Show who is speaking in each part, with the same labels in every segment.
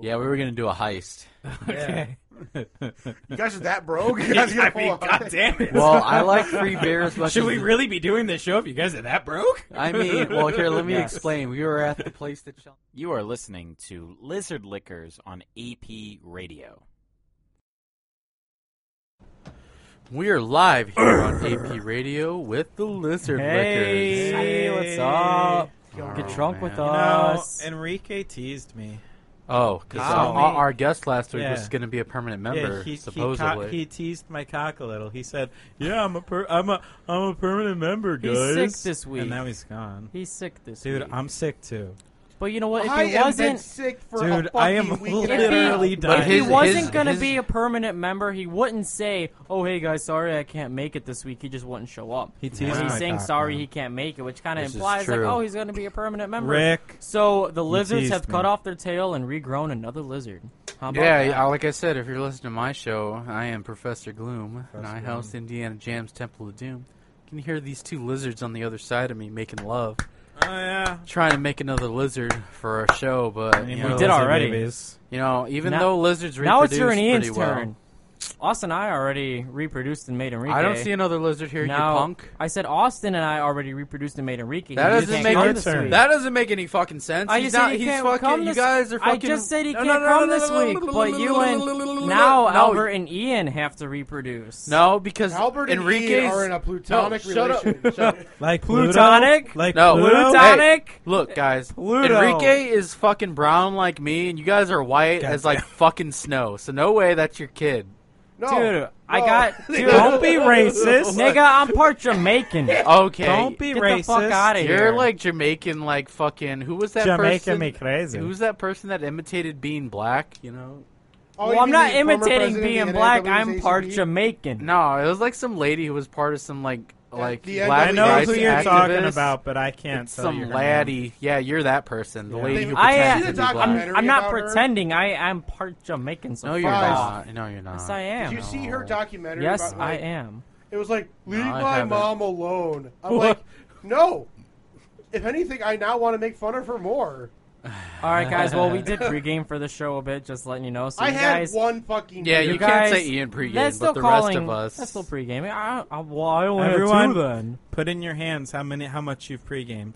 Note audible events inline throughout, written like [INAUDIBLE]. Speaker 1: Yeah, we were gonna do a heist.
Speaker 2: [LAUGHS]
Speaker 3: Okay.
Speaker 4: You guys are
Speaker 1: [LAUGHS]
Speaker 4: that broke? You guys
Speaker 3: I
Speaker 4: gotta
Speaker 3: mean,
Speaker 4: pull off.
Speaker 3: God damn it. [LAUGHS]
Speaker 1: Well, I like free beer as much.
Speaker 3: Should
Speaker 1: as
Speaker 3: we really be doing this show if you guys are that broke?
Speaker 1: I mean, well, here, let me
Speaker 5: Yes.
Speaker 1: explain. We were at the place that. Shall-
Speaker 5: You are listening to Lizard Liquors on AP Radio.
Speaker 1: we are live here on AP Radio with the Lizard Lickers.
Speaker 5: Hey, what's up? Get drunk with
Speaker 1: man.
Speaker 5: us.
Speaker 2: Enrique teased me.
Speaker 1: Oh, because
Speaker 2: Wow.
Speaker 1: our, our guest last week
Speaker 2: Yeah.
Speaker 1: was going to be a permanent member,
Speaker 2: yeah, he, He,
Speaker 1: supposedly.
Speaker 2: co- he teased my cock a little. He said, "Yeah, I'm a per- I'm a I'm a permanent member,
Speaker 5: He's
Speaker 2: guys."
Speaker 5: sick this week.
Speaker 2: and now he's gone.
Speaker 5: He's sick this
Speaker 2: Dude,
Speaker 5: week.
Speaker 2: I'm sick too.
Speaker 5: but you know what? If
Speaker 4: I
Speaker 5: he
Speaker 4: have been
Speaker 5: wasn't,
Speaker 4: sick for a
Speaker 2: Dude,
Speaker 4: fucking
Speaker 2: I am
Speaker 4: week and a
Speaker 2: literally
Speaker 4: half.
Speaker 2: dying.
Speaker 5: if he
Speaker 1: His-
Speaker 5: wasn't
Speaker 1: his-
Speaker 5: gonna
Speaker 1: his-
Speaker 5: be a permanent member, he wouldn't say, "Oh, hey guys, sorry I can't make it this week." He just wouldn't show up.
Speaker 2: He
Speaker 5: When
Speaker 2: teased
Speaker 5: he's
Speaker 2: my
Speaker 5: saying
Speaker 2: cock,
Speaker 5: sorry
Speaker 2: man.
Speaker 5: he can't make it, which kind of
Speaker 1: This is
Speaker 5: implies like,
Speaker 1: true.
Speaker 5: "Oh, he's gonna be a permanent member."
Speaker 2: Rick,
Speaker 5: So the lizards
Speaker 2: teased
Speaker 5: have cut
Speaker 2: me.
Speaker 5: off their tail and regrown another lizard. How about
Speaker 1: yeah,
Speaker 5: that?
Speaker 1: yeah, uh, like I said, if you're listening to my show, I am Professor Gloom, and I
Speaker 2: Professor
Speaker 1: host Indiana Jam's Temple of Doom. You can hear these two lizards on the other side of me making love,
Speaker 2: oh yeah,
Speaker 1: trying to make another lizard for our show, but you
Speaker 2: Any
Speaker 1: know,
Speaker 2: more
Speaker 5: did
Speaker 2: lizard
Speaker 5: already.
Speaker 2: babies? [LAUGHS]
Speaker 1: you know, even
Speaker 5: Now-
Speaker 1: though lizards
Speaker 5: now it's
Speaker 1: reproduce
Speaker 5: your and Ian's
Speaker 1: pretty well,
Speaker 5: turn. Austin and I already reproduced and made Enrique.
Speaker 1: I don't see another lizard here.
Speaker 5: now,
Speaker 1: you punk.
Speaker 5: I said Austin and I already reproduced and made Enrique.
Speaker 1: That
Speaker 5: He
Speaker 1: doesn't
Speaker 5: can't
Speaker 1: make
Speaker 5: come
Speaker 1: it
Speaker 5: this
Speaker 2: turn.
Speaker 5: week.
Speaker 1: That doesn't make any fucking sense.
Speaker 5: I
Speaker 1: he's
Speaker 5: just said
Speaker 1: not.
Speaker 5: he
Speaker 1: he's
Speaker 5: can't
Speaker 1: fucking.
Speaker 5: come
Speaker 1: you
Speaker 5: this-
Speaker 1: guys are
Speaker 5: I
Speaker 1: fucking.
Speaker 5: just said he
Speaker 1: No,
Speaker 5: can't
Speaker 1: no, no,
Speaker 5: come
Speaker 1: no, no,
Speaker 5: this
Speaker 1: no, no,
Speaker 5: week,
Speaker 1: no,
Speaker 5: but
Speaker 1: no,
Speaker 5: you
Speaker 1: no,
Speaker 5: and
Speaker 1: no, no, no, no,
Speaker 5: now
Speaker 1: no.
Speaker 5: Albert and Ian have to reproduce.
Speaker 1: No, because
Speaker 4: Albert and
Speaker 1: Enrique's
Speaker 4: Ian are in a plutonic
Speaker 1: No, shut up.
Speaker 4: relationship. Shut up.
Speaker 2: Like Pluto?
Speaker 5: Plutonic?
Speaker 2: Like
Speaker 1: No.
Speaker 2: Pluto?
Speaker 1: Pluto-
Speaker 5: Plutonic?
Speaker 1: Look, guys.
Speaker 5: [LAUGHS] Pluto.
Speaker 1: Enrique is fucking brown like me, and you guys are white
Speaker 2: God
Speaker 1: as like
Speaker 2: damn.
Speaker 1: fucking snow. So no way that's your kid.
Speaker 4: No.
Speaker 5: Dude,
Speaker 1: [LAUGHS]
Speaker 5: I got. Dude,
Speaker 2: Don't
Speaker 3: [LAUGHS]
Speaker 2: be racist,
Speaker 5: [LAUGHS] Nigga, I'm part Jamaican.
Speaker 1: Okay.
Speaker 2: Don't be
Speaker 5: Get the
Speaker 2: racist.
Speaker 5: fuck out of
Speaker 1: You're
Speaker 5: here.
Speaker 1: like Jamaican, like fucking. Who was that
Speaker 2: Jamaica
Speaker 1: person?
Speaker 2: me crazy.
Speaker 1: Who's that person that imitated being black? You know.
Speaker 4: Oh,
Speaker 5: well,
Speaker 4: you
Speaker 5: I'm
Speaker 4: mean
Speaker 5: not
Speaker 4: the former
Speaker 5: imitating
Speaker 4: president of
Speaker 5: being
Speaker 4: the
Speaker 5: black.
Speaker 4: NAACP?
Speaker 5: I'm part Jamaican.
Speaker 1: No, it was like some lady who was part of some like like
Speaker 4: the
Speaker 1: black
Speaker 2: I know who
Speaker 1: rights
Speaker 2: you're talking
Speaker 1: activist.
Speaker 2: about, but I can't.
Speaker 1: It's
Speaker 2: tell you
Speaker 1: some
Speaker 2: her name.
Speaker 1: laddie. Yeah, you're that person. The
Speaker 2: Yeah.
Speaker 1: lady who
Speaker 4: I, uh,
Speaker 1: pretends
Speaker 4: See
Speaker 1: to
Speaker 4: the
Speaker 1: be
Speaker 4: documentary?
Speaker 1: black.
Speaker 5: I'm not
Speaker 4: about her?
Speaker 5: pretending. I am part Jamaican. So
Speaker 1: No, you're
Speaker 5: fuck
Speaker 4: Guys.
Speaker 5: off.
Speaker 1: not. No, you're not.
Speaker 5: Yes, I
Speaker 4: Did
Speaker 5: am.
Speaker 4: you see her documentary?
Speaker 5: Yes,
Speaker 4: about,
Speaker 5: I
Speaker 4: like,
Speaker 5: am.
Speaker 4: It was like, leave
Speaker 1: I
Speaker 4: my
Speaker 1: haven't.
Speaker 4: mom alone. I'm like, no. If anything, I now want to make fun of her more.
Speaker 5: All right, guys. Well,
Speaker 4: [LAUGHS]
Speaker 5: we did pregame for the show a bit, just letting you know. So
Speaker 4: I
Speaker 5: you
Speaker 4: had
Speaker 5: guys,
Speaker 4: one fucking.
Speaker 1: Yeah,
Speaker 4: beer.
Speaker 1: you
Speaker 5: guys-
Speaker 1: can't say Ian pregame,
Speaker 5: that's
Speaker 1: but
Speaker 5: still
Speaker 1: the
Speaker 5: calling.
Speaker 1: rest of us.
Speaker 5: That's still pregame. I, I, well, I only had
Speaker 2: Everyone-
Speaker 5: two then.
Speaker 2: Put in your hands how many, how much you've pre-gamed.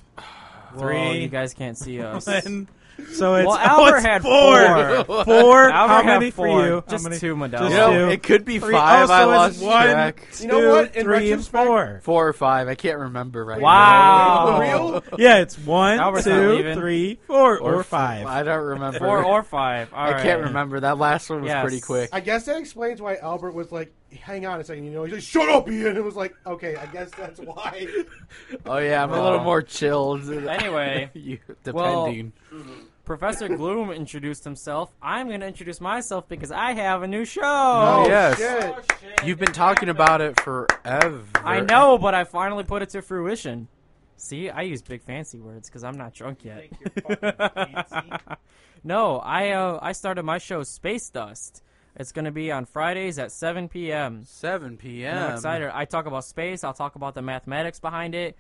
Speaker 5: Well,
Speaker 2: Three.
Speaker 5: you guys
Speaker 2: [LAUGHS]
Speaker 5: can't see us.
Speaker 2: And so it's
Speaker 5: Oh, Well,
Speaker 2: oh,
Speaker 5: Albert
Speaker 2: it's
Speaker 5: had
Speaker 2: four. [LAUGHS]
Speaker 5: four.
Speaker 2: Four.
Speaker 5: [LAUGHS] Albert
Speaker 2: how
Speaker 5: had
Speaker 2: many
Speaker 5: four.
Speaker 2: for you?
Speaker 5: Just
Speaker 2: how many?
Speaker 5: two, Modelo.
Speaker 1: You
Speaker 2: Just
Speaker 1: know,
Speaker 2: two.
Speaker 1: it could be
Speaker 2: Three.
Speaker 1: five.
Speaker 2: Also
Speaker 1: I lost
Speaker 2: is one,
Speaker 1: track.
Speaker 2: two,
Speaker 4: You know what? In
Speaker 2: three, and
Speaker 4: retrospect-
Speaker 2: four.
Speaker 1: Four or five. I can't remember right
Speaker 5: Wow.
Speaker 1: now.
Speaker 4: For real?
Speaker 2: Yeah, it's one,
Speaker 5: Albert's not
Speaker 2: two,
Speaker 5: leaving.
Speaker 2: three, four,
Speaker 1: Or
Speaker 2: or five.
Speaker 1: I don't remember.
Speaker 5: Four or five. All
Speaker 1: I
Speaker 5: right.
Speaker 1: can't remember. That last one was
Speaker 5: Yes.
Speaker 1: pretty quick.
Speaker 4: I guess that explains why Albert was like, "Hang on a second, you know." He's like, "Shut up, Ian." [LAUGHS] It was like, "Okay, I guess that's why."
Speaker 1: Oh yeah, I'm a
Speaker 5: Wow.
Speaker 1: little more chilled.
Speaker 5: Anyway.
Speaker 1: [LAUGHS] You-
Speaker 5: Well-
Speaker 1: depending.
Speaker 5: Professor Gloom introduced himself. I'm going to introduce myself because I have a new
Speaker 1: [LAUGHS]
Speaker 5: show.
Speaker 1: Oh, yes.
Speaker 4: shit.
Speaker 1: You've been talking about it forever.
Speaker 5: I know, but I finally put it to fruition. See, I use big fancy words because I'm not drunk yet. [LAUGHS] no, I uh, I started my show Space Dust. It's going to be on Fridays at 7 p.m.
Speaker 1: 7 p.m.
Speaker 5: And I'm excited. I talk about space. I'll talk about the mathematics behind it.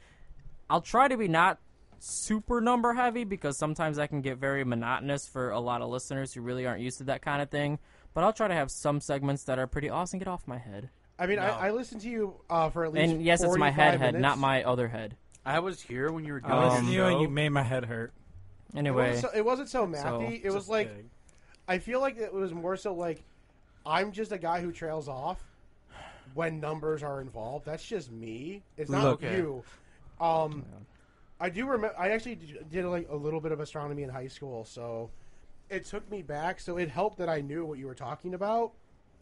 Speaker 5: I'll try to be not super number heavy because sometimes that can get very monotonous for a lot of listeners who really aren't used to that kind of thing. But I'll try to have some segments that are pretty awesome. Get off my head.
Speaker 4: I mean, I, I listened to you uh, for at least.
Speaker 5: And yes, it's my head
Speaker 4: 45
Speaker 5: head, not
Speaker 4: minutes.
Speaker 5: my other head.
Speaker 1: I was here when you were doing
Speaker 2: I was
Speaker 5: Um,
Speaker 2: new and you made my head hurt.
Speaker 4: It
Speaker 5: Anyway,
Speaker 4: wasn't so, it wasn't so mathy.
Speaker 5: So,
Speaker 4: it was
Speaker 2: Just
Speaker 4: like
Speaker 2: big.
Speaker 4: I feel like it was more so like I'm just a guy who trails off when numbers are involved. That's just me. It's not
Speaker 2: Look.
Speaker 4: you. Um, I do remember. I actually d- did like a little bit of astronomy in high school, so it took me back. So it helped that I knew what you were talking about.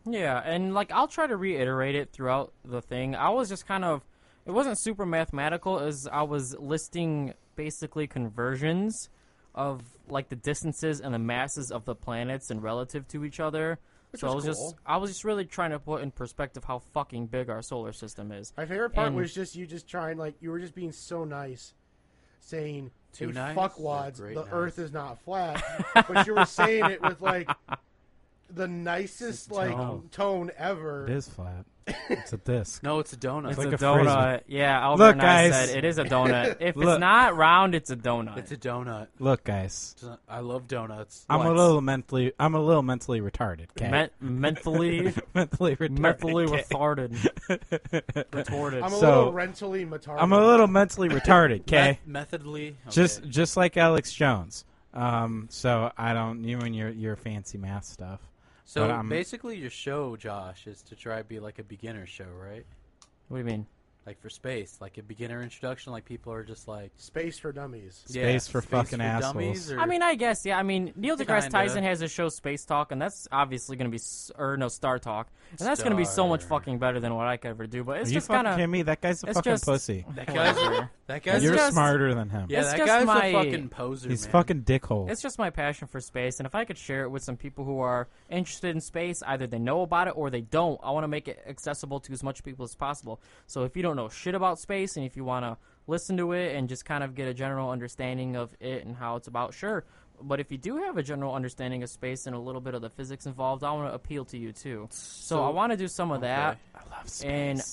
Speaker 5: yeah, and like I'll try to reiterate it throughout the thing. I was just kind of, it wasn't super mathematical as I was listing basically conversions of like the distances and the masses of the planets and relative to each other. so I
Speaker 4: was
Speaker 5: was just
Speaker 4: cool.
Speaker 5: I was just really trying to put in perspective how fucking big our solar system is.
Speaker 4: My favorite part
Speaker 5: And-
Speaker 4: was just you just trying like you were just being so nice, saying
Speaker 1: Too
Speaker 4: "You
Speaker 1: nice?
Speaker 4: fuckwads.
Speaker 1: Great
Speaker 4: The
Speaker 1: nice.
Speaker 2: [LAUGHS]
Speaker 4: Earth is not flat, but you were saying it with like the nicest
Speaker 5: a
Speaker 4: like
Speaker 2: tone.
Speaker 4: tone ever.
Speaker 2: It is flat. It's a disc.
Speaker 1: No, it's a donut.
Speaker 5: It's
Speaker 1: It's
Speaker 2: like
Speaker 5: a,
Speaker 2: a
Speaker 5: donut.
Speaker 2: Frisbee.
Speaker 5: Yeah, Albert
Speaker 2: Look,
Speaker 5: and I
Speaker 2: guys.
Speaker 5: said it is
Speaker 2: [LAUGHS]
Speaker 5: a donut. If it's
Speaker 2: Look.
Speaker 5: not round, it's a donut.
Speaker 1: a, donut.
Speaker 2: Look, guys,
Speaker 1: It's a- I love donuts.
Speaker 2: I'm a
Speaker 5: What?
Speaker 2: little mentally. I'm a little mentally retarded. Okay?
Speaker 5: Men- mentally,
Speaker 2: [LAUGHS] mentally retarded.
Speaker 5: mentally
Speaker 2: kid.
Speaker 5: retarded,
Speaker 2: [LAUGHS]
Speaker 5: retorted.
Speaker 4: I'm a
Speaker 2: So-
Speaker 4: little rentally matarded.
Speaker 2: I'm a little mentally
Speaker 5: [LAUGHS]
Speaker 2: retarded. Okay.
Speaker 1: Meth- methodly. Okay.
Speaker 2: Just just like Alex Jones. Um. So I don't. You and your your fancy math stuff.
Speaker 1: so
Speaker 2: but, um,
Speaker 1: basically, your show, Josh, is to try to be like a beginner show, right?
Speaker 5: what do you mean?
Speaker 1: Like for space, like a beginner introduction. Like people are just like
Speaker 4: space for dummies.
Speaker 1: yeah,
Speaker 2: Space for fucking
Speaker 1: dummies,
Speaker 2: assholes.
Speaker 1: or-
Speaker 5: I mean, I guess yeah. I mean, Neil deGrasse
Speaker 1: Kinda.
Speaker 5: Tyson has a show, Space Talk, and that's obviously going to be s- or no Star Talk, and that's going to be so much
Speaker 1: Star.
Speaker 5: fucking better than what I could ever do. But it's
Speaker 2: Are you
Speaker 5: just
Speaker 2: fucking
Speaker 5: kind of
Speaker 2: kidding me? That guy's a
Speaker 5: it's
Speaker 2: fucking
Speaker 5: just-
Speaker 2: pussy.
Speaker 1: that [LAUGHS] guy's that guy's
Speaker 2: You're
Speaker 5: just-
Speaker 2: smarter than him.
Speaker 1: yeah,
Speaker 5: It's
Speaker 1: that
Speaker 5: just
Speaker 1: guy's
Speaker 5: my-
Speaker 1: a fucking poser.
Speaker 2: He's
Speaker 1: man.
Speaker 2: fucking dickhole.
Speaker 5: It's just my passion for space, and if I could share it with some people who are interested in space, either they know about it or they don't. I want to make it accessible to as much people as possible. So if you don't know shit about space, and if you want to listen to it and just kind of get a general understanding of it and how it's about, sure. But if you do have a general understanding of space and a little bit of the physics involved, I want to appeal to you too. So, I want to do some of that,
Speaker 2: I love space.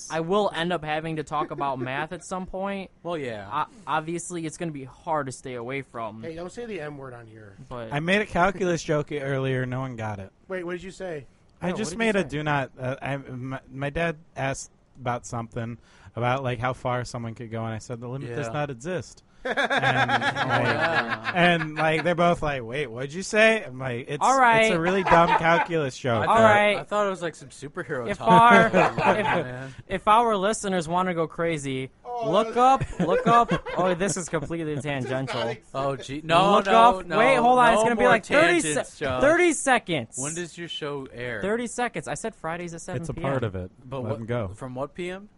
Speaker 5: and I will end up having to talk about math at some point.
Speaker 1: Well, yeah.
Speaker 5: I, obviously, it's going to be hard to stay away from.
Speaker 4: Hey, don't say the M word on here.
Speaker 5: But
Speaker 2: I made a calculus joke earlier. No one got it.
Speaker 4: Wait, what did you say?
Speaker 2: I
Speaker 5: No, what
Speaker 2: just
Speaker 5: did
Speaker 2: made
Speaker 5: you
Speaker 2: a
Speaker 5: say?
Speaker 2: do not. Uh, I my, my dad asked about something about like how far someone could go, and I said the limit does
Speaker 1: Yeah.
Speaker 2: not
Speaker 5: [LAUGHS]
Speaker 2: exist. and,
Speaker 5: Oh
Speaker 2: like,
Speaker 1: Yeah.
Speaker 2: and, like, they're both like, "Wait, what'd you say?" I'm like, "It's
Speaker 5: All right.
Speaker 2: it's a really dumb calculus joke."
Speaker 5: All
Speaker 2: but
Speaker 5: right.
Speaker 1: I thought it was like some superhero
Speaker 5: If
Speaker 1: talk.
Speaker 5: our-
Speaker 1: [LAUGHS] Man.
Speaker 5: if our listeners want to go crazy, look up, [LAUGHS] look up. Oh, this is completely tangential.
Speaker 1: Oh gee, [LAUGHS] no,
Speaker 5: look
Speaker 1: no,
Speaker 5: up.
Speaker 1: no,
Speaker 5: Wait, hold
Speaker 1: no
Speaker 5: on. it's gonna be
Speaker 1: more
Speaker 5: like 30, se-
Speaker 1: tangents, Josh.
Speaker 5: 30 seconds.
Speaker 1: When does your show air?
Speaker 5: 30 seconds? I said Fridays at 7
Speaker 2: It's a
Speaker 5: p.m.
Speaker 2: part of it.
Speaker 1: But
Speaker 2: Let
Speaker 1: what,
Speaker 2: them go.
Speaker 1: From what p.m.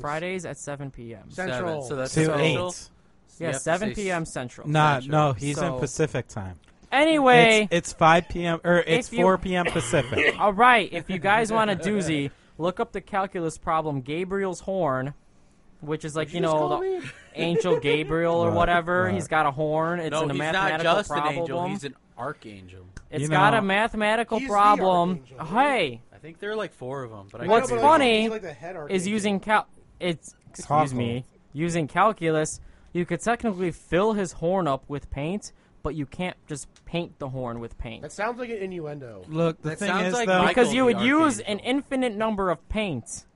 Speaker 5: Fridays at 7 p.m.
Speaker 4: Se- Central.
Speaker 1: Seven. So that's
Speaker 2: To
Speaker 1: central.
Speaker 2: eight.
Speaker 1: You
Speaker 5: Yeah,
Speaker 1: have to
Speaker 5: 7
Speaker 1: say
Speaker 5: p.m. Central.
Speaker 2: No,
Speaker 1: Central.
Speaker 2: no, he's
Speaker 5: So-
Speaker 2: in Pacific time.
Speaker 5: Anyway,
Speaker 2: It's, it's five p.m. or it's
Speaker 5: If you-
Speaker 2: four p.m. Pacific.
Speaker 5: all right. If you guys want a doozy, look up the calculus problem, Gabriel's horn, which is like you, know the angel Gabriel or
Speaker 2: Right,
Speaker 5: whatever.
Speaker 2: right.
Speaker 5: He's got a horn. It's
Speaker 1: no,
Speaker 5: in a
Speaker 1: he's not
Speaker 5: mathematical
Speaker 1: just
Speaker 5: problem.
Speaker 1: an angel. He's an archangel.
Speaker 5: It's
Speaker 2: You
Speaker 5: got
Speaker 2: know-
Speaker 5: a mathematical
Speaker 4: He's the
Speaker 5: problem.
Speaker 4: archangel, dude.
Speaker 5: Hey,
Speaker 1: I think there are like four of them. But I
Speaker 5: What's
Speaker 1: could be wrong.
Speaker 5: funny
Speaker 4: He's like the head
Speaker 5: is
Speaker 4: archangel.
Speaker 5: using cal. It's excuse
Speaker 2: Toggle.
Speaker 5: me, using calculus. You could technically fill his horn up with paint, but you can't just paint the horn with paint
Speaker 4: That sounds like an innuendo.
Speaker 2: [LAUGHS] Look, the
Speaker 1: That
Speaker 2: thing
Speaker 1: sounds
Speaker 2: is
Speaker 1: like
Speaker 2: though,
Speaker 1: Michael-
Speaker 5: because you
Speaker 1: the
Speaker 5: would use an
Speaker 1: archangel.
Speaker 5: infinite number of paints,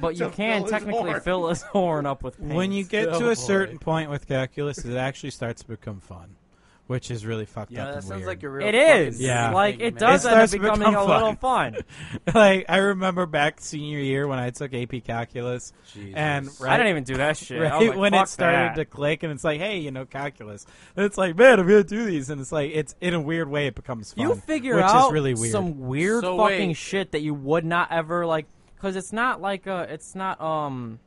Speaker 5: but you
Speaker 4: To
Speaker 5: can
Speaker 4: fill his
Speaker 5: technically
Speaker 4: horn.
Speaker 5: fill his horn up with paint.
Speaker 2: when you get
Speaker 1: Oh,
Speaker 2: to
Speaker 1: boy.
Speaker 2: a certain point with calculus, it actually starts to become fun, which is really fucked
Speaker 1: Yeah,
Speaker 2: up.
Speaker 1: that
Speaker 2: and
Speaker 1: sounds
Speaker 2: weird.
Speaker 1: like a real.
Speaker 5: it
Speaker 1: fucking
Speaker 5: is
Speaker 2: Yeah.
Speaker 1: nerdy
Speaker 5: like
Speaker 1: thing,
Speaker 5: it
Speaker 1: man.
Speaker 5: does
Speaker 2: It
Speaker 5: end up
Speaker 2: starts to
Speaker 5: becoming
Speaker 2: become
Speaker 5: a little fun.
Speaker 2: [LAUGHS] like I remember back senior year when I took AP Calculus,
Speaker 1: Jesus.
Speaker 2: and right,
Speaker 5: I didn't even do that shit. I was
Speaker 2: right
Speaker 5: like,
Speaker 2: when
Speaker 5: "Fuck
Speaker 2: it started
Speaker 5: that."
Speaker 2: to click, and it's like, hey, you know, calculus. And it's like, man, I'm gonna do these, and it's like, it's in a weird way, it becomes fun.
Speaker 5: You figure
Speaker 2: which
Speaker 5: out
Speaker 2: is really weird.
Speaker 5: some weird
Speaker 1: So
Speaker 5: fucking
Speaker 1: wait.
Speaker 5: shit that you would not ever like, because it's not like uh it's not um,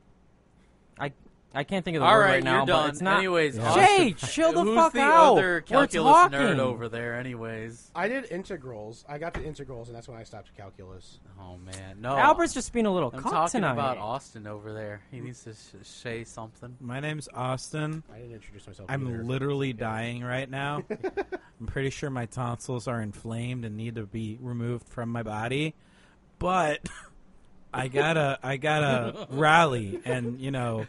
Speaker 5: I I can't think of the
Speaker 1: All
Speaker 5: word
Speaker 1: right,
Speaker 5: right now,
Speaker 1: you're done.
Speaker 5: but it's not.
Speaker 1: Anyways,
Speaker 2: Yeah.
Speaker 5: Jay,
Speaker 1: Austin,
Speaker 5: chill the
Speaker 1: who's
Speaker 5: fuck
Speaker 1: the
Speaker 5: out.
Speaker 1: other calculus
Speaker 5: We're talking.
Speaker 1: nerd over there? Anyways,
Speaker 4: I did integrals. I got to integrals, and that's when I stopped calculus.
Speaker 1: oh man, no.
Speaker 5: Albert's just being a little
Speaker 1: I'm
Speaker 5: cunt
Speaker 1: talking
Speaker 5: tonight.
Speaker 1: about Austin over there. He needs to sh- say something.
Speaker 2: My name's Austin.
Speaker 4: I didn't introduce myself. either.
Speaker 2: I'm literally dying right
Speaker 5: [LAUGHS]
Speaker 2: now. I'm pretty sure my tonsils are inflamed and need to be removed from my body, but I gotta, I
Speaker 5: [LAUGHS]
Speaker 2: gotta rally and you know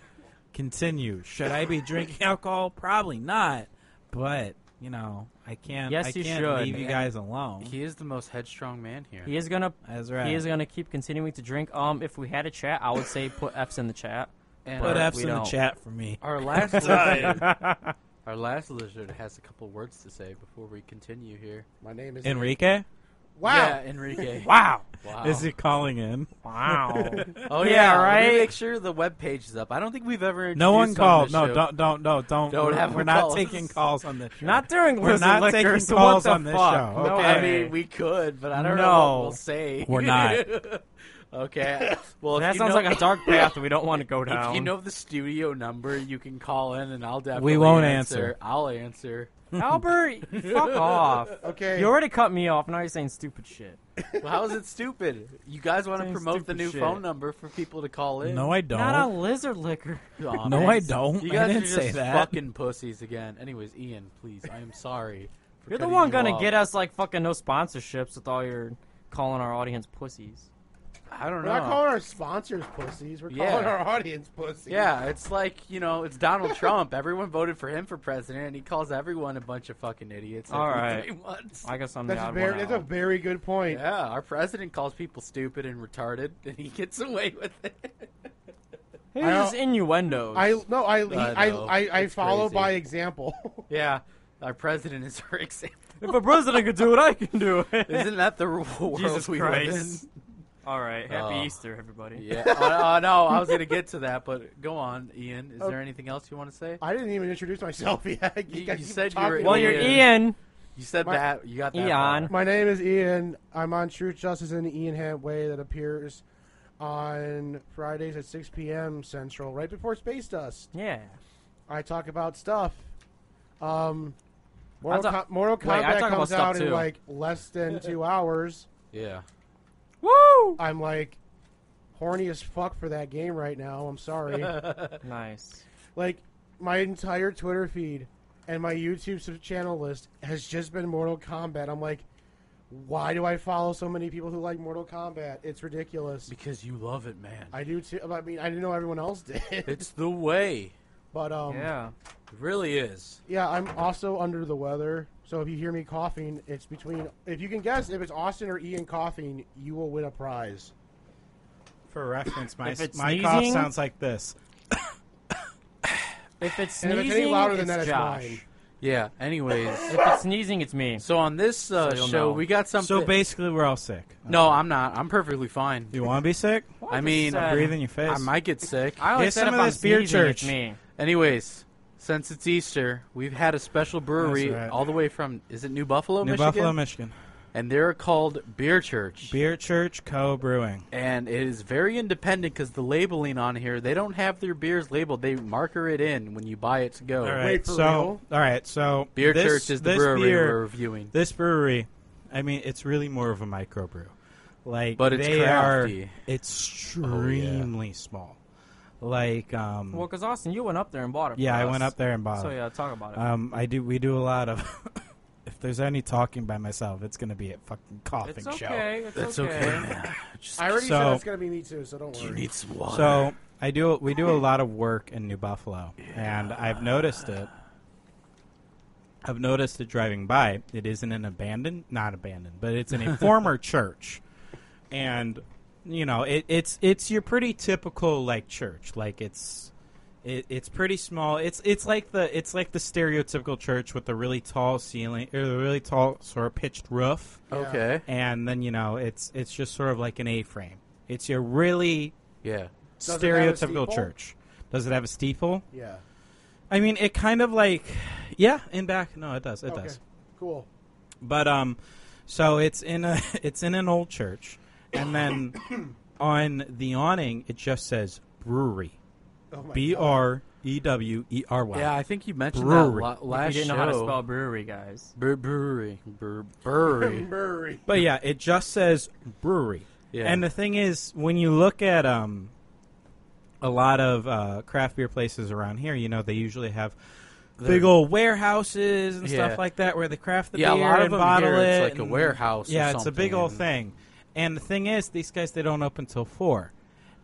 Speaker 2: continue. Should I be drinking alcohol? Probably not, but you know I can't.
Speaker 5: Yes,
Speaker 2: I
Speaker 5: you
Speaker 2: can't
Speaker 5: should.
Speaker 2: leave you guys alone.
Speaker 1: He is the most headstrong man here.
Speaker 5: He is gonna
Speaker 2: That's right.
Speaker 5: he is gonna keep continuing to drink. Um, if we had a chat, I would say put F's in the chat.
Speaker 1: And
Speaker 2: Put
Speaker 1: our,
Speaker 2: F's
Speaker 5: we
Speaker 2: in the
Speaker 5: don't.
Speaker 2: chat for me.
Speaker 1: our
Speaker 2: [LAUGHS]
Speaker 1: last lizard, [LAUGHS] our last lizard has a couple words to say before we continue here.
Speaker 4: My name is
Speaker 2: Enrique.
Speaker 4: Wow.
Speaker 1: Yeah,
Speaker 2: [LAUGHS]
Speaker 1: Enrique.
Speaker 2: Wow.
Speaker 1: Wow.
Speaker 2: Is he calling in? [LAUGHS]
Speaker 5: Wow.
Speaker 1: Oh
Speaker 5: Yeah,
Speaker 1: yeah, let me
Speaker 5: right?
Speaker 1: Make sure the web page is up. I don't think we've ever.
Speaker 2: No one
Speaker 1: introduced on
Speaker 2: called.
Speaker 1: this
Speaker 2: No,
Speaker 1: show.
Speaker 2: don't, don't, no, don't.
Speaker 1: Don't
Speaker 2: we're,
Speaker 1: have
Speaker 2: we're
Speaker 1: him
Speaker 2: not
Speaker 1: call us.
Speaker 2: taking calls on this. Show.
Speaker 5: not during
Speaker 2: We're
Speaker 5: Lizard
Speaker 2: not
Speaker 5: Lickers,
Speaker 2: taking
Speaker 5: what
Speaker 2: calls
Speaker 5: the
Speaker 2: on this
Speaker 5: fuck?
Speaker 2: show.
Speaker 5: No
Speaker 2: Okay.
Speaker 1: I
Speaker 5: way.
Speaker 1: mean, we could, but I don't know
Speaker 5: No.
Speaker 1: what we'll say.
Speaker 2: We're not.
Speaker 1: [LAUGHS] okay.
Speaker 2: [LAUGHS]
Speaker 1: Well, if
Speaker 5: that
Speaker 1: you
Speaker 5: sounds
Speaker 1: know,
Speaker 5: like
Speaker 1: [LAUGHS]
Speaker 5: a dark path we don't want to go down.
Speaker 1: If you know the studio number, you can call in, and I'll definitely.
Speaker 2: We won't answer.
Speaker 1: I'll answer.
Speaker 5: Albert,
Speaker 1: [LAUGHS]
Speaker 5: fuck off.
Speaker 4: Okay.
Speaker 5: You already cut me off. Now you're saying stupid shit.
Speaker 1: Well, how is it stupid? You guys want to
Speaker 5: Saying
Speaker 1: promote the
Speaker 5: stupid
Speaker 1: new
Speaker 5: shit.
Speaker 1: phone number for people to call in?
Speaker 2: No, I don't.
Speaker 5: Not on lizard liquor.
Speaker 1: Aw,
Speaker 2: [LAUGHS] No,
Speaker 1: man.
Speaker 2: I don't.
Speaker 1: You
Speaker 2: I
Speaker 1: guys
Speaker 2: didn't
Speaker 1: are just
Speaker 2: say that.
Speaker 1: fucking pussies again. Anyways, Ian, please, I am sorry. for
Speaker 5: You're the
Speaker 1: cutting
Speaker 5: one
Speaker 1: you
Speaker 5: gonna
Speaker 1: off.
Speaker 5: get us like fucking no sponsorships with all your calling our audience pussies.
Speaker 1: I don't
Speaker 4: We're not
Speaker 1: know.
Speaker 4: calling our sponsors pussies. We're
Speaker 1: Yeah.
Speaker 4: calling our audience pussies.
Speaker 1: Yeah, it's like you know, it's Donald Trump. Everyone voted for him for president, and he calls everyone a bunch of fucking idiots. every
Speaker 5: All right.
Speaker 1: three months.
Speaker 5: I guess I'm
Speaker 4: That's,
Speaker 5: the
Speaker 4: a
Speaker 5: odd
Speaker 4: very,
Speaker 5: one
Speaker 4: that's a
Speaker 5: out.
Speaker 4: very good point.
Speaker 1: Yeah, our president calls people stupid and retarded, and he gets away with it. [LAUGHS]
Speaker 5: Who's
Speaker 4: I
Speaker 5: his innuendos?
Speaker 4: I no, I he-
Speaker 1: I
Speaker 4: I,
Speaker 1: know.
Speaker 4: I, I,
Speaker 1: It's
Speaker 4: follow
Speaker 1: crazy.
Speaker 4: by example. [LAUGHS]
Speaker 1: yeah, our president is our [LAUGHS] example.
Speaker 5: if a president could do it, I can do it.
Speaker 1: Isn't that the world
Speaker 5: [LAUGHS] Jesus
Speaker 1: we
Speaker 5: Christ. All right. Happy
Speaker 1: Oh.
Speaker 5: Easter, everybody.
Speaker 1: live in? Yeah. Oh, oh, no, [LAUGHS] I was gonna get to that, but go on, Ian. Is
Speaker 4: Oh.
Speaker 1: there anything else you want to say?
Speaker 4: I didn't even introduce myself [LAUGHS] yet.
Speaker 1: You-
Speaker 4: guys
Speaker 1: you
Speaker 4: keep
Speaker 1: said you were
Speaker 4: talking.
Speaker 5: Well, you're
Speaker 1: Ian.
Speaker 5: Ian.
Speaker 1: You said
Speaker 4: My-
Speaker 1: that. You got that.
Speaker 5: Eon.
Speaker 4: My name is Ian. I'm on Truth, Justice, and the Ian Hant Way that appears on Fridays at 6 p.m. Central, right before Space Dust.
Speaker 5: Yeah.
Speaker 4: I talk about stuff. Um,
Speaker 5: I
Speaker 4: Mortal,
Speaker 5: talk-
Speaker 4: Com- Mortal
Speaker 5: Wait, I
Speaker 4: Kombat
Speaker 5: talk about
Speaker 4: comes
Speaker 5: stuff
Speaker 4: out in
Speaker 5: too.
Speaker 4: like less than two hours.
Speaker 1: Yeah.
Speaker 5: Woo!
Speaker 4: I'm like horny as fuck for that game right now. I'm sorry.
Speaker 5: Nice.
Speaker 4: like my entire Twitter feed and my YouTube sub- channel list has just been Mortal Kombat. I'm like, why do I follow so many people who like Mortal Kombat? It's ridiculous.
Speaker 1: Because you love it, man.
Speaker 4: I do too. I mean, I didn't know everyone else [LAUGHS] did,
Speaker 1: It's the way.
Speaker 4: but um, yeah.
Speaker 5: yeah.
Speaker 1: It really is.
Speaker 4: I'm also under the weather, so if you hear me coughing, it's between. If you can guess if it's Austin or Ian coughing, you will win a prize.
Speaker 2: For reference, my
Speaker 5: If it's
Speaker 2: my cough
Speaker 5: sneezing-
Speaker 2: sounds like this.
Speaker 5: If it's
Speaker 4: And if
Speaker 5: sneezing,
Speaker 4: it's any louder than
Speaker 5: it's
Speaker 4: that, it's
Speaker 5: Josh.
Speaker 4: mine.
Speaker 1: Yeah. Anyways,
Speaker 5: If it's sneezing, it's me.
Speaker 1: so on this uh,
Speaker 5: So you'll
Speaker 1: show,
Speaker 5: know.
Speaker 1: we got something.
Speaker 2: So basically, we're all sick.
Speaker 1: no, I'm not. I'm perfectly fine.
Speaker 2: You want to be sick?
Speaker 1: I mean,
Speaker 5: Just, uh,
Speaker 2: Breathe in your face.
Speaker 1: I might get sick.
Speaker 5: I always
Speaker 2: Here's
Speaker 5: said
Speaker 2: some
Speaker 5: if
Speaker 2: of
Speaker 5: I'm
Speaker 2: this beer
Speaker 5: sneezing, it's
Speaker 2: church.
Speaker 5: me.
Speaker 1: Anyways, since it's Easter, we've had a special brewery
Speaker 2: right.
Speaker 1: all the way from is it New Buffalo,
Speaker 2: New
Speaker 1: Michigan?
Speaker 2: Buffalo, Michigan.
Speaker 1: and they're called Beer Church.
Speaker 2: Beer Church Co. Brewing.
Speaker 1: and it is very independent because the labeling on here, they don't have their beers labeled. They marker it in when you buy it to go.
Speaker 2: All right,
Speaker 4: Wait, for
Speaker 2: so
Speaker 4: real?
Speaker 2: all right, so
Speaker 1: Beer
Speaker 2: this-
Speaker 1: Church is the
Speaker 2: this
Speaker 1: brewery
Speaker 2: beer-
Speaker 1: we're reviewing,
Speaker 2: This brewery, I mean, it's really more of a microbrew. Like,
Speaker 1: But it's
Speaker 2: they
Speaker 1: crafty.
Speaker 2: are extremely small. Like, um,
Speaker 5: Well, because Austin, you went up there and bought it.
Speaker 2: yeah,
Speaker 5: for
Speaker 2: I
Speaker 5: us.
Speaker 2: went up there and bought.
Speaker 5: So
Speaker 2: it.
Speaker 5: yeah, talk about it.
Speaker 2: Um, I do. We do a lot of. [LAUGHS] if there's any talking by myself, it's gonna be a fucking coughing
Speaker 5: it's
Speaker 2: show.
Speaker 5: okay. It's
Speaker 1: That's
Speaker 5: okay.
Speaker 1: okay,
Speaker 5: [LAUGHS]
Speaker 1: man. [LAUGHS] Just
Speaker 4: I already
Speaker 2: So-
Speaker 4: said it's gonna be me too, so don't
Speaker 1: you
Speaker 4: worry.
Speaker 1: need some water.
Speaker 2: So I do. We do a lot of work in New Buffalo, and I've noticed it. I've noticed it driving by. It isn't an abandoned, not abandoned, but it's in a former church, and you know it, it's it's your pretty typical like church. Like it's it, it's pretty small. It's it's like the it's like the stereotypical church with the really tall ceiling or the really tall sort of pitched roof
Speaker 1: okay,
Speaker 2: and then you know it's it's just sort of like an A-frame. It's a really
Speaker 1: yeah,
Speaker 4: Does it have a
Speaker 2: stereotypical
Speaker 4: steeple?
Speaker 2: church. Does it have a steeple?
Speaker 4: Yeah.
Speaker 2: I mean, it kind of like yeah, in back. No, it does. It
Speaker 4: okay.
Speaker 2: does.
Speaker 4: Cool.
Speaker 2: But um, so it's in a [LAUGHS] it's in an old church, and
Speaker 4: [COUGHS]
Speaker 2: then on the awning it just says brewery,
Speaker 4: Oh my
Speaker 2: B
Speaker 4: God.
Speaker 2: R E W E R Y.
Speaker 1: yeah. I think you mentioned
Speaker 2: Brewery.
Speaker 1: that
Speaker 2: If
Speaker 1: la-
Speaker 5: If
Speaker 1: last
Speaker 5: you didn't know how to
Speaker 1: show.
Speaker 5: spell brewery, guys.
Speaker 1: Bre- brewery, Bre-
Speaker 5: [LAUGHS]
Speaker 1: brewery.
Speaker 4: Murray.
Speaker 2: But yeah, it just says brewery.
Speaker 1: Yeah.
Speaker 2: And the thing is, when you look at um, a lot of uh, craft beer places around here, you know, they usually have big old warehouses and
Speaker 1: Yeah.
Speaker 2: stuff like that where they craft the
Speaker 1: yeah, a
Speaker 2: beer
Speaker 1: lot of
Speaker 2: and
Speaker 1: them
Speaker 2: bottle
Speaker 1: here,
Speaker 2: it.
Speaker 1: it's like a
Speaker 2: and-
Speaker 1: warehouse. or
Speaker 2: Yeah, it's a big
Speaker 1: something.
Speaker 2: old thing. And the thing is, these guys they don't open till four.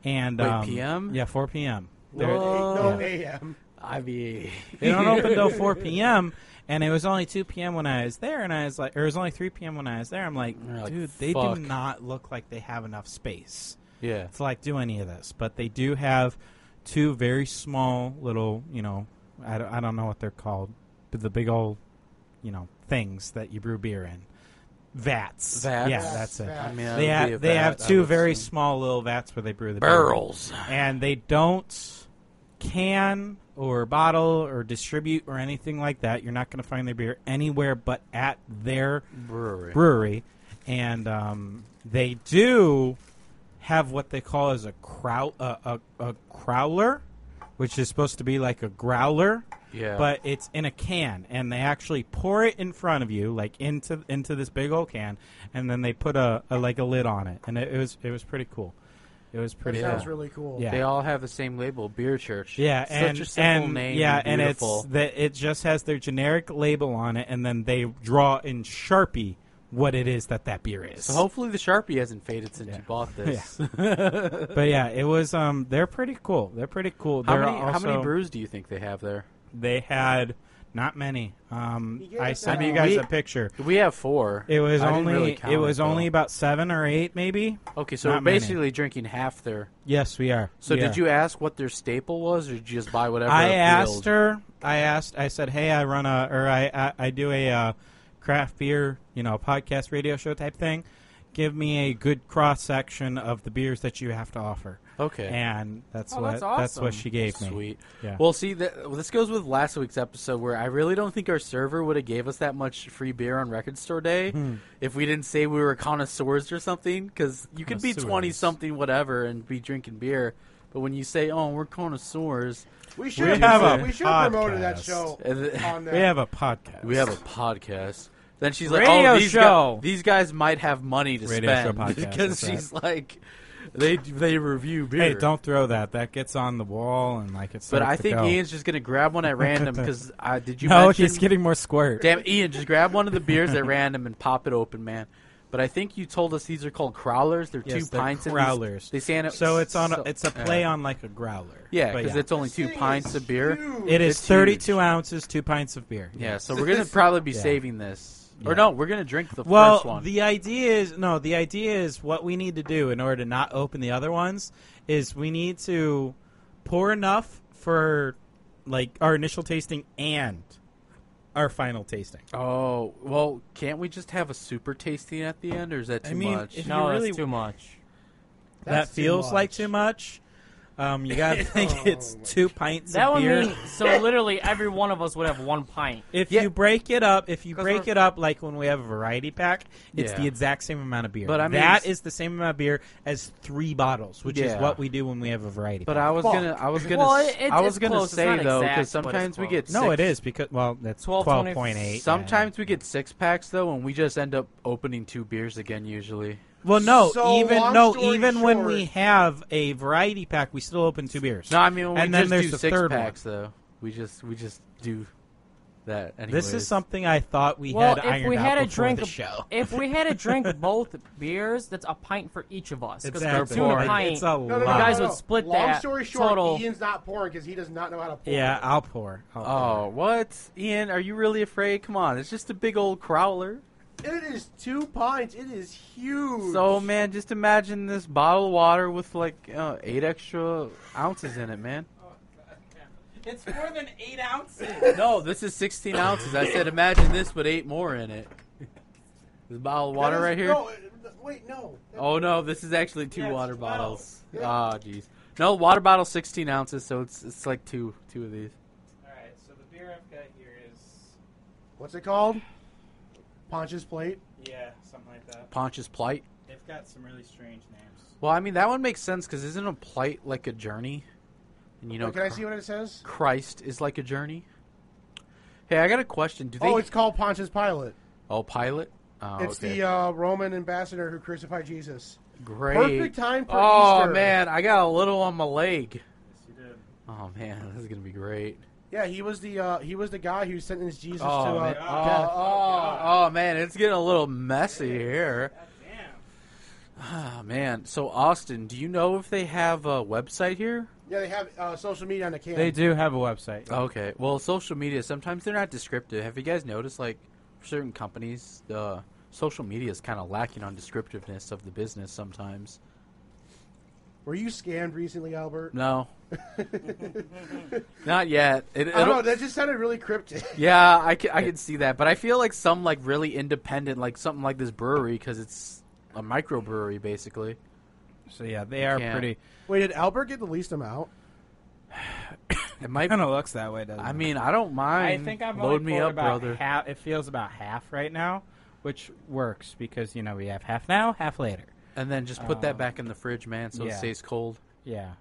Speaker 2: And
Speaker 1: Wait,
Speaker 2: um,
Speaker 1: PM?
Speaker 2: Yeah, four p.m.
Speaker 4: No,
Speaker 2: They're-
Speaker 4: no
Speaker 2: Yeah.
Speaker 4: AM.
Speaker 1: I mean,
Speaker 5: E.
Speaker 1: [LAUGHS]
Speaker 2: they don't open till 4 p.m. And it was only 2 p.m. when I was there, and I was like, or it was only 3 p.m. when I was there. I'm like,
Speaker 1: You're like,
Speaker 2: dude, they
Speaker 1: fuck.
Speaker 2: do not look like they have enough space
Speaker 1: yeah,
Speaker 2: to like do any of this. But they do have two very small little, you know, I don't, I don't know what they're called, but the big old, you know, things that you brew beer in, vats.
Speaker 1: Vats.
Speaker 2: Yeah, that's it.
Speaker 4: Vats.
Speaker 1: I mean, that
Speaker 2: They
Speaker 1: would be
Speaker 2: have
Speaker 1: a
Speaker 2: they
Speaker 1: bad-
Speaker 2: have
Speaker 1: I
Speaker 2: two
Speaker 1: would
Speaker 2: very
Speaker 1: assume.
Speaker 2: small little vats where they brew the beer
Speaker 1: barrels.
Speaker 2: and they don't can or bottle or distribute or anything like that. You're not going to find their beer anywhere but at their
Speaker 1: Brewery.
Speaker 2: brewery, and um, they do have what they call as a crow a, a, a crowler, which is supposed to be like a growler.
Speaker 1: Yeah.
Speaker 2: But it's in a can, and they actually pour it in front of you, like into into this big old can, and then they put a, a like a lid on it, and it, it was it was pretty cool. It was
Speaker 4: That
Speaker 2: pretty. cool.
Speaker 4: sounds really cool.
Speaker 2: Yeah.
Speaker 1: They all have the same label, Beer Church.
Speaker 2: Yeah,
Speaker 1: Such
Speaker 2: and
Speaker 1: a simple
Speaker 2: and
Speaker 1: name.
Speaker 2: yeah,
Speaker 1: and,
Speaker 2: and it's
Speaker 1: beautiful.
Speaker 2: that it just has their generic label on it, and then they draw in Sharpie what it is that that beer is.
Speaker 1: So hopefully the Sharpie hasn't faded since you
Speaker 2: [LAUGHS]
Speaker 1: bought this.
Speaker 2: but yeah, it was. Um, they're pretty cool. They're pretty cool.
Speaker 1: How
Speaker 2: They're
Speaker 1: many how
Speaker 2: also-
Speaker 1: many brews do you think they have there?
Speaker 2: They had not many. Um,
Speaker 4: You gave
Speaker 2: I
Speaker 4: us
Speaker 2: sent
Speaker 4: that
Speaker 2: you
Speaker 4: all.
Speaker 2: guys
Speaker 1: We-
Speaker 2: a picture.
Speaker 1: We have four.
Speaker 2: It was
Speaker 1: I didn't
Speaker 2: only.
Speaker 1: really count
Speaker 2: it was
Speaker 1: though.
Speaker 2: only about seven or eight, maybe.
Speaker 1: Okay, so
Speaker 2: not
Speaker 1: we're
Speaker 2: many.
Speaker 1: basically drinking half there.
Speaker 2: Yes, we are.
Speaker 1: So
Speaker 2: We
Speaker 1: did
Speaker 2: are.
Speaker 1: you ask what their staple was, or did you just buy whatever?
Speaker 2: I
Speaker 1: appealed?
Speaker 2: asked her. I asked. I said, "Hey, I run a or I I, I do a uh, craft beer, you know, podcast radio show type thing. Give me a good cross section of the beers that you have to offer."
Speaker 1: Okay.
Speaker 2: And that's
Speaker 5: Oh,
Speaker 2: what
Speaker 5: that's
Speaker 2: what
Speaker 5: awesome.
Speaker 2: she gave me.
Speaker 1: Sweet.
Speaker 2: Yeah.
Speaker 1: Well, see, that, well, this goes with last week's episode where I really don't think our server would have gave us that much free beer on Record Store Day
Speaker 2: Hmm.
Speaker 1: if we didn't say we were connoisseurs or something. Because you could be
Speaker 2: Connoisseurs.
Speaker 1: twenty something, whatever, and be drinking beer, but when you say, "Oh, we're connoisseurs,"
Speaker 4: We should we,
Speaker 2: have a
Speaker 4: should have promoted that
Speaker 2: podcast.
Speaker 4: show
Speaker 1: and th-
Speaker 5: [LAUGHS]
Speaker 4: on that.
Speaker 2: we have a podcast.
Speaker 1: we have a podcast. Then she's like,
Speaker 5: Radio
Speaker 1: "Oh, these,
Speaker 5: show.
Speaker 1: guy- these guys might have money to
Speaker 2: Radio show
Speaker 1: spend [LAUGHS]
Speaker 2: podcast,
Speaker 1: because
Speaker 2: that's right.
Speaker 1: she's like, they they review beer."
Speaker 2: Hey, don't throw that. That gets on the wall and like it's.
Speaker 1: But I
Speaker 2: starts to
Speaker 1: think
Speaker 2: go.
Speaker 1: Ian's just gonna grab one at
Speaker 2: [LAUGHS]
Speaker 1: random because I did you
Speaker 2: No,
Speaker 1: mention
Speaker 2: he's getting more squirt.
Speaker 1: Damn, Ian, just grab one of the beers at random and pop it open, man. But I think you told us these are called crowlers. They're
Speaker 2: Yes,
Speaker 1: two
Speaker 2: they're
Speaker 1: pints. and
Speaker 2: growlers.
Speaker 1: These, they stand up.
Speaker 2: so it's on. A,
Speaker 1: so-
Speaker 2: it's a play on like a growler.
Speaker 1: yeah,
Speaker 2: But
Speaker 1: because it's only two
Speaker 4: This
Speaker 1: pints
Speaker 4: thing
Speaker 1: of beer.
Speaker 4: huge.
Speaker 2: It is
Speaker 1: it's huge.
Speaker 2: 32 ounces, two pints of beer.
Speaker 1: Yeah, so we're gonna probably be
Speaker 2: Yeah.
Speaker 1: saving this,
Speaker 2: Yeah.
Speaker 1: or no, we're gonna drink the
Speaker 2: Well,
Speaker 1: first one.
Speaker 2: the idea is no. The idea is what we need to do in order to not open the other ones is we need to pour enough for like our initial tasting and our final tasting.
Speaker 1: oh well, can't we just have a super tasting at the end, or is that too
Speaker 2: I mean,
Speaker 1: much?
Speaker 2: if-
Speaker 5: No,
Speaker 2: You really-
Speaker 5: that's too much.
Speaker 4: That's
Speaker 2: that
Speaker 4: too
Speaker 2: feels like
Speaker 4: much.
Speaker 2: too much. Um, you
Speaker 1: [LAUGHS]
Speaker 2: gotta think
Speaker 4: Oh,
Speaker 2: it's
Speaker 4: my
Speaker 2: two pints
Speaker 5: That
Speaker 2: of
Speaker 5: would
Speaker 2: beer.
Speaker 5: mean so literally every one of us would have one pint.
Speaker 2: if
Speaker 1: Yeah.
Speaker 2: you break it up, if you
Speaker 5: 'Cause
Speaker 2: break
Speaker 5: we're-
Speaker 2: it up like when we have a variety pack, it's
Speaker 1: Yeah.
Speaker 2: the exact same amount of beer.
Speaker 1: But I mean-
Speaker 2: that is the same amount of beer as three bottles, which is
Speaker 1: Yeah.
Speaker 2: what we do when we have a variety.
Speaker 1: but
Speaker 2: pack.
Speaker 1: I was
Speaker 4: Fuck.
Speaker 1: gonna, I was gonna,
Speaker 5: Well,
Speaker 1: s-
Speaker 5: it-
Speaker 1: I
Speaker 5: it's
Speaker 1: was gonna
Speaker 5: close. It's
Speaker 1: say
Speaker 5: not
Speaker 1: though,
Speaker 5: exact,
Speaker 1: because
Speaker 5: but it's
Speaker 1: sometimes we
Speaker 5: close.
Speaker 1: get
Speaker 2: No,
Speaker 1: six
Speaker 2: it is because well, that's twelve
Speaker 5: 12,
Speaker 2: point eight.
Speaker 1: Sometimes we get six packs though, and we just end up opening two beers again. Usually,
Speaker 2: well, no,
Speaker 4: So,
Speaker 2: even
Speaker 4: long
Speaker 2: no,
Speaker 4: story
Speaker 2: even when we
Speaker 4: short-
Speaker 2: have a variety pack, we still open two beers.
Speaker 1: no, I mean, when we
Speaker 2: And then
Speaker 1: just
Speaker 2: there's
Speaker 1: do
Speaker 2: the
Speaker 1: six
Speaker 2: third one.
Speaker 1: packs though. We just we just do that. Anyways.
Speaker 2: this is something I thought we
Speaker 5: Well,
Speaker 2: had
Speaker 5: if
Speaker 2: ironed
Speaker 5: we
Speaker 2: out
Speaker 5: had a
Speaker 2: before
Speaker 5: drink,
Speaker 2: the show.
Speaker 5: [LAUGHS] if we had to drink
Speaker 2: [LAUGHS]
Speaker 5: both beers, that's a pint for each of us. 'cause for
Speaker 2: Exactly.
Speaker 5: two and a
Speaker 1: Boring.
Speaker 5: pint,
Speaker 2: It's a
Speaker 4: No,
Speaker 2: lot.
Speaker 4: no, no,
Speaker 5: You guys
Speaker 4: no, no.
Speaker 5: would split
Speaker 4: Long
Speaker 5: that
Speaker 4: story short,
Speaker 5: total.
Speaker 4: Ian's not pouring because he does not know how to pour.
Speaker 2: Yeah, I'll pour. I'll pour.
Speaker 1: Oh, what, Ian? Are you really afraid? Come on, it's just a big old crowler.
Speaker 4: it is two pints. It is huge.
Speaker 1: So, man, just imagine this bottle of water with like uh, eight extra ounces in it, man.
Speaker 2: it's more than eight [LAUGHS] ounces.
Speaker 1: No, this is 16 ounces. I said, imagine this with eight more in it. This bottle of
Speaker 4: That
Speaker 1: water
Speaker 4: is-
Speaker 1: right here.
Speaker 4: No, uh, wait, no.
Speaker 1: Oh no, this is actually two
Speaker 2: That's
Speaker 1: water
Speaker 2: 12.
Speaker 1: bottles.
Speaker 4: Yeah.
Speaker 1: Ah, jeez. No, water bottle, sixteen ounces, so it's it's like two two of these.
Speaker 2: All right, so the beer I've got here is
Speaker 4: What's it called? Ponch's plate.
Speaker 2: yeah, something like that.
Speaker 1: Pontius Plight.
Speaker 2: They've got some really strange names.
Speaker 1: Well, I mean that one makes sense because isn't a plight like a journey? And you know,
Speaker 4: Wait, can I
Speaker 1: Chr-
Speaker 4: see what it says?
Speaker 1: Christ is like a journey. Hey, I got a question. Do they?
Speaker 4: Oh, it's called Pontius Pilate.
Speaker 1: oh Pilate. Oh,
Speaker 4: It's
Speaker 1: okay.
Speaker 4: the uh, Roman ambassador who crucified Jesus.
Speaker 1: great.
Speaker 4: Perfect time for
Speaker 1: oh
Speaker 4: Easter.
Speaker 1: man, I got a little on my leg.
Speaker 2: Yes, you did.
Speaker 1: Oh man, this is gonna be great.
Speaker 4: Yeah, he was the uh, he was the guy who sentenced Jesus
Speaker 1: Oh,
Speaker 4: to uh,
Speaker 1: man.
Speaker 4: death.
Speaker 1: oh, oh, oh, man, it's getting a little messy here.
Speaker 2: Damn.
Speaker 1: Ah man, so Austin, do you know if they have a website here?
Speaker 4: Yeah, they have uh, social media on the can.
Speaker 2: They do have a website.
Speaker 1: Okay. Well, social media sometimes they're not descriptive. Have you guys noticed like certain companies the social media is kind of lacking on descriptiveness of the business sometimes?
Speaker 4: Were you scammed recently, Albert?
Speaker 1: No. [LAUGHS] not yet. It,
Speaker 4: I don't
Speaker 1: it'll-
Speaker 4: know. That just sounded really cryptic. [LAUGHS]
Speaker 1: yeah, I can, I can see that, but I feel like some like really independent like something like this brewery cuz it's a microbrewery basically.
Speaker 2: So yeah, they are
Speaker 1: can't.
Speaker 2: pretty.
Speaker 4: Wait, did Albert get the least amount?
Speaker 1: It might
Speaker 2: Kind of looks that way, doesn't it?
Speaker 1: I mean, I don't
Speaker 2: I
Speaker 1: mind.
Speaker 2: think I've
Speaker 1: load
Speaker 2: only
Speaker 1: me
Speaker 2: poured
Speaker 1: up,
Speaker 2: about
Speaker 1: brother.
Speaker 2: Half, it feels about half right now, which works because you know we have half now, half later.
Speaker 1: And then just put that back in the fridge, man, so it
Speaker 2: Um, yeah.
Speaker 1: stays cold.
Speaker 2: Yeah.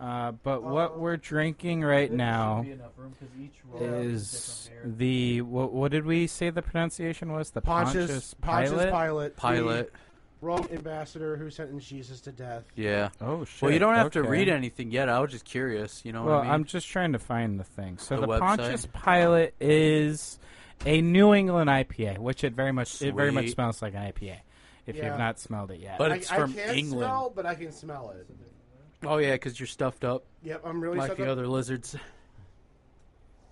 Speaker 2: Uh, but what we're drinking right now is the what, what did we say the pronunciation was? The
Speaker 4: Pontius
Speaker 2: Pontius, Pilate.
Speaker 4: Pilate,
Speaker 1: Pilot.
Speaker 4: the Roman ambassador who sentenced Jesus to death.
Speaker 1: Yeah.
Speaker 2: Oh shit!
Speaker 1: Well, you don't have to
Speaker 2: okay.
Speaker 1: read anything yet. I was just curious. You know
Speaker 2: Well,
Speaker 1: what I mean?
Speaker 2: am just trying to find the thing. So
Speaker 1: The
Speaker 2: the,
Speaker 1: website?
Speaker 2: Pontius Pilate is a New England IPA, which it very much it very much
Speaker 1: Sweet.
Speaker 2: smells like an IPA. If
Speaker 4: Yeah.
Speaker 2: you've not smelled it yet,
Speaker 1: But- it's
Speaker 4: I,
Speaker 1: from
Speaker 4: I can't
Speaker 1: England.
Speaker 4: smell, but I can smell it.
Speaker 1: Oh yeah, because you're stuffed up
Speaker 4: Yep, I'm really
Speaker 1: like
Speaker 4: stuck
Speaker 1: the
Speaker 4: up.
Speaker 1: other lizards.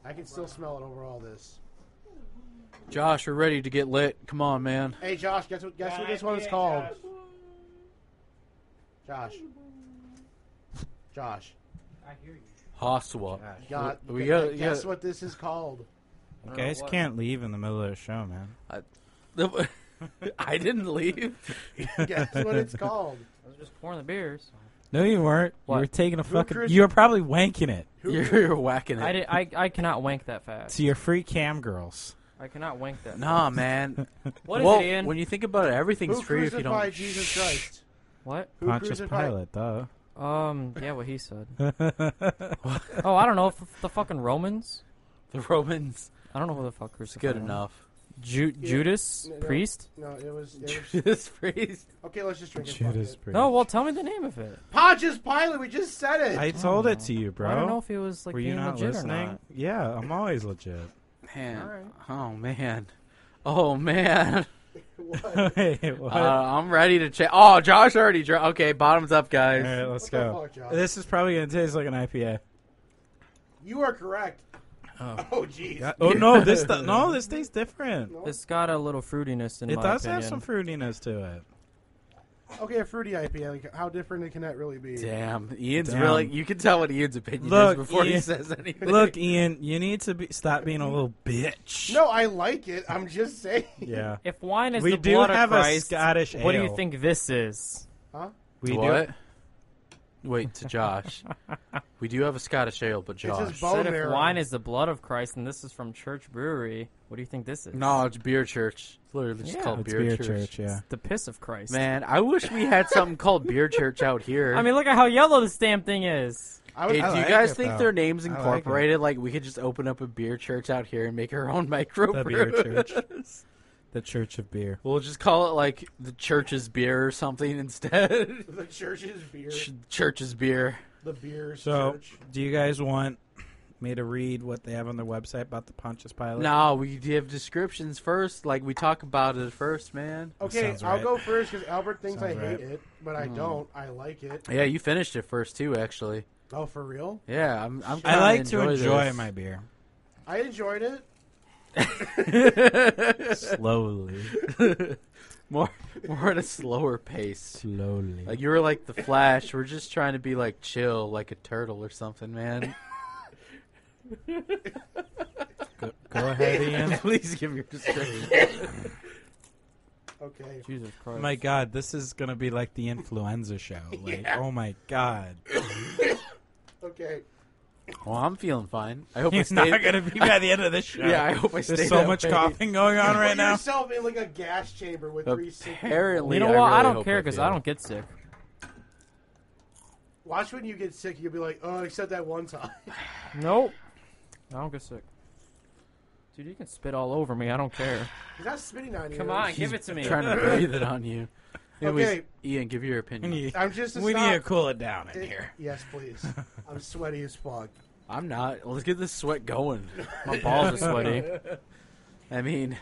Speaker 4: I can still smell it over all this.
Speaker 1: Josh, we're ready to get lit. Come on, man.
Speaker 4: Hey, Josh, guess what? Guess what this one's called? Josh. Josh.
Speaker 3: I hear you.
Speaker 1: Hoswa.
Speaker 4: God,
Speaker 1: We
Speaker 4: gu-
Speaker 1: gotta-
Speaker 4: guess
Speaker 1: gotta-
Speaker 4: what this
Speaker 1: [LAUGHS]
Speaker 4: is called?
Speaker 2: you guys can't leave in the middle of the show, man.
Speaker 1: [LAUGHS] I didn't leave.
Speaker 5: [LAUGHS]
Speaker 4: Guess what it's called?
Speaker 5: I was just pouring the beers.
Speaker 2: No, you weren't.
Speaker 1: What?
Speaker 2: You were taking a fucking.
Speaker 4: Chris?
Speaker 2: You were probably wanking it
Speaker 1: You're, you're whacking it.
Speaker 5: I, did, I I cannot wank that fast.
Speaker 2: to your free cam girls.
Speaker 5: I cannot wank that.
Speaker 1: Nah, man.
Speaker 5: [LAUGHS] What is
Speaker 1: well,
Speaker 5: it, Ian?
Speaker 1: when you think about it, everything's
Speaker 4: Who
Speaker 1: free if you
Speaker 4: crucified
Speaker 1: don't.
Speaker 4: Jesus Christ?
Speaker 5: What?
Speaker 4: Who
Speaker 2: Pontius
Speaker 4: crucified?
Speaker 2: Pilate, though.
Speaker 5: Um. Yeah, what
Speaker 2: [LAUGHS]
Speaker 5: he said. oh, I don't know. F- the fucking Romans.
Speaker 1: [LAUGHS] The Romans.
Speaker 5: I don't know who the fuck crucified.
Speaker 1: Good
Speaker 5: him.
Speaker 1: enough.
Speaker 5: Ju- Judas
Speaker 4: No, no.
Speaker 5: priest.
Speaker 4: No, it was. It
Speaker 1: [LAUGHS]
Speaker 4: was
Speaker 1: This phrase.
Speaker 4: okay, let's just drink it. fuck
Speaker 2: Judas
Speaker 4: it.
Speaker 2: Priest.
Speaker 5: No, well, tell me the name of it.
Speaker 4: Pontius Pilate. We just said it.
Speaker 2: I told it to you, bro.
Speaker 5: I don't know if it was like
Speaker 2: were you
Speaker 5: being
Speaker 2: not
Speaker 5: legit or
Speaker 2: listening?
Speaker 5: not.
Speaker 2: Yeah, I'm always legit.
Speaker 1: Man.
Speaker 5: Alright.
Speaker 1: Oh man. Oh man.
Speaker 4: [LAUGHS] What?
Speaker 2: Wait, what?
Speaker 1: Uh, I'm ready to check. Oh, Josh already drank. Okay, bottoms up,
Speaker 2: All
Speaker 1: guys.
Speaker 2: right, let's
Speaker 4: What the
Speaker 2: go.
Speaker 4: fuck, Josh?
Speaker 2: This is probably gonna taste like an IPA.
Speaker 4: You are correct. Oh, jeez.
Speaker 2: Oh no, this th- no, this tastes different.
Speaker 4: No?
Speaker 5: It's got a little fruitiness in
Speaker 2: It
Speaker 5: my
Speaker 2: does
Speaker 5: opinion.
Speaker 2: have some fruitiness to it.
Speaker 4: Okay, a fruity IPA. Like, how different it can that really be?
Speaker 1: Damn, Ian's
Speaker 2: Damn.
Speaker 1: really. You can tell what Ian's opinion
Speaker 2: Look,
Speaker 1: is before he
Speaker 2: Ian-
Speaker 1: says anything.
Speaker 2: Look, Ian, you need to be, stop being a little bitch.
Speaker 4: No, I like it. I'm just
Speaker 1: [LAUGHS]
Speaker 4: saying.
Speaker 2: Yeah.
Speaker 5: If wine is
Speaker 2: We
Speaker 5: the
Speaker 2: do
Speaker 5: blood
Speaker 2: have
Speaker 5: of Christ,
Speaker 2: a Scottish ale.
Speaker 5: what do you think this is?
Speaker 2: We
Speaker 1: what?
Speaker 2: do.
Speaker 1: Wait to
Speaker 2: [LAUGHS]
Speaker 1: Josh. we do have a Scottish ale, but
Speaker 4: It's
Speaker 1: Josh.
Speaker 4: just bone
Speaker 5: Said if
Speaker 4: marrow.
Speaker 5: wine is the blood of Christ and this is from Church Brewery, what do you think this is?
Speaker 1: No, it's beer church. It's literally just
Speaker 5: Yeah.
Speaker 1: called
Speaker 2: It's
Speaker 1: beer, church.
Speaker 2: yeah.
Speaker 5: the piss of Christ.
Speaker 1: Man, I wish we had something called beer church out here.
Speaker 5: I mean, look at how yellow this damn thing is.
Speaker 4: I
Speaker 1: Hey,
Speaker 4: would,
Speaker 1: do
Speaker 2: I
Speaker 1: you
Speaker 2: like
Speaker 1: guys
Speaker 2: it,
Speaker 1: think
Speaker 2: though.
Speaker 1: their name's
Speaker 2: I like it.
Speaker 1: incorporated? Like, we could just open up a beer church out here and make our own [LAUGHS] micro
Speaker 2: The beer church. The Church of Beer.
Speaker 1: We'll just call it like the church's beer or something [LAUGHS] instead.
Speaker 4: [LAUGHS] the church's beer.
Speaker 1: Ch- church's beer.
Speaker 4: The beer's
Speaker 2: So,
Speaker 4: church.
Speaker 2: do you guys want me to read what they have on their website about the Pontius Pilate?
Speaker 1: No, we give descriptions first. Like we talk about it first, man.
Speaker 4: Okay,
Speaker 2: sounds
Speaker 4: I'll
Speaker 2: right.
Speaker 4: go first because Albert thinks I
Speaker 2: Sounds
Speaker 4: hate
Speaker 2: right.
Speaker 4: it, but
Speaker 1: Hmm.
Speaker 4: I don't. I like it.
Speaker 1: Yeah, you finished it first too, actually.
Speaker 4: Oh, for real?
Speaker 1: Yeah, I'm. I'm
Speaker 2: I
Speaker 1: kinda
Speaker 2: like to enjoy
Speaker 1: this. [LAUGHS]
Speaker 2: my beer
Speaker 4: I enjoyed it.
Speaker 2: [LAUGHS] slowly,
Speaker 1: more, more at a slower pace.
Speaker 2: slowly.
Speaker 1: Like you were like the Flash. We're just trying to be like chill, like a turtle or something, man.
Speaker 2: go, go ahead, Ian.
Speaker 1: Please give your description.
Speaker 4: Okay.
Speaker 5: Jesus Christ.
Speaker 2: oh my God, this is gonna be like the
Speaker 1: [LAUGHS]
Speaker 2: influenza show. Like, oh my God,
Speaker 4: Okay.
Speaker 1: well, I'm feeling fine. I hope I
Speaker 2: it's
Speaker 1: stay.
Speaker 2: not gonna be by the end of this show.
Speaker 1: Yeah, I hope I stay.
Speaker 2: There's so
Speaker 1: that
Speaker 2: much
Speaker 1: way.
Speaker 2: coughing going on right
Speaker 1: [LAUGHS]
Speaker 4: Put
Speaker 2: now.
Speaker 4: yourself in like a gas chamber with three sick people.
Speaker 1: Apparently,
Speaker 5: you know
Speaker 1: I
Speaker 5: what? I,
Speaker 1: really
Speaker 5: don't
Speaker 1: hope
Speaker 5: care because I
Speaker 1: feel-
Speaker 5: don't get sick.
Speaker 4: Watch when you get sick, you'll be like, oh, except that one time. [LAUGHS]
Speaker 5: Nope. I don't get sick. Dude, you can spit all over me. I don't care.
Speaker 4: He's not spitting on you.
Speaker 5: [LAUGHS] Come on, give it to me.
Speaker 1: trying to breathe it on you. Anyways,
Speaker 4: Okay.
Speaker 1: Ian, give your opinion.
Speaker 4: I'm just a
Speaker 2: we
Speaker 4: snob.
Speaker 2: need to cool it down in
Speaker 4: It-
Speaker 1: [LAUGHS]
Speaker 2: here.
Speaker 4: Yes, please. I'm sweaty as fuck.
Speaker 1: I'm not. Let's get this sweat going.
Speaker 5: My balls are sweaty.
Speaker 1: [LAUGHS] I mean,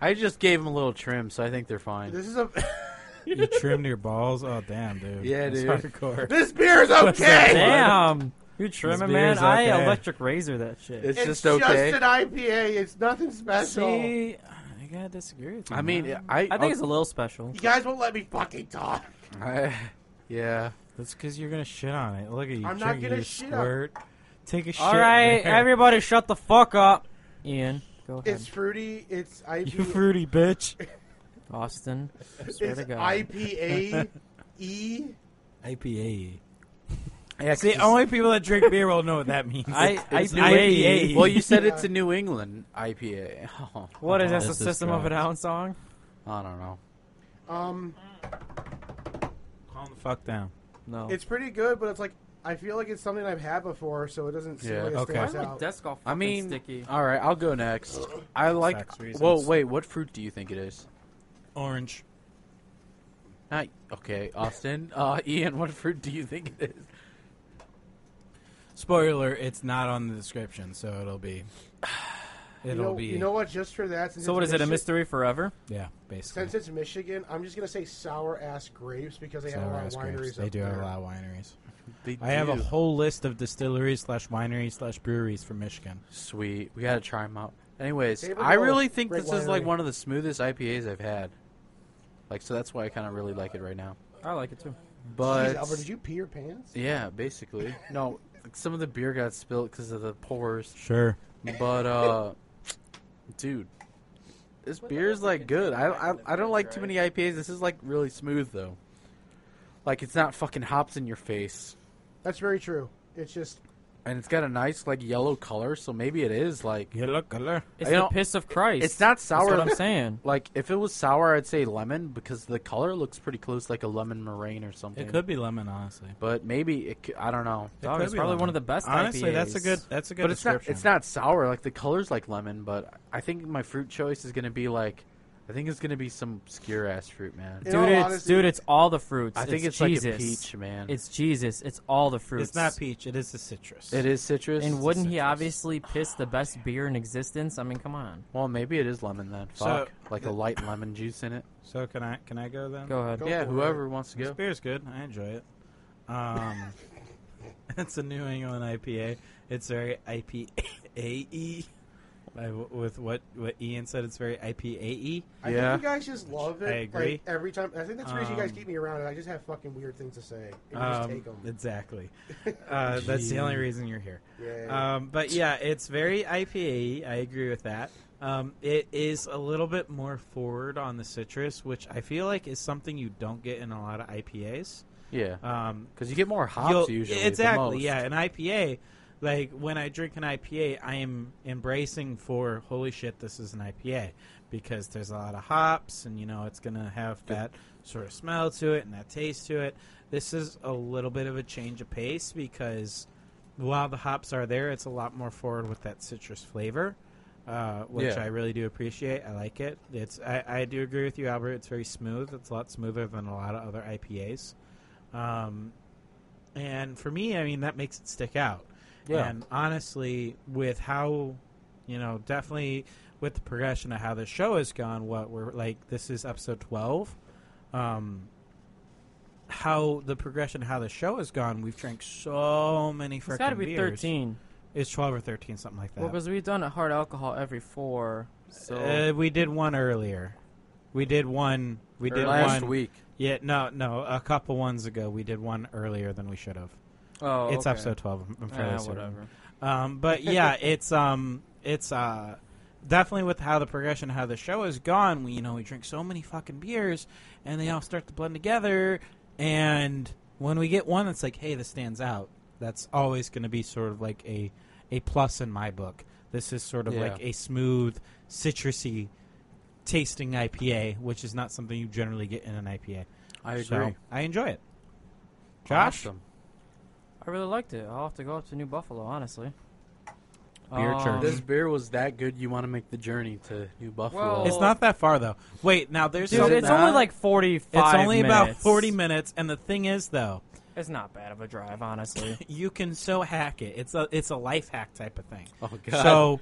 Speaker 1: I just gave them a little trim, so I think they're fine.
Speaker 4: This is a. [LAUGHS]
Speaker 2: You trimmed your balls? Oh damn, dude.
Speaker 1: Yeah,
Speaker 2: That's
Speaker 1: dude.
Speaker 2: Hardcore.
Speaker 4: this beer is okay.
Speaker 5: [LAUGHS] Damn. You trimming, man?
Speaker 2: beer's
Speaker 5: I
Speaker 2: okay.
Speaker 5: electric razor that shit.
Speaker 1: It's,
Speaker 4: It's
Speaker 1: just okay.
Speaker 4: an IPA. It's nothing special.
Speaker 2: See, I gotta disagree with you.
Speaker 1: I mean,
Speaker 2: man.
Speaker 1: I
Speaker 5: I think it's a little special.
Speaker 4: You guys won't let me fucking talk.
Speaker 1: I, yeah.
Speaker 2: that's because you're gonna shit on it. Look at you.
Speaker 4: I'm not
Speaker 2: drinking
Speaker 4: gonna
Speaker 2: your
Speaker 4: shit on-
Speaker 2: squirt. Take a shit.
Speaker 5: All right,
Speaker 2: there.
Speaker 5: everybody, shut the fuck up. Ian, go ahead.
Speaker 4: It's fruity. It's
Speaker 2: [LAUGHS] You
Speaker 4: IPA.
Speaker 2: fruity bitch.
Speaker 5: Austin, I swear
Speaker 4: It's
Speaker 5: to God.
Speaker 4: IPA. E.
Speaker 2: IPA.
Speaker 1: yeah
Speaker 2: See, only people that drink beer will know what that means.
Speaker 5: I,
Speaker 1: it's
Speaker 5: IPA.
Speaker 2: IPA.
Speaker 1: well, you said
Speaker 4: Yeah.
Speaker 1: it's a New England IPA. [LAUGHS] Oh,
Speaker 5: What is this?
Speaker 2: This
Speaker 5: A
Speaker 2: is
Speaker 5: System of a
Speaker 2: gross.
Speaker 5: Down song?
Speaker 1: I don't know.
Speaker 4: Um,
Speaker 2: Calm the fuck down.
Speaker 5: No.
Speaker 4: it's pretty good, but it's like I feel like it's something I've had before, so it doesn't seem
Speaker 1: Yeah,
Speaker 4: like it
Speaker 2: okay.
Speaker 4: stands
Speaker 2: I
Speaker 4: out.
Speaker 5: desk golf.
Speaker 1: I mean,
Speaker 5: sticky.
Speaker 1: all right, I'll go next. I like.
Speaker 2: Sex reasons.
Speaker 1: Whoa, wait. What fruit do you think it is?
Speaker 2: Orange.
Speaker 1: Not, okay, Austin. Uh, [LAUGHS] Ian, what fruit do you think it is?
Speaker 2: Spoiler: It's not on the description, so it'll be. It'll
Speaker 4: [SIGHS] you know,
Speaker 2: be
Speaker 4: You know what? Just for that. Since
Speaker 5: So
Speaker 4: it's
Speaker 5: what is it? A
Speaker 4: Michi-
Speaker 5: mystery forever?
Speaker 2: yeah, basically.
Speaker 4: Since it's Michigan, I'm just gonna say sour ass grapes because they have a lot of
Speaker 2: Sour-ass grapes.
Speaker 4: wineries.
Speaker 2: They
Speaker 4: up
Speaker 2: do
Speaker 4: there.
Speaker 2: have a lot of wineries.
Speaker 1: They
Speaker 2: I have a
Speaker 1: do.
Speaker 2: whole list of distilleries slash wineries slash breweries from Michigan.
Speaker 1: Sweet. We gotta try them out. Anyways,
Speaker 4: Favorite
Speaker 1: I
Speaker 4: little
Speaker 1: really think
Speaker 4: great
Speaker 1: this is like
Speaker 4: winery.
Speaker 1: one of the smoothest IPAs I've had. Like, so that's why I kind of really like it right now.
Speaker 5: I like it too.
Speaker 1: But
Speaker 4: Jeez, Albert, did you pee your pants?
Speaker 1: yeah,
Speaker 4: [LAUGHS]
Speaker 1: basically, no. like, Some of the beer got spilled because of the pours,
Speaker 2: Sure.
Speaker 1: but uh, dude, this beer is like good. I, I I don't like too many IPAs. This is like really smooth though. Like it's not fucking hops in your face,
Speaker 4: That's very true. It's just
Speaker 1: and it's got a nice like yellow color. So maybe it is like
Speaker 2: Yellow color.
Speaker 5: It's
Speaker 1: I
Speaker 5: the
Speaker 1: don't-
Speaker 5: piss of Christ.
Speaker 1: it's not
Speaker 5: That's
Speaker 1: sour.
Speaker 5: what I'm
Speaker 1: [LAUGHS]
Speaker 5: saying.
Speaker 1: Like if it was sour, I'd say lemon because the color looks pretty close, like a lemon meringue or something.
Speaker 2: It could be lemon, honestly.
Speaker 1: but maybe it. Could, I don't know.
Speaker 2: It
Speaker 5: Dog,
Speaker 2: could
Speaker 5: it's
Speaker 2: be
Speaker 5: probably
Speaker 2: lemon.
Speaker 5: one of the best
Speaker 2: Honestly, that's a
Speaker 5: IPAs.
Speaker 2: good. That's a good
Speaker 1: But it's not.
Speaker 2: description.
Speaker 1: It's not sour. Like the color's like lemon, but I think my fruit choice is gonna be like. I think it's gonna be some obscure ass fruit, man.
Speaker 4: In
Speaker 5: Dude,
Speaker 4: all
Speaker 5: it's
Speaker 4: honesty-
Speaker 5: dude, it's all the fruits.
Speaker 1: I think it's, like
Speaker 5: Jesus.
Speaker 1: a peach, man.
Speaker 5: It's Jesus. It's all the fruits.
Speaker 2: It's not peach. It is a citrus.
Speaker 1: it is citrus.
Speaker 5: And wouldn't he
Speaker 2: citrus.
Speaker 5: obviously piss the best beer in existence? I mean, come on.
Speaker 1: well, maybe it is lemon then.
Speaker 2: So-
Speaker 1: Fuck, like a light lemon juice in it.
Speaker 2: So can I? Can I go then?
Speaker 5: Go ahead.
Speaker 4: Go
Speaker 1: yeah,
Speaker 4: for
Speaker 1: whoever wants to
Speaker 2: This
Speaker 1: go.
Speaker 2: beer's good. I enjoy it. Um, [LAUGHS] it's a New England IPA. It's very IPA-y. E. I- With what what Ian said, it's very IPA-y.
Speaker 4: I
Speaker 1: Yeah.
Speaker 4: think you guys just love it.
Speaker 2: I agree.
Speaker 4: Like, every time, I think that's the reason you guys
Speaker 2: Um,
Speaker 4: keep me around. Is I just have fucking weird things to say. And you just
Speaker 2: Um,
Speaker 4: take them.
Speaker 2: exactly. Uh, that's the only reason you're here.
Speaker 4: Yeah.
Speaker 2: Um, but yeah, it's very IPA. I agree with that. Um, it is a little bit more forward on the citrus, which I feel like is something you don't get in a lot of IPAs.
Speaker 1: Yeah,
Speaker 2: Um,
Speaker 1: because you get more
Speaker 2: you'll-
Speaker 1: hops usually. the
Speaker 2: Exactly.
Speaker 1: most.
Speaker 2: Yeah, an IPA. Like when I drink an IPA, I am embracing for holy shit, this is an IPA because there's a lot of hops and you know it's gonna have that sort of smell to it and that taste to it. This is a little bit of a change of pace because while the hops are there, it's a lot more forward with that citrus flavor, uh, which
Speaker 1: Yeah.
Speaker 2: I really do appreciate. I like it. It's I, I do agree with you, Albert. It's very smooth. It's a lot smoother than a lot of other IPAs. Um, and for me, I mean that makes it stick out.
Speaker 1: Yeah.
Speaker 2: And honestly, with how you know, definitely with the progression of how the show has gone, what we're like this is episode twelve. Um how the progression of how the show has gone, we've drank so many
Speaker 5: It's got to
Speaker 2: freaking
Speaker 5: be
Speaker 2: beers.
Speaker 5: 13.
Speaker 2: It's twelve or thirteen, something like that.
Speaker 5: Well, because we've done a hard alcohol every four. So
Speaker 2: uh, we did one earlier. We did one. We did
Speaker 1: Last
Speaker 2: one.
Speaker 1: week.
Speaker 2: Yeah, no, no, a couple ones ago. We did one earlier than we should have.
Speaker 5: oh,
Speaker 2: it's
Speaker 5: okay.
Speaker 2: episode twelve. I'm- I'm fairly
Speaker 5: Ah,
Speaker 2: certain.
Speaker 5: whatever.
Speaker 2: Um, but yeah, it's um, it's uh, definitely with how the progression, how the show has gone. We you know we drink so many fucking beers, and they all start to blend together. And when we get one that's like, hey, this stands out. That's always going to be sort of like a a plus in my book. This is sort of
Speaker 1: Yeah.
Speaker 2: like a smooth, citrusy tasting IPA, which is not something you generally get in an IPA.
Speaker 1: I agree.
Speaker 2: So, I enjoy it. Josh,
Speaker 1: Awesome.
Speaker 5: I really liked it. I'll have to go up to New Buffalo, honestly. Um,
Speaker 2: Beer church.
Speaker 1: this beer was that good. You want to make the journey to New Buffalo?
Speaker 5: Mm-hmm. Well-
Speaker 2: it's not that far though. Wait, now there's
Speaker 5: Dude,
Speaker 2: something
Speaker 5: it's only
Speaker 1: that-
Speaker 5: like 45
Speaker 2: It's only about
Speaker 5: minutes.
Speaker 2: 40 minutes, and the thing is, though,
Speaker 5: It's not bad of a drive,
Speaker 2: [LAUGHS]
Speaker 5: honestly.
Speaker 2: you can so hack it. It's a it's a life hack type of thing.
Speaker 1: oh god.
Speaker 2: So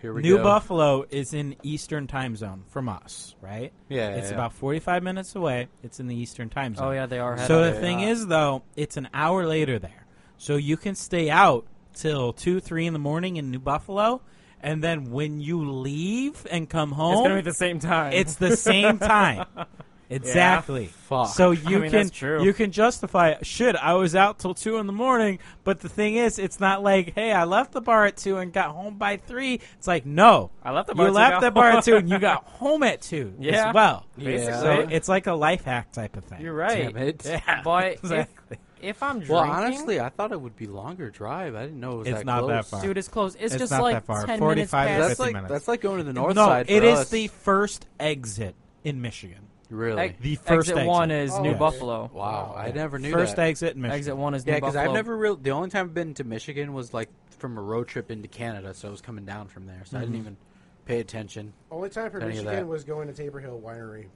Speaker 1: Here we
Speaker 2: New
Speaker 1: go.
Speaker 2: Buffalo is in Eastern Time Zone from us, right?
Speaker 1: Yeah,
Speaker 2: It's
Speaker 1: yeah.
Speaker 2: about 45 minutes away. It's in the Eastern Time Zone.
Speaker 5: oh, yeah, they are.
Speaker 2: So
Speaker 5: So
Speaker 2: the
Speaker 1: they
Speaker 2: thing
Speaker 1: are.
Speaker 2: is, though, it's an hour later there, so you can stay out till two, three in the morning in New Buffalo, and then when you leave and come
Speaker 5: it's
Speaker 2: home,
Speaker 5: going to be the same time.
Speaker 2: it's the same
Speaker 5: [LAUGHS]
Speaker 2: time. Exactly.
Speaker 1: Fuck.
Speaker 2: So you
Speaker 5: I
Speaker 2: can
Speaker 5: mean, that's true.
Speaker 2: you can justify shit. I was out till two in the morning, but the thing is, it's not like hey, I left the bar at two and got home by three. It's like no,
Speaker 5: I left the bar
Speaker 2: you
Speaker 5: at two
Speaker 2: left
Speaker 5: now.
Speaker 2: the bar at
Speaker 5: [LAUGHS]
Speaker 2: two and you got home at two
Speaker 5: Yeah.
Speaker 2: as well.
Speaker 1: Yeah.
Speaker 2: So it's like a life hack type of thing.
Speaker 5: [LAUGHS] You're right.
Speaker 1: Damn it.
Speaker 5: [LAUGHS]
Speaker 2: Yeah,
Speaker 5: But if-
Speaker 2: exactly.
Speaker 5: If I'm drinking,
Speaker 1: Well, honestly, I thought it would be longer drive. I didn't know it was
Speaker 2: It's
Speaker 1: that
Speaker 2: not
Speaker 1: close.
Speaker 2: that far.
Speaker 5: dude, it's close. It's,
Speaker 2: uh, It's
Speaker 5: just
Speaker 2: not
Speaker 5: like
Speaker 2: that far.
Speaker 5: 10 minutes
Speaker 2: 45
Speaker 5: past.
Speaker 2: is
Speaker 1: That's
Speaker 2: 50
Speaker 1: like
Speaker 2: minutes.
Speaker 1: that's like going to the north
Speaker 2: no,
Speaker 1: side.
Speaker 2: it
Speaker 1: for
Speaker 2: is
Speaker 1: us.
Speaker 2: the first exit in Michigan.
Speaker 1: really
Speaker 5: Ex-
Speaker 2: The first
Speaker 5: exit
Speaker 2: exit.
Speaker 5: one is
Speaker 4: Oh,
Speaker 5: New
Speaker 2: yeah.
Speaker 5: Buffalo.
Speaker 1: wow. I never knew
Speaker 2: first
Speaker 1: that.
Speaker 2: exit in Michigan.
Speaker 5: Exit one is New
Speaker 1: yeah, because
Speaker 5: Buffalo.
Speaker 1: I've never real. The only time I've been to Michigan was like from a road trip into Canada, so I was coming down from there, so I
Speaker 2: Mm-hmm.
Speaker 1: didn't even pay attention.
Speaker 4: Only time for
Speaker 1: any of that.
Speaker 4: Michigan was going to Tabor Hill Winery.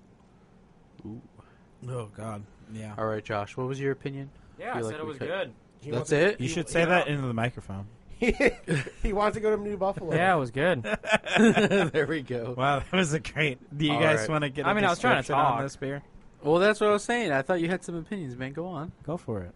Speaker 2: Oh God. Yeah.
Speaker 1: All right, Josh, what was your opinion?
Speaker 5: Yeah,
Speaker 1: Feel
Speaker 5: I
Speaker 1: like
Speaker 5: said
Speaker 1: we
Speaker 5: it was
Speaker 1: could-
Speaker 5: good.
Speaker 4: He
Speaker 1: That's
Speaker 4: wasn't-
Speaker 1: it.
Speaker 2: You should say that into the microphone.
Speaker 4: [LAUGHS] he wants to go to New Buffalo.
Speaker 5: [LAUGHS] Yeah, it was [LAUGHS] good.
Speaker 1: [LAUGHS] there we go.
Speaker 2: Wow, [LAUGHS] that was a great. Do you
Speaker 1: All
Speaker 2: guys
Speaker 1: right.
Speaker 2: want to get? I
Speaker 5: I mean, I was trying to
Speaker 2: on
Speaker 5: talk.
Speaker 2: this beer.
Speaker 1: Well, that's what I was saying. I thought you had some opinions, man. Go on.
Speaker 2: Go for it.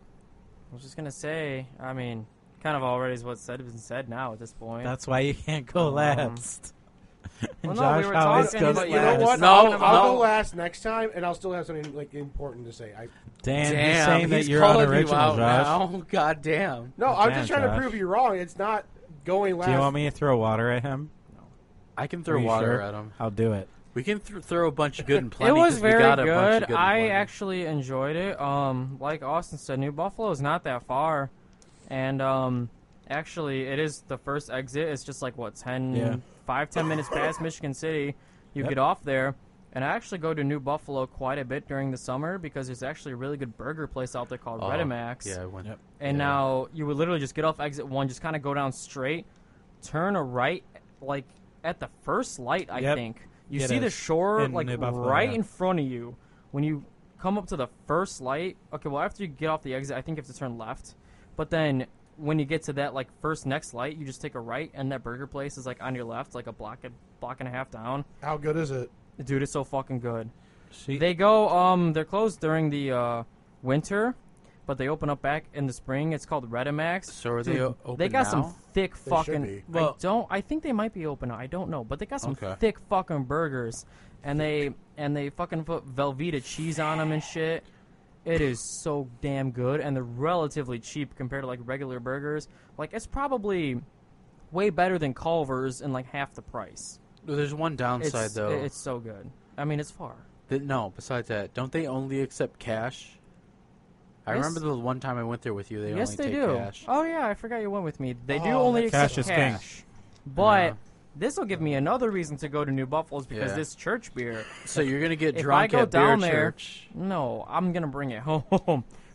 Speaker 5: I was just gonna say, I mean, kind of already is what's said has been said now at this
Speaker 2: [LAUGHS]
Speaker 5: point.
Speaker 2: That's why you can't go
Speaker 5: Um,
Speaker 2: last.
Speaker 5: well,
Speaker 2: And
Speaker 5: no,
Speaker 2: Josh
Speaker 5: we were
Speaker 2: always
Speaker 5: talking,
Speaker 2: goes
Speaker 5: but
Speaker 4: You know
Speaker 2: last.
Speaker 4: what?
Speaker 1: No,
Speaker 4: I'll, I'll go
Speaker 1: no.
Speaker 4: last next time, and I'll still have something like important to say. I
Speaker 2: Dan, he's
Speaker 1: Damn,
Speaker 2: saying that
Speaker 1: he's
Speaker 2: you're on
Speaker 1: calling
Speaker 2: original,
Speaker 1: you out
Speaker 2: Josh.
Speaker 1: now. [LAUGHS] God damn.
Speaker 4: no,
Speaker 2: Oh,
Speaker 4: I'm
Speaker 2: man,
Speaker 4: just trying
Speaker 2: Josh.
Speaker 4: to prove you wrong. It's not going last.
Speaker 2: Do you want me to throw water at him?
Speaker 1: I can
Speaker 2: Are
Speaker 1: throw
Speaker 2: you
Speaker 1: water
Speaker 2: sure?
Speaker 1: at him.
Speaker 2: I'll do it.
Speaker 1: We can th- throw a bunch of good and
Speaker 5: It
Speaker 1: plenty.
Speaker 5: was
Speaker 1: 'cause we
Speaker 5: very
Speaker 1: got a bunch
Speaker 5: good.
Speaker 1: of good and
Speaker 5: I
Speaker 1: plenty.
Speaker 5: actually enjoyed it. Um, like Austin said, New Buffalo is not that far, and um, actually, it is the first exit. It's just like what 10,
Speaker 2: Yeah.
Speaker 5: five, 10 minutes past Michigan City. You
Speaker 2: Yep.
Speaker 5: get off there, and I actually go to New Buffalo quite a bit during the summer because there's actually a really good burger place out there called
Speaker 1: Oh,
Speaker 5: Redimax.
Speaker 1: Yeah, I went.
Speaker 2: Yep.
Speaker 5: And
Speaker 1: Yeah.
Speaker 5: now you would literally just get off exit one, just kind of go down straight, turn a right, like at the first light, I
Speaker 2: Yep.
Speaker 5: think. You
Speaker 2: Yeah, it
Speaker 5: see the
Speaker 2: is.
Speaker 5: shore
Speaker 2: In
Speaker 5: like
Speaker 2: New Buffalo,
Speaker 5: right
Speaker 2: yeah.
Speaker 5: in front of you when you come up to the first light. Okay, well after you get off the exit, I think you have to turn left. But then when you get to that like first next light, you just take a right, and that burger place is like on your left, like a block a block and a half down.
Speaker 4: How good is it?
Speaker 5: Dude, it's so fucking good.
Speaker 2: She,
Speaker 5: They go. Um, they're closed during the uh, winter, but they open up back in the spring. It's called Redimax.
Speaker 1: So are
Speaker 5: Dude,
Speaker 1: they o- open
Speaker 5: They got some
Speaker 1: now?
Speaker 5: thick
Speaker 4: They should
Speaker 5: fucking.
Speaker 4: be.
Speaker 5: I
Speaker 2: Well-
Speaker 5: don't. I think they might be open. now, I don't know, but they got some
Speaker 1: Okay.
Speaker 5: thick fucking burgers, and they and they fucking put Velveeta cheese on them and shit. It is so damn good, and they're relatively cheap compared to like regular burgers. Like it's probably way better than Culver's and like half the price.
Speaker 1: Well, There's one
Speaker 5: It's,
Speaker 1: downside though.
Speaker 5: it's so good. I mean, it's far.
Speaker 1: Th- no, besides that, don't they only accept cash? I
Speaker 5: Yes.
Speaker 1: remember the one time I went there with you. They
Speaker 5: yes,
Speaker 1: only
Speaker 5: they
Speaker 1: take
Speaker 5: do.
Speaker 1: cash.
Speaker 5: Oh yeah, I forgot you went with me. They do
Speaker 4: Oh,
Speaker 5: only
Speaker 2: that's-
Speaker 5: accept
Speaker 2: Cash is
Speaker 5: cash.
Speaker 2: king.
Speaker 5: But
Speaker 1: Yeah.
Speaker 5: this will give me another reason to go to New Buffalo's because
Speaker 1: Yeah.
Speaker 5: this church beer.
Speaker 1: So you're gonna get
Speaker 5: If I
Speaker 1: drunk
Speaker 5: go
Speaker 1: at beer
Speaker 5: down there-
Speaker 1: church.
Speaker 5: No, I'm gonna bring it home.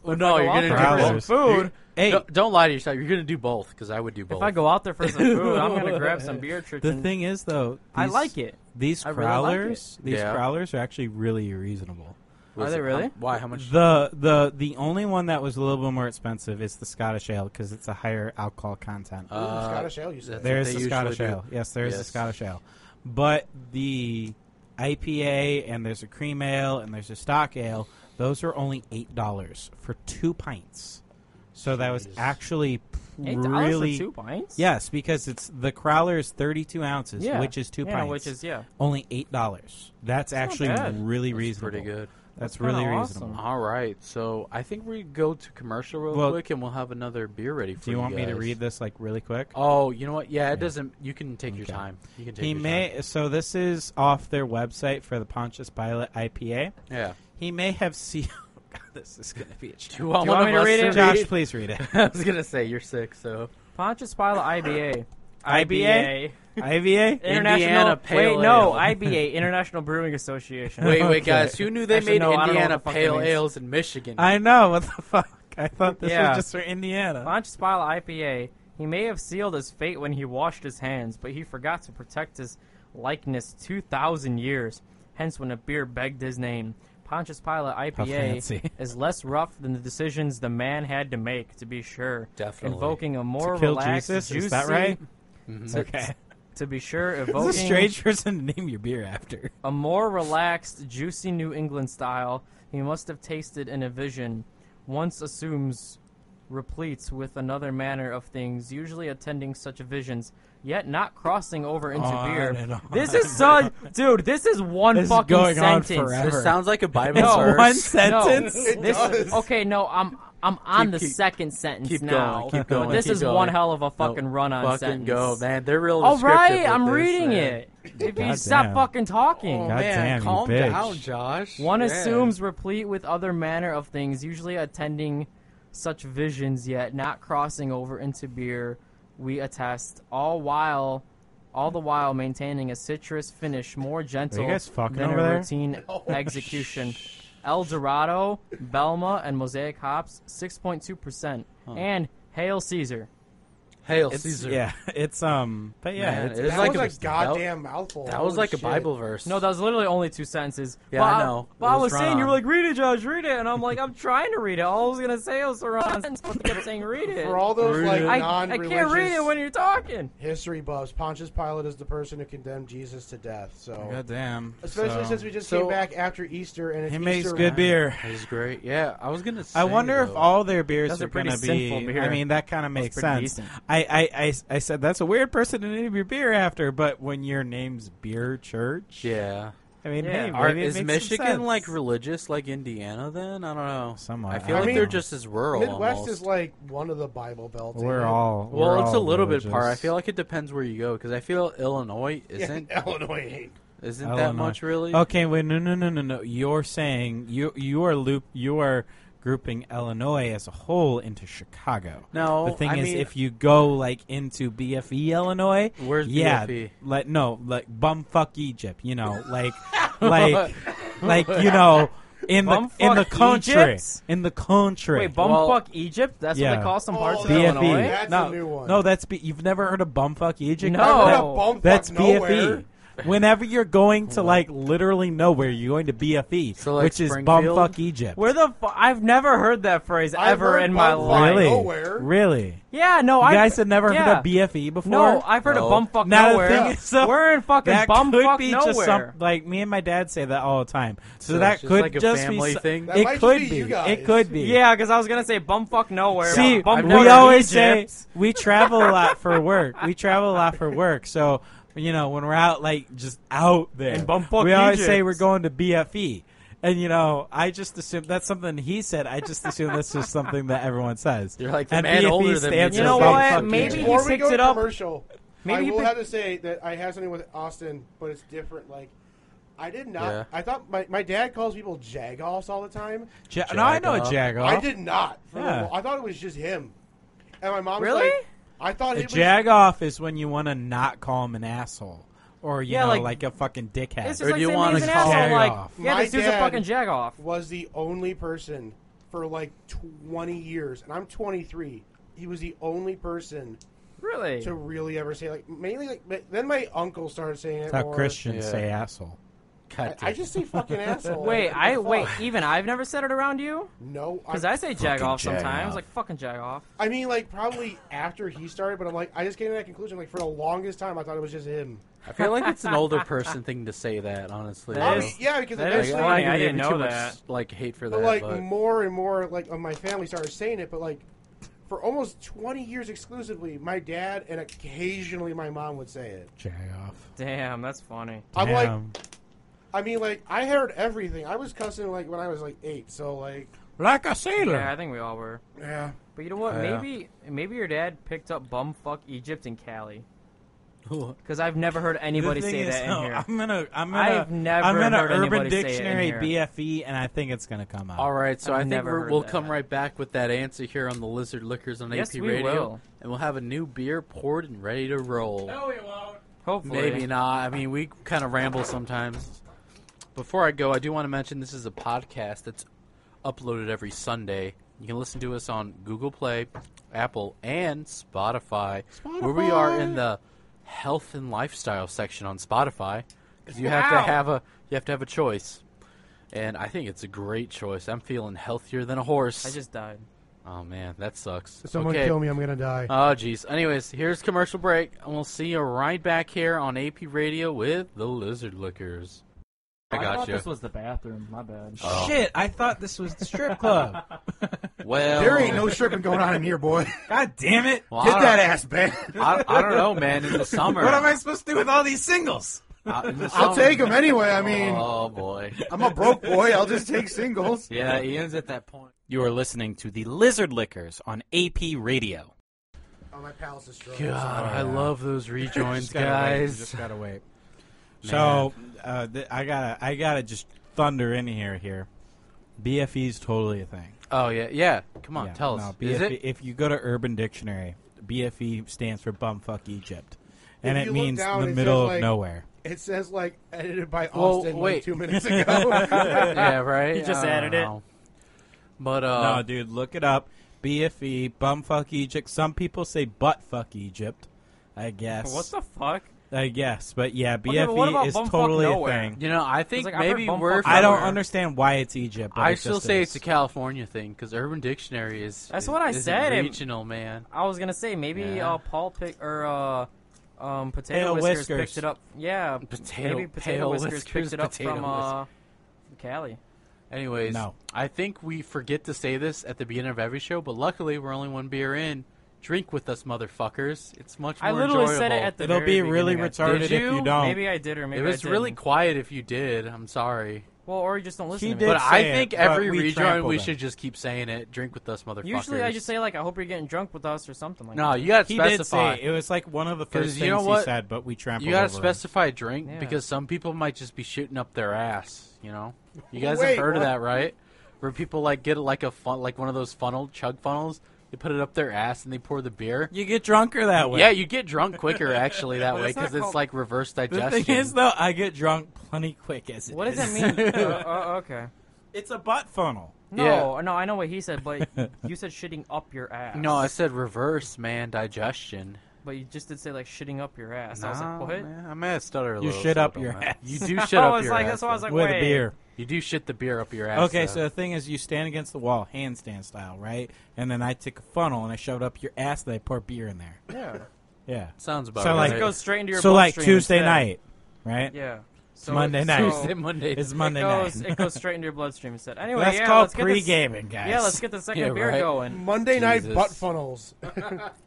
Speaker 1: Well, no,
Speaker 5: I go
Speaker 1: you're
Speaker 5: out
Speaker 1: gonna
Speaker 5: there
Speaker 1: do
Speaker 2: Browsers.
Speaker 1: both.
Speaker 5: food.
Speaker 2: hey,
Speaker 1: Don't- don't lie to yourself. You're gonna do both because I would do both.
Speaker 5: If I go out there for some food, I'm gonna grab some beer church.
Speaker 2: the
Speaker 5: and
Speaker 2: thing is though,
Speaker 5: I
Speaker 2: these-
Speaker 5: like it.
Speaker 2: These
Speaker 5: I really like it.
Speaker 2: crowlers, these
Speaker 1: Yeah.
Speaker 2: crowlers are actually really reasonable.
Speaker 1: Was
Speaker 5: they
Speaker 1: it-
Speaker 5: really?
Speaker 1: um, why? How much?
Speaker 2: The the the only one that was a little bit more expensive is the Scottish ale because it's a higher alcohol content.
Speaker 4: Ooh,
Speaker 1: Uh,
Speaker 4: Scottish ale, you said.
Speaker 1: that's-
Speaker 2: there
Speaker 1: what
Speaker 2: is
Speaker 1: they
Speaker 2: the
Speaker 1: usually
Speaker 2: Scottish
Speaker 1: do.
Speaker 2: ale. Yes, there is the
Speaker 1: Yes.
Speaker 2: Scottish ale, but the IPA and there's a cream ale and there's a stock ale. Those are only eight dollars for two pints. So that was
Speaker 1: Jeez.
Speaker 2: actually
Speaker 5: eight dollars
Speaker 2: really
Speaker 5: for two pints.
Speaker 2: yes because it's the crowler is thirty two ounces,
Speaker 5: Yeah.
Speaker 2: which is two
Speaker 5: yeah,
Speaker 2: pints,
Speaker 5: which is yeah.
Speaker 2: only eight dollars. That's,
Speaker 5: not
Speaker 2: actually
Speaker 5: bad.
Speaker 2: really
Speaker 1: That's
Speaker 2: reasonable.
Speaker 1: pretty good.
Speaker 2: That's,
Speaker 5: That's
Speaker 2: really
Speaker 5: kinda awesome.
Speaker 2: reasonable.
Speaker 1: All right, so I think we go to commercial real
Speaker 2: Well-
Speaker 1: quick, and we'll have another beer ready for
Speaker 2: Do you want me to
Speaker 1: guys.
Speaker 2: read this like really quick?
Speaker 1: Oh, you know what? Yeah, it doesn't. You can take your
Speaker 2: Okay.
Speaker 1: time. You can take.
Speaker 2: He
Speaker 1: your
Speaker 2: may
Speaker 1: Time.
Speaker 2: so this is off their website for the Pontius Pilate IPA.
Speaker 5: [LAUGHS]
Speaker 1: Yeah. [LAUGHS]
Speaker 2: He may have seen. [LAUGHS] God, this is gonna be a challenge.
Speaker 1: Do you want,
Speaker 5: you want
Speaker 1: one
Speaker 5: me
Speaker 1: of
Speaker 5: to
Speaker 1: us
Speaker 5: read it?
Speaker 2: Josh, please read it.
Speaker 1: [LAUGHS]
Speaker 5: [LAUGHS]
Speaker 1: I was gonna say you're sick, so
Speaker 5: Pontius Pilate IBA.
Speaker 2: IBA? IVA.
Speaker 1: Indiana
Speaker 5: International.
Speaker 1: Pale
Speaker 5: wait, no,
Speaker 1: Ale.
Speaker 5: IBA, International Brewing Association.
Speaker 1: wait, wait,
Speaker 2: Okay.
Speaker 1: guys, who knew they
Speaker 5: Actually,
Speaker 1: made
Speaker 5: no, I don't know what
Speaker 1: Indiana
Speaker 5: the fuck that
Speaker 1: Pale
Speaker 5: means.
Speaker 1: Ales in Michigan?
Speaker 2: I know what the fuck. I thought this
Speaker 5: Yeah.
Speaker 2: was just for Indiana.
Speaker 5: Pontius Pilate IPA. He may have sealed his fate when he washed his hands, but he forgot to protect his likeness 2,000 years. Hence, when a beer begged his name, Pontius Pilate
Speaker 2: fancy.
Speaker 5: IPA is less rough than the decisions the man had to make, to be sure.
Speaker 1: Definitely.
Speaker 5: Invoking a more
Speaker 2: kill
Speaker 5: relaxed,
Speaker 2: Jesus?
Speaker 5: juicy,
Speaker 2: Is that
Speaker 5: [LAUGHS]
Speaker 2: right? Mm-hmm.
Speaker 1: Mhm.
Speaker 2: Okay.
Speaker 5: to be sure,
Speaker 2: This
Speaker 5: evoking
Speaker 2: is a strange person to name your beer after.
Speaker 5: a more relaxed, juicy New England style he must have tasted in a vision, once assumes replete with another manner of things, usually attending such visions, yet not crossing over into
Speaker 2: On and
Speaker 5: beer.
Speaker 2: on
Speaker 5: This is so, dude. This is one
Speaker 2: This is
Speaker 5: fucking
Speaker 2: going on
Speaker 5: sentence.
Speaker 2: forever.
Speaker 1: This sounds like a
Speaker 2: [LAUGHS]
Speaker 1: Bible
Speaker 5: [LAUGHS] No.
Speaker 1: verse.
Speaker 2: One sentence.
Speaker 5: No, this is, okay. No, I'm I'm on
Speaker 1: Keep-
Speaker 5: the
Speaker 1: keep-
Speaker 5: second
Speaker 1: [LAUGHS]
Speaker 5: sentence
Speaker 1: keep
Speaker 5: now.
Speaker 1: going, keep
Speaker 5: but
Speaker 1: going,
Speaker 5: [LAUGHS] This
Speaker 1: keep
Speaker 5: is
Speaker 1: going.
Speaker 5: one hell of a
Speaker 1: No,
Speaker 5: fucking run on
Speaker 1: fucking
Speaker 5: sentence.
Speaker 1: go, man. They're real.
Speaker 5: All
Speaker 1: descriptive
Speaker 5: right,
Speaker 1: with
Speaker 5: I'm
Speaker 1: this,
Speaker 5: reading
Speaker 1: man.
Speaker 5: it. If you
Speaker 2: Goddamn.
Speaker 5: stop fucking talking.
Speaker 1: Oh
Speaker 2: God
Speaker 1: man,
Speaker 2: damn, you
Speaker 1: calm
Speaker 2: bitch.
Speaker 1: down, Josh.
Speaker 5: One
Speaker 1: Yeah.
Speaker 5: assumes replete with other manner of things, usually attending such visions yet not crossing over into beer, we attest, all while all the while maintaining a citrus finish more gentle
Speaker 2: guys fucking
Speaker 5: than
Speaker 2: over
Speaker 5: a
Speaker 2: there? [LAUGHS] Oh,
Speaker 5: routine execution. El Dorado, Belma, and Mosaic hops, 6.2%. And Hail Caesar.
Speaker 1: Hail
Speaker 2: It's-
Speaker 1: Caesar.
Speaker 2: Yeah, it's um, but yeah,
Speaker 1: Man,
Speaker 2: it's,
Speaker 1: it is
Speaker 4: that
Speaker 1: like
Speaker 4: was
Speaker 1: a-
Speaker 4: a, goddamn mouthful.
Speaker 1: That was
Speaker 4: Holy
Speaker 1: like a
Speaker 4: shit.
Speaker 1: Bible verse.
Speaker 5: No, that was literally only two sentences.
Speaker 1: Yeah,
Speaker 5: but
Speaker 1: I know.
Speaker 5: But
Speaker 2: It
Speaker 5: I
Speaker 2: was
Speaker 5: was saying you were
Speaker 2: wrong.
Speaker 5: like, read it, Josh, read it, and I'm like, I'm trying to read it. All I was gonna say was the wrong sentence, but they kept saying read it.
Speaker 4: For all those like
Speaker 5: I, I
Speaker 4: non-religious
Speaker 5: can't read it when you're talking.
Speaker 4: history buffs, Pontius Pilate is the person who condemned Jesus to death. So,
Speaker 2: goddamn.
Speaker 4: especially
Speaker 2: so-
Speaker 4: since we just
Speaker 1: So-
Speaker 4: came back after Easter and it's
Speaker 2: he makes
Speaker 4: Easter
Speaker 2: good beer.
Speaker 1: It was great. Yeah, I was gonna. Say,
Speaker 2: I wonder if
Speaker 1: though.
Speaker 2: all their beers
Speaker 5: That's a
Speaker 2: are
Speaker 5: pretty
Speaker 2: going to be.
Speaker 5: sinful beer.
Speaker 2: I mean, that kind of makes
Speaker 5: pretty
Speaker 2: sense.
Speaker 5: decent.
Speaker 2: I, I, I, I said that's a weird person to name your beer after, but when your name's Beer Church,
Speaker 1: Yeah.
Speaker 2: I mean,
Speaker 5: Yeah.
Speaker 2: hey, maybe
Speaker 1: Are,
Speaker 2: it
Speaker 1: is
Speaker 2: makes some
Speaker 1: Michigan like
Speaker 2: sense.
Speaker 1: religious like Indiana? Then I don't know.
Speaker 2: Somewhat.
Speaker 1: I feel
Speaker 4: I
Speaker 1: like
Speaker 4: mean,
Speaker 1: they're just as rural.
Speaker 4: Midwest
Speaker 1: almost.
Speaker 4: is like one of the Bible belts.
Speaker 2: We're
Speaker 4: ain't it?
Speaker 2: all
Speaker 1: Well,
Speaker 2: we're
Speaker 1: it's a
Speaker 2: all
Speaker 1: little bit
Speaker 2: religious.
Speaker 1: par. I feel like it depends where you go because I feel Illinois
Speaker 4: [LAUGHS] [LAUGHS] Yeah,
Speaker 1: isn't
Speaker 4: Illinois.
Speaker 2: [LAUGHS]
Speaker 4: ain't.
Speaker 1: isn't that
Speaker 2: Illinois.
Speaker 1: much really.
Speaker 2: Okay, wait, no, no, no, no, no. You're saying you you are loop you are grouping Illinois as a whole into Chicago.
Speaker 1: No,
Speaker 2: the thing
Speaker 1: I
Speaker 2: is,
Speaker 1: mean-
Speaker 2: if you go like into BFE Illinois,
Speaker 1: Where's E?
Speaker 2: yeah,
Speaker 1: BFE?
Speaker 2: like no, like bumfuck Egypt, you know,
Speaker 1: [LAUGHS]
Speaker 2: like like like you know, in the in
Speaker 5: Bumfuck
Speaker 2: the country,
Speaker 5: Egypt?
Speaker 2: in the country.
Speaker 5: Wait, bumfuck
Speaker 1: Well-
Speaker 5: Egypt? That's what
Speaker 2: Yeah.
Speaker 5: they call some
Speaker 4: Oh,
Speaker 5: parts of
Speaker 4: BFE.
Speaker 5: Illinois.
Speaker 4: That's a
Speaker 2: no,
Speaker 4: new one.
Speaker 2: no, that's B- you've never heard of bumfuck Egypt?
Speaker 5: No.
Speaker 2: That-
Speaker 4: What a
Speaker 5: Oh,
Speaker 4: bumfuck
Speaker 2: that's E.
Speaker 4: nowhere.
Speaker 2: BFE. Whenever you're going to like literally nowhere, you're going to BFE,
Speaker 1: So, like,
Speaker 2: which is
Speaker 1: Springfield?
Speaker 2: bumfuck Egypt.
Speaker 5: Where the fu- I've never heard that phrase
Speaker 4: I've
Speaker 5: ever
Speaker 4: heard
Speaker 5: in my
Speaker 4: bumfuck.
Speaker 5: life.
Speaker 2: really?
Speaker 4: Nowhere.
Speaker 2: Really?
Speaker 5: Yeah, no,
Speaker 2: You
Speaker 5: I
Speaker 2: guys have never
Speaker 5: yeah.
Speaker 2: heard of BFE before?
Speaker 5: No, I've heard
Speaker 1: No.
Speaker 5: of bumfuck
Speaker 2: Now the
Speaker 5: nowhere.
Speaker 2: thing is, though,
Speaker 5: We're in fucking
Speaker 2: that
Speaker 5: bumfuck
Speaker 2: could be
Speaker 5: nowhere.
Speaker 2: just some like me and my dad say that all the time. So,
Speaker 1: So it's
Speaker 2: that
Speaker 1: just
Speaker 2: could
Speaker 1: like a
Speaker 2: just
Speaker 1: family
Speaker 2: be so-
Speaker 1: thing? That
Speaker 2: It
Speaker 4: might just
Speaker 2: could
Speaker 4: be you guys.
Speaker 2: It could be.
Speaker 5: yeah, because I was gonna say bumfuck nowhere.
Speaker 2: See,
Speaker 5: but
Speaker 2: we
Speaker 5: bumfuck
Speaker 2: always
Speaker 5: Egypt.
Speaker 2: say we travel a lot for work. We travel a lot for work. So, you know, when we're out, like, just out there,
Speaker 5: And bumfuck
Speaker 2: we always
Speaker 5: Egypt.
Speaker 2: say we're going to BFE. And, you know, I just assume that's something he said. I just assume that's just something that everyone says.
Speaker 1: You're like the
Speaker 2: And
Speaker 1: man
Speaker 2: BFE
Speaker 1: older than me.
Speaker 2: stands
Speaker 5: You
Speaker 2: for
Speaker 5: know
Speaker 2: bumfuck
Speaker 5: what?
Speaker 2: Egypt.
Speaker 5: Maybe he
Speaker 4: Before we
Speaker 5: picked
Speaker 4: go
Speaker 5: it
Speaker 4: to
Speaker 5: up-
Speaker 4: commercial,
Speaker 5: Maybe
Speaker 4: I
Speaker 5: he
Speaker 4: will
Speaker 5: picked-
Speaker 4: have to say that I have something with Austin, but it's different. Like, I did not.
Speaker 1: Yeah.
Speaker 4: I thought my, my dad calls people jagoffs all the time.
Speaker 2: Ja- no, I know a
Speaker 1: Jagoff.
Speaker 2: jagoff.
Speaker 4: I did not. for the
Speaker 2: Yeah.
Speaker 4: lo- I thought it was just him. And my mom
Speaker 5: Really?
Speaker 4: Like, I thought
Speaker 2: A
Speaker 4: it was
Speaker 2: jagoff is when you want to not call him an asshole or, you
Speaker 5: Yeah,
Speaker 2: know, like,
Speaker 5: like-
Speaker 2: a fucking dickhead.
Speaker 5: It's just
Speaker 1: Or
Speaker 5: like
Speaker 1: do you
Speaker 5: saying
Speaker 1: wanna
Speaker 5: he's an
Speaker 2: call
Speaker 5: asshole.
Speaker 2: it
Speaker 5: Like,
Speaker 2: off?
Speaker 5: yeah,
Speaker 4: My
Speaker 5: this dude's a
Speaker 4: dad-
Speaker 5: fucking jagoff.
Speaker 4: was the only person for like 20 years, and I'm 23. He was the only person
Speaker 5: Really?
Speaker 4: to really ever say like mainly like. but Then my uncle started saying it
Speaker 2: That's how
Speaker 4: more.
Speaker 2: Christians
Speaker 1: Yeah.
Speaker 2: say asshole.
Speaker 1: God
Speaker 4: I, I just
Speaker 2: [LAUGHS]
Speaker 4: say fucking asshole.
Speaker 5: Wait,
Speaker 4: Like,
Speaker 5: I
Speaker 4: what the
Speaker 5: wait.
Speaker 4: fuck?
Speaker 5: Even I've never said it around you
Speaker 4: No,
Speaker 5: because
Speaker 4: I,
Speaker 5: I say jagoff sometimes.
Speaker 2: jagoff.
Speaker 5: Like fucking jagoff.
Speaker 4: I mean like probably after he started, but I'm like I just came to that conclusion. Like for the longest time, I thought it was just him.
Speaker 1: I feel like it's an older person thing to say that. Honestly,
Speaker 5: That
Speaker 1: though.
Speaker 5: is-
Speaker 4: yeah, because
Speaker 5: that is
Speaker 1: Like,
Speaker 4: eventually,
Speaker 1: I'm not
Speaker 5: funny.
Speaker 1: gonna
Speaker 5: I
Speaker 1: give
Speaker 5: didn't
Speaker 1: you too
Speaker 5: know
Speaker 1: much,
Speaker 5: that.
Speaker 1: like hate for that.
Speaker 4: but like
Speaker 1: but-
Speaker 4: more and more, like of my family started saying it, but like for almost 20 years exclusively, my dad and occasionally my mom would say it.
Speaker 2: Jagoff.
Speaker 5: Damn, that's funny.
Speaker 4: I'm like,
Speaker 2: Damn.
Speaker 4: I mean, like I heard everything. I was cussing like when I was like eight, so like,
Speaker 2: like a sailor.
Speaker 5: Yeah, I think we all were.
Speaker 4: yeah.
Speaker 5: But you know what?
Speaker 1: Yeah.
Speaker 5: Maybe maybe your dad picked up bumfuck Egypt and Cali
Speaker 1: [LAUGHS]
Speaker 5: because I've never heard
Speaker 2: The
Speaker 5: anybody
Speaker 2: thing
Speaker 5: say
Speaker 2: is,
Speaker 5: that
Speaker 2: no,
Speaker 5: in here.
Speaker 2: I'm gonna, I'm gonna,
Speaker 5: I've never
Speaker 2: am gonna
Speaker 5: heard
Speaker 2: Urban
Speaker 5: anybody say it in
Speaker 2: Dictionary
Speaker 5: here.
Speaker 2: BFE, and I think it's gonna come out.
Speaker 1: All right, so
Speaker 5: I've
Speaker 1: i think
Speaker 5: never
Speaker 1: we're,
Speaker 5: heard
Speaker 1: we'll
Speaker 5: that.
Speaker 1: come right back with that answer here on the Lizard Liquors on
Speaker 5: Yes,
Speaker 1: AP
Speaker 5: we
Speaker 1: Radio,
Speaker 5: will.
Speaker 1: and we'll have a new beer poured and ready to roll.
Speaker 2: it won't.
Speaker 5: Hopefully,
Speaker 1: Maybe not. I mean, we kind of ramble sometimes. Before I go, I do want to mention this is a podcast that's uploaded every Sunday. You can listen to us on Google Play, Apple, and Spotify, where we are in the health and lifestyle section on Spotify. 'cause you have to
Speaker 5: Wow.
Speaker 1: have a you have to have a choice, and I think it's a great choice. I'm feeling healthier than a horse.
Speaker 5: I just died.
Speaker 1: oh man, that sucks.
Speaker 4: Someone
Speaker 1: okay.
Speaker 4: kill me, I'm gonna die.
Speaker 1: Oh, jeez. Anyways, here's commercial break, and we'll see you right back here on AP Radio with the Lizard Lickers. I got you.
Speaker 5: was the bathroom. My bad.
Speaker 1: Oh.
Speaker 2: Shit, I thought this was the strip
Speaker 5: [LAUGHS]
Speaker 2: club.
Speaker 1: Well,
Speaker 4: there ain't no stripping going on in
Speaker 1: [LAUGHS]
Speaker 4: here, boy.
Speaker 2: God damn it!
Speaker 1: well,
Speaker 4: Get
Speaker 1: I
Speaker 4: that
Speaker 1: don't-
Speaker 4: ass
Speaker 1: [LAUGHS]
Speaker 4: back.
Speaker 1: I, I don't know, man. In the summer,
Speaker 2: What am I supposed to do with all these singles?
Speaker 1: I, in the
Speaker 4: I'll
Speaker 1: summer-
Speaker 4: take them anyway. I mean,
Speaker 1: Oh boy.
Speaker 4: I'm a broke boy. I'll just
Speaker 1: [LAUGHS]
Speaker 4: take singles.
Speaker 1: Yeah, Ian's at that point.
Speaker 6: You are listening to the Lizard Lickers on AP Radio.
Speaker 4: Oh, my pal's destroyed.
Speaker 1: God, I love those rejoins,
Speaker 2: Just gotta wait,
Speaker 1: guys.
Speaker 2: just gotta wait. So uh, th- I gotta, I gotta just thunder in here. Here, BFE's totally a thing.
Speaker 1: Oh yeah, yeah. Come on,
Speaker 2: Yeah,
Speaker 1: tell
Speaker 2: no,
Speaker 1: us.
Speaker 2: BFE,
Speaker 1: Is it?
Speaker 2: If you go to Urban Dictionary, BFE stands for bumfuck Egypt, and
Speaker 4: If
Speaker 2: it
Speaker 4: you look
Speaker 2: means
Speaker 4: down,
Speaker 2: the
Speaker 4: it
Speaker 2: middle
Speaker 4: says,
Speaker 2: of
Speaker 4: like-
Speaker 2: nowhere.
Speaker 4: It says like edited by
Speaker 1: Well,
Speaker 4: Austin like,
Speaker 1: wait.
Speaker 4: two minutes
Speaker 1: [LAUGHS] [LAUGHS]
Speaker 4: ago.
Speaker 1: yeah, right.
Speaker 5: He just
Speaker 1: I don't
Speaker 5: added it.
Speaker 1: know. But
Speaker 2: no,
Speaker 1: uh,
Speaker 2: dude, look it up. BFE, bumfuck Egypt. Some people say buttfuck Egypt. I guess.
Speaker 5: What the fuck?
Speaker 2: I guess, but yeah, BFE
Speaker 5: Okay, but what about
Speaker 2: is
Speaker 5: bumfuck
Speaker 2: totally a
Speaker 5: nowhere?
Speaker 2: thing.
Speaker 1: You know, I think
Speaker 5: like, I've heard
Speaker 1: maybe
Speaker 5: bumfuck
Speaker 1: we're.
Speaker 2: I don't
Speaker 5: Nowhere.
Speaker 2: understand why it's Egypt. But
Speaker 1: I
Speaker 2: it
Speaker 1: still
Speaker 2: just
Speaker 1: say
Speaker 2: is.
Speaker 1: it's a California thing because Urban Dictionary is.
Speaker 5: That's
Speaker 1: is-
Speaker 5: what I
Speaker 1: isn't
Speaker 5: said, it-
Speaker 1: Regional man.
Speaker 5: I was gonna say maybe
Speaker 1: Yeah.
Speaker 5: uh, Paul pick or uh, um, potato
Speaker 2: Pale
Speaker 5: whiskers,
Speaker 2: Whiskers.
Speaker 5: picked it up. Yeah,
Speaker 1: Potato-
Speaker 5: maybe
Speaker 1: Pale
Speaker 5: potato whiskers,
Speaker 1: Whiskers,
Speaker 5: picked it up
Speaker 1: Potato
Speaker 5: from uh, Cali.
Speaker 1: Anyways,
Speaker 2: No.
Speaker 1: I think we forget to say this at the beginning of every show, but luckily we're only one beer in. Drink with us, motherfuckers. It's much more
Speaker 5: I literally
Speaker 1: enjoyable.
Speaker 5: said it at the.
Speaker 2: It'll be
Speaker 5: very
Speaker 2: really
Speaker 5: beginning, I
Speaker 2: retarded
Speaker 5: think.
Speaker 1: Did
Speaker 2: if you
Speaker 1: you?
Speaker 2: don't.
Speaker 5: Maybe I did or maybe
Speaker 1: it was
Speaker 5: I
Speaker 1: really
Speaker 5: didn't.
Speaker 1: quiet if you did. I'm sorry.
Speaker 5: well, or you just don't listen.
Speaker 2: He
Speaker 5: to me.
Speaker 2: did
Speaker 1: But I
Speaker 2: say it,
Speaker 1: think
Speaker 2: but
Speaker 1: every
Speaker 2: we
Speaker 1: rejoin
Speaker 2: trampled
Speaker 1: we
Speaker 2: him.
Speaker 1: should just keep saying it. Drink with us, motherfuckers.
Speaker 5: Usually, I just say like, I hope you're getting drunk with us or something like
Speaker 1: No,
Speaker 5: that.
Speaker 1: you gotta
Speaker 2: He did
Speaker 1: specify.
Speaker 2: say it was like one of the
Speaker 1: 'Cause
Speaker 2: first
Speaker 1: you
Speaker 2: things
Speaker 1: know what?
Speaker 2: he said, but we trampled.
Speaker 1: you gotta
Speaker 2: over him.
Speaker 1: specify drink
Speaker 5: Yeah.
Speaker 1: because some people might just be shooting up their ass. You know, you guys have
Speaker 4: Wait,
Speaker 1: heard of
Speaker 4: what?
Speaker 1: that, right? Where people like get like a fun, like one of those funnel chug funnels. They put it up their ass and they pour the beer.
Speaker 2: You get drunker that way.
Speaker 1: Yeah, you get drunk
Speaker 2: [LAUGHS]
Speaker 1: quicker actually that
Speaker 2: But
Speaker 1: way
Speaker 2: it's not
Speaker 1: because it's
Speaker 2: called-
Speaker 1: like reverse
Speaker 2: The
Speaker 1: digestion.
Speaker 2: thing is, though, I get drunk plenty quick. As it
Speaker 5: What does that
Speaker 2: is.
Speaker 1: [LAUGHS]
Speaker 5: mean? uh, uh, okay.
Speaker 2: [LAUGHS] it's a butt funnel.
Speaker 5: No, no, I know what he
Speaker 1: [LAUGHS]
Speaker 5: said, but you said shitting up your ass.
Speaker 1: no, I said reverse man digestion.
Speaker 5: but you just did say like shitting up your ass. I was like,
Speaker 1: Nah,
Speaker 5: what?
Speaker 1: man, I may have stuttered a
Speaker 2: You
Speaker 1: little.
Speaker 2: shit
Speaker 1: so it
Speaker 2: up
Speaker 1: don't
Speaker 2: your
Speaker 1: matter.
Speaker 2: ass.
Speaker 1: You
Speaker 2: [LAUGHS]
Speaker 1: do shit
Speaker 5: I
Speaker 1: up
Speaker 5: was
Speaker 1: your
Speaker 5: like,
Speaker 1: ass.
Speaker 5: that's why I was
Speaker 1: though.
Speaker 5: like, uh,
Speaker 2: with
Speaker 5: wait.
Speaker 2: a beer.
Speaker 1: you do shit the beer up your ass.
Speaker 2: Okay,
Speaker 1: though.
Speaker 2: so the thing is, you stand against the wall, handstand style, right? And then I took a funnel and I shoved up your ass, and I poured beer in there.
Speaker 5: Yeah.
Speaker 2: [LAUGHS] Yeah.
Speaker 1: sounds about
Speaker 2: So,
Speaker 1: right.
Speaker 2: like,
Speaker 5: It goes straight into your
Speaker 2: so like
Speaker 5: bloodstream
Speaker 2: Tuesday
Speaker 5: instead.
Speaker 2: night, right?
Speaker 5: Yeah. So
Speaker 2: Monday
Speaker 5: it-
Speaker 2: night.
Speaker 5: so
Speaker 1: Tuesday, Monday.
Speaker 2: It's [LAUGHS] Monday
Speaker 5: it goes,
Speaker 2: night.
Speaker 5: It
Speaker 2: [LAUGHS]
Speaker 5: goes straight into your bloodstream instead. Anyway,
Speaker 2: That's
Speaker 5: yeah,
Speaker 2: called
Speaker 5: let's get this-
Speaker 2: pre-gaming, guys.
Speaker 5: Yeah, let's get the second
Speaker 1: Yeah,
Speaker 5: beer
Speaker 1: right.
Speaker 5: going.
Speaker 4: Monday
Speaker 1: Jesus.
Speaker 4: night butt funnels.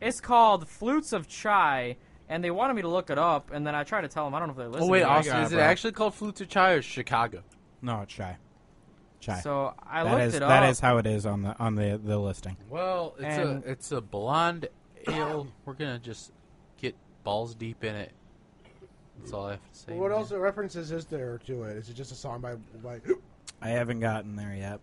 Speaker 5: It's called Flutes of Chai, and they wanted me to look it up, and then I tried to tell them. I don't know if they
Speaker 1: Oh
Speaker 5: listened.
Speaker 1: wait,
Speaker 5: to me.
Speaker 1: Austin,
Speaker 2: Yeah,
Speaker 1: is it
Speaker 2: bro.
Speaker 1: actually called Flutes of Chai or Chicago?
Speaker 2: [LAUGHS] No, it's shy. Shy.
Speaker 5: So I
Speaker 2: that
Speaker 5: looked
Speaker 2: is
Speaker 5: it up.
Speaker 2: that is how it is on the on the the listing.
Speaker 1: Well, it's
Speaker 5: And-
Speaker 1: a it's a blonde ale. We're gonna just get balls deep in it. That's all I have to say.
Speaker 4: what
Speaker 1: man.
Speaker 4: else references is there to it? Is it just a song by by?
Speaker 2: I haven't gotten there yet,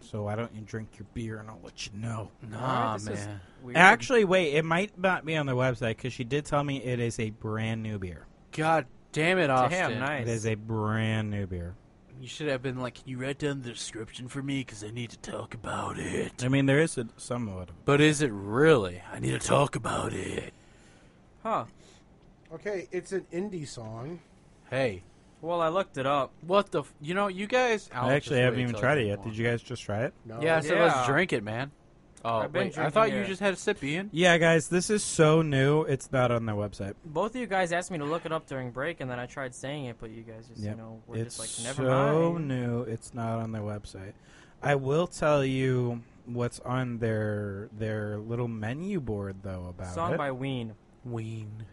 Speaker 2: so why don't you drink your beer and I'll let you know.
Speaker 1: Nah,
Speaker 2: Ah,
Speaker 5: Alright, this is
Speaker 1: man.
Speaker 5: weird.
Speaker 2: Actually, wait, it might not be on the website because she did tell me it is a brand new beer.
Speaker 1: God damn it, Austin.
Speaker 5: damn, nice.
Speaker 2: It is a brand new beer.
Speaker 1: You should have been like, can you write down the description for me? Because I need to talk about it.
Speaker 2: I mean, there is a, somewhat. of-
Speaker 1: But is it really? I need to talk about it.
Speaker 5: huh?
Speaker 4: Okay, it's an indie song.
Speaker 1: Hey,
Speaker 5: Well, I looked it up.
Speaker 1: what the? F- you know, you guys. I'll
Speaker 2: I actually
Speaker 1: just
Speaker 2: haven't
Speaker 1: wait
Speaker 2: even
Speaker 1: till I
Speaker 2: tried it
Speaker 1: drink
Speaker 2: yet.
Speaker 1: more.
Speaker 2: Did you guys just try it?
Speaker 4: No.
Speaker 1: Yeah, so
Speaker 5: Yeah.
Speaker 1: let's drink it, man. Oh,
Speaker 5: I've been
Speaker 1: wait, I
Speaker 5: drinking
Speaker 1: thought you
Speaker 5: it.
Speaker 1: just had a sip, Ian.
Speaker 2: Yeah, guys, this is so new. It's not on the website.
Speaker 5: Both of you guys asked me to look it up during break, and then I tried saying it, but you guys just you know were
Speaker 2: it's
Speaker 5: just like never
Speaker 2: so
Speaker 5: mind.
Speaker 2: new. It's not on their website. I will tell you what's on their their little menu board though about
Speaker 5: Song
Speaker 2: it.
Speaker 5: by Ween.
Speaker 1: Ween.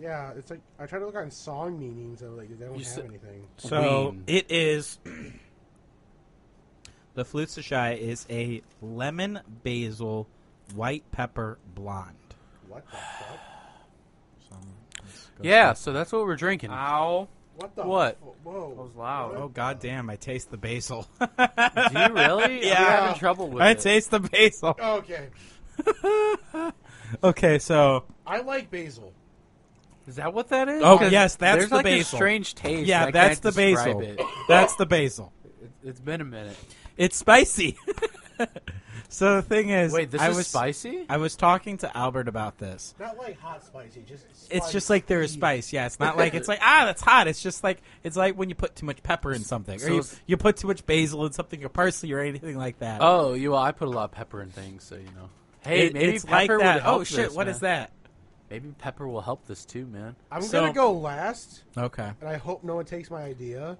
Speaker 4: Yeah, it's like I try to look on song meanings. And like they don't
Speaker 1: You
Speaker 4: have
Speaker 1: said-
Speaker 4: anything.
Speaker 2: so
Speaker 1: Ween.
Speaker 2: it is. [CLEARS THROAT] the Flutes of Shy is a lemon basil white pepper blonde.
Speaker 4: What the fuck?
Speaker 2: So, let's go
Speaker 1: Yeah, so that's what we're drinking.
Speaker 4: Ah.
Speaker 5: Ow!
Speaker 4: What the?
Speaker 1: What?
Speaker 4: fu- Whoa!
Speaker 5: That was loud.
Speaker 2: Oh god damn! I taste the basil.
Speaker 1: [LAUGHS]
Speaker 2: [LAUGHS]
Speaker 1: Do you really?
Speaker 2: Yeah.
Speaker 1: I'm having trouble with
Speaker 2: I
Speaker 1: it.
Speaker 2: taste the basil.
Speaker 4: Okay,
Speaker 2: Okay, so
Speaker 4: I like basil.
Speaker 1: Is that what that is?
Speaker 2: Oh,
Speaker 1: 'Cause
Speaker 2: yes, that's
Speaker 1: there's
Speaker 2: the
Speaker 1: like a
Speaker 2: basil.
Speaker 1: strange taste.
Speaker 2: yeah,
Speaker 1: and I
Speaker 2: that's
Speaker 1: can't
Speaker 2: the
Speaker 1: describe
Speaker 2: basil.
Speaker 1: It.
Speaker 2: That's the basil.
Speaker 1: It- It's been a minute.
Speaker 2: It's spicy. [LAUGHS] so the thing is,
Speaker 1: Wait, this
Speaker 2: I
Speaker 1: is
Speaker 2: was
Speaker 1: spicy.
Speaker 2: I was talking to Albert about this.
Speaker 4: Not like hot spicy, just spicy.
Speaker 2: It's just like there is spice.
Speaker 1: [LAUGHS]
Speaker 2: Yeah, it's not like it's like ah, that's hot. It's just like it's like when you put too much pepper in something,
Speaker 1: So
Speaker 2: or you,
Speaker 1: it's-
Speaker 2: you put too much basil in something, or parsley, or anything like that.
Speaker 1: Oh, you. Well, I put a lot of pepper in things, so you know. Hey,
Speaker 2: It-
Speaker 1: maybe
Speaker 2: it's
Speaker 1: pepper
Speaker 2: like
Speaker 1: would
Speaker 2: that.
Speaker 1: help
Speaker 2: Oh shit,
Speaker 1: this,
Speaker 2: what
Speaker 1: man.
Speaker 2: is that?
Speaker 1: Maybe pepper will help this too, man.
Speaker 4: I'm
Speaker 2: so-
Speaker 4: gonna go last,
Speaker 2: Okay,
Speaker 4: and I hope no one takes my idea.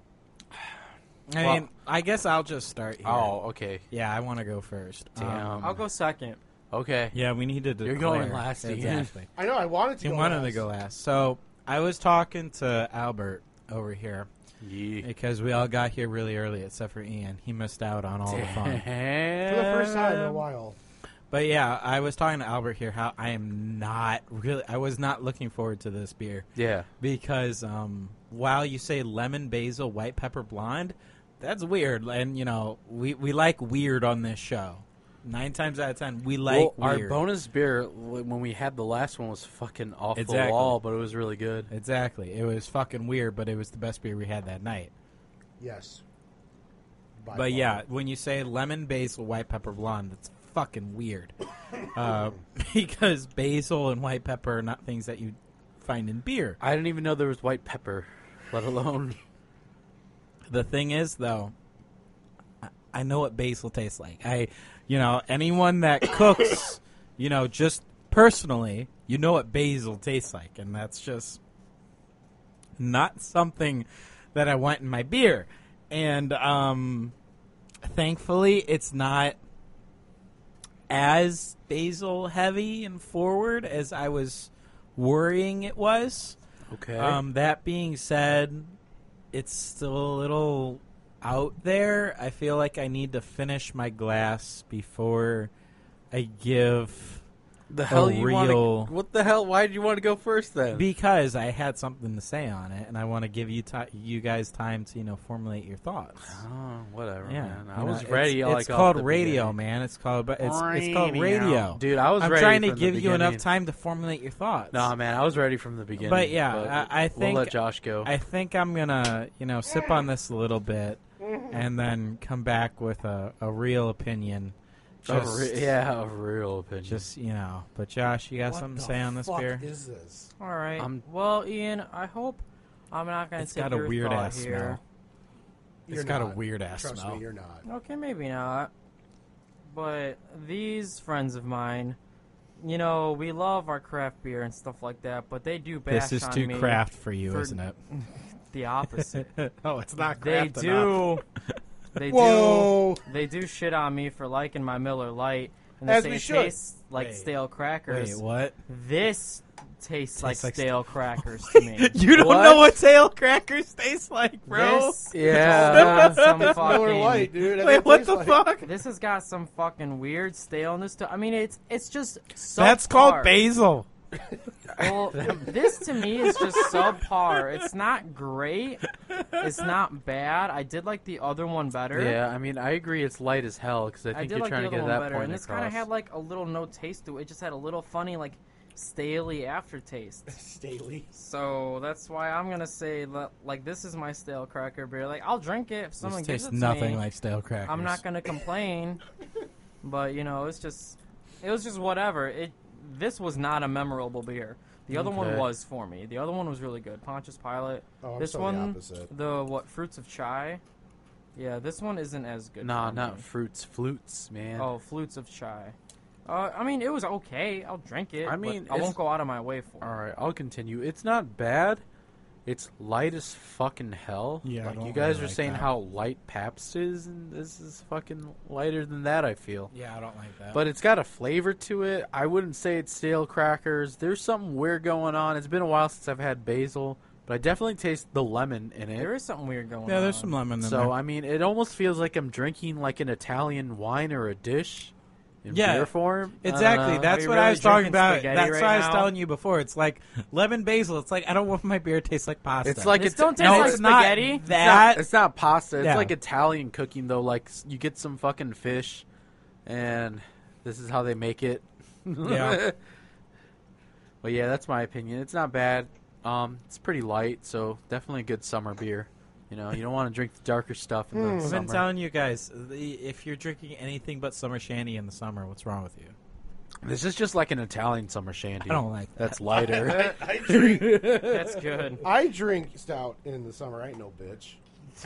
Speaker 2: I
Speaker 1: Well-
Speaker 2: mean, I guess I'll just start here.
Speaker 1: Oh, okay.
Speaker 2: yeah, I want to go first. Um,
Speaker 1: Damn.
Speaker 5: I'll go second.
Speaker 1: Okay.
Speaker 2: yeah, we need to.
Speaker 1: You're going
Speaker 2: declare.
Speaker 1: last again. [LAUGHS]
Speaker 2: exactly.
Speaker 4: I know I wanted to.
Speaker 2: You
Speaker 4: go
Speaker 2: wanted
Speaker 4: last.
Speaker 2: to go last, so I was talking to Albert over here.
Speaker 1: Yeah.
Speaker 2: Because we all got here really early, except for Ian. He missed out on all the fun.
Speaker 4: for the first time
Speaker 2: Um,
Speaker 4: in a while.
Speaker 2: But yeah, I was talking to Albert here how I am not really, I was not looking forward to this beer
Speaker 1: Yeah.
Speaker 2: because um, while you say lemon basil white pepper blonde, that's weird. And you know, we we like weird on this show. Nine times out of ten, we like
Speaker 1: well, our
Speaker 2: weird.
Speaker 1: bonus beer w- when we had the last one was fucking off the
Speaker 2: Exactly.
Speaker 1: wall, but it was really good.
Speaker 2: exactly. It was fucking weird, but it was the best beer we had that night.
Speaker 4: Yes. By
Speaker 2: But
Speaker 4: far.
Speaker 2: yeah, when you say lemon basil white pepper blonde, that's fucking weird. Uh, [LAUGHS] because basil and white pepper are not things that you find in beer.
Speaker 1: I didn't even know there was white pepper, let
Speaker 2: [LAUGHS]
Speaker 1: alone.
Speaker 2: The thing is, though, I- I know what basil tastes like. I, you know, anyone that cooks, [COUGHS] you know, just personally, you know what basil tastes like, and that's just not something that I want in my beer. And um, thankfully, it's not as basil heavy and forward as I was worrying it was.
Speaker 1: Okay.
Speaker 2: Um, that being said, it's still a little out there. I feel like I need to finish my glass before I give
Speaker 1: the hell you want
Speaker 2: real-
Speaker 1: to? What the hell? Why did you want to go first then?
Speaker 2: because I had something to say on it, and I want to give you ti you guys time to you know formulate your thoughts.
Speaker 1: oh, whatever.
Speaker 2: Yeah,
Speaker 1: man. I
Speaker 2: you know,
Speaker 1: was
Speaker 2: it's-
Speaker 1: ready.
Speaker 2: It's,
Speaker 1: like, off
Speaker 2: called
Speaker 1: the
Speaker 2: radio,
Speaker 1: beginning.
Speaker 2: man. It's called but it's, it's called radio.
Speaker 1: dude. I was.
Speaker 2: I'm
Speaker 1: ready
Speaker 2: trying to
Speaker 1: from the
Speaker 2: give you enough
Speaker 1: beginning.
Speaker 2: time to formulate your thoughts.
Speaker 1: Nah, man, I was ready from the beginning.
Speaker 2: But yeah, I- I
Speaker 1: we'll
Speaker 2: think-
Speaker 1: let Josh go.
Speaker 2: I think I'm gonna, you know, sip on this a little bit, and then come back with a, a real opinion.
Speaker 1: A
Speaker 2: Just,
Speaker 1: re- [LAUGHS] yeah, a real opinion.
Speaker 2: just you know. But Josh, you got something to say on this
Speaker 7: fuck
Speaker 2: beer?
Speaker 7: Is this?
Speaker 5: All right.
Speaker 1: I'm-
Speaker 5: well, Ian, I hope I'm not going to
Speaker 2: It's
Speaker 5: take
Speaker 2: got a
Speaker 5: your
Speaker 2: weird
Speaker 5: thought
Speaker 2: ass
Speaker 5: here.
Speaker 2: smell. It's
Speaker 7: You're
Speaker 2: got a
Speaker 7: not.
Speaker 2: weird ass
Speaker 7: Trust
Speaker 2: smell.
Speaker 7: me, you're not.
Speaker 5: Okay, maybe not. But these friends of mine, you know, we love our craft beer and stuff like that, but they do bash
Speaker 2: This is
Speaker 5: on
Speaker 2: too
Speaker 5: me
Speaker 2: craft for you, [LAUGHS]
Speaker 5: for-
Speaker 2: isn't it? [LAUGHS]
Speaker 5: the opposite.
Speaker 2: oh, it's not
Speaker 5: they
Speaker 2: craft enough.
Speaker 5: do. They do. They do shit on me for liking my Miller Lite, and they
Speaker 4: As
Speaker 5: say
Speaker 4: we
Speaker 5: it
Speaker 4: should.
Speaker 5: tastes like
Speaker 2: Wait.
Speaker 5: stale crackers.
Speaker 2: Wait, what?
Speaker 5: This tastes like
Speaker 2: like
Speaker 5: stale crackers to me.
Speaker 2: [LAUGHS] You don't
Speaker 1: What?
Speaker 2: know what tail crackers taste like, bro.
Speaker 5: This
Speaker 1: [LAUGHS] Yeah.
Speaker 2: [LAUGHS]
Speaker 5: has got
Speaker 4: [LAUGHS]
Speaker 5: some
Speaker 4: Miller
Speaker 5: fucking-
Speaker 4: Lite, dude. That's
Speaker 2: Wait, what
Speaker 4: it
Speaker 2: the
Speaker 4: tastes [LAUGHS] like.
Speaker 2: fuck?
Speaker 5: This has got some fucking weird staleness to. I mean, it's it's just subpar.
Speaker 2: That's called basil. [LAUGHS]
Speaker 5: Well, this to me is just subpar. It's not great. It's not bad. I did like the other one better.
Speaker 1: Yeah, I mean, I agree. It's light as hell because I
Speaker 5: I
Speaker 1: think
Speaker 5: did
Speaker 1: you're
Speaker 5: like the
Speaker 1: trying to
Speaker 5: other
Speaker 1: get
Speaker 5: one
Speaker 1: that
Speaker 5: better,
Speaker 1: point
Speaker 5: and this kind of
Speaker 1: across.
Speaker 5: had like a little no taste to it. It just had a little funny, like staley aftertaste.
Speaker 7: Staley.
Speaker 5: So that's why I'm gonna say that, like this is my stale cracker beer. Like I'll drink it if someone
Speaker 2: This
Speaker 5: gives it
Speaker 2: tastes
Speaker 5: to
Speaker 2: nothing
Speaker 5: me.
Speaker 2: like stale crackers.
Speaker 5: I'm not gonna complain, but you know, it's just, it was just whatever. It this was not a memorable beer. The other one
Speaker 1: Okay.
Speaker 5: was for me. The other one was really good. Pontius Pilate.
Speaker 7: Oh, I'm
Speaker 5: this
Speaker 7: so the
Speaker 5: one,
Speaker 7: opposite.
Speaker 5: the what fruits of chai. Yeah, this one isn't as good.
Speaker 1: Nah,
Speaker 2: Oh,
Speaker 5: for
Speaker 1: not
Speaker 5: me.
Speaker 1: fruits, flutes, man.
Speaker 5: Oh, flutes of chai. Uh, I mean, it was okay. I'll drink it.
Speaker 1: I
Speaker 5: I
Speaker 1: mean,
Speaker 5: mean, I
Speaker 1: it's-
Speaker 5: won't go out of my way for
Speaker 1: All
Speaker 5: it.
Speaker 1: right, I'll continue. It's not bad. It's light as fucking hell.
Speaker 2: Yeah, I
Speaker 1: like
Speaker 2: don't
Speaker 1: you guys
Speaker 2: really
Speaker 1: are
Speaker 2: like
Speaker 1: saying
Speaker 2: that.
Speaker 1: how light Pabst is, and this is fucking lighter than that. I feel,
Speaker 2: Yeah, I don't like that.
Speaker 1: but it's got a flavor to it. I wouldn't say it's stale crackers. There's something weird going on. It's been a while since I've had basil, but I definitely taste the lemon in it.
Speaker 5: There is something weird going on.
Speaker 2: yeah, there's some lemon in there.
Speaker 1: So I mean, it almost feels like I'm drinking like an Italian wine or a dish in
Speaker 2: Yeah,
Speaker 1: beer form. I don't
Speaker 2: Exactly.
Speaker 1: know.
Speaker 2: That's
Speaker 5: you
Speaker 2: what
Speaker 5: really
Speaker 2: I was talking
Speaker 5: drinking
Speaker 2: about.
Speaker 5: spaghetti
Speaker 2: That's
Speaker 5: right
Speaker 2: what I was
Speaker 5: now?
Speaker 2: telling you before. It's like lemon basil. It's like I don't want my beer to taste like pasta.
Speaker 1: It's like
Speaker 5: This
Speaker 1: it's
Speaker 5: don't taste
Speaker 1: no,
Speaker 5: like
Speaker 1: it's
Speaker 2: not
Speaker 5: spaghetti.
Speaker 2: that.
Speaker 1: It's not pasta. It's
Speaker 2: Yeah.
Speaker 1: like Italian cooking though. Like s- you get some fucking fish, and this is how they make it.
Speaker 2: Yeah.
Speaker 1: [LAUGHS] but yeah, that's my opinion. It's not bad. Um, it's pretty light, so definitely a good summer beer. You know, you don't want to drink the darker stuff in the
Speaker 5: Hmm.
Speaker 2: I've been
Speaker 1: summer.
Speaker 2: telling you guys, the- if you're drinking anything but summer shandy in the summer, what's wrong with you?
Speaker 1: this is just like an Italian summer shandy.
Speaker 2: I don't like that.
Speaker 1: That's lighter.
Speaker 2: [LAUGHS]
Speaker 7: I, I drink.
Speaker 5: That's good.
Speaker 4: I drink.
Speaker 7: stout in the summer. I ain't no bitch.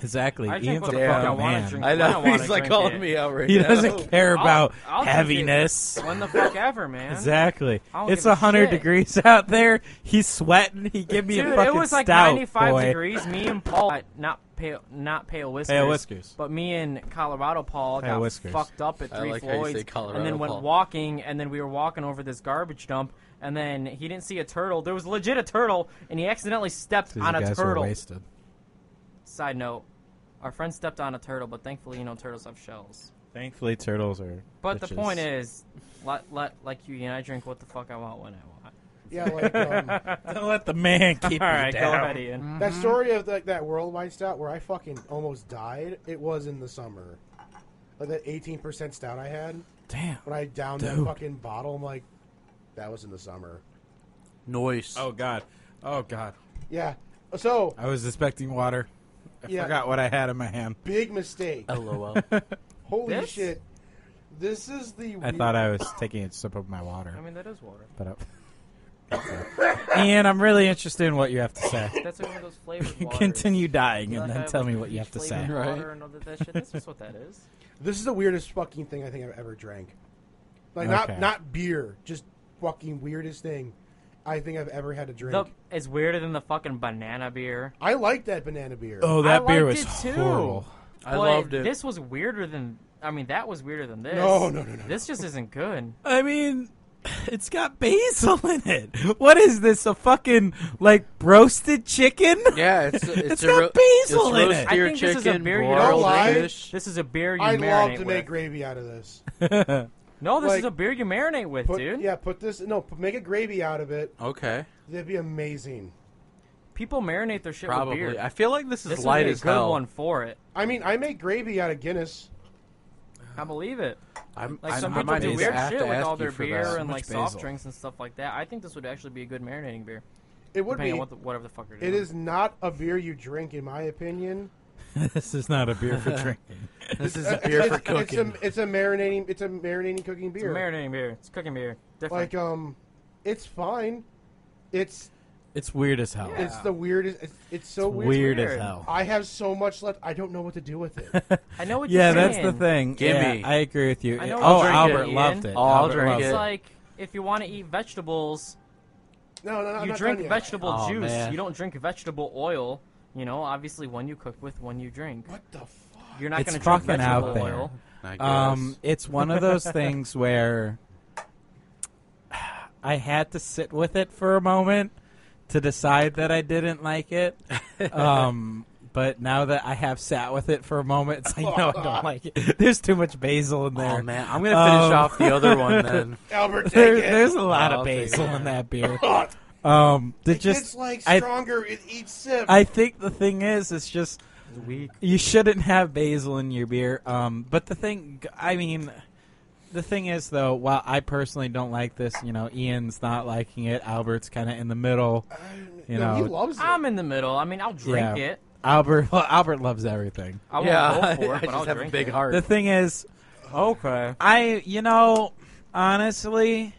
Speaker 2: Exactly.
Speaker 5: I drink
Speaker 2: Ian's
Speaker 5: what
Speaker 2: a
Speaker 1: the fuck I
Speaker 2: fucking
Speaker 5: wanna
Speaker 2: man.
Speaker 5: drink.
Speaker 1: I
Speaker 5: I
Speaker 1: know
Speaker 5: don't wanna
Speaker 1: he's like
Speaker 5: drink
Speaker 1: calling
Speaker 5: it.
Speaker 1: me out right
Speaker 2: He
Speaker 1: now.
Speaker 2: doesn't care about
Speaker 5: I'll- I'll drink it.
Speaker 2: heaviness.
Speaker 5: When the fuck ever, man.
Speaker 2: Exactly.
Speaker 5: I don't
Speaker 2: It's
Speaker 5: give a
Speaker 2: hundred
Speaker 5: shit.
Speaker 2: degrees [LAUGHS] out there. He's sweating. He give me
Speaker 5: Dude,
Speaker 2: a fucking
Speaker 5: it was like
Speaker 2: stout,
Speaker 5: 95
Speaker 2: boy.
Speaker 5: degrees. Me and Paul, uh, not pale, not pale whiskers,
Speaker 2: Pale Whiskers.
Speaker 5: but me and Colorado Paul
Speaker 2: Pale
Speaker 5: got
Speaker 2: Whiskers.
Speaker 5: fucked up at
Speaker 1: I
Speaker 5: Three
Speaker 1: like how you say
Speaker 5: Floyds,
Speaker 1: Colorado
Speaker 5: and then went
Speaker 1: Paul.
Speaker 5: walking, and then we were walking over this garbage dump, and then he didn't see a turtle. There was legit a turtle, and he accidentally stepped
Speaker 2: These
Speaker 5: on a
Speaker 2: guys were
Speaker 5: turtle.
Speaker 2: wasted.
Speaker 5: Side note, our friend stepped on a turtle, but thankfully, you know, turtles have shells.
Speaker 2: Thankfully, turtles are.
Speaker 5: But the
Speaker 2: bitches. [LAUGHS]
Speaker 5: point is, let, let, like you and I drink what the fuck I want when I want.
Speaker 4: Yeah, like um,
Speaker 2: Don't let the
Speaker 5: [LAUGHS]
Speaker 2: man keep
Speaker 5: All
Speaker 2: you
Speaker 5: right,
Speaker 2: down.
Speaker 5: go ahead, Ian.
Speaker 4: that story of like that worldwide stout where I fucking almost died. It was in the summer. Like that eighteen percent stout I had
Speaker 2: Damn.
Speaker 4: when I downed that
Speaker 2: Dude.
Speaker 4: fucking bottle. I'm like, that was in the summer.
Speaker 1: Noise.
Speaker 2: Oh god. Oh god.
Speaker 4: Yeah. So
Speaker 2: I was expecting water. I
Speaker 4: Yeah.
Speaker 2: forgot what I had in my hand.
Speaker 1: Oh,
Speaker 5: [LAUGHS]
Speaker 4: big mistake.
Speaker 1: LOL.
Speaker 4: Holy
Speaker 5: This?
Speaker 4: shit. This is the.
Speaker 2: I thought I was taking a sip of my water,
Speaker 5: I mean, that is water.
Speaker 2: but I, Ian, I'm really interested in what you have to
Speaker 5: [LAUGHS]
Speaker 2: say.
Speaker 5: That's like one of those
Speaker 2: [LAUGHS]
Speaker 5: flavored waters.
Speaker 2: Continue dying,
Speaker 5: You
Speaker 2: and
Speaker 5: know,
Speaker 2: then
Speaker 5: how,
Speaker 2: tell me
Speaker 5: like,
Speaker 2: what you have to
Speaker 5: flavored
Speaker 2: say.
Speaker 1: Right.
Speaker 5: water and all that- that shit. That's just what that is.
Speaker 4: This is the weirdest fucking thing I think I've ever drank. Like
Speaker 2: Okay.
Speaker 4: not not beer, just fucking weirdest thing I think I've ever had to drink.
Speaker 5: The, it's weirder than the fucking banana beer.
Speaker 4: I like that banana beer.
Speaker 2: Oh, that
Speaker 5: I
Speaker 2: beer was
Speaker 5: liked it too.
Speaker 2: horrible.
Speaker 1: I
Speaker 5: But
Speaker 1: loved it.
Speaker 5: This was weirder than. I mean, that was weirder than this.
Speaker 4: No, no, no, no,
Speaker 5: This just isn't good.
Speaker 2: I mean, [LAUGHS] it's got basil in it. What is this? A fucking like roasted chicken?
Speaker 1: yeah, it's it's,
Speaker 2: It's
Speaker 1: a
Speaker 2: got
Speaker 1: ro- it's
Speaker 2: basil in it.
Speaker 1: roast
Speaker 5: I
Speaker 1: deer
Speaker 5: think this
Speaker 1: chicken,
Speaker 5: is a very
Speaker 1: broiled
Speaker 4: Don't
Speaker 1: fish.
Speaker 5: This is a beer you
Speaker 4: I'd
Speaker 5: marinate
Speaker 4: love to
Speaker 5: with.
Speaker 4: make gravy out of this.
Speaker 5: no, this
Speaker 4: like-
Speaker 5: is a beer you marinate with,
Speaker 4: Put,
Speaker 5: dude.
Speaker 4: Yeah, put this. No, put, make a gravy out of it.
Speaker 1: Okay,
Speaker 4: That'd be amazing.
Speaker 5: People marinate their shit with
Speaker 1: probably.
Speaker 5: beer.
Speaker 1: I feel like this is
Speaker 5: this would
Speaker 1: light
Speaker 5: be a
Speaker 1: as
Speaker 5: good
Speaker 1: hell.
Speaker 5: one for it.
Speaker 4: I mean, I make gravy out of Guinness.
Speaker 5: I believe it.
Speaker 1: I'm,
Speaker 5: Like
Speaker 1: I'm-
Speaker 5: some
Speaker 1: I
Speaker 5: people
Speaker 1: might
Speaker 5: do
Speaker 1: just
Speaker 5: weird
Speaker 1: have
Speaker 5: shit
Speaker 1: to
Speaker 5: with
Speaker 1: ask
Speaker 5: all
Speaker 1: you
Speaker 5: their
Speaker 1: for
Speaker 5: beer
Speaker 1: that.
Speaker 5: and
Speaker 2: Much
Speaker 5: like
Speaker 2: basil.
Speaker 5: soft drinks and stuff like that. I think this would actually be a good marinating beer,
Speaker 4: It would
Speaker 5: depending on
Speaker 4: be.
Speaker 5: what the, whatever the fuck you're doing.
Speaker 4: It is not a beer you drink, in my opinion.
Speaker 2: [LAUGHS] this is not a beer for drinking.
Speaker 1: This
Speaker 5: [LAUGHS]
Speaker 1: is a beer for
Speaker 4: [LAUGHS] It's
Speaker 1: cooking.
Speaker 4: a, it's a marinating. It's a marinating cooking
Speaker 5: It's a
Speaker 4: beer.
Speaker 5: marinating beer. It's cooking beer. Different.
Speaker 4: like um, it's fine. It's
Speaker 2: It's weird as hell.
Speaker 4: it's the weirdest. It's, it's so
Speaker 2: weird,
Speaker 4: weird.
Speaker 2: as
Speaker 5: weird.
Speaker 2: hell.
Speaker 4: I have so much left. I don't know what to do
Speaker 2: [LAUGHS]
Speaker 4: with it.
Speaker 5: I know what
Speaker 2: Yeah,
Speaker 5: you're
Speaker 2: that's
Speaker 5: saying.
Speaker 2: the thing.
Speaker 1: Gimme.
Speaker 2: Yeah, I agree with you.
Speaker 5: I know
Speaker 2: oh,
Speaker 5: what you're
Speaker 2: Albert
Speaker 5: saying,
Speaker 2: loved
Speaker 5: Ian.
Speaker 2: it.
Speaker 1: Oh, I'll
Speaker 2: Albert
Speaker 1: drink
Speaker 2: loved
Speaker 1: it.
Speaker 5: It's like if you want to eat vegetables,
Speaker 4: No, no, no. I'm
Speaker 5: you
Speaker 4: not
Speaker 5: drink
Speaker 4: done yet.
Speaker 5: vegetable
Speaker 1: Oh,
Speaker 5: juice.
Speaker 1: man.
Speaker 5: You don't drink vegetable oil. You know, obviously, one you cook with, one you drink.
Speaker 4: What the fuck?
Speaker 5: You're not
Speaker 2: It's
Speaker 5: going to drink
Speaker 2: fucking out
Speaker 5: vegetable
Speaker 2: there.
Speaker 5: oil.
Speaker 1: I guess.
Speaker 2: Um, it's one of
Speaker 5: [LAUGHS]
Speaker 2: those things where I had to sit with it for a moment to decide that I didn't like it.
Speaker 5: [LAUGHS]
Speaker 1: [LAUGHS]
Speaker 2: Um, but now that I have sat with it for a moment, it's like, no, I don't like it. [LAUGHS] There's too much basil in there.
Speaker 1: oh
Speaker 2: [LAUGHS]
Speaker 1: man, I'm gonna finish
Speaker 2: Um,
Speaker 1: off the other
Speaker 5: [LAUGHS]
Speaker 1: one then.
Speaker 2: [LAUGHS]
Speaker 4: Albert, take
Speaker 2: There,
Speaker 4: it. [LAUGHS]
Speaker 2: there's a lot
Speaker 1: I'll
Speaker 2: of
Speaker 1: take
Speaker 2: basil
Speaker 1: it.
Speaker 2: in
Speaker 1: [LAUGHS]
Speaker 2: that beer.
Speaker 4: God,
Speaker 2: Um, that
Speaker 4: it gets
Speaker 2: just
Speaker 4: like
Speaker 2: I-
Speaker 4: stronger with each sip.
Speaker 2: I think the thing is, it's just
Speaker 5: Weak.
Speaker 2: you shouldn't have basil in your beer. Um, but the thing, I mean, the thing is though, while I personally don't like this, you know, Ian's not liking it. Albert's kind of in the middle. You
Speaker 4: no, he
Speaker 2: know,
Speaker 4: loves it.
Speaker 5: I'm in the middle. I mean, I'll drink
Speaker 2: Yeah.
Speaker 5: it.
Speaker 2: Albert. Well, Albert loves everything.
Speaker 5: I
Speaker 1: [LAUGHS]
Speaker 5: won't
Speaker 1: yeah,
Speaker 5: go for it,
Speaker 1: I
Speaker 5: but
Speaker 1: just
Speaker 5: I'll
Speaker 1: have
Speaker 5: drink
Speaker 1: a big
Speaker 5: it.
Speaker 1: heart.
Speaker 2: The thing is,
Speaker 5: Okay.
Speaker 2: I, you know, honestly,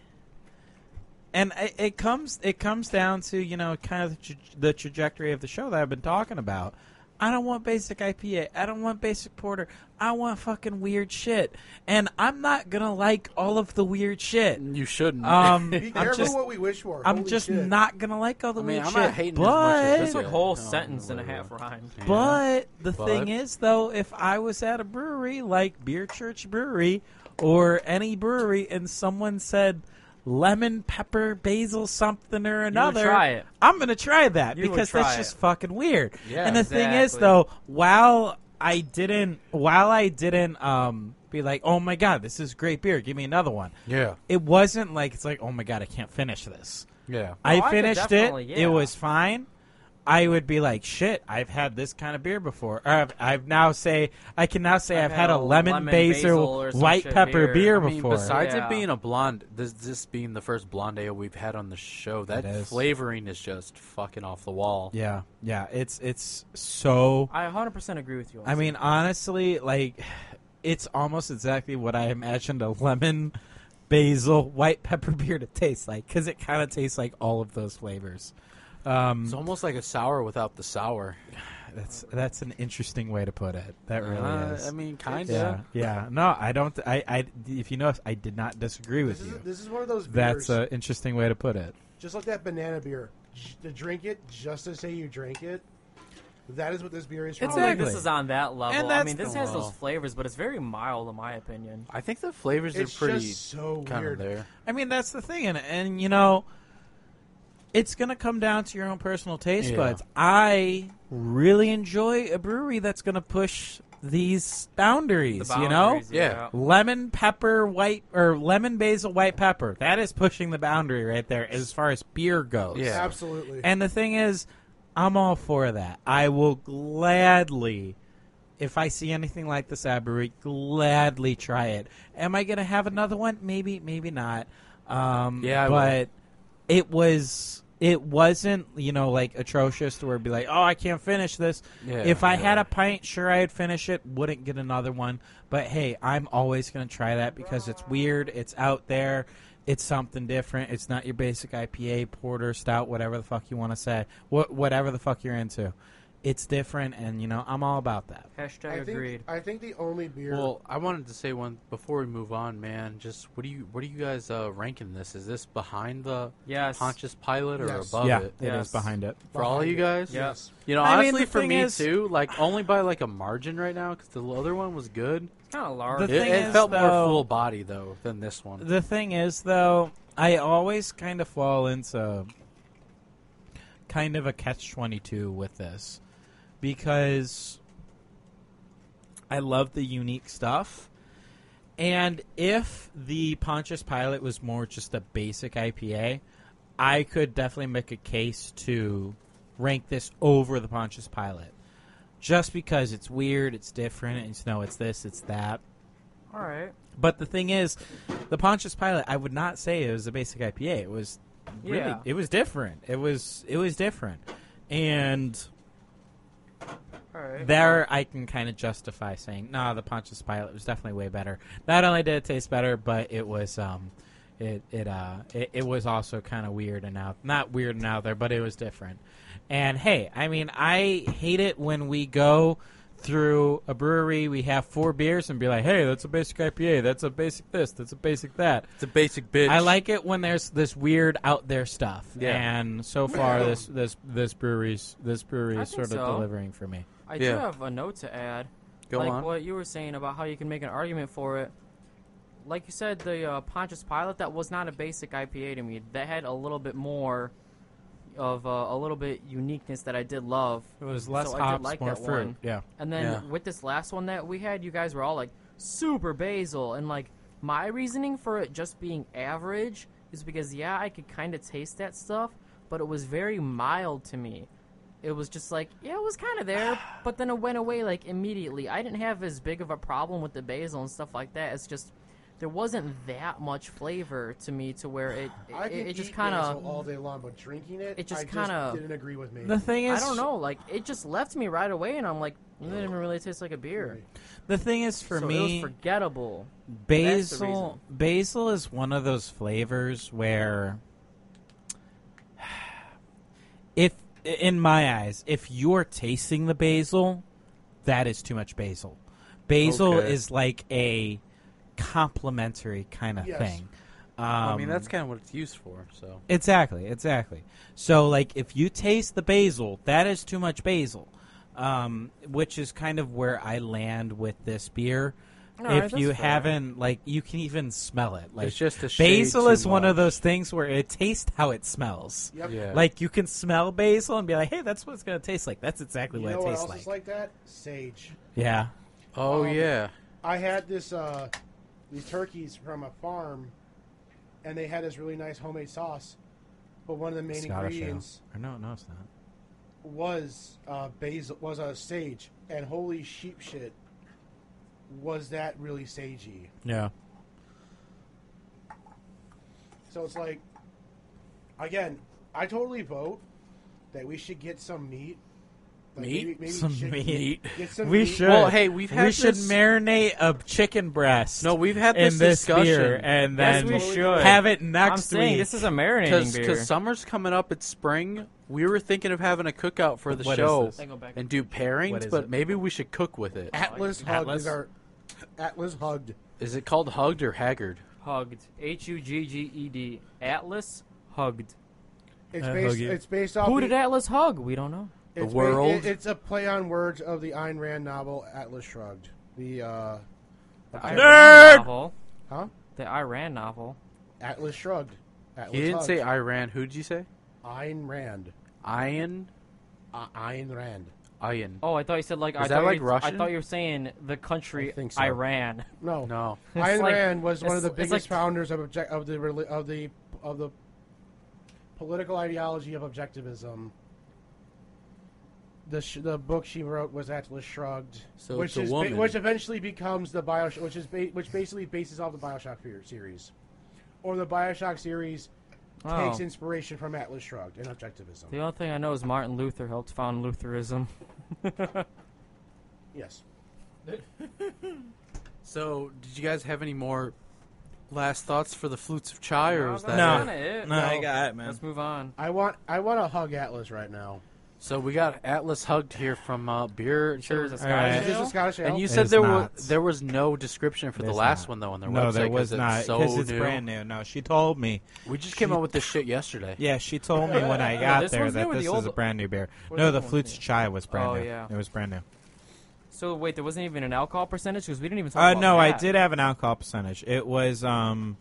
Speaker 2: and it, it comes it comes down to you know kind of the, tra- the trajectory of the show that I've been talking about. I don't want basic IPA. I don't want basic porter. I want fucking weird shit, and I'm not gonna like all of the weird shit.
Speaker 1: you shouldn't. [LAUGHS]
Speaker 2: Um,
Speaker 4: Be
Speaker 2: I'm
Speaker 4: careful
Speaker 2: just
Speaker 4: what we wish for.
Speaker 2: I'm
Speaker 4: Holy
Speaker 2: just
Speaker 4: shit.
Speaker 2: not gonna like all the
Speaker 1: I mean,
Speaker 2: weird
Speaker 1: I'm
Speaker 2: shit.
Speaker 1: not hating as
Speaker 2: but
Speaker 1: much as
Speaker 5: This
Speaker 1: this
Speaker 5: like
Speaker 1: Yeah,
Speaker 5: whole
Speaker 1: no,
Speaker 5: sentence and a
Speaker 1: Oh, no,
Speaker 5: half
Speaker 1: no.
Speaker 5: rhymed.
Speaker 1: Yeah.
Speaker 2: But the
Speaker 1: But-
Speaker 2: thing is, though, if I was at a brewery like Beer Church Brewery or any brewery, and someone said lemon pepper basil something or another,
Speaker 5: try it.
Speaker 2: I'm gonna try that
Speaker 5: You would
Speaker 2: because
Speaker 5: try
Speaker 2: that's just fucking weird.
Speaker 1: Yeah,
Speaker 2: and the thing is,
Speaker 5: exactly.
Speaker 2: though, while I didn't, while I didn't, um, be like, oh my god, this is great beer, give me another one.
Speaker 1: yeah,
Speaker 2: It wasn't like it's like, oh my god, I can't finish this.
Speaker 1: yeah.
Speaker 5: Oh, I
Speaker 2: I
Speaker 5: could
Speaker 2: finished it.
Speaker 5: definitely- yeah.
Speaker 2: It was fine. I would be like, shit, I've had this kind of beer before. Or I've, I've now say I can now say I've, had, a lemon, basil,
Speaker 5: or some
Speaker 2: white
Speaker 5: shit
Speaker 2: pepper beer,
Speaker 5: beer. I
Speaker 1: I mean,
Speaker 2: before.
Speaker 1: besides
Speaker 5: Yeah.
Speaker 1: it being a blonde, this this being the first blonde ale we've had on the show, that
Speaker 2: It is.
Speaker 1: flavoring is just fucking off the wall.
Speaker 2: yeah, yeah, it's it's so.
Speaker 5: I 100% agree with you. on
Speaker 2: I mean, honestly, like it's almost exactly what I imagined a lemon basil white pepper [LAUGHS] beer to taste like because it kind of tastes like all of those flavors. Um,
Speaker 1: It's almost like a sour without the sour.
Speaker 2: that's that's an interesting way to put it. That really
Speaker 1: Uh,
Speaker 2: is.
Speaker 1: I mean, kind of.
Speaker 2: Yeah, yeah. No, I don't. I, I, if you notice, I did not disagree with
Speaker 4: This is,
Speaker 2: you.
Speaker 4: this is one of those beers.
Speaker 2: That's an interesting way to put it.
Speaker 4: just like that banana beer. J- to drink it, just to say you drank it. That is what this beer is. for
Speaker 5: I don't
Speaker 4: me.
Speaker 5: think
Speaker 2: Exactly.
Speaker 5: this is on that level.
Speaker 2: And
Speaker 5: I
Speaker 2: that's
Speaker 5: mean, this
Speaker 2: the
Speaker 5: has
Speaker 1: level.
Speaker 5: those flavors, but it's very mild, in my opinion.
Speaker 1: I think the flavors
Speaker 4: It's
Speaker 1: are pretty
Speaker 4: just so
Speaker 1: kind
Speaker 4: weird.
Speaker 1: of there.
Speaker 2: I mean, that's the thing, and and you know, it's gonna come down to your own personal taste
Speaker 1: Yeah.
Speaker 2: buds. I really enjoy a brewery that's gonna push these boundaries.
Speaker 5: The
Speaker 2: you know,
Speaker 5: boundaries,
Speaker 1: Yeah.
Speaker 2: lemon pepper white or lemon basil white pepper. That is pushing the boundary right there as far as beer goes.
Speaker 1: Yeah.
Speaker 4: Absolutely.
Speaker 2: And the thing is, I'm all for that. I will gladly, if I see anything like this at a brewery, gladly try it. Am I going to have another one? Maybe, maybe not. Um,
Speaker 1: Yeah, I
Speaker 2: but it was. it wasn't you know like atrocious to where it'd be like oh I can't finish this.
Speaker 1: Yeah,
Speaker 2: if I
Speaker 1: yeah.
Speaker 2: had a pint, sure I'd finish it. Wouldn't get another one, but hey, I'm always gonna try that because it's weird. It's out there. It's something different. It's not your basic IPA, porter, stout, whatever the fuck you want to say. What whatever the fuck you're into. It's different, and you know I'm all about that.
Speaker 5: Hashtag
Speaker 4: I
Speaker 5: agreed.
Speaker 4: think, I think the only beer.
Speaker 1: Well, I wanted to say one before we move on, man. Just what do you what are you guys uh, ranking this? Is this behind the
Speaker 5: Yes.
Speaker 1: Pontius Pilot or
Speaker 7: Yes.
Speaker 1: above
Speaker 2: yeah,
Speaker 1: it?
Speaker 2: it
Speaker 5: Yes.
Speaker 2: is behind it.
Speaker 1: For all you guys,
Speaker 5: Yes.
Speaker 1: You know,
Speaker 2: I mean,
Speaker 1: honestly,
Speaker 2: the
Speaker 1: for
Speaker 2: thing
Speaker 1: me
Speaker 2: is-
Speaker 1: too, like only by like a margin right now because the other one was good.
Speaker 5: It's kind of large.
Speaker 2: The
Speaker 1: It,
Speaker 2: thing
Speaker 1: it
Speaker 2: is,
Speaker 1: felt more
Speaker 2: though-
Speaker 1: full body though than this one.
Speaker 2: The thing is, though, I always kind of fall into kind of a catch 22 with this because I love the unique stuff. And if the Pontius Pilot was more just a basic IPA, I could definitely make a case to rank this over the Pontius Pilot. Just because it's weird, it's different, it's no, it's this, it's that.
Speaker 5: All right.
Speaker 2: But the thing is, the Pontius Pilot, I would not say it was a basic IPA. It was really,
Speaker 5: Yeah.
Speaker 2: it was different. It was, it was different, and
Speaker 5: All right.
Speaker 2: there I can kind of justify saying, nah, the Pontius Pilot was definitely way better. Not only did it taste better, but it was, um, it, it, uh, it, it was also kind of weird and out, not weird and out there, but it was different. And hey, I mean, I hate it when we go through a brewery, we have four beers and be like, hey, that's a basic IPA, that's a basic this, that's a basic that.
Speaker 1: It's a basic bitch.
Speaker 2: I like it when there's this weird out there stuff,
Speaker 1: Yeah.
Speaker 2: and so far this this this brewery's this brewery
Speaker 5: I
Speaker 2: is
Speaker 5: think
Speaker 2: sort of
Speaker 5: so.
Speaker 2: delivering for me.
Speaker 5: I do
Speaker 1: Yeah.
Speaker 5: have a note to add.
Speaker 1: Go
Speaker 5: like
Speaker 1: on.
Speaker 5: what you were saying about how you can make an argument for it. Like you said, the uh, Pontius Pilot that was not a basic IPA to me. That had a little bit more of uh, a little bit uniqueness that I did love.
Speaker 2: It was
Speaker 5: less
Speaker 2: less
Speaker 5: So I did hops,
Speaker 2: hops,
Speaker 5: like more
Speaker 2: more
Speaker 5: that fruit.
Speaker 2: fruit.
Speaker 5: one.
Speaker 2: Yeah,
Speaker 5: And then
Speaker 1: Yeah.
Speaker 5: with this last one that we had, you guys were all like super basil, and like my reasoning for it just being average is because yeah, I could kind of taste that stuff, but it was very mild to me. It was just like yeah, it was kind
Speaker 4: [SIGHS]
Speaker 5: of there, but then it went away like immediately. I didn't have as big of a problem with the basil and stuff like that. It's just there wasn't that much flavor to me to
Speaker 4: [SIGHS]
Speaker 5: where it
Speaker 4: I
Speaker 5: it,
Speaker 4: can
Speaker 5: it just
Speaker 4: eat
Speaker 5: kind
Speaker 4: basil
Speaker 5: of
Speaker 4: all day long, but drinking it,
Speaker 5: It just
Speaker 4: I
Speaker 5: kinda-
Speaker 4: didn't agree with me.
Speaker 2: the thing is,
Speaker 5: I don't know like it just left me right away, and I'm like it didn't even really taste like a beer.
Speaker 2: The thing is, for
Speaker 5: So
Speaker 2: me,
Speaker 5: it was forgettable. That's the
Speaker 2: basil basil is one of those flavors where, if in my eyes, if you're tasting the basil, that is too much basil. Basil
Speaker 1: Okay.
Speaker 2: is like a complementary kind of
Speaker 4: Yes.
Speaker 2: thing. Um,
Speaker 1: I mean, that's kind of what it's used for. So
Speaker 2: Exactly, exactly. So, like, if you taste the basil, that is too much basil, um, which is kind of where I land with this beer.
Speaker 5: Alright,
Speaker 2: if
Speaker 5: Oh, that's
Speaker 2: you
Speaker 5: fair.
Speaker 2: haven't, like, you can even smell it. Like,
Speaker 1: it's just a shade
Speaker 2: basil
Speaker 1: too
Speaker 2: is one of
Speaker 1: much.
Speaker 2: those things where it tastes how it smells.
Speaker 4: Yep.
Speaker 1: Yeah.
Speaker 2: Like, you can smell basil and be like, hey, that's what it's going to taste like. That's exactly
Speaker 4: You
Speaker 2: what
Speaker 4: know
Speaker 2: it
Speaker 4: what
Speaker 2: tastes
Speaker 4: else
Speaker 2: like.
Speaker 4: is like that? Sage.
Speaker 2: Yeah.
Speaker 1: oh
Speaker 4: um,
Speaker 1: yeah,
Speaker 4: I had this uh, these turkeys from a farm, and they had this really nice homemade sauce. But one of the main
Speaker 2: Scottish ale.
Speaker 4: ingredients
Speaker 2: Or no, no, it's not.
Speaker 4: was uh, basil, was a sage, and holy sheep shit, was that really sagey?
Speaker 2: Yeah.
Speaker 4: So it's like, again, I totally vote that we should get some meat. Like
Speaker 1: Meat?
Speaker 4: Maybe, maybe
Speaker 2: Some
Speaker 4: chicken.
Speaker 2: meat.
Speaker 4: Get some
Speaker 2: we
Speaker 4: meat.
Speaker 2: should.
Speaker 1: Well, hey, we've had
Speaker 2: we should
Speaker 1: this-
Speaker 2: marinate a chicken breast.
Speaker 1: no, we've had this,
Speaker 2: in this
Speaker 1: discussion
Speaker 2: beer, and then
Speaker 5: yes, we should.
Speaker 2: have it
Speaker 5: I'm
Speaker 2: next
Speaker 5: saying
Speaker 2: week.
Speaker 5: this is a marinating
Speaker 1: because
Speaker 5: beer.
Speaker 1: because summer's coming up. It's spring. We were thinking of having a cookout for the
Speaker 2: What is
Speaker 1: show
Speaker 2: this?
Speaker 5: Then go back.
Speaker 1: and do
Speaker 2: What
Speaker 1: pairings,
Speaker 2: is
Speaker 1: but
Speaker 2: it?
Speaker 1: maybe we should cook with it.
Speaker 4: Atlas hugged
Speaker 2: Atlas?
Speaker 4: is our Atlas hugged.
Speaker 1: Is it called hugged or haggard?
Speaker 5: Hugged. H U G G E D. Atlas hugged.
Speaker 4: It's
Speaker 2: Uh,
Speaker 4: based.
Speaker 2: hug you.
Speaker 4: It's based off.
Speaker 5: Who
Speaker 4: the-
Speaker 5: did Atlas hug? We don't know.
Speaker 1: The
Speaker 4: it's ba-
Speaker 1: world?
Speaker 4: it- it's a play on words of the Ayn Rand novel Atlas Shrugged. The uh,
Speaker 5: The Iran novel.
Speaker 4: huh?
Speaker 5: The Iran novel.
Speaker 4: Atlas Shrugged. Atlas
Speaker 1: He didn't
Speaker 4: hugged.
Speaker 1: say Iran. Who did you say?
Speaker 4: Ayn Rand.
Speaker 1: Iron.
Speaker 4: Uh, Ayn Rand.
Speaker 1: Iron.
Speaker 5: Oh, I thought you said like. I
Speaker 1: Is that
Speaker 5: thought
Speaker 1: like
Speaker 5: you,
Speaker 1: Russian?
Speaker 5: I thought you were saying the country
Speaker 4: I think so.
Speaker 5: Iran.
Speaker 4: No,
Speaker 1: No.
Speaker 4: Ayn
Speaker 5: It's like-
Speaker 4: Rand was one of the
Speaker 5: it's- it's
Speaker 4: biggest
Speaker 5: like-
Speaker 4: founders of obje- of the reli- of the of the political ideology of objectivism. The, sh- the book she wrote was Atlas Shrugged,
Speaker 1: So
Speaker 4: which
Speaker 1: it's a
Speaker 4: is
Speaker 1: woman.
Speaker 4: which eventually becomes the Bioshock, which is ba- which basically bases off the Bioshock fear- series, or the Bioshock series
Speaker 5: Oh.
Speaker 4: takes inspiration from Atlas Shrugged and objectivism.
Speaker 5: The only thing I know is Martin Luther helped found Lutheranism.
Speaker 4: Yes.
Speaker 1: So, did you guys have any more last thoughts for the flutes of chai, or was that
Speaker 2: No.
Speaker 1: it?
Speaker 5: Kinda it.
Speaker 2: No, I got it, man.
Speaker 5: Let's move on.
Speaker 4: I want I want to hug Atlas right now.
Speaker 1: So we got Atlas hugged here from uh, beer.
Speaker 5: Sure, it was a
Speaker 2: All right.
Speaker 5: Scottish
Speaker 4: Is this a
Speaker 5: ale?
Speaker 4: Scottish ale?
Speaker 1: And you
Speaker 2: It
Speaker 1: said
Speaker 2: is
Speaker 1: there was
Speaker 2: not.
Speaker 1: there was no description for
Speaker 2: There's
Speaker 1: the last
Speaker 2: not.
Speaker 1: one though on their
Speaker 2: No,
Speaker 1: website.
Speaker 2: there
Speaker 1: 'cause
Speaker 2: was
Speaker 1: it's
Speaker 2: not
Speaker 1: So
Speaker 2: because it's
Speaker 1: new.
Speaker 2: brand new. No, she told me.
Speaker 1: We just came up with this shit yesterday.
Speaker 2: Yeah, she told me when I
Speaker 5: [LAUGHS] No,
Speaker 2: got
Speaker 5: this
Speaker 2: there
Speaker 5: one's
Speaker 2: that
Speaker 5: new or
Speaker 2: this
Speaker 5: the
Speaker 2: is
Speaker 5: old-
Speaker 2: a brand new beer.
Speaker 5: What
Speaker 2: No,
Speaker 5: other
Speaker 2: the
Speaker 5: one's
Speaker 2: flutes
Speaker 5: new?
Speaker 2: chai was brand
Speaker 5: Oh,
Speaker 2: new.
Speaker 5: yeah.
Speaker 2: It was brand new.
Speaker 5: So wait, there wasn't even an alcohol percentage because we didn't even talk
Speaker 2: Uh,
Speaker 5: about
Speaker 2: no, I
Speaker 5: that.
Speaker 2: did have an alcohol percentage. It was um,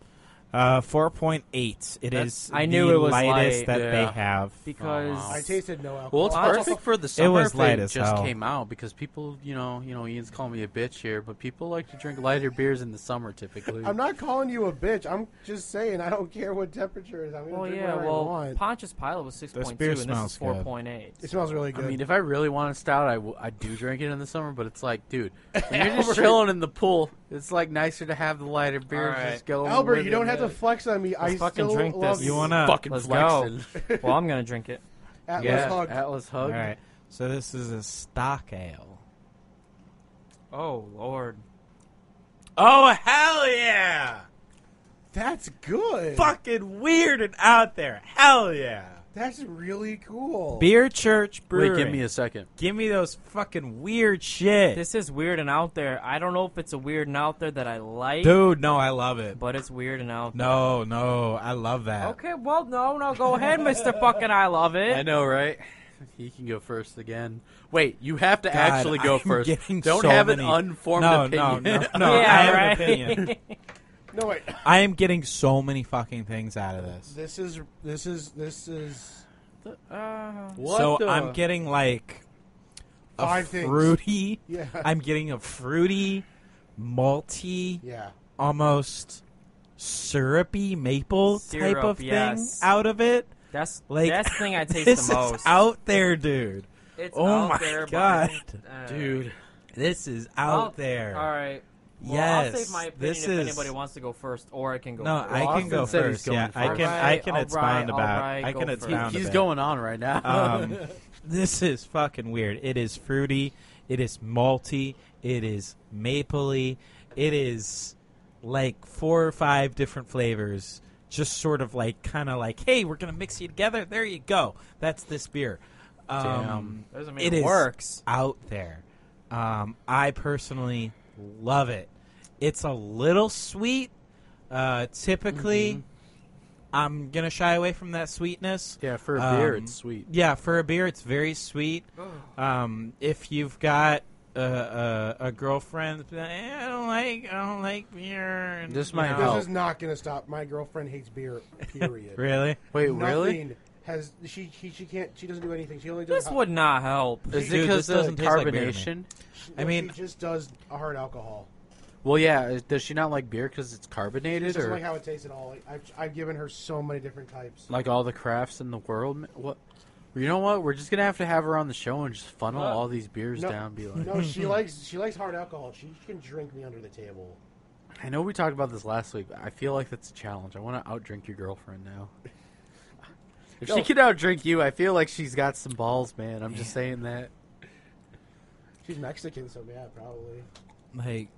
Speaker 2: uh, four point eight. It is.
Speaker 5: I knew
Speaker 2: the
Speaker 5: it was
Speaker 2: lightest
Speaker 5: light.
Speaker 2: that
Speaker 1: Yeah.
Speaker 2: they have.
Speaker 5: because
Speaker 1: Oh, wow.
Speaker 4: I tasted no alcohol.
Speaker 1: Well, it's
Speaker 5: Well, I
Speaker 1: perfect
Speaker 5: just-
Speaker 1: for the summer.
Speaker 2: was
Speaker 1: if
Speaker 2: light
Speaker 1: it
Speaker 2: as
Speaker 1: just
Speaker 2: hell.
Speaker 1: came out because people, you know, you know, Ian's calling me a bitch here, but people like to drink lighter beers in the summer typically.
Speaker 4: [LAUGHS] I'm not calling you a bitch. I'm just saying I don't care what temperature it is. I'm gonna
Speaker 5: Well,
Speaker 4: drink
Speaker 5: yeah.
Speaker 4: what I
Speaker 5: Well,
Speaker 4: want.
Speaker 5: Pontius Pilate was six point two,
Speaker 2: beer
Speaker 5: and this
Speaker 2: smells
Speaker 5: is
Speaker 2: good.
Speaker 5: four point eight.
Speaker 4: It smells really
Speaker 1: I
Speaker 4: good.
Speaker 1: mean, if I really wanted stout, I, w- I do drink it in the summer, but it's like,
Speaker 2: [LAUGHS]
Speaker 1: dude, when you're just chilling in the pool, it's like nicer to have the lighter beer.
Speaker 5: All right.
Speaker 1: Just go
Speaker 4: Albert,
Speaker 1: with
Speaker 4: you don't
Speaker 1: it.
Speaker 4: have to flex on me. I
Speaker 5: Let's fucking
Speaker 4: still
Speaker 5: drink
Speaker 4: love
Speaker 5: this.
Speaker 2: You wanna?
Speaker 1: fucking
Speaker 5: Let's
Speaker 1: flexing.
Speaker 5: [LAUGHS] go. well, I'm gonna drink it.
Speaker 2: [LAUGHS]
Speaker 4: Atlas
Speaker 1: Yeah,
Speaker 4: hug.
Speaker 1: Atlas hug.
Speaker 2: All right. So this is a stock ale.
Speaker 5: Oh Lord.
Speaker 2: Oh hell yeah!
Speaker 4: That's good.
Speaker 2: Fucking weird and out there. Hell yeah!
Speaker 4: That's really cool.
Speaker 2: Beer Church Brewery.
Speaker 1: Wait, give me a second.
Speaker 2: give me those fucking weird shit,
Speaker 5: This is weird and out there. I don't know if it's a weird and out there that I like,
Speaker 2: dude. No, I love it.
Speaker 5: but it's weird and out.
Speaker 2: No, no, I love that.
Speaker 5: Okay, well, no, no, go ahead, Mister Fucking. I love it.
Speaker 1: I know, right? He can go first again. Wait, you have to
Speaker 2: God,
Speaker 1: actually go
Speaker 2: I'm
Speaker 1: first.
Speaker 2: getting
Speaker 1: Don't
Speaker 2: so
Speaker 1: have
Speaker 2: many-
Speaker 1: an unformed
Speaker 2: no,
Speaker 1: opinion.
Speaker 2: No, no, no.
Speaker 5: Yeah,
Speaker 2: I have
Speaker 5: right?
Speaker 2: an opinion.
Speaker 4: No wait.
Speaker 2: I am getting so many fucking things out of this.
Speaker 4: This is this is this is
Speaker 5: [LAUGHS] Uh,
Speaker 1: [LAUGHS] What
Speaker 2: so
Speaker 1: the-
Speaker 2: I'm getting like a
Speaker 4: Five things.
Speaker 2: fruity.
Speaker 4: yeah
Speaker 2: I'm getting a fruity, malty,
Speaker 4: yeah.
Speaker 2: almost syrupy maple type
Speaker 5: Syrup,
Speaker 2: of
Speaker 5: yes.
Speaker 2: thing out of it.
Speaker 5: that's
Speaker 2: Like,
Speaker 5: that's the
Speaker 2: [LAUGHS]
Speaker 5: thing I taste
Speaker 2: this
Speaker 5: the most.
Speaker 2: is out there, dude.
Speaker 5: It's
Speaker 2: oh
Speaker 5: out
Speaker 2: my
Speaker 5: there, but-
Speaker 2: God.
Speaker 5: Uh,
Speaker 1: dude.
Speaker 2: This is out
Speaker 5: I'll-
Speaker 2: there.
Speaker 5: All right. Well, I'll
Speaker 2: Yes,
Speaker 5: save my opinion
Speaker 2: this
Speaker 5: if
Speaker 2: is-
Speaker 5: anybody wants to go first, or I can go.
Speaker 2: No,
Speaker 5: first.
Speaker 2: I can go
Speaker 1: Austin said he's
Speaker 2: first.
Speaker 1: going
Speaker 2: Yeah, I
Speaker 1: first.
Speaker 2: can. I
Speaker 5: Alright,
Speaker 2: can
Speaker 5: alright,
Speaker 2: expound about.
Speaker 5: alright,
Speaker 2: I can
Speaker 5: go
Speaker 2: expound.
Speaker 5: first.
Speaker 1: He's
Speaker 2: a bit.
Speaker 1: going on right now.
Speaker 2: Um, this is fucking weird. It is fruity. It is malty. It is mapley. It is like four or five different flavors. Just sort of like, kind of like, hey, we're gonna mix you together. There you go. That's this beer. Um,
Speaker 5: Doesn't mean
Speaker 2: it
Speaker 5: it,
Speaker 2: is
Speaker 5: works.
Speaker 2: out there. Um, I personally love it. It's a little sweet. Uh, typically, I'm gonna shy away from that sweetness.
Speaker 1: [LAUGHS] yeah, for a beer,
Speaker 2: Um,
Speaker 1: it's sweet.
Speaker 2: Yeah, for a beer, it's very sweet. Um, if you've got a, a, a girlfriend, eh, I don't like, I don't like beer. And,
Speaker 1: This
Speaker 2: you
Speaker 1: might
Speaker 2: know.
Speaker 1: help.
Speaker 4: This is not gonna stop. My girlfriend hates beer. Period.
Speaker 1: [LAUGHS]
Speaker 2: Really?
Speaker 1: Wait,
Speaker 4: Nothing
Speaker 1: really?
Speaker 4: Has she, she? She can't. She doesn't do anything. She only does.
Speaker 5: This would not help.
Speaker 1: Is it
Speaker 2: Dude,
Speaker 1: because
Speaker 2: this
Speaker 1: the
Speaker 2: doesn't taste like beer to me.
Speaker 1: carbonation?
Speaker 4: She,
Speaker 2: I mean-
Speaker 4: she just does hard alcohol.
Speaker 1: well, yeah. is- Does she not like beer because it's
Speaker 4: She
Speaker 1: carbonated,
Speaker 4: doesn't
Speaker 1: or
Speaker 4: like
Speaker 1: like,
Speaker 4: how it tastes at all. Like, I've, I've given her so many different types.
Speaker 1: all the crafts in the world? Ma- What? You know what? We're just gonna have to have her on the show and just funnel
Speaker 5: What?
Speaker 1: all these beers
Speaker 4: Uh, No.
Speaker 1: down.
Speaker 4: [LAUGHS]
Speaker 1: Be like,
Speaker 4: No, she likes she likes hard alcohol. She can drink me under the table.
Speaker 1: I know we talked about this last week. But I feel like that's a challenge. I want to outdrink your girlfriend
Speaker 4: [LAUGHS]
Speaker 1: now. If she
Speaker 4: No.
Speaker 1: can outdrink you, I feel like she's got some balls, man. I'm just saying that.
Speaker 4: She's Mexican, so yeah, probably.
Speaker 2: Like,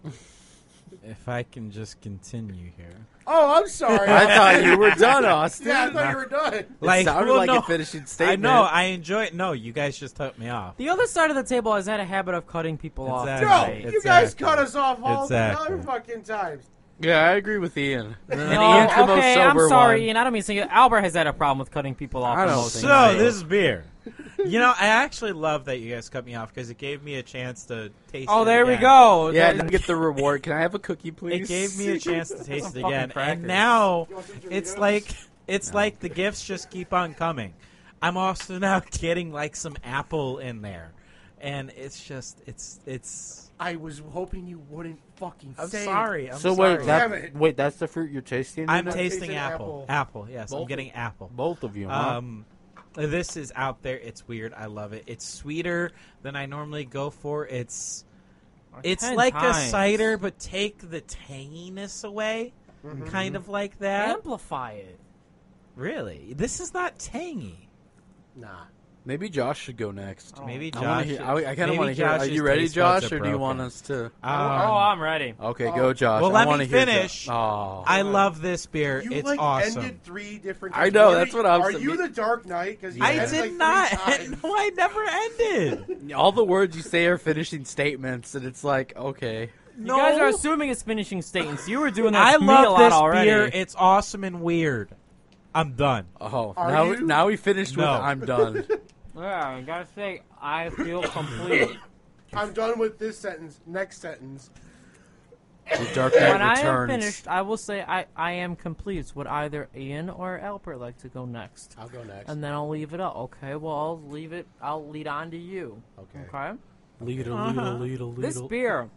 Speaker 2: if I can just continue here.
Speaker 4: Oh, I'm sorry.
Speaker 1: I thought you were done, Austin.
Speaker 4: [LAUGHS] yeah, I thought you were done.
Speaker 1: It
Speaker 2: Like,
Speaker 1: sounded
Speaker 2: well,
Speaker 1: like
Speaker 2: no.
Speaker 1: a finishing
Speaker 2: I
Speaker 1: statement.
Speaker 2: know. I enjoy it. No, you guys just cut
Speaker 1: [LAUGHS]
Speaker 2: me off.
Speaker 5: The other side of the table has had a habit of cutting people off.
Speaker 2: Exactly.
Speaker 4: No,
Speaker 2: Right.
Speaker 4: you guys
Speaker 2: Exactly.
Speaker 4: cut us off all the
Speaker 2: Exactly.
Speaker 4: other fucking times.
Speaker 1: yeah, I agree with Ian. And
Speaker 2: Oh,
Speaker 5: No,
Speaker 1: Ian's the most
Speaker 5: okay, I'm
Speaker 1: sober
Speaker 5: sorry,
Speaker 1: one.
Speaker 5: Ian. I don't mean to say it. Albert has had a problem with cutting people off.
Speaker 1: I
Speaker 5: the
Speaker 1: don't
Speaker 5: most.
Speaker 1: think so.
Speaker 2: So this beer. you know, I actually love that you guys cut me off because it gave me a chance to taste.
Speaker 5: Oh,
Speaker 2: it
Speaker 5: there we
Speaker 2: again.
Speaker 1: Yeah,
Speaker 5: go.
Speaker 1: I
Speaker 5: That-
Speaker 1: didn't get the reward. Can I have a cookie, please?
Speaker 2: It gave me a chance to
Speaker 5: Some
Speaker 2: taste it
Speaker 5: fucking
Speaker 2: again,
Speaker 5: crackers.
Speaker 2: and now
Speaker 4: You want some
Speaker 2: it's
Speaker 4: Doritos?
Speaker 2: like it's like the gifts just keep on coming. I'm also [LAUGHS] now getting like some apple in there, and it's just it's it's.
Speaker 4: I was hoping you wouldn't fucking
Speaker 2: I'm
Speaker 4: say it.
Speaker 2: sorry. I'm
Speaker 1: So
Speaker 2: sorry.
Speaker 1: wait,
Speaker 4: Damn
Speaker 1: that,
Speaker 4: it.
Speaker 1: wait, that's the fruit you're tasting.
Speaker 2: I'm
Speaker 1: in it?
Speaker 2: tasting
Speaker 4: tasting
Speaker 2: apple.
Speaker 4: apple.
Speaker 2: Apple. Yes, I'm
Speaker 1: Both?
Speaker 2: getting apple.
Speaker 1: both of you. Huh?
Speaker 2: Um, this is out there. It's weird. I love it. It's sweeter than I normally go for. It's it's
Speaker 5: Ten
Speaker 2: like a
Speaker 5: times.
Speaker 2: cider, but
Speaker 1: Mm-hmm.
Speaker 2: take the tanginess away, kind of like that.
Speaker 5: Amplify it.
Speaker 2: Really? This is not tangy.
Speaker 4: Nah.
Speaker 1: Maybe Josh should go next.
Speaker 5: Oh.
Speaker 2: Maybe
Speaker 1: I, wanna
Speaker 2: Josh.
Speaker 1: hear, I, I kind of
Speaker 2: maybe
Speaker 1: want to hear. Are
Speaker 2: Josh's
Speaker 1: you ready,
Speaker 2: taste buds
Speaker 1: Josh,
Speaker 2: are
Speaker 1: or do you
Speaker 2: broken.
Speaker 1: want us to?
Speaker 2: Um,
Speaker 5: oh, I'm ready.
Speaker 1: Okay, go, Josh.
Speaker 2: Well,
Speaker 1: I
Speaker 2: let me
Speaker 1: wanna hear Jo-
Speaker 2: finish.
Speaker 1: Oh,
Speaker 2: I love this beer.
Speaker 4: You
Speaker 2: it's
Speaker 4: like
Speaker 2: awesome.
Speaker 4: ended three different.
Speaker 1: I know,
Speaker 4: Are
Speaker 1: that's
Speaker 4: you-
Speaker 1: what I was
Speaker 4: Are you
Speaker 1: thinking.
Speaker 4: the Dark Knight? Because
Speaker 2: I
Speaker 1: Yeah.
Speaker 2: did not. [LAUGHS] No, I never ended.
Speaker 5: [LAUGHS]
Speaker 1: all the words you say are finishing statements, and it's like, okay,
Speaker 2: no.
Speaker 5: You guys are assuming it's finishing statements. You were doing that
Speaker 2: I
Speaker 5: to me a
Speaker 2: love
Speaker 5: lot
Speaker 2: this
Speaker 5: already.
Speaker 2: beer. It's awesome and weird. I'm done.
Speaker 1: oh,
Speaker 4: Are
Speaker 1: now
Speaker 4: you?
Speaker 1: now we finished
Speaker 2: No.
Speaker 1: with I'm [LAUGHS] done.
Speaker 5: yeah, I gotta say, I
Speaker 2: [COUGHS]
Speaker 5: feel complete.
Speaker 4: I'm done with this sentence. Next sentence.
Speaker 1: The Dark
Speaker 5: when
Speaker 1: Knight
Speaker 5: I am
Speaker 1: returns.
Speaker 5: finished, I will say I, I am complete. Would either Ian or Albert like to go next?
Speaker 7: I'll go next.
Speaker 5: And then I'll leave it up. Okay, well, I'll leave it. I'll lead on to you.
Speaker 7: Okay.
Speaker 5: Okay?
Speaker 1: Leadle,
Speaker 2: Uh-huh.
Speaker 1: leadle, leadle,
Speaker 5: This beer.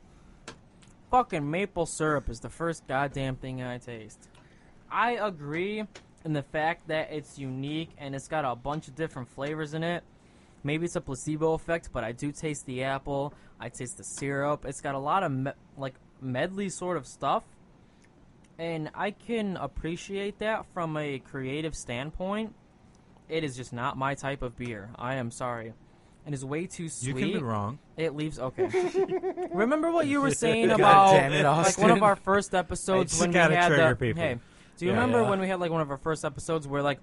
Speaker 5: [LAUGHS] fucking maple syrup is the first goddamn thing I taste. I agree in the fact that it's unique and it's got a bunch of different flavors in it. Maybe it's a placebo effect, but I do taste the apple. I taste the syrup. It's got a lot of me- like medley sort of stuff. And I can appreciate that from a creative standpoint. It is just not my type of beer. I am sorry. It is way too sweet.
Speaker 2: You can be wrong.
Speaker 5: It leaves okay. Remember what you were saying
Speaker 1: God
Speaker 5: about
Speaker 1: damn it,
Speaker 5: like
Speaker 1: Austin.
Speaker 5: one of our first
Speaker 2: I
Speaker 5: episodes
Speaker 2: just
Speaker 5: when we
Speaker 2: gotta
Speaker 5: had
Speaker 2: trigger
Speaker 5: the,
Speaker 2: people.
Speaker 5: hey, do you
Speaker 2: Yeah.
Speaker 5: remember
Speaker 2: Yeah.
Speaker 5: when we had like one of our first episodes where like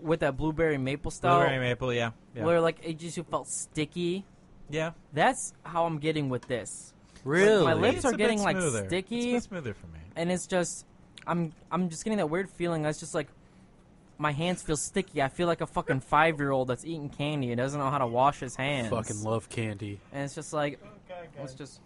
Speaker 5: with that blueberry maple stout,
Speaker 2: Blueberry maple, yeah. Yeah.
Speaker 5: where like it just felt sticky?
Speaker 2: yeah.
Speaker 5: That's how I'm getting with this,
Speaker 1: Really?
Speaker 5: My lips are
Speaker 2: a bit
Speaker 5: getting, like,
Speaker 2: smoother.
Speaker 5: sticky.
Speaker 2: It's a bit smoother for me.
Speaker 5: and it's just I'm I'm just getting that weird feeling. That's just like my hands feel sticky. I feel like a fucking five year old that's eating candy and doesn't know how to wash his hands.
Speaker 1: Fucking love candy.
Speaker 5: and it's just like it's just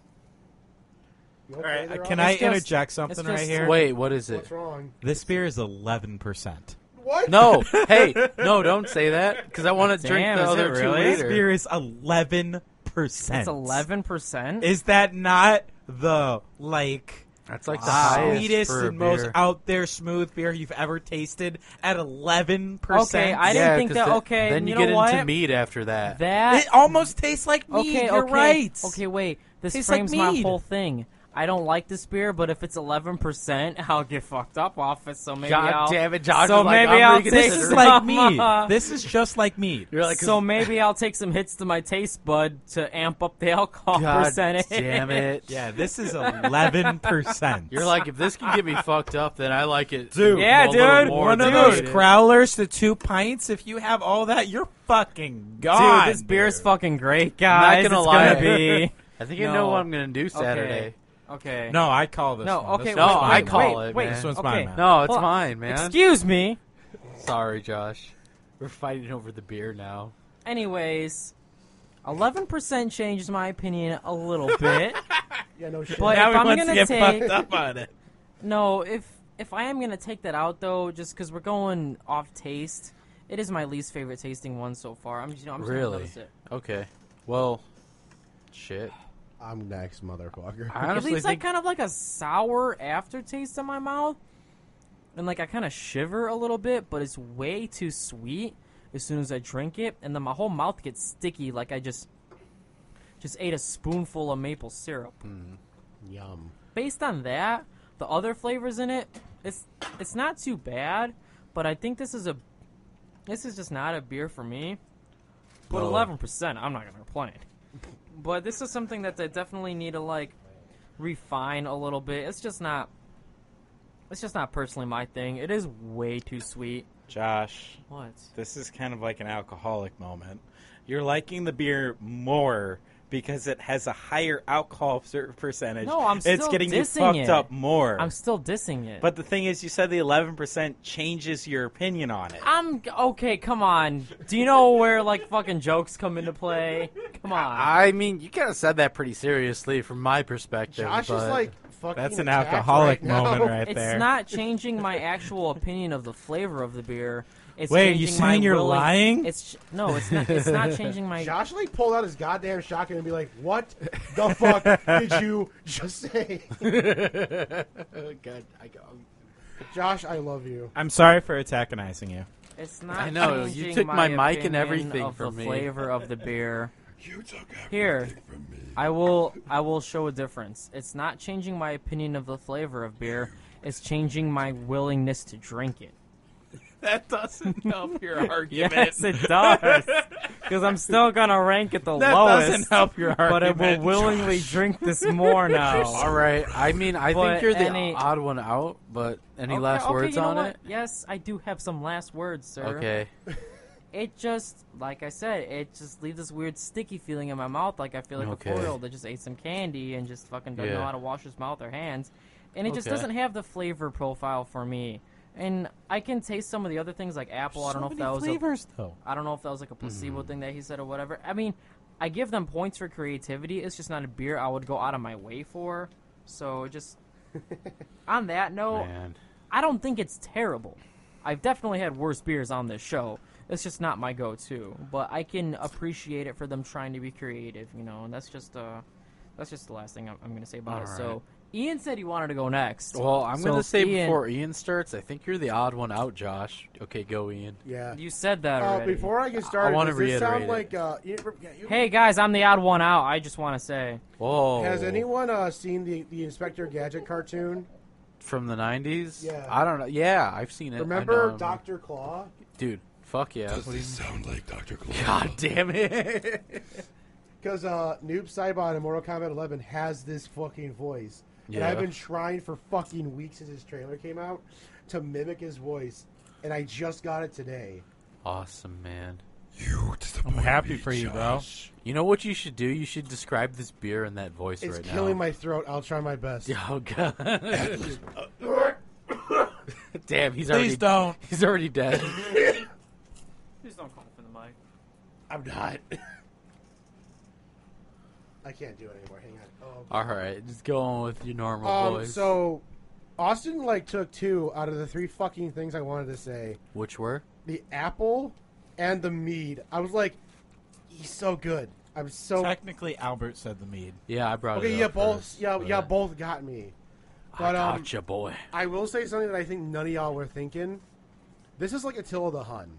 Speaker 4: You okay
Speaker 2: All
Speaker 4: there,
Speaker 2: right, can
Speaker 4: Austin?
Speaker 2: I
Speaker 5: It's just-
Speaker 2: interject something
Speaker 5: it's
Speaker 2: right
Speaker 5: just-
Speaker 2: here?
Speaker 1: Wait, what is it?
Speaker 4: What's wrong?
Speaker 2: This beer is 11%.
Speaker 4: What?
Speaker 1: No, hey, no, don't say that because I want to drink
Speaker 5: Damn,
Speaker 1: the
Speaker 5: is it
Speaker 1: other two
Speaker 5: really?
Speaker 2: This
Speaker 1: later.
Speaker 2: beer is 11%. It's
Speaker 5: it's eleven percent.
Speaker 2: Is that not the, like,
Speaker 1: That's like the highest
Speaker 2: sweetest
Speaker 1: for a
Speaker 2: and most
Speaker 1: beer.
Speaker 2: out there smooth beer you've ever tasted at 11%?
Speaker 5: Okay, I didn't
Speaker 1: Yeah,
Speaker 5: think
Speaker 1: 'cause
Speaker 5: that.
Speaker 1: the-
Speaker 5: okay,
Speaker 1: then
Speaker 5: you,
Speaker 1: you,
Speaker 5: know
Speaker 1: get
Speaker 5: what?
Speaker 1: into meat after that.
Speaker 5: That
Speaker 2: It almost tastes like mead.
Speaker 5: okay,
Speaker 2: You're
Speaker 5: okay,
Speaker 2: right.
Speaker 5: Okay, wait. This
Speaker 2: Tastes like
Speaker 5: frames my
Speaker 2: mead.
Speaker 5: whole thing. I don't like this beer, but if it's eleven percent, [LAUGHS] I'll get fucked up off it. So maybe
Speaker 1: God
Speaker 5: I'll.
Speaker 1: damn it, Josh!
Speaker 5: so
Speaker 1: is like, I'm
Speaker 5: maybe I'll
Speaker 1: gonna
Speaker 5: take
Speaker 2: This
Speaker 1: get
Speaker 2: is
Speaker 1: it.
Speaker 5: [LAUGHS]
Speaker 2: like mead. This is just like mead.
Speaker 1: You're like,
Speaker 5: so maybe I'll take some hits to my taste bud to amp up the alcohol
Speaker 1: God
Speaker 5: percentage.
Speaker 1: damn it!
Speaker 2: Yeah, this is 11%.
Speaker 1: You're like, if this can get me fucked up, then I like it.
Speaker 2: Dude.
Speaker 5: Yeah,
Speaker 1: a little
Speaker 5: dude,
Speaker 1: more
Speaker 2: One
Speaker 1: than
Speaker 2: of
Speaker 1: I
Speaker 2: those
Speaker 1: hate it.
Speaker 2: growlers to two pints. If you have all that, you're fucking gone.
Speaker 5: [LAUGHS] Dude, this beer's
Speaker 2: dude.
Speaker 5: fucking great, guys.
Speaker 1: gonna
Speaker 5: it's
Speaker 1: lie. [LAUGHS]
Speaker 5: gonna be
Speaker 1: I think I know
Speaker 5: No.
Speaker 1: what I'm gonna do Saturday.
Speaker 5: okay.
Speaker 2: No, I call this.
Speaker 5: No,
Speaker 2: one.
Speaker 5: okay,
Speaker 2: This
Speaker 1: No,
Speaker 2: one's
Speaker 1: I
Speaker 2: mine,
Speaker 1: call
Speaker 5: wait,
Speaker 1: it.
Speaker 5: wait,
Speaker 1: man.
Speaker 2: This one's
Speaker 5: okay.
Speaker 2: mine, man.
Speaker 1: No, it's
Speaker 5: Hold on.
Speaker 1: mine, man.
Speaker 5: Excuse me.
Speaker 1: Sorry, Josh. We're fighting over the beer now.
Speaker 5: Anyways, eleven percent changes my opinion a
Speaker 1: [LAUGHS]
Speaker 5: little bit.
Speaker 4: Yeah, no shit.
Speaker 5: But
Speaker 2: Now
Speaker 5: if
Speaker 2: he
Speaker 5: I'm
Speaker 2: wants
Speaker 5: gonna
Speaker 2: to get
Speaker 5: take-
Speaker 2: fucked up on it.
Speaker 5: No, if if I am gonna take that out though, just because we're going off taste, it is my least favorite tasting one so far. I'm just, you know, I'm just
Speaker 1: Really?
Speaker 5: gonna notice it.
Speaker 1: Okay. Well, shit.
Speaker 7: I'm next, motherfucker.
Speaker 1: I honestly
Speaker 5: it leaves
Speaker 1: think
Speaker 5: like kind of like a sour aftertaste in my mouth, and like I kind of shiver a little bit, but it's way too sweet as soon as I drink it, and then my whole mouth gets sticky, like I just just ate a spoonful of maple syrup.
Speaker 7: Yum.
Speaker 5: based on that, the other flavors in it, it's it's not too bad, but I think this is a this is just not a beer for me. But
Speaker 1: No.
Speaker 5: eleven percent, I'm not gonna complain. But this is something that I definitely need to like refine a little bit. It's just not it's just not personally my thing. It is way too sweet.
Speaker 6: Josh,
Speaker 5: What?
Speaker 6: this is kind of like an alcoholic moment. You're liking the beer more because it has a higher alcohol ser- percentage.
Speaker 5: No, I'm
Speaker 6: It's
Speaker 5: still
Speaker 6: getting you
Speaker 5: dissing
Speaker 6: fucked
Speaker 5: it.
Speaker 6: up more.
Speaker 5: I'm still dissing it.
Speaker 6: but the thing is, you said the 11% changes your opinion on it.
Speaker 5: I'm okay. Come on. Do you know where like fucking jokes come into play? Come on.
Speaker 1: I mean, you kind of said that pretty seriously from my perspective.
Speaker 4: Josh
Speaker 1: but
Speaker 4: is like fucking.
Speaker 2: That's an
Speaker 4: attacked
Speaker 2: alcoholic
Speaker 4: right now.
Speaker 2: moment right
Speaker 5: It's
Speaker 2: there.
Speaker 5: not changing my actual opinion of the flavor of the beer. It's
Speaker 2: Wait, are you
Speaker 5: changing my
Speaker 2: saying you're
Speaker 5: willing-
Speaker 2: lying?
Speaker 5: It's no, it's not.
Speaker 2: [LAUGHS]
Speaker 5: It's not changing my.
Speaker 4: Josh like pulled out his goddamn shotgun and be like, "What the fuck did you just say?" [LAUGHS]
Speaker 1: God, I go-
Speaker 4: Josh, I love you.
Speaker 2: I'm sorry for antagonizing you.
Speaker 5: It's not.
Speaker 1: I know, you took
Speaker 5: changing
Speaker 1: my mic and
Speaker 5: opinion
Speaker 1: everything
Speaker 5: of
Speaker 1: from
Speaker 5: the
Speaker 1: me.
Speaker 5: Flavor of the beer. Here, I will. I will show a difference.
Speaker 1: [LAUGHS]
Speaker 5: It's not changing my opinion of the flavor of beer. It's changing my willingness to drink it.
Speaker 3: that doesn't help your argument.
Speaker 6: [LAUGHS]
Speaker 5: Yes, it [LAUGHS] does. Because I'm still gonna rank it the
Speaker 3: that doesn't
Speaker 5: lowest,
Speaker 3: help your
Speaker 5: but I
Speaker 3: argument.
Speaker 5: will willingly drink
Speaker 1: [LAUGHS]
Speaker 5: this more now.
Speaker 1: All right. I mean, I
Speaker 5: But
Speaker 1: think you're the
Speaker 5: any-
Speaker 1: odd one out, but any
Speaker 5: Okay,
Speaker 1: last
Speaker 5: okay,
Speaker 1: words
Speaker 5: you know
Speaker 1: on
Speaker 5: what?
Speaker 1: it?
Speaker 5: Yes, I do have some last words, sir.
Speaker 1: Okay.
Speaker 5: It just, like I said, it just leaves this weird sticky feeling in my mouth. Like I feel like
Speaker 1: Okay.
Speaker 5: a four-year-old that just ate some candy and just fucking doesn't know
Speaker 1: Yeah.
Speaker 5: how to wash his mouth or hands, and it just
Speaker 1: Okay.
Speaker 5: doesn't have the flavor profile for me. And I can taste some of the other things like apple. I don't know if that was a
Speaker 2: flavors though.
Speaker 5: I don't know if that was like a
Speaker 1: Mm-hmm.
Speaker 5: placebo thing that he said or whatever. I mean, I give them points for creativity. It's just not a beer I would go out of my way for. So just on that note,
Speaker 1: Man.
Speaker 5: I don't think it's terrible. I've definitely had worse beers on this show. It's just not my go-to, but I can appreciate it for them trying to be creative, you know. And that's just uh, that's just the last thing I'm, I'm gonna say about it. So Ian said he wanted to go next.
Speaker 1: Well, I'm
Speaker 5: So
Speaker 1: going to
Speaker 5: if
Speaker 1: say
Speaker 5: Ian-
Speaker 1: before Ian starts, I think you're the odd one out, Josh. Okay, go, Ian.
Speaker 4: Yeah.
Speaker 5: you said that
Speaker 4: Uh,
Speaker 5: already.
Speaker 4: before I get started,
Speaker 1: wanna
Speaker 4: does this sound
Speaker 1: reiterate
Speaker 4: like uh, you- yeah, you-
Speaker 5: Hey guys, I'm the odd one out. I just want to say.
Speaker 1: Whoa.
Speaker 4: Has anyone uh, seen the, the Inspector Gadget cartoon?
Speaker 1: From the 90s?
Speaker 4: Yeah.
Speaker 1: I don't know. Yeah, I've seen it. I know
Speaker 4: Remember
Speaker 1: him.
Speaker 4: Doctor Claw?
Speaker 1: Dude, fuck
Speaker 4: [LAUGHS]
Speaker 1: yeah.
Speaker 8: Does this sound like Dr. Claw?
Speaker 1: God damn it.
Speaker 4: Because uh, Noob Saibot in Mortal Kombat 11 has this fucking voice, and
Speaker 1: Yeah.
Speaker 4: I've been trying for fucking weeks since his trailer came out to mimic his voice, and I just got it today.
Speaker 1: awesome, man.
Speaker 8: You disappoint
Speaker 2: I'm happy
Speaker 8: me,
Speaker 2: for you, bro.
Speaker 8: Josh.
Speaker 1: You know what you should do? You should describe this beer in that voice
Speaker 4: It's
Speaker 1: right
Speaker 4: killing
Speaker 1: now.
Speaker 4: my throat. I'll try my best.
Speaker 1: [LAUGHS] Oh god.
Speaker 4: [LAUGHS]
Speaker 1: Damn, he's already
Speaker 2: Please don't.
Speaker 1: he's already dead. [LAUGHS]
Speaker 5: Please don't call for the mic.
Speaker 8: I'm not.
Speaker 4: I can't do it anymore. Hang on. Oh,
Speaker 1: All right, just go on with your normal
Speaker 4: Um,
Speaker 1: voice.
Speaker 4: so Austin like took two out of the three fucking things I wanted to say:
Speaker 1: Which were?
Speaker 4: the apple and the mead. I was like, he's so good. I'm so
Speaker 2: Technically, Albert said the mead.
Speaker 1: Yeah, I brought
Speaker 4: okay.
Speaker 1: it
Speaker 4: Yeah,
Speaker 1: up
Speaker 4: both.
Speaker 1: first,
Speaker 4: yeah,
Speaker 1: but-
Speaker 4: yeah, both got me.
Speaker 1: I
Speaker 4: But um,
Speaker 1: gotcha, boy.
Speaker 4: I will say something that I think none of y'all were thinking. This is like Attila the Hun.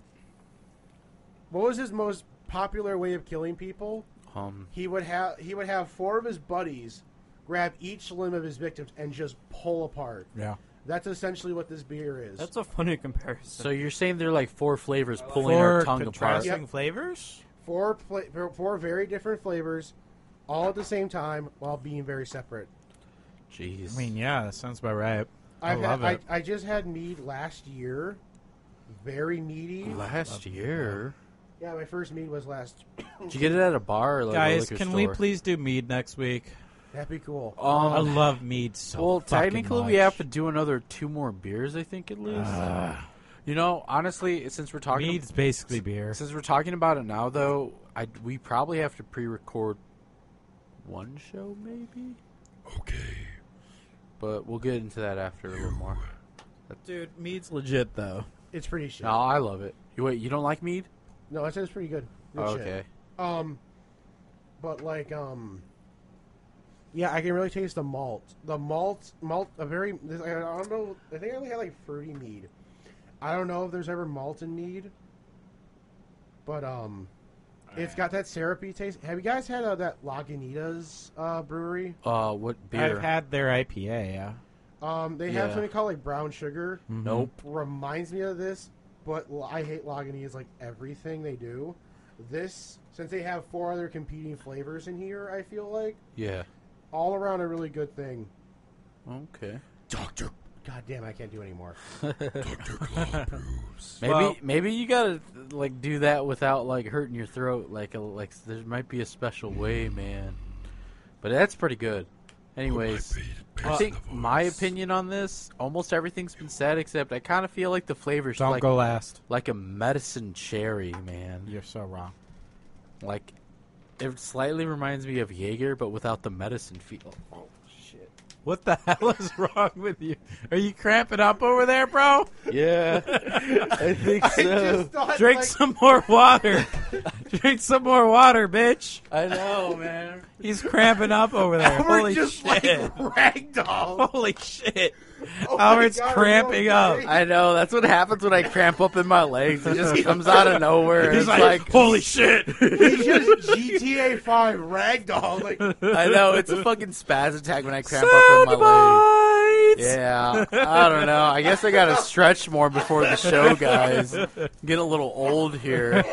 Speaker 4: What was his most popular way of killing people?
Speaker 1: Um,
Speaker 4: He would have he would have four of his buddies grab each limb of his victims and just pull apart.
Speaker 2: Yeah.
Speaker 4: That's essentially what this beer is.
Speaker 5: That's a funny comparison.
Speaker 1: so you're saying they're like four flavors pulling our
Speaker 2: Four
Speaker 1: tongue apart?
Speaker 2: contrasting flavors.
Speaker 4: four pla- four very different flavors, all at the same time while being very separate.
Speaker 1: Jeez.
Speaker 2: I mean, yeah, that sounds about right. I
Speaker 4: I've
Speaker 2: love
Speaker 4: had,
Speaker 2: it.
Speaker 4: I, I just had mead last year, very meaty.
Speaker 1: last year,
Speaker 4: Yeah, my first mead was last.
Speaker 1: did you get it at a bar or like a
Speaker 2: Guys,
Speaker 1: liquor
Speaker 2: can
Speaker 1: store?
Speaker 2: we please do mead next week?
Speaker 4: That'd be cool.
Speaker 2: I
Speaker 1: Um,
Speaker 2: love mead so
Speaker 1: well,
Speaker 2: fucking
Speaker 1: technically,
Speaker 2: much.
Speaker 1: we have to do another two more beers, I think at least.
Speaker 2: Ah.
Speaker 1: you know, honestly, since we're talking
Speaker 2: Mead's basically beer.
Speaker 1: Since we're talking about it now, though, I we probably have to pre-record one show, maybe.
Speaker 8: Okay.
Speaker 1: But we'll get into that after a little more.
Speaker 2: Dude, mead's legit though.
Speaker 4: It's pretty shit.
Speaker 1: No, I love it. You wait, you don't like mead?
Speaker 4: No, I said it's pretty good. Good
Speaker 1: Oh,
Speaker 4: shit.
Speaker 1: okay.
Speaker 4: Um, but like um, yeah, I can really taste the malt. The malt, malt, a very. This, I don't know. I think I only had like fruity mead. I don't know if there's ever malt in mead, but um, it's got that syrupy taste. Have you guys had uh, that Lagunitas uh, brewery?
Speaker 1: Uh, what beer?
Speaker 2: I've had their IPA. Yeah.
Speaker 4: Um, they have
Speaker 1: Yeah. Mm-hmm.
Speaker 4: something called like brown sugar.
Speaker 1: nope.
Speaker 4: reminds me of this, but l- I hate Lagunitas like everything they do. This, since they have four other competing flavors in here, I feel like
Speaker 1: Yeah.
Speaker 4: all around a really good thing.
Speaker 1: Okay.
Speaker 8: Dr.
Speaker 4: God damn, I can't do anymore.
Speaker 1: [LAUGHS]
Speaker 8: Dr. Claw brews.
Speaker 1: Maybe
Speaker 2: Well-
Speaker 1: maybe you gotta like do that without like hurting your throat. Like a, like there might be a special way, man. But that's pretty good. Anyways, I think my opinion on this, almost everything's been said except I kind of feel like the flavors
Speaker 2: Don't
Speaker 1: like
Speaker 2: go last.
Speaker 1: like a medicine cherry, man.
Speaker 2: You're so wrong.
Speaker 1: Like it slightly reminds me of Jaeger, but without the medicine feel. [LAUGHS]
Speaker 2: What the hell is wrong with you? Are you cramping up over there, bro?
Speaker 1: [LAUGHS] Yeah, I think
Speaker 4: I just thought,
Speaker 2: Drink
Speaker 1: [LAUGHS]
Speaker 4: like,
Speaker 2: some more water. Drink some more water, bitch.
Speaker 6: I know, man.
Speaker 2: He's cramping up over there.
Speaker 4: Albert
Speaker 2: Holy
Speaker 4: just [LAUGHS]
Speaker 2: shit.
Speaker 4: like ragdoll.
Speaker 2: Holy shit.
Speaker 4: Oh my
Speaker 2: Albert's
Speaker 4: God,
Speaker 2: cramping
Speaker 4: no
Speaker 2: up.
Speaker 4: way.
Speaker 1: I know that's what happens when I cramp up in my legs. It
Speaker 2: [LAUGHS]
Speaker 1: just comes out of nowhere. [LAUGHS]
Speaker 2: He's
Speaker 1: it's
Speaker 2: like,
Speaker 1: like, [LAUGHS]
Speaker 2: holy shit.
Speaker 4: He's
Speaker 2: [LAUGHS]
Speaker 4: just GTA Five ragdoll. Like
Speaker 1: I know it's a fucking spaz attack when I cramp up in my
Speaker 2: Sound
Speaker 1: legs. Yeah, I don't know. I guess I gotta stretch more before the
Speaker 2: [LAUGHS]
Speaker 1: show, guys. Get a little old here.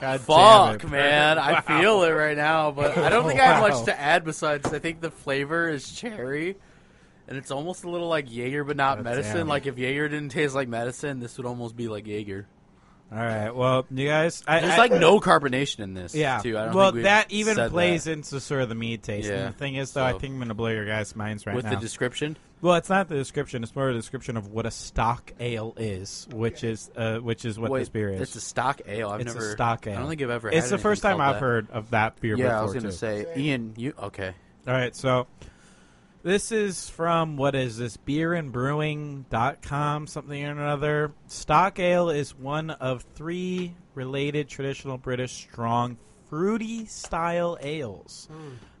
Speaker 2: God
Speaker 1: Fuck,
Speaker 2: damn it.
Speaker 1: man, I feel it right now, but I don't think I have much to add besides I think the flavor is cherry, and it's almost a little like Jaeger, but not
Speaker 2: God damn
Speaker 1: medicine.
Speaker 2: it.
Speaker 1: Like if Jaeger didn't taste like medicine, this would almost be like Jaeger.
Speaker 2: All right. Well, you guys, I,
Speaker 1: There's
Speaker 2: I-
Speaker 1: like no carbonation in this.
Speaker 2: yeah.
Speaker 1: Too. I don't
Speaker 2: well,
Speaker 1: think we've
Speaker 2: that even
Speaker 1: said
Speaker 2: plays
Speaker 1: that
Speaker 2: into sort of the mead taste.
Speaker 1: Yeah,
Speaker 2: And the thing is, though, I
Speaker 1: so-
Speaker 2: think I'm going to blow your guys' minds right
Speaker 1: with
Speaker 2: now.
Speaker 1: the description.
Speaker 2: well, it's not the description; it's more a description of what a stock ale is, which is uh, which is what
Speaker 1: Wait,
Speaker 2: this beer is.
Speaker 1: It's a stock ale. I've
Speaker 2: It's a
Speaker 1: never
Speaker 2: stock
Speaker 1: I
Speaker 2: ale.
Speaker 1: don't think I've ever.
Speaker 2: It's
Speaker 1: had
Speaker 2: the first
Speaker 1: anything
Speaker 2: time
Speaker 1: called
Speaker 2: I've
Speaker 1: that.
Speaker 2: heard of that beer.
Speaker 1: Yeah,
Speaker 2: before,
Speaker 1: I was gonna
Speaker 2: too.
Speaker 1: say, Ian, you okay?
Speaker 2: All right, so this is from what is this beerandbrewing.com something or another. Stock ale is one of three related traditional British strong fruity style ales.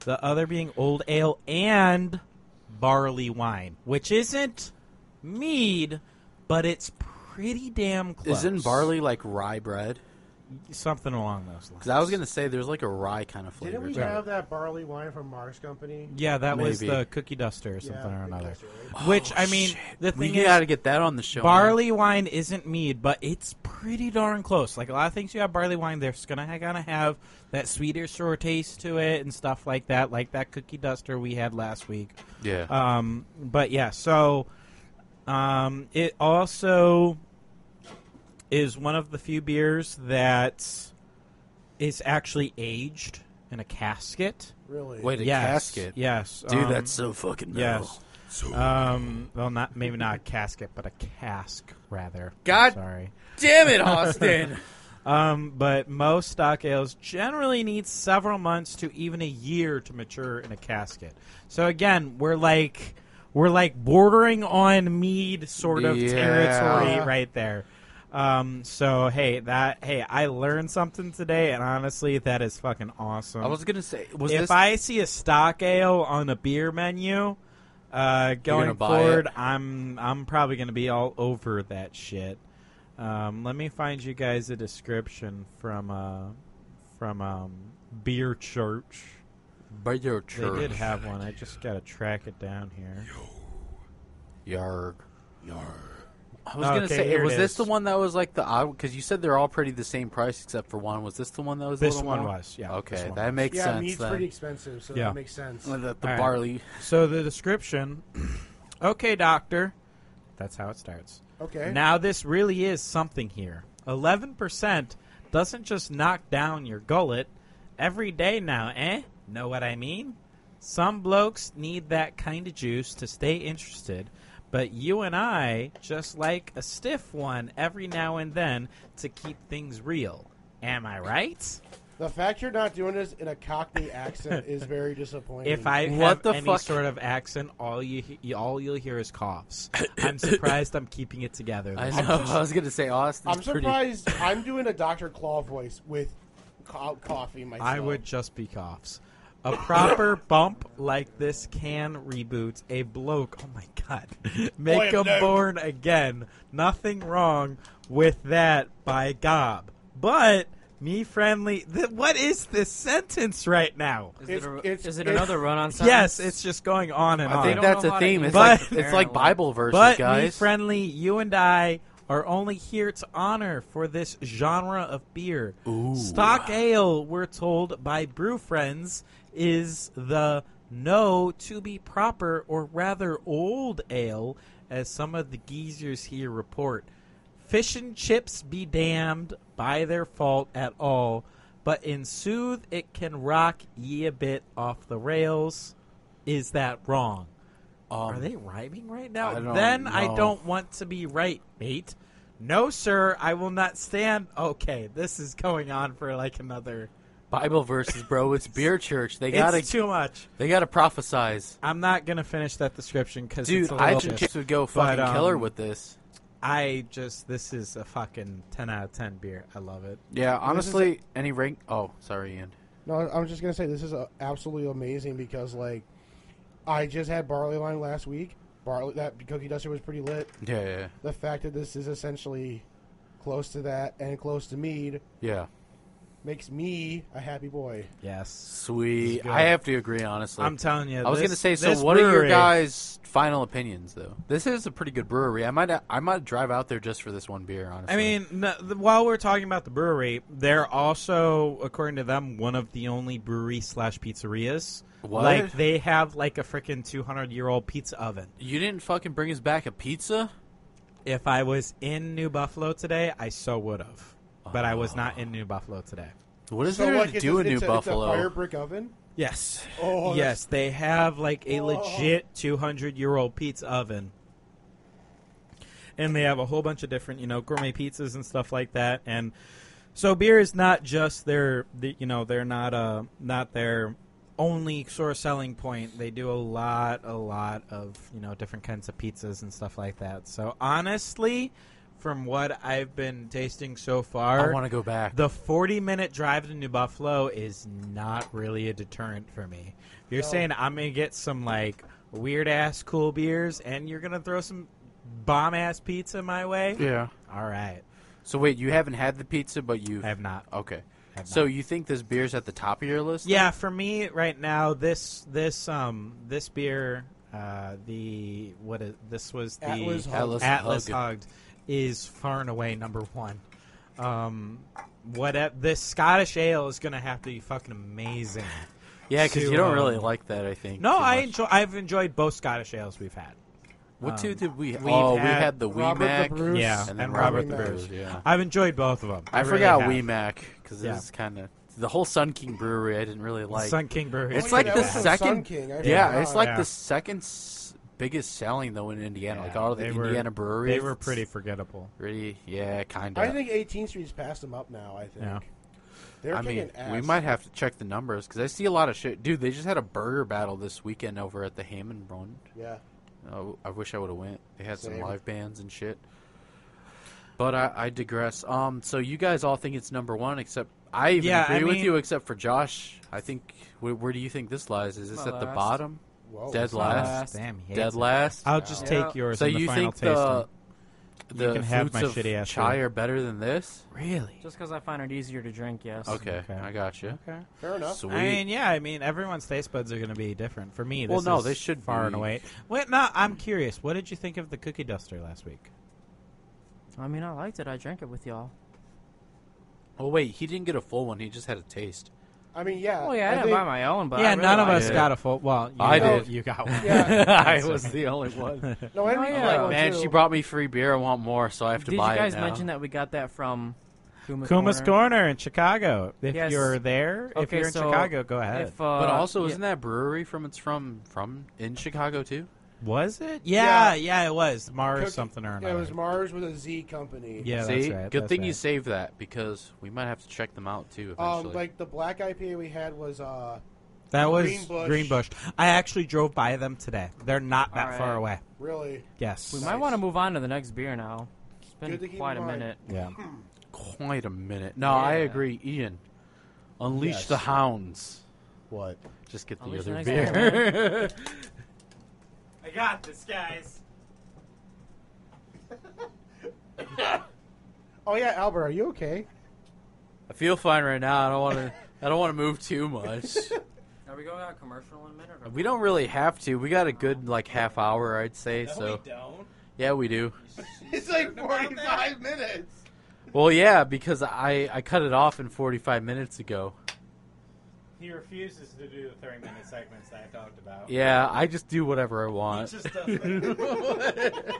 Speaker 2: The other being old ale and barley wine, which isn't mead, but it's pretty damn close.
Speaker 1: Isn't barley like rye bread?
Speaker 2: something along those lines?
Speaker 1: Because I was gonna say there's like a rye kind of flavor.
Speaker 4: Didn't we
Speaker 1: to it.
Speaker 4: have that barley wine from Mars Company?
Speaker 2: yeah, that was
Speaker 1: Maybe. Oh,
Speaker 2: the cookie duster or something or
Speaker 4: Yeah,
Speaker 2: another.
Speaker 4: that's right.
Speaker 2: Which I mean, the
Speaker 1: we
Speaker 2: thing is,
Speaker 1: gotta get that on the show. man.
Speaker 2: Barley wine isn't mead, but it's pretty darn close. Like a lot of things you have barley wine, they're gonna gonna have that sweeter sort of taste to it and stuff like that, like that cookie duster we had last week.
Speaker 1: Yeah.
Speaker 2: Um, but yeah, so um, it also is one of the few beers that is actually aged in a casket.
Speaker 4: Really?
Speaker 1: Wait, a
Speaker 2: yes,
Speaker 1: casket.
Speaker 2: yes,
Speaker 1: Dude,
Speaker 2: um,
Speaker 1: that's so fucking metal.
Speaker 2: yes.
Speaker 1: Uh,
Speaker 2: Um, well, not maybe not a casket, but a cask rather.
Speaker 1: God
Speaker 2: sorry.
Speaker 1: Damn it,
Speaker 2: [LAUGHS]
Speaker 1: Austin.
Speaker 2: Um, but most stock ales generally need several months to even a year to mature in a casket. So again, we're like we're like bordering on mead sort of
Speaker 1: Yeah.
Speaker 2: territory right there. Um, so hey, that hey, I learned something today, and honestly, that is fucking awesome.
Speaker 1: I was gonna say, was
Speaker 2: if
Speaker 1: this?
Speaker 2: I see a stock ale on a beer menu,
Speaker 1: gonna
Speaker 2: uh, going
Speaker 1: buy
Speaker 2: forward,
Speaker 1: it?
Speaker 2: I'm I'm probably gonna be all over that shit. Um, let me find you guys a description from uh, from um, Beer Church.
Speaker 1: by your church.
Speaker 2: They did have one. I just gotta track it down here.
Speaker 1: Yarg. I was
Speaker 2: Oh,
Speaker 1: gonna
Speaker 2: okay,
Speaker 1: say,
Speaker 2: here
Speaker 1: was
Speaker 2: it
Speaker 1: this
Speaker 2: is.
Speaker 1: the one that was like the odd? Because you said they're all pretty the same price except for one. Was this the one that was? a
Speaker 2: This
Speaker 1: little
Speaker 2: one
Speaker 1: more?
Speaker 2: was, yeah, this
Speaker 1: Okay,
Speaker 2: one
Speaker 1: that
Speaker 2: was.
Speaker 1: makes
Speaker 4: Yeah,
Speaker 1: sense.
Speaker 4: meat's
Speaker 1: Then.
Speaker 4: pretty expensive, so
Speaker 2: Yeah.
Speaker 4: that makes sense.
Speaker 1: the the
Speaker 2: All right.
Speaker 1: barley.
Speaker 2: So the description. [COUGHS] okay, doctor. That's how it starts.
Speaker 4: Okay.
Speaker 2: Now this really is something here. 11% doesn't just knock down your gullet every day now, eh? Know what I mean? Some blokes need that kind of juice to stay interested, but you and I just like a stiff one every now and then to keep things real. Am I right?
Speaker 4: the fact you're not doing this in a Cockney accent is very disappointing.
Speaker 2: If I
Speaker 1: What
Speaker 2: have
Speaker 1: the
Speaker 2: any
Speaker 1: fuck?
Speaker 2: sort of accent, all you, he- you all you'll hear is coughs. I'm surprised I'm keeping it together.
Speaker 1: I [LAUGHS]
Speaker 2: this
Speaker 1: know. I was gonna say Austin.
Speaker 4: I'm surprised I'm doing a Dr. Claw voice with co- coffee myself.
Speaker 2: I would just be coughs. A proper bump like this can reboot a bloke. Oh my god. Make
Speaker 4: Boy,
Speaker 2: him
Speaker 4: no.
Speaker 2: born again. Nothing wrong with that by gob. But me friendly. Th- what is this sentence right now?
Speaker 5: Is,
Speaker 4: It's-
Speaker 5: it, a,
Speaker 4: it's-
Speaker 5: is it
Speaker 4: it's-
Speaker 5: another run on?
Speaker 2: Yes,
Speaker 5: sentence?
Speaker 2: it's just going on and
Speaker 1: I
Speaker 2: on.
Speaker 1: think
Speaker 5: don't
Speaker 1: that's
Speaker 5: know
Speaker 1: a
Speaker 5: how to
Speaker 1: theme.
Speaker 5: do
Speaker 1: It's
Speaker 2: that,
Speaker 1: like it's like
Speaker 5: apparently.
Speaker 1: Bible verses,
Speaker 2: But me
Speaker 1: guys.
Speaker 2: friendly, you and I are only here to honor for this genre of beer. Stock ale, we're told by brew friends, is the no to be proper or rather old ale, as some of the geezers here report. Fish and chips be damned by their fault at all, but in sooth it can rock ye a bit off the rails. Is that wrong? Are they rhyming right now?
Speaker 1: Um, I don't
Speaker 2: then
Speaker 1: know.
Speaker 2: I don't want to be right, mate. No, sir, I will not stand. Okay, this is going on for like another.
Speaker 1: Bible verses, bro.
Speaker 2: [LAUGHS]
Speaker 1: It's beer church. They
Speaker 2: It's
Speaker 1: gotta
Speaker 2: too much.
Speaker 1: they gotta prophesize.
Speaker 2: I'm not gonna finish that description because
Speaker 1: Dude, I think chicks would go
Speaker 2: But,
Speaker 1: fucking
Speaker 2: um,
Speaker 1: killer with this.
Speaker 2: I just this is a fucking ten out of ten beer. I love it.
Speaker 1: Yeah, honestly, any rank. Oh, sorry, Ian.
Speaker 4: No, I was just gonna say this is uh, absolutely amazing because like I just had barley wine last week. Barley that cookie duster was pretty lit.
Speaker 1: Yeah, yeah,
Speaker 4: The fact that this is essentially close to that and close to mead
Speaker 1: yeah.
Speaker 4: makes me a happy boy.
Speaker 2: Yes,
Speaker 1: Sweet.
Speaker 2: good.
Speaker 1: I have to agree, honestly.
Speaker 2: I'm telling you.
Speaker 1: I was
Speaker 2: this-
Speaker 1: gonna say. So,
Speaker 2: this
Speaker 1: what are your
Speaker 2: brewery-
Speaker 1: guys' final opinions, though? This is a pretty good brewery. I might, I might drive out there just for this one beer. Honestly,
Speaker 2: I mean, no, the, while we're talking about the brewery, they're also, according to them, one of the only brewery slash pizzerias.
Speaker 1: What?
Speaker 2: Like they have like a freaking two hundred year old pizza oven.
Speaker 1: you didn't fucking bring us back a pizza.
Speaker 2: If I was in New Buffalo today, I so would have. But I was not in New Buffalo today.
Speaker 1: What is
Speaker 4: So
Speaker 1: there
Speaker 4: like
Speaker 1: to
Speaker 4: it's
Speaker 1: do
Speaker 4: a,
Speaker 1: in New
Speaker 4: it's a,
Speaker 1: Buffalo?
Speaker 4: It's a fire brick oven.
Speaker 2: Yes.
Speaker 4: Oh,
Speaker 2: yes, they have like a
Speaker 4: Oh.
Speaker 2: legit 200 year old pizza oven. And they have a whole bunch of different, you know, gourmet pizzas and stuff like that. And so beer is not just their, the, you know, they're not uh not their only sort of selling point. They do a lot, a lot of, you know, different kinds of pizzas and stuff like that. So honestly, from what I've been tasting so
Speaker 1: I
Speaker 2: far,
Speaker 1: want to go back.
Speaker 2: the 40 minute drive to New Buffalo is not really a deterrent for me. You're saying I'm going to get some like weird ass cool beers and you're going to throw some bomb ass pizza my way?
Speaker 1: yeah.
Speaker 2: All right.
Speaker 1: So wait, you haven't had the pizza, but you
Speaker 2: I have not.
Speaker 1: Okay.
Speaker 2: have
Speaker 1: So
Speaker 2: not.
Speaker 1: you think this beer's at the top of your list?
Speaker 2: Yeah, for me right now this this um this beer uh the what is this was the
Speaker 4: Atlas Hug.
Speaker 1: Atlas
Speaker 2: Atlas
Speaker 1: Hug.
Speaker 2: Hugged is far and away number 1. Um what e- this Scottish ale is going to have to be fucking amazing.
Speaker 1: Yeah, because
Speaker 2: To,
Speaker 1: you don't
Speaker 2: um,
Speaker 1: really like that. I think.
Speaker 2: No,
Speaker 1: too
Speaker 2: I
Speaker 1: much.
Speaker 2: enjoy. I've enjoyed both Scottish ales we've had.
Speaker 1: What two did we?
Speaker 2: um, we've
Speaker 1: Oh, we
Speaker 2: had
Speaker 1: had the Wee
Speaker 4: Robert the
Speaker 1: Mac.
Speaker 4: Bruce.
Speaker 2: Yeah,
Speaker 1: and then
Speaker 2: and
Speaker 1: Robert, the
Speaker 2: Robert
Speaker 4: the
Speaker 1: Bruce. Yeah.
Speaker 2: I've enjoyed both of them.
Speaker 1: I, forgot
Speaker 2: really
Speaker 1: Wee Mac because
Speaker 2: Yeah.
Speaker 1: it was kind of the whole Sun King Brewery. I didn't really like.
Speaker 2: Sun King Brewery.
Speaker 1: It's
Speaker 4: yeah,
Speaker 1: like
Speaker 4: that
Speaker 1: the
Speaker 4: was from
Speaker 1: second.
Speaker 4: Sun King, I
Speaker 1: yeah,
Speaker 4: forgot.
Speaker 1: it's like
Speaker 2: Yeah.
Speaker 1: the second s- biggest selling though in Indiana. like all the
Speaker 2: They were-
Speaker 1: Indiana breweries.
Speaker 2: They were
Speaker 1: it's
Speaker 2: pretty forgettable.
Speaker 1: Pretty, yeah, kind of.
Speaker 4: I think 18th Street's passed them up now. I think
Speaker 2: Yeah.
Speaker 4: they're
Speaker 1: I
Speaker 4: kicking
Speaker 1: mean,
Speaker 4: ass.
Speaker 1: we might have to check the numbers because I see a lot of shit. Dude, they just had a burger battle this weekend over at the Hammond Run.
Speaker 4: Yeah,
Speaker 1: Oh, I wish I would have went. They had some
Speaker 4: Same.
Speaker 1: live bands and shit. But I, I digress. Um, so you guys all think it's number one, except I even
Speaker 2: Yeah,
Speaker 1: agree
Speaker 2: I
Speaker 1: with
Speaker 2: mean-
Speaker 1: you, except for Josh. I think where, where do you think this lies? Is this
Speaker 5: My
Speaker 1: at the
Speaker 5: last.
Speaker 1: bottom,
Speaker 4: Whoa.
Speaker 1: dead
Speaker 5: my
Speaker 1: last,
Speaker 5: last.
Speaker 2: Damn, he hates
Speaker 1: dead
Speaker 2: it.
Speaker 1: last?
Speaker 2: I'll just
Speaker 5: Yeah.
Speaker 2: take yours.
Speaker 1: so
Speaker 2: in the
Speaker 1: you
Speaker 2: final
Speaker 1: think the
Speaker 2: tasting. You
Speaker 1: the
Speaker 2: can have
Speaker 1: fruits
Speaker 2: my
Speaker 1: of
Speaker 2: shitty ass
Speaker 1: chai
Speaker 2: beer.
Speaker 1: are better than
Speaker 2: [LAUGHS]
Speaker 1: this?
Speaker 2: really?
Speaker 5: Just because I find it easier to drink, yes.
Speaker 1: Okay,
Speaker 2: Okay.
Speaker 1: I got you.
Speaker 2: Okay.
Speaker 4: fair enough.
Speaker 1: Sweet.
Speaker 2: I mean, yeah. I mean, everyone's taste buds are going to be different. For me, this
Speaker 1: Well, no,
Speaker 2: is
Speaker 1: they should
Speaker 2: far and
Speaker 1: be.
Speaker 2: away. Wait, no, I'm curious. What did you think of the cookie duster last week?
Speaker 5: I mean, I liked it. I drank it with y'all.
Speaker 1: oh wait, he didn't get a full one. He just had a taste.
Speaker 4: I mean, yeah.
Speaker 5: Well, Oh,
Speaker 4: Uh,
Speaker 5: yeah, I,
Speaker 4: I
Speaker 5: didn't
Speaker 4: think,
Speaker 5: buy my own, but I
Speaker 2: yeah,
Speaker 5: really
Speaker 2: none of
Speaker 5: liked
Speaker 2: us
Speaker 5: it.
Speaker 2: got a full. Well, you
Speaker 1: I
Speaker 2: got-
Speaker 1: did.
Speaker 2: You got one.
Speaker 4: Yeah.
Speaker 1: [LAUGHS] I was the only [LAUGHS] one.
Speaker 4: No, I
Speaker 5: No,
Speaker 4: didn't
Speaker 5: yeah.
Speaker 4: buy
Speaker 5: Like,
Speaker 4: one,
Speaker 1: Man,
Speaker 4: too.
Speaker 1: she brought me free beer. I want more, so I have to
Speaker 5: Did you
Speaker 1: buy
Speaker 5: guys
Speaker 1: it now.
Speaker 5: mention that we got that from Kuma's,
Speaker 2: Kuma's
Speaker 5: Corner?
Speaker 2: Corner in Chicago. If
Speaker 5: Yes.
Speaker 2: you're there, if
Speaker 5: Okay,
Speaker 2: you're in
Speaker 5: so
Speaker 2: Chicago, go ahead.
Speaker 5: If, uh,
Speaker 1: But also,
Speaker 5: yeah.
Speaker 1: isn't that brewery from it's from from in Chicago too?
Speaker 2: Was it? Yeah, yeah, it was Mars
Speaker 4: Cookie-
Speaker 2: something or another.
Speaker 4: Yeah, it was Mars with a Z company.
Speaker 2: Yeah,
Speaker 1: See,
Speaker 2: that's right.
Speaker 1: good
Speaker 2: that's
Speaker 1: thing
Speaker 2: right.
Speaker 1: you saved that because we might have to check them out too eventually.
Speaker 4: Um, like the black IPA we had was uh,
Speaker 2: that was
Speaker 4: Greenbush.
Speaker 2: Greenbush. I actually drove by them today. They're not that
Speaker 5: All right.
Speaker 2: far away.
Speaker 4: really
Speaker 2: Yes.
Speaker 5: We might want to move on to the next beer now. It's been
Speaker 4: Good to keep
Speaker 5: quite a
Speaker 4: in mind.
Speaker 5: minute.
Speaker 2: Yeah.
Speaker 1: Quite a minute. No,
Speaker 5: Yeah.
Speaker 1: I agree, Ian. Unleash
Speaker 4: Yes.
Speaker 1: the hounds.
Speaker 4: what?
Speaker 1: Just get the
Speaker 5: Unleash the
Speaker 1: other
Speaker 5: next
Speaker 1: beer. [LAUGHS]
Speaker 2: I got this, guys.
Speaker 4: Oh yeah, Albert, are
Speaker 1: [LAUGHS]
Speaker 4: you okay?
Speaker 1: I feel fine right now. I don't want to. I don't want to move too much.
Speaker 4: [LAUGHS]
Speaker 5: Are we going out commercial in a minute?
Speaker 1: we don't really have to. We got a good like half hour, I'd say. so
Speaker 2: don't.
Speaker 1: yeah, we do.
Speaker 4: [LAUGHS] It's like forty-five minutes.
Speaker 1: Well, yeah, because I I cut it off in 45 minutes ago.
Speaker 2: He refuses to do the 30 minute segments that I talked about.
Speaker 1: Yeah, I just do whatever I want. [LAUGHS]
Speaker 5: [LAUGHS]
Speaker 2: the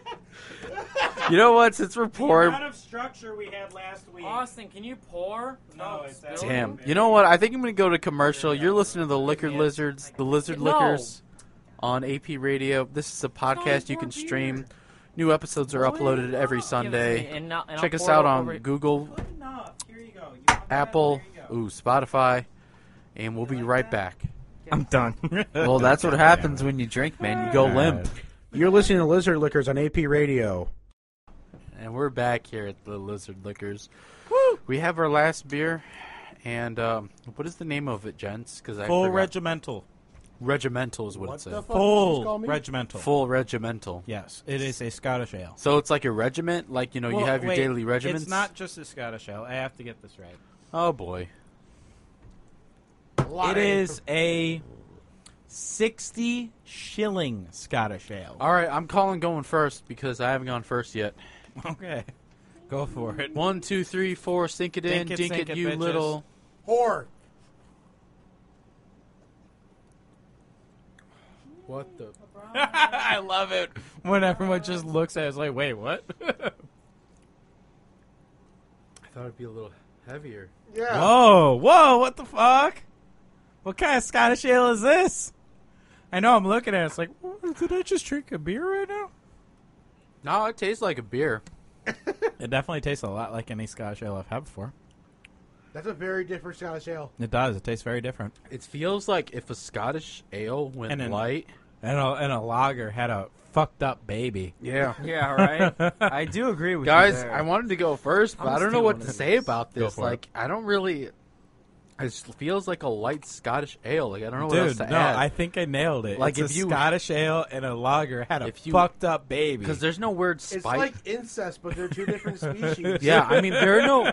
Speaker 1: You know what? Since we're poor,
Speaker 2: of structure we had last week.
Speaker 5: Austin, can you pour?
Speaker 2: No, it's
Speaker 5: spill.
Speaker 2: actually-
Speaker 1: Damn. You know what? I think I'm going to go to commercial. You're listening to the Liquor Lizards, the Lizard
Speaker 5: No.
Speaker 1: Lickers on AP Radio. This is a podcast you can
Speaker 5: more
Speaker 1: stream.
Speaker 5: beer.
Speaker 1: New episodes are uploaded every
Speaker 5: Give it to me,
Speaker 1: Sunday.
Speaker 5: and I'll- and I'll
Speaker 1: Check us
Speaker 5: pour it
Speaker 1: out
Speaker 5: over-
Speaker 1: on Google,
Speaker 2: Good enough. Here you go. You want that?
Speaker 1: Apple,
Speaker 2: There you go.
Speaker 1: ooh, Spotify, and we'll be right back.
Speaker 5: I'm
Speaker 2: [LAUGHS]
Speaker 1: done. well, that's what happens
Speaker 4: [LAUGHS]
Speaker 1: when you drink, man. You go limp.
Speaker 4: You're listening to Lizard Liquors on AP Radio.
Speaker 1: and we're back here at the Lizard Liquors. We have our last beer, and um, what is the name of it, gents? Because I
Speaker 2: Full
Speaker 1: forgot.
Speaker 2: regimental.
Speaker 1: regimental is what,
Speaker 4: What
Speaker 1: it
Speaker 4: the
Speaker 1: says.
Speaker 4: fuck did you just
Speaker 2: Full
Speaker 4: call me?
Speaker 2: regimental.
Speaker 1: Full regimental.
Speaker 2: Yes, it is a Scottish ale.
Speaker 1: So it's like a regiment, like Oh, you know, you have your daily regiments.
Speaker 2: It's not just a Scottish ale. I have to get this right.
Speaker 1: Oh boy.
Speaker 2: It is a 60 shilling Scottish ale.
Speaker 1: All right, I'm calling going first because I haven't gone first yet.
Speaker 2: [LAUGHS] Okay. Go for it. [LAUGHS]
Speaker 1: One, two, three, four. Sink it in,
Speaker 2: Dink it,
Speaker 1: dink
Speaker 2: sink
Speaker 1: it,
Speaker 2: it,
Speaker 1: you
Speaker 2: bitches.
Speaker 1: little.
Speaker 4: Whore. What the?
Speaker 3: I love it when everyone just looks at us like, wait, what?
Speaker 1: I thought it'd be a little heavier.
Speaker 2: [LAUGHS]
Speaker 4: Yeah.
Speaker 2: Whoa, whoa, what the fuck? What kind of Scottish ale is this? I know I'm looking at it. It's like, "What, did I just drink a beer right now?
Speaker 1: No, it tastes like a beer.
Speaker 2: It definitely tastes a lot like any Scottish ale I've had before.
Speaker 4: That's a very different Scottish ale.
Speaker 2: It does. It tastes very different.
Speaker 1: It feels like if a Scottish ale went
Speaker 2: And an-
Speaker 1: light.
Speaker 2: And a, and a lager had a fucked up baby.
Speaker 1: [LAUGHS] Yeah.
Speaker 5: Yeah,
Speaker 2: [LAUGHS]
Speaker 5: right. I do agree with you
Speaker 1: Guys,
Speaker 5: there.
Speaker 1: I wanted to go first, but
Speaker 5: I'm
Speaker 1: I don't know
Speaker 5: still
Speaker 1: what
Speaker 5: on
Speaker 1: to
Speaker 5: this.
Speaker 1: say about this.
Speaker 2: for it.
Speaker 1: Like, I don't really. It just feels like a light Scottish ale. Like, I don't know what else
Speaker 2: Dude,
Speaker 1: to
Speaker 2: no,
Speaker 1: add.
Speaker 2: I think I nailed it.
Speaker 1: Like,
Speaker 2: Like it's
Speaker 1: if
Speaker 2: a
Speaker 1: you-
Speaker 2: Scottish ale and a lager had a
Speaker 1: If you-
Speaker 2: fucked up baby.
Speaker 1: because there's no weird
Speaker 4: It's
Speaker 1: spike.
Speaker 4: like incest, but they're two different
Speaker 1: [LAUGHS]
Speaker 4: species.
Speaker 1: yeah, I mean there are
Speaker 2: [LAUGHS]
Speaker 1: no,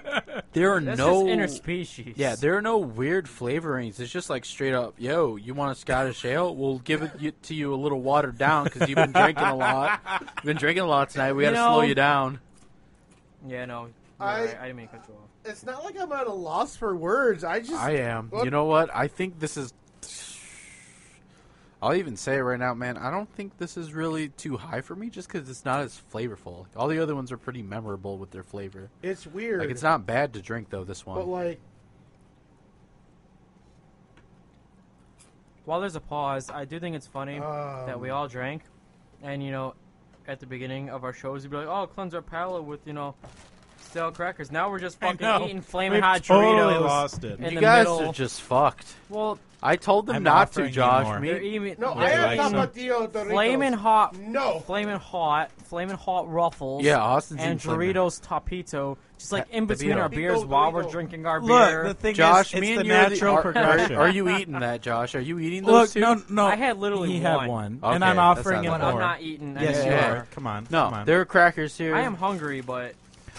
Speaker 1: there are
Speaker 5: That's
Speaker 1: no
Speaker 5: just interspecies.
Speaker 1: Yeah, there are no weird flavorings. It's just like straight up, yo, you want a Scottish ale? We'll give it you, to you a little watered down because you've been drinking a lot. You've been drinking a lot tonight. We got
Speaker 5: You
Speaker 1: to slow
Speaker 5: know-
Speaker 1: you down.
Speaker 5: Yeah, no.
Speaker 4: I-
Speaker 5: I, right. I didn't mean to cut you off.
Speaker 4: It's not like I'm at a loss for words. I just
Speaker 1: I am.
Speaker 4: What?
Speaker 1: You know what? I think this is. I'll even say it right now, man. I don't think this is really too high for me, just because it's not as flavorful. All the other ones are pretty memorable with their flavor.
Speaker 4: it's weird.
Speaker 1: Like it's not bad to drink though. This
Speaker 4: but
Speaker 1: one.
Speaker 4: like
Speaker 5: While there's a pause, I do think it's funny that we
Speaker 4: Um,
Speaker 5: all drank, and you know, at the beginning of our shows, we'd be like, "Oh, cleanse our palate with you know, stale crackers." Now we're just
Speaker 2: I
Speaker 5: fucking
Speaker 2: know.
Speaker 5: eating flaming
Speaker 2: We've
Speaker 5: hot
Speaker 2: totally
Speaker 5: Doritos.
Speaker 2: lost it.
Speaker 5: in
Speaker 1: you
Speaker 5: the
Speaker 1: guys
Speaker 5: middle.
Speaker 1: are just fucked.
Speaker 5: Well,
Speaker 1: I told them
Speaker 2: I'm
Speaker 1: not
Speaker 2: offering
Speaker 1: to,
Speaker 2: you
Speaker 1: Josh.
Speaker 2: more.
Speaker 1: Me
Speaker 5: they're even
Speaker 4: no,
Speaker 2: Yeah,
Speaker 4: I have
Speaker 2: like some-
Speaker 4: Tapatio Doritos.
Speaker 5: flaming hot,
Speaker 4: No.
Speaker 5: flaming hot, flaming hot ruffles.
Speaker 1: Yeah, Austin's
Speaker 5: and
Speaker 1: eating flavor.
Speaker 5: Doritos Tapito, just like in
Speaker 1: Tapito.
Speaker 5: between our
Speaker 4: Tapito,
Speaker 5: beers while we're
Speaker 4: Dorito.
Speaker 5: drinking our
Speaker 2: Look,
Speaker 5: beer.
Speaker 2: the thing
Speaker 1: Josh,
Speaker 2: is, it's
Speaker 1: me
Speaker 2: the
Speaker 1: and you
Speaker 2: natural
Speaker 1: are the, are-
Speaker 2: progression.
Speaker 1: Are, you eating that, Josh? Are you eating
Speaker 2: Look,
Speaker 1: those two?
Speaker 2: no, no.
Speaker 5: I had literally
Speaker 2: he
Speaker 5: one.
Speaker 2: had one,
Speaker 1: Okay,
Speaker 2: and I'm
Speaker 1: that's
Speaker 2: offering
Speaker 1: not
Speaker 2: him
Speaker 5: But
Speaker 1: bad.
Speaker 2: more.
Speaker 5: I'm not eating. I
Speaker 2: yes,
Speaker 5: know
Speaker 1: Yeah.
Speaker 2: you
Speaker 5: you
Speaker 2: are. Come on,
Speaker 1: No,
Speaker 2: come on.
Speaker 1: there are crackers here.
Speaker 5: I am hungry, but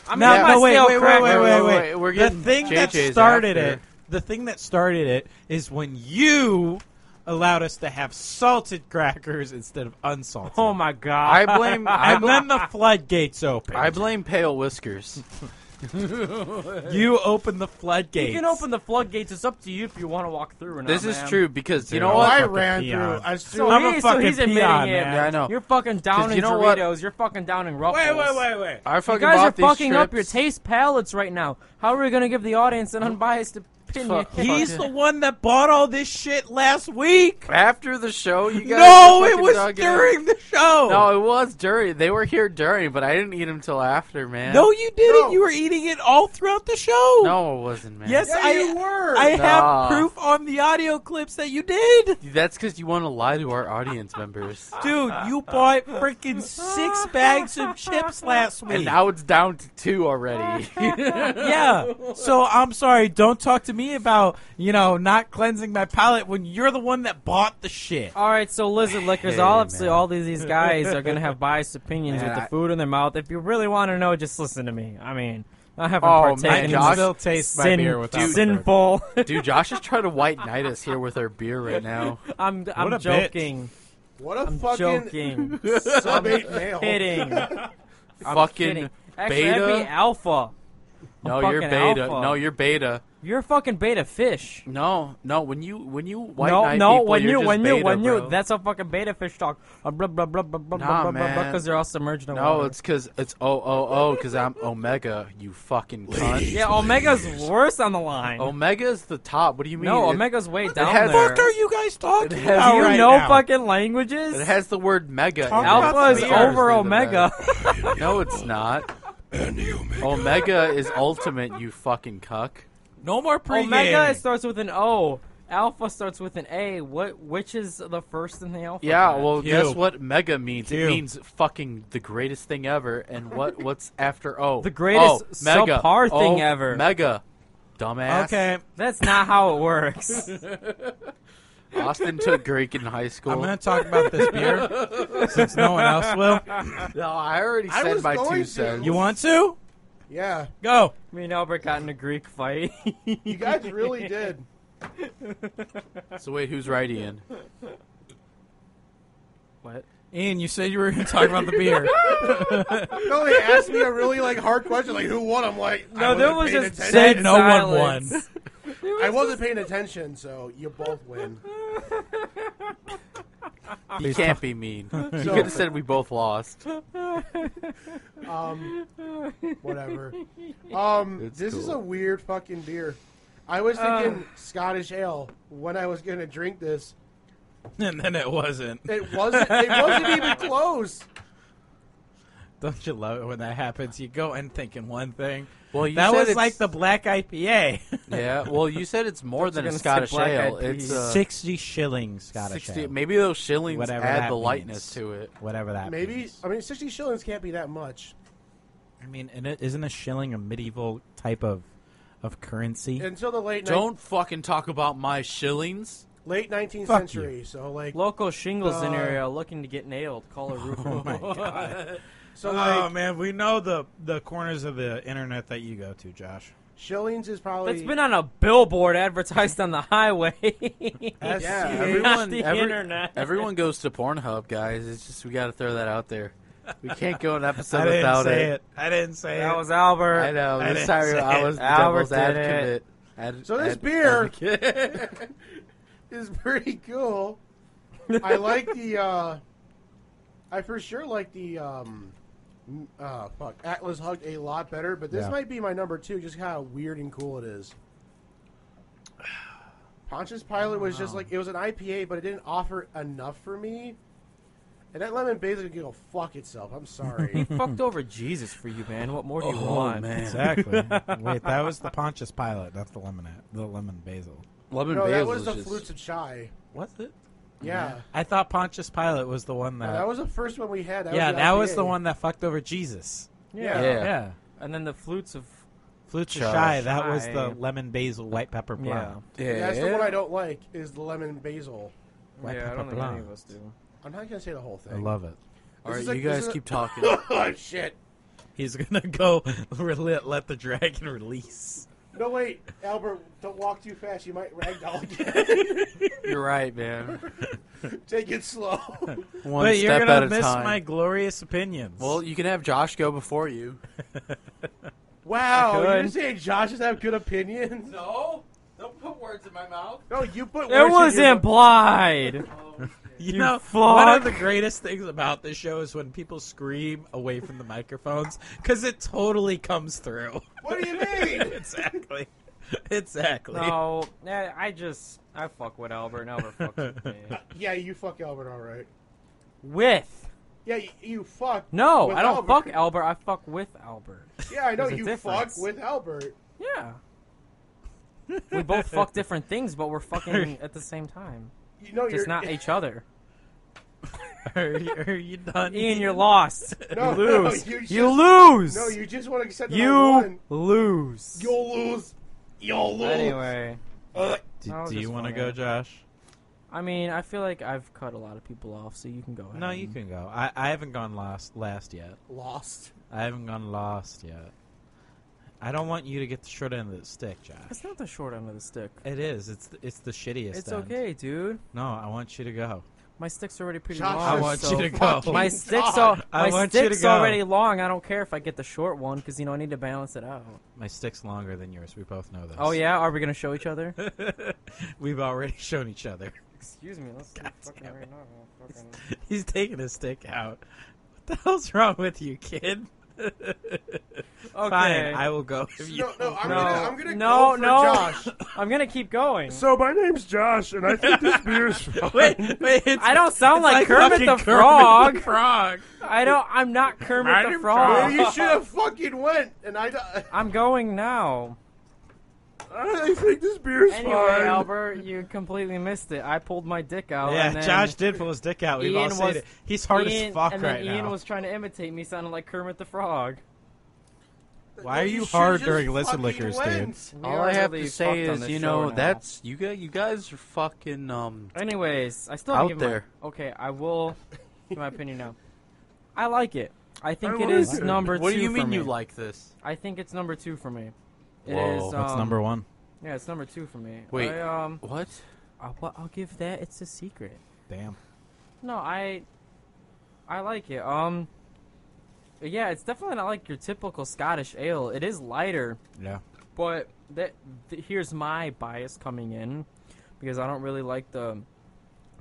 Speaker 5: I'm
Speaker 2: No,
Speaker 5: eating my
Speaker 2: no, wait,
Speaker 5: stale
Speaker 2: wait, wait,
Speaker 5: cracker.
Speaker 2: wait, wait, wait,
Speaker 1: wait, we're
Speaker 2: The
Speaker 1: getting
Speaker 2: thing
Speaker 1: JJ's
Speaker 2: that started
Speaker 1: after.
Speaker 2: it, the thing that started it, is when you allowed us to have salted crackers instead of unsalted.
Speaker 5: Oh my god!
Speaker 1: [LAUGHS] I blame.
Speaker 2: [LAUGHS]
Speaker 1: I
Speaker 2: And
Speaker 1: blame.
Speaker 2: then the floodgates open.
Speaker 1: I blame pale whiskers.
Speaker 2: you open the floodgates.
Speaker 5: You can open the floodgates. It's up to you if you want to walk through or not.
Speaker 1: This is
Speaker 5: man.
Speaker 1: true because you know
Speaker 2: Dude,
Speaker 1: what?
Speaker 4: I
Speaker 2: fucking
Speaker 4: ran
Speaker 2: peon.
Speaker 4: through. I
Speaker 5: So,
Speaker 4: still
Speaker 2: I'm a
Speaker 5: he, so
Speaker 2: fucking
Speaker 5: he's admitting
Speaker 2: peon,
Speaker 5: it.
Speaker 2: man.
Speaker 1: Yeah, I know.
Speaker 5: You're fucking downing
Speaker 1: you know what?
Speaker 5: Doritos. You're fucking downing Ruffles.
Speaker 2: Wait, wait, wait, wait.
Speaker 1: I
Speaker 5: You
Speaker 1: fucking
Speaker 5: guys are
Speaker 1: bought these
Speaker 5: fucking up your
Speaker 1: strips.
Speaker 5: taste palates right now. How are we gonna give the audience an unbiased opinion?
Speaker 1: Fuck.
Speaker 2: He's the one that bought all this shit last week.
Speaker 1: After the show, you guys.
Speaker 2: No,
Speaker 1: fucking
Speaker 2: it was
Speaker 1: dug in.
Speaker 2: during the show.
Speaker 1: No, it was during. They were here during, but I didn't eat them till after, man.
Speaker 2: No, you didn't.
Speaker 4: No.
Speaker 2: You were eating it all throughout the show.
Speaker 1: no, it wasn't, man.
Speaker 2: Yes,
Speaker 4: Yeah,
Speaker 2: I
Speaker 4: you were.
Speaker 2: I
Speaker 1: Nah.
Speaker 2: have proof on the audio clips that you did.
Speaker 1: that's because you want to lie to our audience
Speaker 2: [LAUGHS]
Speaker 1: members,
Speaker 2: Dude,
Speaker 1: [LAUGHS]
Speaker 2: you bought freaking six bags of chips last week.
Speaker 1: and now it's down to two already.
Speaker 2: [LAUGHS] yeah. So I'm sorry. Don't talk to me about you know not cleansing my palate when you're the one that bought the shit.
Speaker 5: All right, so lizard lickers.
Speaker 1: Hey,
Speaker 5: obviously,
Speaker 1: man.
Speaker 5: all these these guys are
Speaker 1: [LAUGHS]
Speaker 5: gonna have biased opinions
Speaker 1: Man,
Speaker 5: with the
Speaker 1: I-
Speaker 5: food in their mouth. If you really want to know, just listen to me. I mean, I haven't
Speaker 1: Oh,
Speaker 5: partaken
Speaker 1: man,
Speaker 5: in
Speaker 1: Josh-
Speaker 5: this
Speaker 2: taste
Speaker 5: sin- sinful.
Speaker 1: Dude, Josh is trying to white knight us here with our beer right now.
Speaker 5: [LAUGHS] I'm
Speaker 2: What a
Speaker 5: I'm
Speaker 2: bitch.
Speaker 5: joking.
Speaker 4: what a
Speaker 5: I'm
Speaker 1: [LAUGHS]
Speaker 4: fucking [LAUGHS]
Speaker 5: joking.
Speaker 4: subbait male.
Speaker 5: Kidding. I'm
Speaker 1: fucking
Speaker 5: kidding. Actually, that'd
Speaker 1: beta?
Speaker 5: be alpha.
Speaker 1: No,
Speaker 5: I'm
Speaker 1: you're
Speaker 5: fucking
Speaker 1: beta.
Speaker 5: alpha.
Speaker 1: No, you're beta.
Speaker 5: You're a fucking beta fish.
Speaker 1: No, no. When you when you white
Speaker 5: no,
Speaker 1: knight
Speaker 5: no,
Speaker 1: people,
Speaker 5: when
Speaker 1: you're
Speaker 5: you,
Speaker 1: just
Speaker 5: when you,
Speaker 1: beta,
Speaker 5: when you,
Speaker 1: bro.
Speaker 5: that's how fucking beta fish talk. Uh, blah blah blah blah blah
Speaker 1: Nah,
Speaker 5: blah blah blah
Speaker 1: man.
Speaker 5: because they're all submerged in
Speaker 1: no,
Speaker 5: water.
Speaker 1: it's because it's oh oh oh because I'm Omega. You fucking cunt.
Speaker 5: yeah,
Speaker 1: [LAUGHS]
Speaker 5: Omega's worse on the line.
Speaker 1: Omega's the top. What do you mean?
Speaker 5: no,
Speaker 1: Oh, It-
Speaker 5: Omega's way down
Speaker 1: has-
Speaker 5: there.
Speaker 2: What are you guys talking
Speaker 1: It has-
Speaker 2: about
Speaker 5: Do you
Speaker 2: right
Speaker 5: know
Speaker 2: now?
Speaker 5: fucking languages?
Speaker 1: It has the word mega.
Speaker 2: Talk
Speaker 1: in it.
Speaker 2: about
Speaker 5: Alpha is
Speaker 2: It's
Speaker 5: over
Speaker 1: Seriously, the [LAUGHS]
Speaker 5: Omega. [LAUGHS]
Speaker 1: best. No, it's not.
Speaker 8: And the Omega.
Speaker 1: oh, Omega is ultimate. You fucking cuck. Oh
Speaker 2: No more pre
Speaker 5: Omega starts with an O. Alpha starts with an A. What? Which is the first in the alphabet?
Speaker 1: Yeah, well,
Speaker 2: Q.
Speaker 1: guess what mega means?
Speaker 2: Q.
Speaker 1: It means fucking the greatest thing ever. And [LAUGHS] what what's after O?
Speaker 5: The greatest
Speaker 1: oh, mega.
Speaker 5: subpar
Speaker 1: Oh,
Speaker 5: thing ever.
Speaker 1: Mega. Dumbass.
Speaker 2: Okay,
Speaker 5: that's not how it works. [LAUGHS]
Speaker 1: Austin took Greek in [LAUGHS] high school.
Speaker 2: I'm going to talk about this beer
Speaker 1: [LAUGHS]
Speaker 2: since no one else will.
Speaker 1: No, I already
Speaker 4: I
Speaker 1: said
Speaker 4: was
Speaker 1: my
Speaker 4: going
Speaker 1: two
Speaker 4: to.
Speaker 1: cents.
Speaker 2: You want to?
Speaker 4: Yeah,
Speaker 2: Go.
Speaker 5: Me and Albert got in a Greek fight. [LAUGHS]
Speaker 4: you guys really did.
Speaker 1: So wait, who's right, [LAUGHS] Ian?
Speaker 5: What?
Speaker 2: Ian, you said you were going to talk about
Speaker 1: [LAUGHS]
Speaker 2: the beer.
Speaker 4: No, they asked me a really like hard question, like who won. I'm like,
Speaker 5: No,
Speaker 4: I
Speaker 5: there was
Speaker 4: wasn't
Speaker 5: just
Speaker 4: paying attention.
Speaker 2: Said no one
Speaker 5: silence.
Speaker 2: won.
Speaker 4: I wasn't paying attention, so you both win.
Speaker 1: You can't be [LAUGHS] mean. You
Speaker 4: So-
Speaker 1: could have said we both lost.
Speaker 4: Um, whatever. Um, this is
Speaker 1: cool.
Speaker 4: a weird fucking beer. I was thinking Scottish ale when I was gonna drink this.
Speaker 2: And then it wasn't.
Speaker 4: It wasn't. It
Speaker 2: [LAUGHS]
Speaker 4: wasn't even close.
Speaker 2: Don't you love it when that happens? You go in thinking one thing.
Speaker 1: Well, you
Speaker 2: that
Speaker 1: said
Speaker 2: was
Speaker 1: it's- [LAUGHS]
Speaker 2: like the black IPA.
Speaker 1: Yeah, well, you said it's more than a
Speaker 5: gonna say
Speaker 1: Scottish
Speaker 5: black
Speaker 1: ale.
Speaker 5: eyed
Speaker 1: It's
Speaker 5: peas.
Speaker 1: uh,
Speaker 2: 60 shillings Scottish
Speaker 1: 60
Speaker 2: ale.
Speaker 1: Maybe those shillings
Speaker 2: Whatever
Speaker 1: add
Speaker 2: that
Speaker 1: the
Speaker 2: means.
Speaker 1: lightness to it.
Speaker 2: Whatever that
Speaker 4: Maybe.
Speaker 2: means.
Speaker 4: I mean, sixty shillings can't be that much.
Speaker 2: I mean, and it- isn't a shilling a medieval type of of currency?
Speaker 4: Until the late
Speaker 1: Don't fucking talk about my shillings.
Speaker 4: ni- late nineteenth
Speaker 2: Fuck
Speaker 4: century. So like,
Speaker 5: [LAUGHS] Local shingles in
Speaker 4: Uh,
Speaker 5: area looking to get nailed. Call a
Speaker 2: oh
Speaker 5: roofer.
Speaker 2: my god!
Speaker 4: so
Speaker 2: oh
Speaker 4: like,
Speaker 2: man, we know the the corners of the internet that you go to, Josh.
Speaker 4: shillings is probably.
Speaker 5: That's been on a billboard advertised on the highway. [LAUGHS]
Speaker 4: S-
Speaker 1: Yeah,
Speaker 4: yeah.
Speaker 1: everyone,
Speaker 5: the
Speaker 1: every-
Speaker 5: internet.
Speaker 1: everyone goes to Pornhub, guys. It's just we got to throw that out there. We can't go an episode
Speaker 2: [LAUGHS] I didn't
Speaker 1: without
Speaker 2: say
Speaker 1: it.
Speaker 2: it. I didn't say
Speaker 5: that
Speaker 2: it.
Speaker 5: was Albert.
Speaker 1: I know.
Speaker 2: I
Speaker 1: I'm
Speaker 2: didn't
Speaker 1: sorry,
Speaker 2: say
Speaker 1: I
Speaker 2: it.
Speaker 1: was the devil's
Speaker 5: Albert did it.
Speaker 1: advocate. Ad-
Speaker 4: So this
Speaker 1: ad-
Speaker 4: beer-
Speaker 1: advocate.
Speaker 4: [LAUGHS] is pretty cool. I like the. uh I for sure like the. um m- uh, fuck. Atlas Hugged a lot better, but this
Speaker 2: Yeah.
Speaker 4: might be my number two, just how weird and cool it is. Pontius Pilot was just like, it was an IPA, but it didn't offer enough for me. And that lemon basically could go fuck itself. I'm sorry.
Speaker 5: fucked over Jesus for you, man. What more do you
Speaker 1: oh
Speaker 5: want?
Speaker 1: man,
Speaker 2: [LAUGHS] Exactly. Wait, that was the Pontius Pilate. That's the lemon. The lemon basil.
Speaker 1: lemon
Speaker 4: no, that
Speaker 1: basil
Speaker 4: was
Speaker 1: is
Speaker 4: the
Speaker 1: just-
Speaker 4: flutes of chai.
Speaker 2: Was it?
Speaker 4: Yeah.
Speaker 2: I thought Pontius Pilate was the one that.
Speaker 4: That was the first one we had. That
Speaker 2: yeah,
Speaker 4: was the
Speaker 2: that was
Speaker 4: IPA.
Speaker 2: the one that fucked over Jesus.
Speaker 4: Yeah.
Speaker 1: Yeah.
Speaker 5: And then the flutes of
Speaker 2: Flutes of
Speaker 1: Shy.
Speaker 2: Shy. That was
Speaker 5: Shy.
Speaker 2: the lemon basil white pepper blonde.
Speaker 1: Yeah,
Speaker 4: That's the one I don't like is the lemon basil.
Speaker 2: White
Speaker 5: yeah, I
Speaker 2: pepper
Speaker 5: don't think any
Speaker 2: blonde.
Speaker 5: of us do.
Speaker 4: I'm not gonna say the whole thing.
Speaker 2: I
Speaker 4: [LAUGHS]
Speaker 2: love it.
Speaker 1: All
Speaker 4: This
Speaker 1: right,
Speaker 4: is like-
Speaker 1: you
Speaker 4: this
Speaker 1: guys
Speaker 4: is-
Speaker 1: keep talking.
Speaker 4: [LAUGHS] oh shit!
Speaker 2: He's gonna [LAUGHS] go let, let the dragon release.
Speaker 4: No wait, Albert, don't walk too fast. You might ragdoll again.
Speaker 5: [LAUGHS]
Speaker 1: You're right, man.
Speaker 4: Take it
Speaker 5: [LAUGHS]
Speaker 4: slow.
Speaker 1: One
Speaker 2: but
Speaker 1: step
Speaker 2: you're gonna
Speaker 1: at a
Speaker 2: miss
Speaker 1: time.
Speaker 2: my glorious opinions.
Speaker 1: Well, you can have Josh go before you.
Speaker 4: Wow,
Speaker 5: I
Speaker 4: you're
Speaker 5: could.
Speaker 4: saying Josh does have good opinions?
Speaker 1: No, don't put words in my mouth.
Speaker 4: No, you put
Speaker 5: It
Speaker 4: words
Speaker 5: was
Speaker 4: in your-
Speaker 5: implied.
Speaker 2: you,
Speaker 5: you
Speaker 2: know, one
Speaker 5: fuck.
Speaker 2: of the greatest things about this show is when people scream away from the microphones because it totally comes through. [LAUGHS]
Speaker 4: What do you
Speaker 5: [LAUGHS]
Speaker 4: mean?
Speaker 2: exactly. Exactly.
Speaker 5: no, eh, I just I fuck with Albert. and Albert fucks with me.
Speaker 4: [LAUGHS] yeah, you fuck Albert, all right.
Speaker 5: With
Speaker 4: Yeah, you, you fuck.
Speaker 5: no,
Speaker 4: with
Speaker 5: I don't
Speaker 4: Albert.
Speaker 5: fuck Albert. I fuck with Albert.
Speaker 4: Yeah, I know
Speaker 5: There's a
Speaker 4: you
Speaker 5: difference.
Speaker 4: fuck with Albert.
Speaker 5: Yeah. [LAUGHS] we both fuck different things, but we're fucking at the same time.
Speaker 4: You know you're [LAUGHS]
Speaker 5: Just not each other.
Speaker 2: Are, you- are you done?
Speaker 5: Ian, you're lost.
Speaker 4: No,
Speaker 5: you lose.
Speaker 4: no, you just-
Speaker 5: lose.
Speaker 4: No, you just want to accept that I
Speaker 5: You
Speaker 4: won.
Speaker 5: lose.
Speaker 4: You'll lose. You'll lose.
Speaker 5: Anyway,
Speaker 2: Do,
Speaker 5: That was
Speaker 2: do you
Speaker 5: just
Speaker 2: want to go,
Speaker 5: funny.
Speaker 2: Josh?
Speaker 5: I mean, I feel like I've cut a lot of people off, so you can go. Ahead.
Speaker 2: No, you can go. I, I haven't gone last last yet.
Speaker 4: Lost.
Speaker 2: I haven't gone lost yet. I don't want you to get the short end of the stick, Josh.
Speaker 5: It's not the short end of the stick.
Speaker 2: It is. It's the, it's the shittiest.
Speaker 5: It's
Speaker 2: end.
Speaker 5: okay, dude.
Speaker 2: No, I want you to go.
Speaker 5: My stick's already pretty
Speaker 4: Josh,
Speaker 5: long.
Speaker 2: I want
Speaker 5: Oh, so-
Speaker 2: you to go.
Speaker 4: fucking-
Speaker 5: My
Speaker 4: God. [LAUGHS]
Speaker 5: stick's al-
Speaker 2: I
Speaker 5: my
Speaker 2: want you to
Speaker 5: stick's
Speaker 2: go.
Speaker 5: already long. I don't care if I get the short one because you know I need to balance it out.
Speaker 2: My stick's longer than yours. We both know this.
Speaker 5: Oh yeah, are we gonna show each other?
Speaker 2: [LAUGHS] We've already shown each other. [LAUGHS]
Speaker 5: Excuse me. Let's fucking
Speaker 2: damn
Speaker 5: right now. Fucking-
Speaker 2: He's taking his stick out. What the hell's wrong with you, kid? [LAUGHS]
Speaker 5: [LAUGHS] Okay.
Speaker 2: Fine, I will go. If you
Speaker 4: No, no, I'm
Speaker 5: No.
Speaker 4: gonna, I'm gonna
Speaker 5: No,
Speaker 4: go for
Speaker 5: no.
Speaker 4: Josh.
Speaker 2: [LAUGHS]
Speaker 5: I'm gonna keep going.
Speaker 4: So my name's Josh, and I think this beer's
Speaker 2: [LAUGHS] wait, wait. It's,
Speaker 5: I don't sound
Speaker 2: it's
Speaker 5: like Kermit
Speaker 2: fucking
Speaker 5: the
Speaker 2: Kermit the
Speaker 5: [LAUGHS] Frog.
Speaker 2: Frog.
Speaker 5: I don't. I'm not Kermit the Frog. [LAUGHS]
Speaker 4: you should have fucking went, and I.
Speaker 5: I'm going now.
Speaker 4: I think this beer is
Speaker 5: Anyway, Albert, you completely missed it. I pulled my dick
Speaker 2: [LAUGHS]
Speaker 5: out.
Speaker 2: yeah,
Speaker 5: and then
Speaker 2: Josh did pull his dick out. We've all
Speaker 5: Ian
Speaker 2: seen
Speaker 5: was-
Speaker 2: it. He's hard
Speaker 5: Ian,
Speaker 2: as fuck
Speaker 5: and then
Speaker 2: right
Speaker 5: Ian
Speaker 2: now.
Speaker 5: was trying to imitate me, sounding like Kermit the Frog.
Speaker 2: Why are you hard during Listen Liquors, dude?
Speaker 5: We
Speaker 1: All
Speaker 5: are
Speaker 1: I have
Speaker 5: really
Speaker 1: to say
Speaker 5: fucked on
Speaker 1: is,
Speaker 5: this
Speaker 1: you
Speaker 5: show
Speaker 1: know,
Speaker 5: now.
Speaker 1: that's you guys. You guys are fucking um.
Speaker 5: Anyways, I still haven't
Speaker 1: Out
Speaker 5: given my-
Speaker 1: there.
Speaker 5: okay, I will give my opinion now. I like it. I think
Speaker 4: I
Speaker 5: it
Speaker 4: like
Speaker 5: is
Speaker 4: it.
Speaker 5: number two.
Speaker 1: What do you
Speaker 5: for
Speaker 1: mean
Speaker 5: me.
Speaker 1: you like this?
Speaker 5: I think it's number two for me. It is.
Speaker 1: Whoa,
Speaker 2: What's
Speaker 5: um,
Speaker 2: number one?
Speaker 5: Yeah, it's number two for me.
Speaker 1: Wait.
Speaker 5: I, um,
Speaker 1: What?
Speaker 5: I, well, I'll give that. It's a secret.
Speaker 2: Damn.
Speaker 5: No, I, I like it. Um, yeah, it's definitely not like your typical Scottish ale. It is lighter.
Speaker 2: Yeah.
Speaker 5: But that th- here's my bias coming in because I don't really like the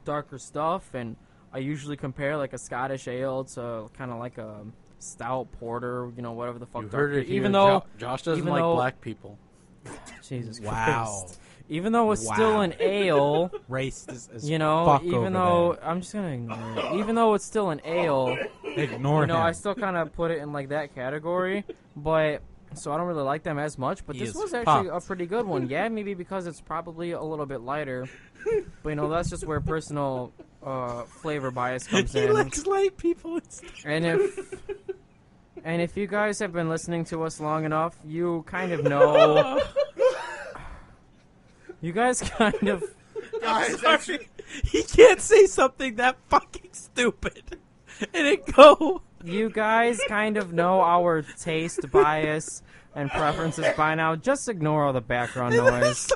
Speaker 5: darker stuff, and I usually compare like a Scottish ale to kind of like a stout porter, you know, whatever the fuck.
Speaker 1: You
Speaker 5: dark-
Speaker 1: heard it.
Speaker 5: even
Speaker 1: here. Jo-
Speaker 5: though
Speaker 1: Josh doesn't
Speaker 5: even
Speaker 1: like
Speaker 5: though-
Speaker 1: black people.
Speaker 5: Jesus
Speaker 2: Wow.
Speaker 5: Christ. Even though it's still
Speaker 2: Wow.
Speaker 5: an
Speaker 1: [LAUGHS]
Speaker 5: ale,
Speaker 2: Racist as
Speaker 5: you know,
Speaker 2: fuck over
Speaker 5: even though I'm just gonna ignore it. Even though it's still an ale,
Speaker 2: there. [LAUGHS] ignore
Speaker 5: you know,
Speaker 2: him.
Speaker 5: I still kind of put it in like that category, but so I don't really like them as much. But
Speaker 2: He is
Speaker 5: this was actually
Speaker 2: fucked.
Speaker 5: a pretty good one. Yeah, maybe because it's probably a little bit lighter, but you know that's just where personal uh, flavor bias
Speaker 2: [LAUGHS]
Speaker 5: comes
Speaker 2: he
Speaker 5: in.
Speaker 2: likes light people. It's
Speaker 5: And if and if you guys have been listening to us long enough, you kind
Speaker 2: [LAUGHS]
Speaker 5: of know. [LAUGHS] you guys kind of
Speaker 4: [LAUGHS]
Speaker 2: [LAUGHS] sorry. He can't say something that fucking stupid. And it go. [LAUGHS]
Speaker 5: you guys kind of know our taste bias and preferences by now. Just ignore all the background
Speaker 2: [LAUGHS]
Speaker 5: noise.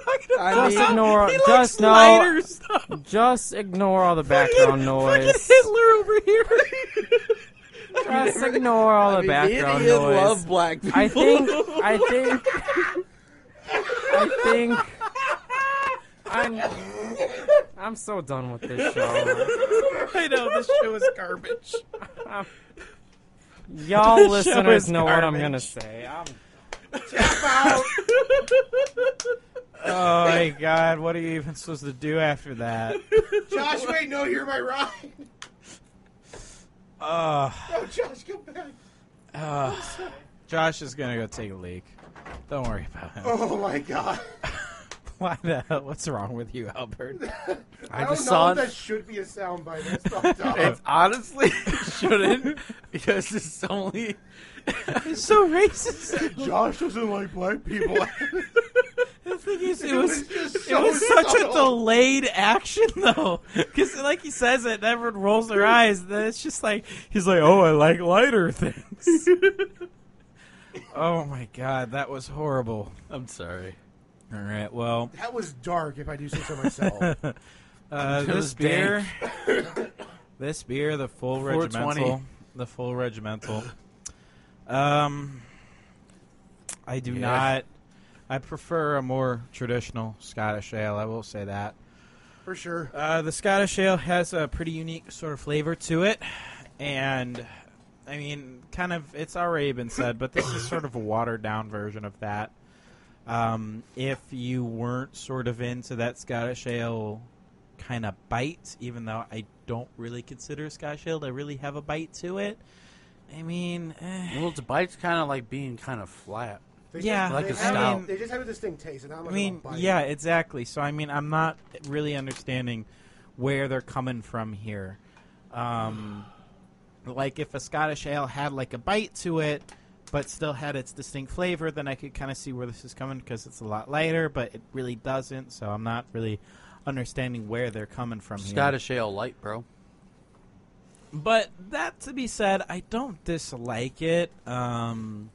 Speaker 5: Just ignore.
Speaker 2: He
Speaker 5: Just
Speaker 2: likes
Speaker 5: know.
Speaker 2: lighter stuff.
Speaker 5: Just ignore all the background
Speaker 2: [LAUGHS] Fucking
Speaker 5: noise.
Speaker 2: Hitler over here.
Speaker 5: [LAUGHS] Just ignore all the background noise.
Speaker 1: black people.
Speaker 5: I think. I think. I think. I'm. I'm so done with this show.
Speaker 2: [LAUGHS] I know this show is garbage.
Speaker 5: Y'all
Speaker 2: This show
Speaker 5: listeners
Speaker 2: is
Speaker 5: know what I'm
Speaker 2: garbage.
Speaker 5: gonna say. I'm
Speaker 2: Oh my god, what are you even supposed to do after that?
Speaker 4: Josh, wait, no, you're my ride. [LAUGHS]
Speaker 2: Uh,
Speaker 4: No, Josh, come back.
Speaker 2: uh, Josh is gonna go take a leak. Don't worry about him. [LAUGHS]
Speaker 4: Oh my god.
Speaker 2: Why the hell? What's wrong with you, Albert?
Speaker 4: I,
Speaker 1: just
Speaker 4: don't know
Speaker 1: saw
Speaker 4: if
Speaker 1: it.
Speaker 4: that should be a sound bite. That's
Speaker 2: [LAUGHS]
Speaker 4: fucked up.
Speaker 1: It's honestly [LAUGHS] shouldn't because it's only.
Speaker 2: It's so racist.
Speaker 4: Josh doesn't like black [LAUGHS] people.
Speaker 2: The thing is, [LAUGHS] it
Speaker 4: it was
Speaker 2: was
Speaker 4: just
Speaker 2: it
Speaker 4: so
Speaker 2: was such a
Speaker 4: subtle.
Speaker 2: delayed action though, [LAUGHS] because like he says it, and everyone rolls their eyes. Then it's just like he's like, "Oh, I like lighter things." oh my god, that was horrible.
Speaker 1: I'm sorry.
Speaker 2: All right, well, [LAUGHS]
Speaker 4: That was dark, if I do say so myself.
Speaker 2: Uh,
Speaker 1: It
Speaker 2: this
Speaker 1: was
Speaker 2: beer, this beer, the full
Speaker 1: 420.
Speaker 2: regimental, the full regimental. Um, I do
Speaker 1: Yeah.
Speaker 2: not. I prefer a more traditional Scottish ale. I will say that.
Speaker 4: For sure.
Speaker 2: Uh, the Scottish ale has a pretty unique sort of flavor to it, and I mean, kind of, it's already been said, but this is sort of a watered down version of that. Um, if you weren't sort of into that Scottish ale kind of bite, even though I don't really consider Scottish ale to really have a bite to it, I mean, eh,
Speaker 1: Well, the bite's kind of like being kind of flat.
Speaker 4: They
Speaker 2: yeah,
Speaker 4: just,
Speaker 1: like
Speaker 4: they
Speaker 1: a
Speaker 4: have-
Speaker 1: stout.
Speaker 4: They just have a distinct taste, and I'm
Speaker 2: I
Speaker 4: like,
Speaker 2: mean,
Speaker 4: bite.
Speaker 2: yeah, exactly. So I mean, I'm not really understanding where they're coming from here. Um, like if a Scottish ale had like a bite to it, but still had its distinct flavor, then I could kind of see where this is coming because it's a lot lighter, but it really doesn't. So I'm not really understanding where they're coming from here.
Speaker 1: Scottish ale light, bro.
Speaker 2: But that to be said, I don't dislike it. Um,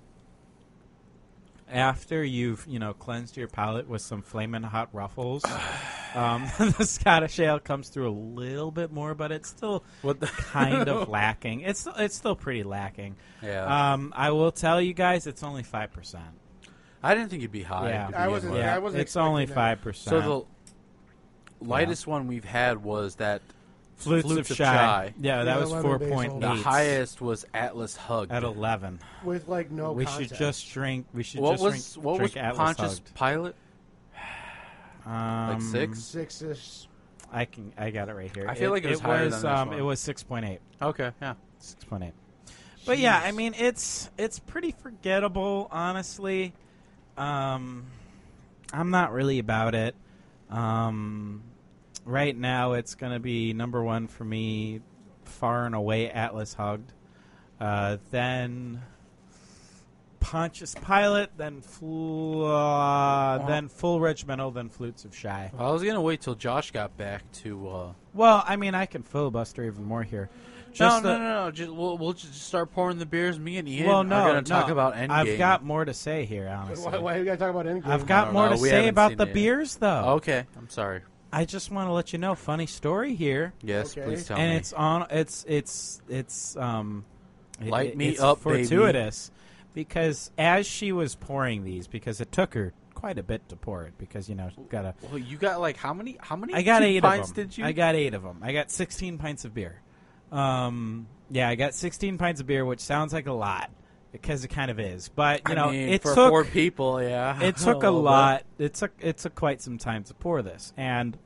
Speaker 2: after you've you know cleansed your palate with some flaming hot ruffles,
Speaker 1: [SIGHS]
Speaker 2: um, [LAUGHS] the Scottish ale comes through a little bit more, but it's still [LAUGHS] kind of lacking. It's it's still pretty lacking.
Speaker 1: Yeah.
Speaker 2: Um, I will tell you guys, it's only five percent.
Speaker 1: I didn't think it'd be high.
Speaker 2: yeah.
Speaker 1: to
Speaker 4: I
Speaker 1: begin
Speaker 4: wasn't-
Speaker 1: with.
Speaker 2: Yeah,
Speaker 4: I wasn't
Speaker 2: it's only
Speaker 4: expecting that.
Speaker 2: five percent.
Speaker 1: So the lightest one we've had was that
Speaker 2: flutes,
Speaker 1: Flutes
Speaker 2: of,
Speaker 1: of
Speaker 2: shy.
Speaker 1: Chai.
Speaker 2: Yeah, that
Speaker 4: Yeah,
Speaker 2: was
Speaker 4: lemon
Speaker 2: four
Speaker 4: basil.
Speaker 2: point eight.
Speaker 1: the highest was Atlas Hug.
Speaker 2: at eleven.
Speaker 4: With, like, no
Speaker 2: we
Speaker 4: context.
Speaker 2: should just drink. We should
Speaker 1: What
Speaker 2: just
Speaker 1: was
Speaker 2: drink,
Speaker 1: what
Speaker 2: drink
Speaker 1: was
Speaker 2: Atlas
Speaker 1: Pontius
Speaker 2: Hugged.
Speaker 1: Pilate?
Speaker 2: Um,
Speaker 1: Like six?
Speaker 4: Six-ish.
Speaker 2: I can. I got it right here.
Speaker 1: I feel like it was higher
Speaker 2: was,
Speaker 1: than this
Speaker 2: um,
Speaker 1: one.
Speaker 2: It was six point eight.
Speaker 1: Okay, yeah.
Speaker 2: Six point eight. But yeah, I mean, it's it's pretty forgettable, honestly. Um, I'm not really about it. Um, right now, it's going to be number one for me, far and away Atlas Hugged. Uh, then Pontius Pilate, then fl- uh, then Full Regimental, then Flutes of Shy.
Speaker 1: I was gonna wait till Josh got back to. Uh,
Speaker 2: Well, I mean, I can filibuster even more here.
Speaker 1: no,
Speaker 2: Just
Speaker 1: no,
Speaker 2: the-
Speaker 1: no, no. Just, we'll, we'll just start pouring the beers. Me and Ian
Speaker 2: Well, no,
Speaker 1: are gonna talk
Speaker 2: no.
Speaker 1: about Endgame.
Speaker 2: I've got more to say here, honestly.
Speaker 4: Why, why are you guys talking about Endgame?
Speaker 2: I've
Speaker 1: I
Speaker 2: got
Speaker 1: don't
Speaker 2: more
Speaker 1: know.
Speaker 2: to
Speaker 1: We
Speaker 2: say
Speaker 1: haven't
Speaker 2: about
Speaker 1: seen
Speaker 2: the
Speaker 1: it yet.
Speaker 2: beers, though.
Speaker 1: Okay, I'm sorry.
Speaker 2: I just want to let you know, funny story here,
Speaker 1: Yes,
Speaker 4: Okay.
Speaker 1: please tell
Speaker 2: and
Speaker 1: me.
Speaker 2: it's on. It's it's it's um, it-
Speaker 1: Light
Speaker 2: it-
Speaker 1: me
Speaker 2: it's
Speaker 1: up, baby.
Speaker 2: fortuitous, because as she was pouring these, because it took her quite a bit to pour it, because you know she got a.
Speaker 1: well, you got like how many? How many?
Speaker 2: I got
Speaker 1: two
Speaker 2: eight
Speaker 1: pints
Speaker 2: of them.
Speaker 1: Did you?
Speaker 2: I got eight of them. I got sixteen pints of beer. Um, yeah, I got sixteen pints of beer, which sounds like a lot because it kind of is, but you
Speaker 1: I
Speaker 2: know,
Speaker 1: mean,
Speaker 2: it
Speaker 1: for
Speaker 2: took
Speaker 1: four people. [LAUGHS] Yeah,
Speaker 2: it took a
Speaker 1: little bit.
Speaker 2: lot. It took it took quite some time to pour this, and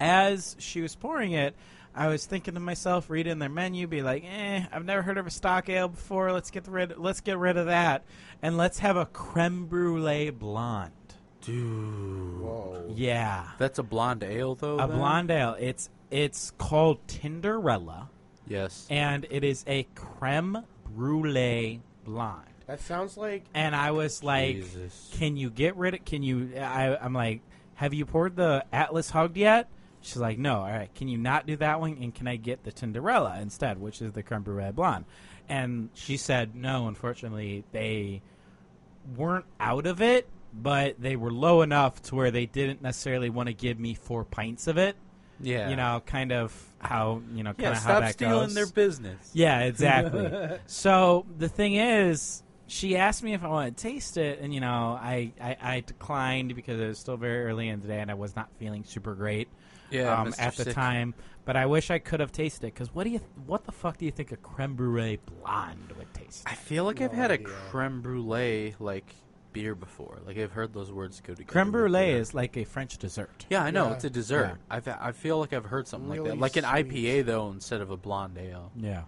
Speaker 2: as she was pouring it, I was thinking to myself, reading their menu, be like, "Eh, I've never heard of a stock ale before. Let's get rid. Let's get rid of that, and let's have a creme brulee blonde.
Speaker 4: Whoa.
Speaker 2: Yeah,
Speaker 1: That's a blonde ale, though.
Speaker 2: a
Speaker 1: then?
Speaker 2: blonde ale. It's it's called Tinderella,
Speaker 1: Yes.
Speaker 2: and it is a creme brulee blonde.
Speaker 4: That sounds like
Speaker 2: and I was like,
Speaker 1: Jesus.
Speaker 2: "Can you get rid of? Can you?" I, I'm like, "Have you poured the Atlas Hugged yet?" She's like, "No." All right, can you not do that one? And can I get the Tinderella instead, which is the creme brulee blonde? And she said, "No, unfortunately, they weren't out of it, but they were low enough to where they didn't necessarily want to give me four pints of it.
Speaker 1: yeah.
Speaker 2: You know, kind of how you know, kind
Speaker 1: Yeah.
Speaker 2: of how
Speaker 1: Stop
Speaker 2: that
Speaker 1: stealing
Speaker 2: goes.
Speaker 1: their business. [LAUGHS]
Speaker 2: Yeah, exactly. so the thing is, she asked me if I wanted to taste it, and you know, I, I, I declined because it was still very early in the day, and I was not feeling super great
Speaker 1: Yeah.
Speaker 2: um,
Speaker 1: Mr.
Speaker 2: at the
Speaker 1: Sick.
Speaker 2: time. But I wish I could have tasted it because what do you, what the fuck do you think a creme brulee blonde would taste?
Speaker 1: I feel like I've
Speaker 4: No
Speaker 1: had
Speaker 4: idea.
Speaker 1: a creme brulee like beer before. Like I've heard those words go together.
Speaker 2: Creme
Speaker 1: with
Speaker 2: brulee
Speaker 1: beer.
Speaker 2: is like a French dessert.
Speaker 1: Yeah, I know
Speaker 4: Yeah.
Speaker 1: it's a dessert. I've I feel like I've heard something
Speaker 4: Really
Speaker 1: like that, like an
Speaker 4: sweet.
Speaker 1: IPA though instead of a blonde ale. [LAUGHS]
Speaker 2: Yeah.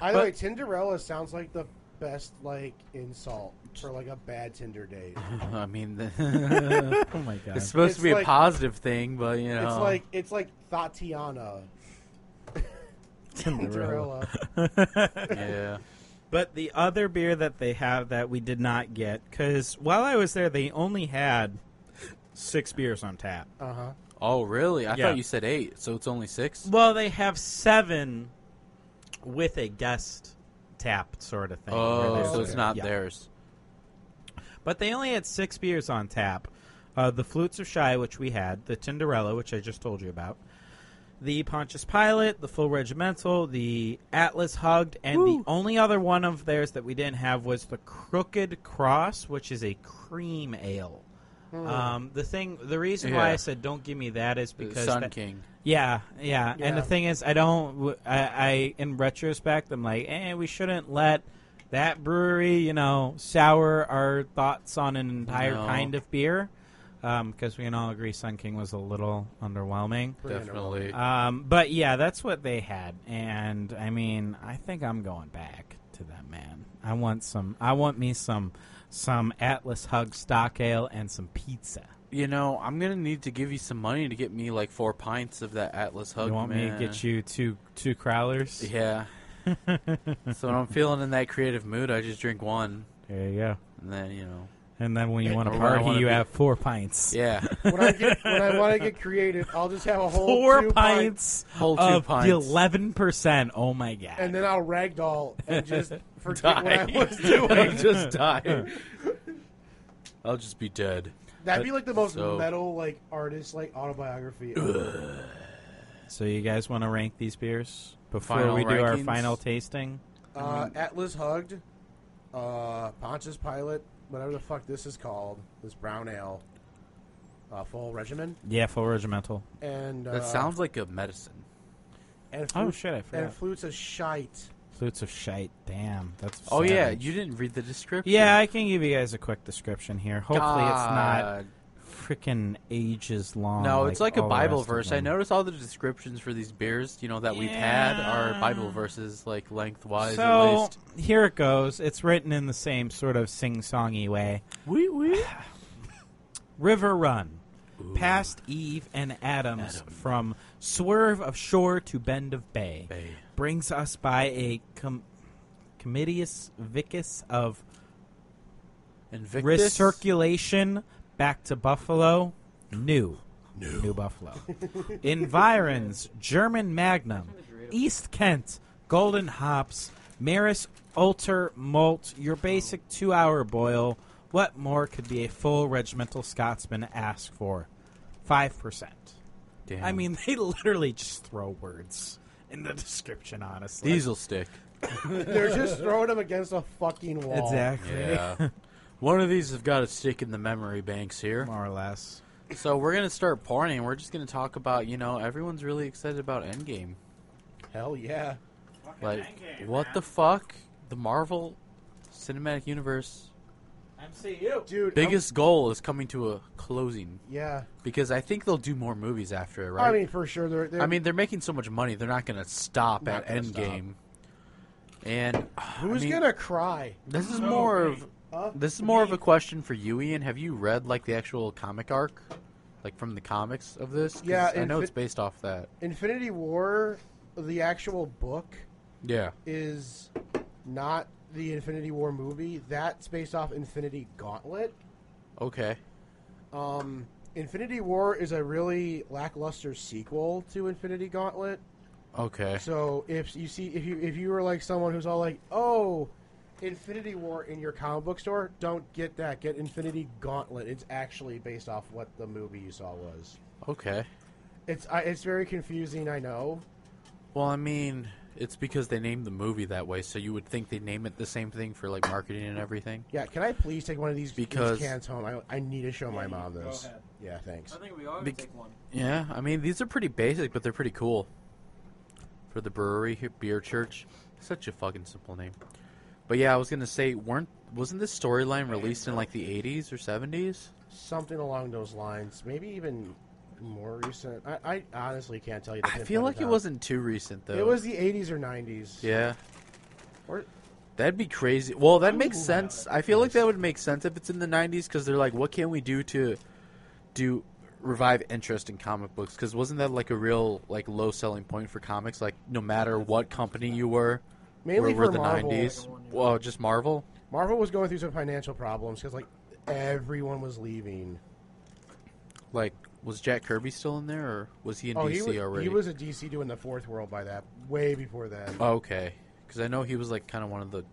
Speaker 4: Either
Speaker 2: But-
Speaker 4: way, Tinderella sounds like the best like insult for like a bad
Speaker 2: [LAUGHS]
Speaker 4: Tinder date.
Speaker 1: I mean, [LAUGHS] the-
Speaker 2: Oh my
Speaker 1: [LAUGHS]
Speaker 2: god.
Speaker 1: it's supposed
Speaker 4: It's
Speaker 1: to be
Speaker 4: like-
Speaker 1: a positive thing, but you know,
Speaker 4: It's like it's like Tatiana.
Speaker 2: [LAUGHS]
Speaker 4: Tinderella.
Speaker 1: yeah,
Speaker 2: But the other beer that they have that we did not get, because while I was there, they only had six beers on tap.
Speaker 4: Uh huh.
Speaker 1: Oh, really? I
Speaker 2: Yeah.
Speaker 1: thought you said eight, so it's only six.
Speaker 2: Well, they have seven with a guest tap sort of thing. where
Speaker 1: Oh,
Speaker 2: there's
Speaker 1: so
Speaker 2: a-
Speaker 1: it's not
Speaker 2: yeah.
Speaker 1: theirs.
Speaker 2: But they only had six beers on tap. Uh, the Flutes of Shy, which we had, the Tinderella, which I just told you about, the Pontius Pilate, the Full Regimental, the Atlas Hugged, and the only other one of theirs that we didn't have was the Crooked Cross, which is a cream ale. Um, the thing, the reason why
Speaker 1: Yeah.
Speaker 2: I said don't give me that is
Speaker 1: The
Speaker 2: because
Speaker 1: Sun
Speaker 2: that-
Speaker 1: King.
Speaker 2: yeah, yeah, And
Speaker 4: Yeah.
Speaker 2: the thing is, I don't. w- I, I- in retrospect, I'm like, eh, we shouldn't let that brewery, you know, sour our thoughts on an entire
Speaker 1: No.
Speaker 2: kind of beer, because we can all agree Sun King was a little underwhelming.
Speaker 1: Definitely. Uh,
Speaker 2: Um, but yeah, that's what they had, and I mean, I think I'm going back to them, man. I want some. I want me some some Atlas Hug Stock Ale and some pizza.
Speaker 1: You know, I'm gonna need to give you some money to get me like four pints of that Atlas Hug.
Speaker 2: you want
Speaker 1: man.
Speaker 2: me to get you two two
Speaker 1: [LAUGHS]
Speaker 2: crowlers?
Speaker 1: Yeah. so when I'm feeling in that creative mood, I just drink one,
Speaker 2: There you go.
Speaker 1: and then you know,
Speaker 2: And then when you want
Speaker 1: Or
Speaker 2: to
Speaker 1: when I
Speaker 2: party,
Speaker 1: wanna
Speaker 2: you
Speaker 1: be-
Speaker 2: have four pints.
Speaker 1: yeah, [LAUGHS]
Speaker 4: When I get when I want to get creative, I'll just have a whole
Speaker 2: Four
Speaker 4: two
Speaker 2: pints
Speaker 1: whole two
Speaker 2: of
Speaker 1: pints.
Speaker 2: the eleven percent. Oh my god!
Speaker 4: and then I'll ragdoll and
Speaker 2: [LAUGHS]
Speaker 4: just forget what I
Speaker 1: [LAUGHS]
Speaker 4: was doing.
Speaker 1: I'll just
Speaker 4: [LAUGHS]
Speaker 1: die. I'll just be dead.
Speaker 4: That'd be like the most
Speaker 1: So-
Speaker 4: metal like artist
Speaker 2: [CLEARS THROAT]
Speaker 4: like autobiography.
Speaker 2: so you guys want to rank these beers before
Speaker 1: Final
Speaker 2: we do our
Speaker 1: rankings?
Speaker 2: final tasting?
Speaker 4: Uh, Atlas hugged. Uh, Pontius Pilate, whatever the fuck this is called, this brown ale. Uh, full regimen
Speaker 2: Yeah, full regimental.
Speaker 4: and uh,
Speaker 1: That sounds like a medicine.
Speaker 4: and flute,
Speaker 2: Oh shit! I forgot.
Speaker 4: and flutes of shite.
Speaker 2: Flutes of shite. Damn, that's.
Speaker 1: Oh yeah,
Speaker 2: savage.
Speaker 1: you didn't read the description.
Speaker 2: Yeah, I can give you guys a quick description here. Hopefully,
Speaker 1: God.
Speaker 2: it's not freaking ages long.
Speaker 1: No, it's like a
Speaker 2: all the
Speaker 1: Bible
Speaker 2: rest of
Speaker 1: verse. I
Speaker 2: them.
Speaker 1: notice all the descriptions for these beers, you know, that we've had are
Speaker 2: Yeah.
Speaker 1: Bible verses, like lengthwise at
Speaker 2: So
Speaker 1: least.
Speaker 2: [SIGHS] here it goes. It's written in the same sort of sing-songy way.
Speaker 1: We we
Speaker 2: River Run, past Eve and Adams, from swerve of shore to bend of bay, brings us by a com- comitius vicus of
Speaker 1: [SIGHS] Invictus.
Speaker 2: recirculation back to Buffalo, new, new, Buffalo, environs, German Magnum, East Kent, Golden Hops, Maris Alter Malt, your basic two-hour boil. What more could be a full regimental Scotsman ask for? Five percent.
Speaker 1: Damn.
Speaker 2: I mean, they literally just throw words in the description. Honestly,
Speaker 1: these will stick.
Speaker 4: They're just throwing him against a fucking wall.
Speaker 2: exactly,
Speaker 1: Yeah. One of these have got to stick in the memory banks here.
Speaker 2: more or less.
Speaker 1: So we're gonna start pouring. and We're just gonna talk about you know everyone's really excited about Endgame.
Speaker 4: Hell yeah.
Speaker 1: Like what the fuck? The Marvel Cinematic Universe
Speaker 2: MCU.
Speaker 4: Dude. I'm-
Speaker 1: biggest goal is coming to a closing
Speaker 4: yeah.
Speaker 1: because I think they'll do more movies after it, right?
Speaker 4: I mean, for sure. They're, they're,
Speaker 1: I mean, they're making so much money, they're not going to stop
Speaker 4: Not
Speaker 1: at
Speaker 4: gonna stop.
Speaker 1: Endgame. And uh,
Speaker 4: who's
Speaker 1: I mean,
Speaker 4: gonna cry?
Speaker 1: This is more of
Speaker 4: Huh?
Speaker 1: this is more of a question for you, Ian. Have you read like the actual comic arc, like from the comics of this? 'Cause
Speaker 4: Yeah,
Speaker 1: I know
Speaker 4: infi-
Speaker 1: it's based off that.
Speaker 4: Infinity War, the actual book
Speaker 1: Yeah,
Speaker 4: is not the Infinity War movie. That's based off Infinity Gauntlet.
Speaker 1: okay.
Speaker 4: Um, Infinity War is a really lackluster sequel to Infinity Gauntlet.
Speaker 1: Okay.
Speaker 4: So if you see if you if you were like someone who's all like, "Oh, Infinity War in your comic book store," don't get that. Get Infinity Gauntlet. It's actually based off what the movie you saw was.
Speaker 1: Okay.
Speaker 4: It's I, it's very confusing. I know.
Speaker 1: Well, I mean, it's because they named the movie that way, so you would think they would name it the same thing for like marketing and everything.
Speaker 4: Yeah, can I please take one of these, these
Speaker 1: Because-
Speaker 4: cans home? I, I need to show my mom
Speaker 5: go
Speaker 4: this.
Speaker 5: ahead.
Speaker 4: Yeah, thanks.
Speaker 5: think we all
Speaker 1: Bec-
Speaker 5: take one.
Speaker 1: Yeah, I mean these are pretty basic, but they're pretty cool. For the brewery here, beer church, such a fucking simple name. But yeah, I was gonna say, weren't wasn't this storyline released in like the '80s or '70s?
Speaker 4: Something along those lines. Maybe even more recent. I, I honestly can't tell you. the
Speaker 1: I feel
Speaker 4: pinpoint
Speaker 1: like it
Speaker 4: time.
Speaker 1: wasn't too recent though.
Speaker 4: It was the 80s or 90s.
Speaker 1: Yeah,
Speaker 4: Or-
Speaker 1: that'd be crazy. Well, that makes sense. I feel like that would make sense if it's in the '90s because they're like, what can we do to do revive interest in comic books? Because wasn't that like a real like low selling point for comics? Like no matter what company you were.
Speaker 4: mainly
Speaker 1: were,
Speaker 4: for
Speaker 1: were the
Speaker 4: Marvel.
Speaker 1: 90s. Well, just Marvel.
Speaker 4: Marvel was going through some financial problems because like everyone was leaving.
Speaker 1: Like, was Jack Kirby still in there, or was he in
Speaker 4: oh,
Speaker 1: DC
Speaker 4: he was,
Speaker 1: already?
Speaker 4: he was a DC doing the Fourth World by that way before then.
Speaker 1: Oh, okay, because I know he was like kind of one of the.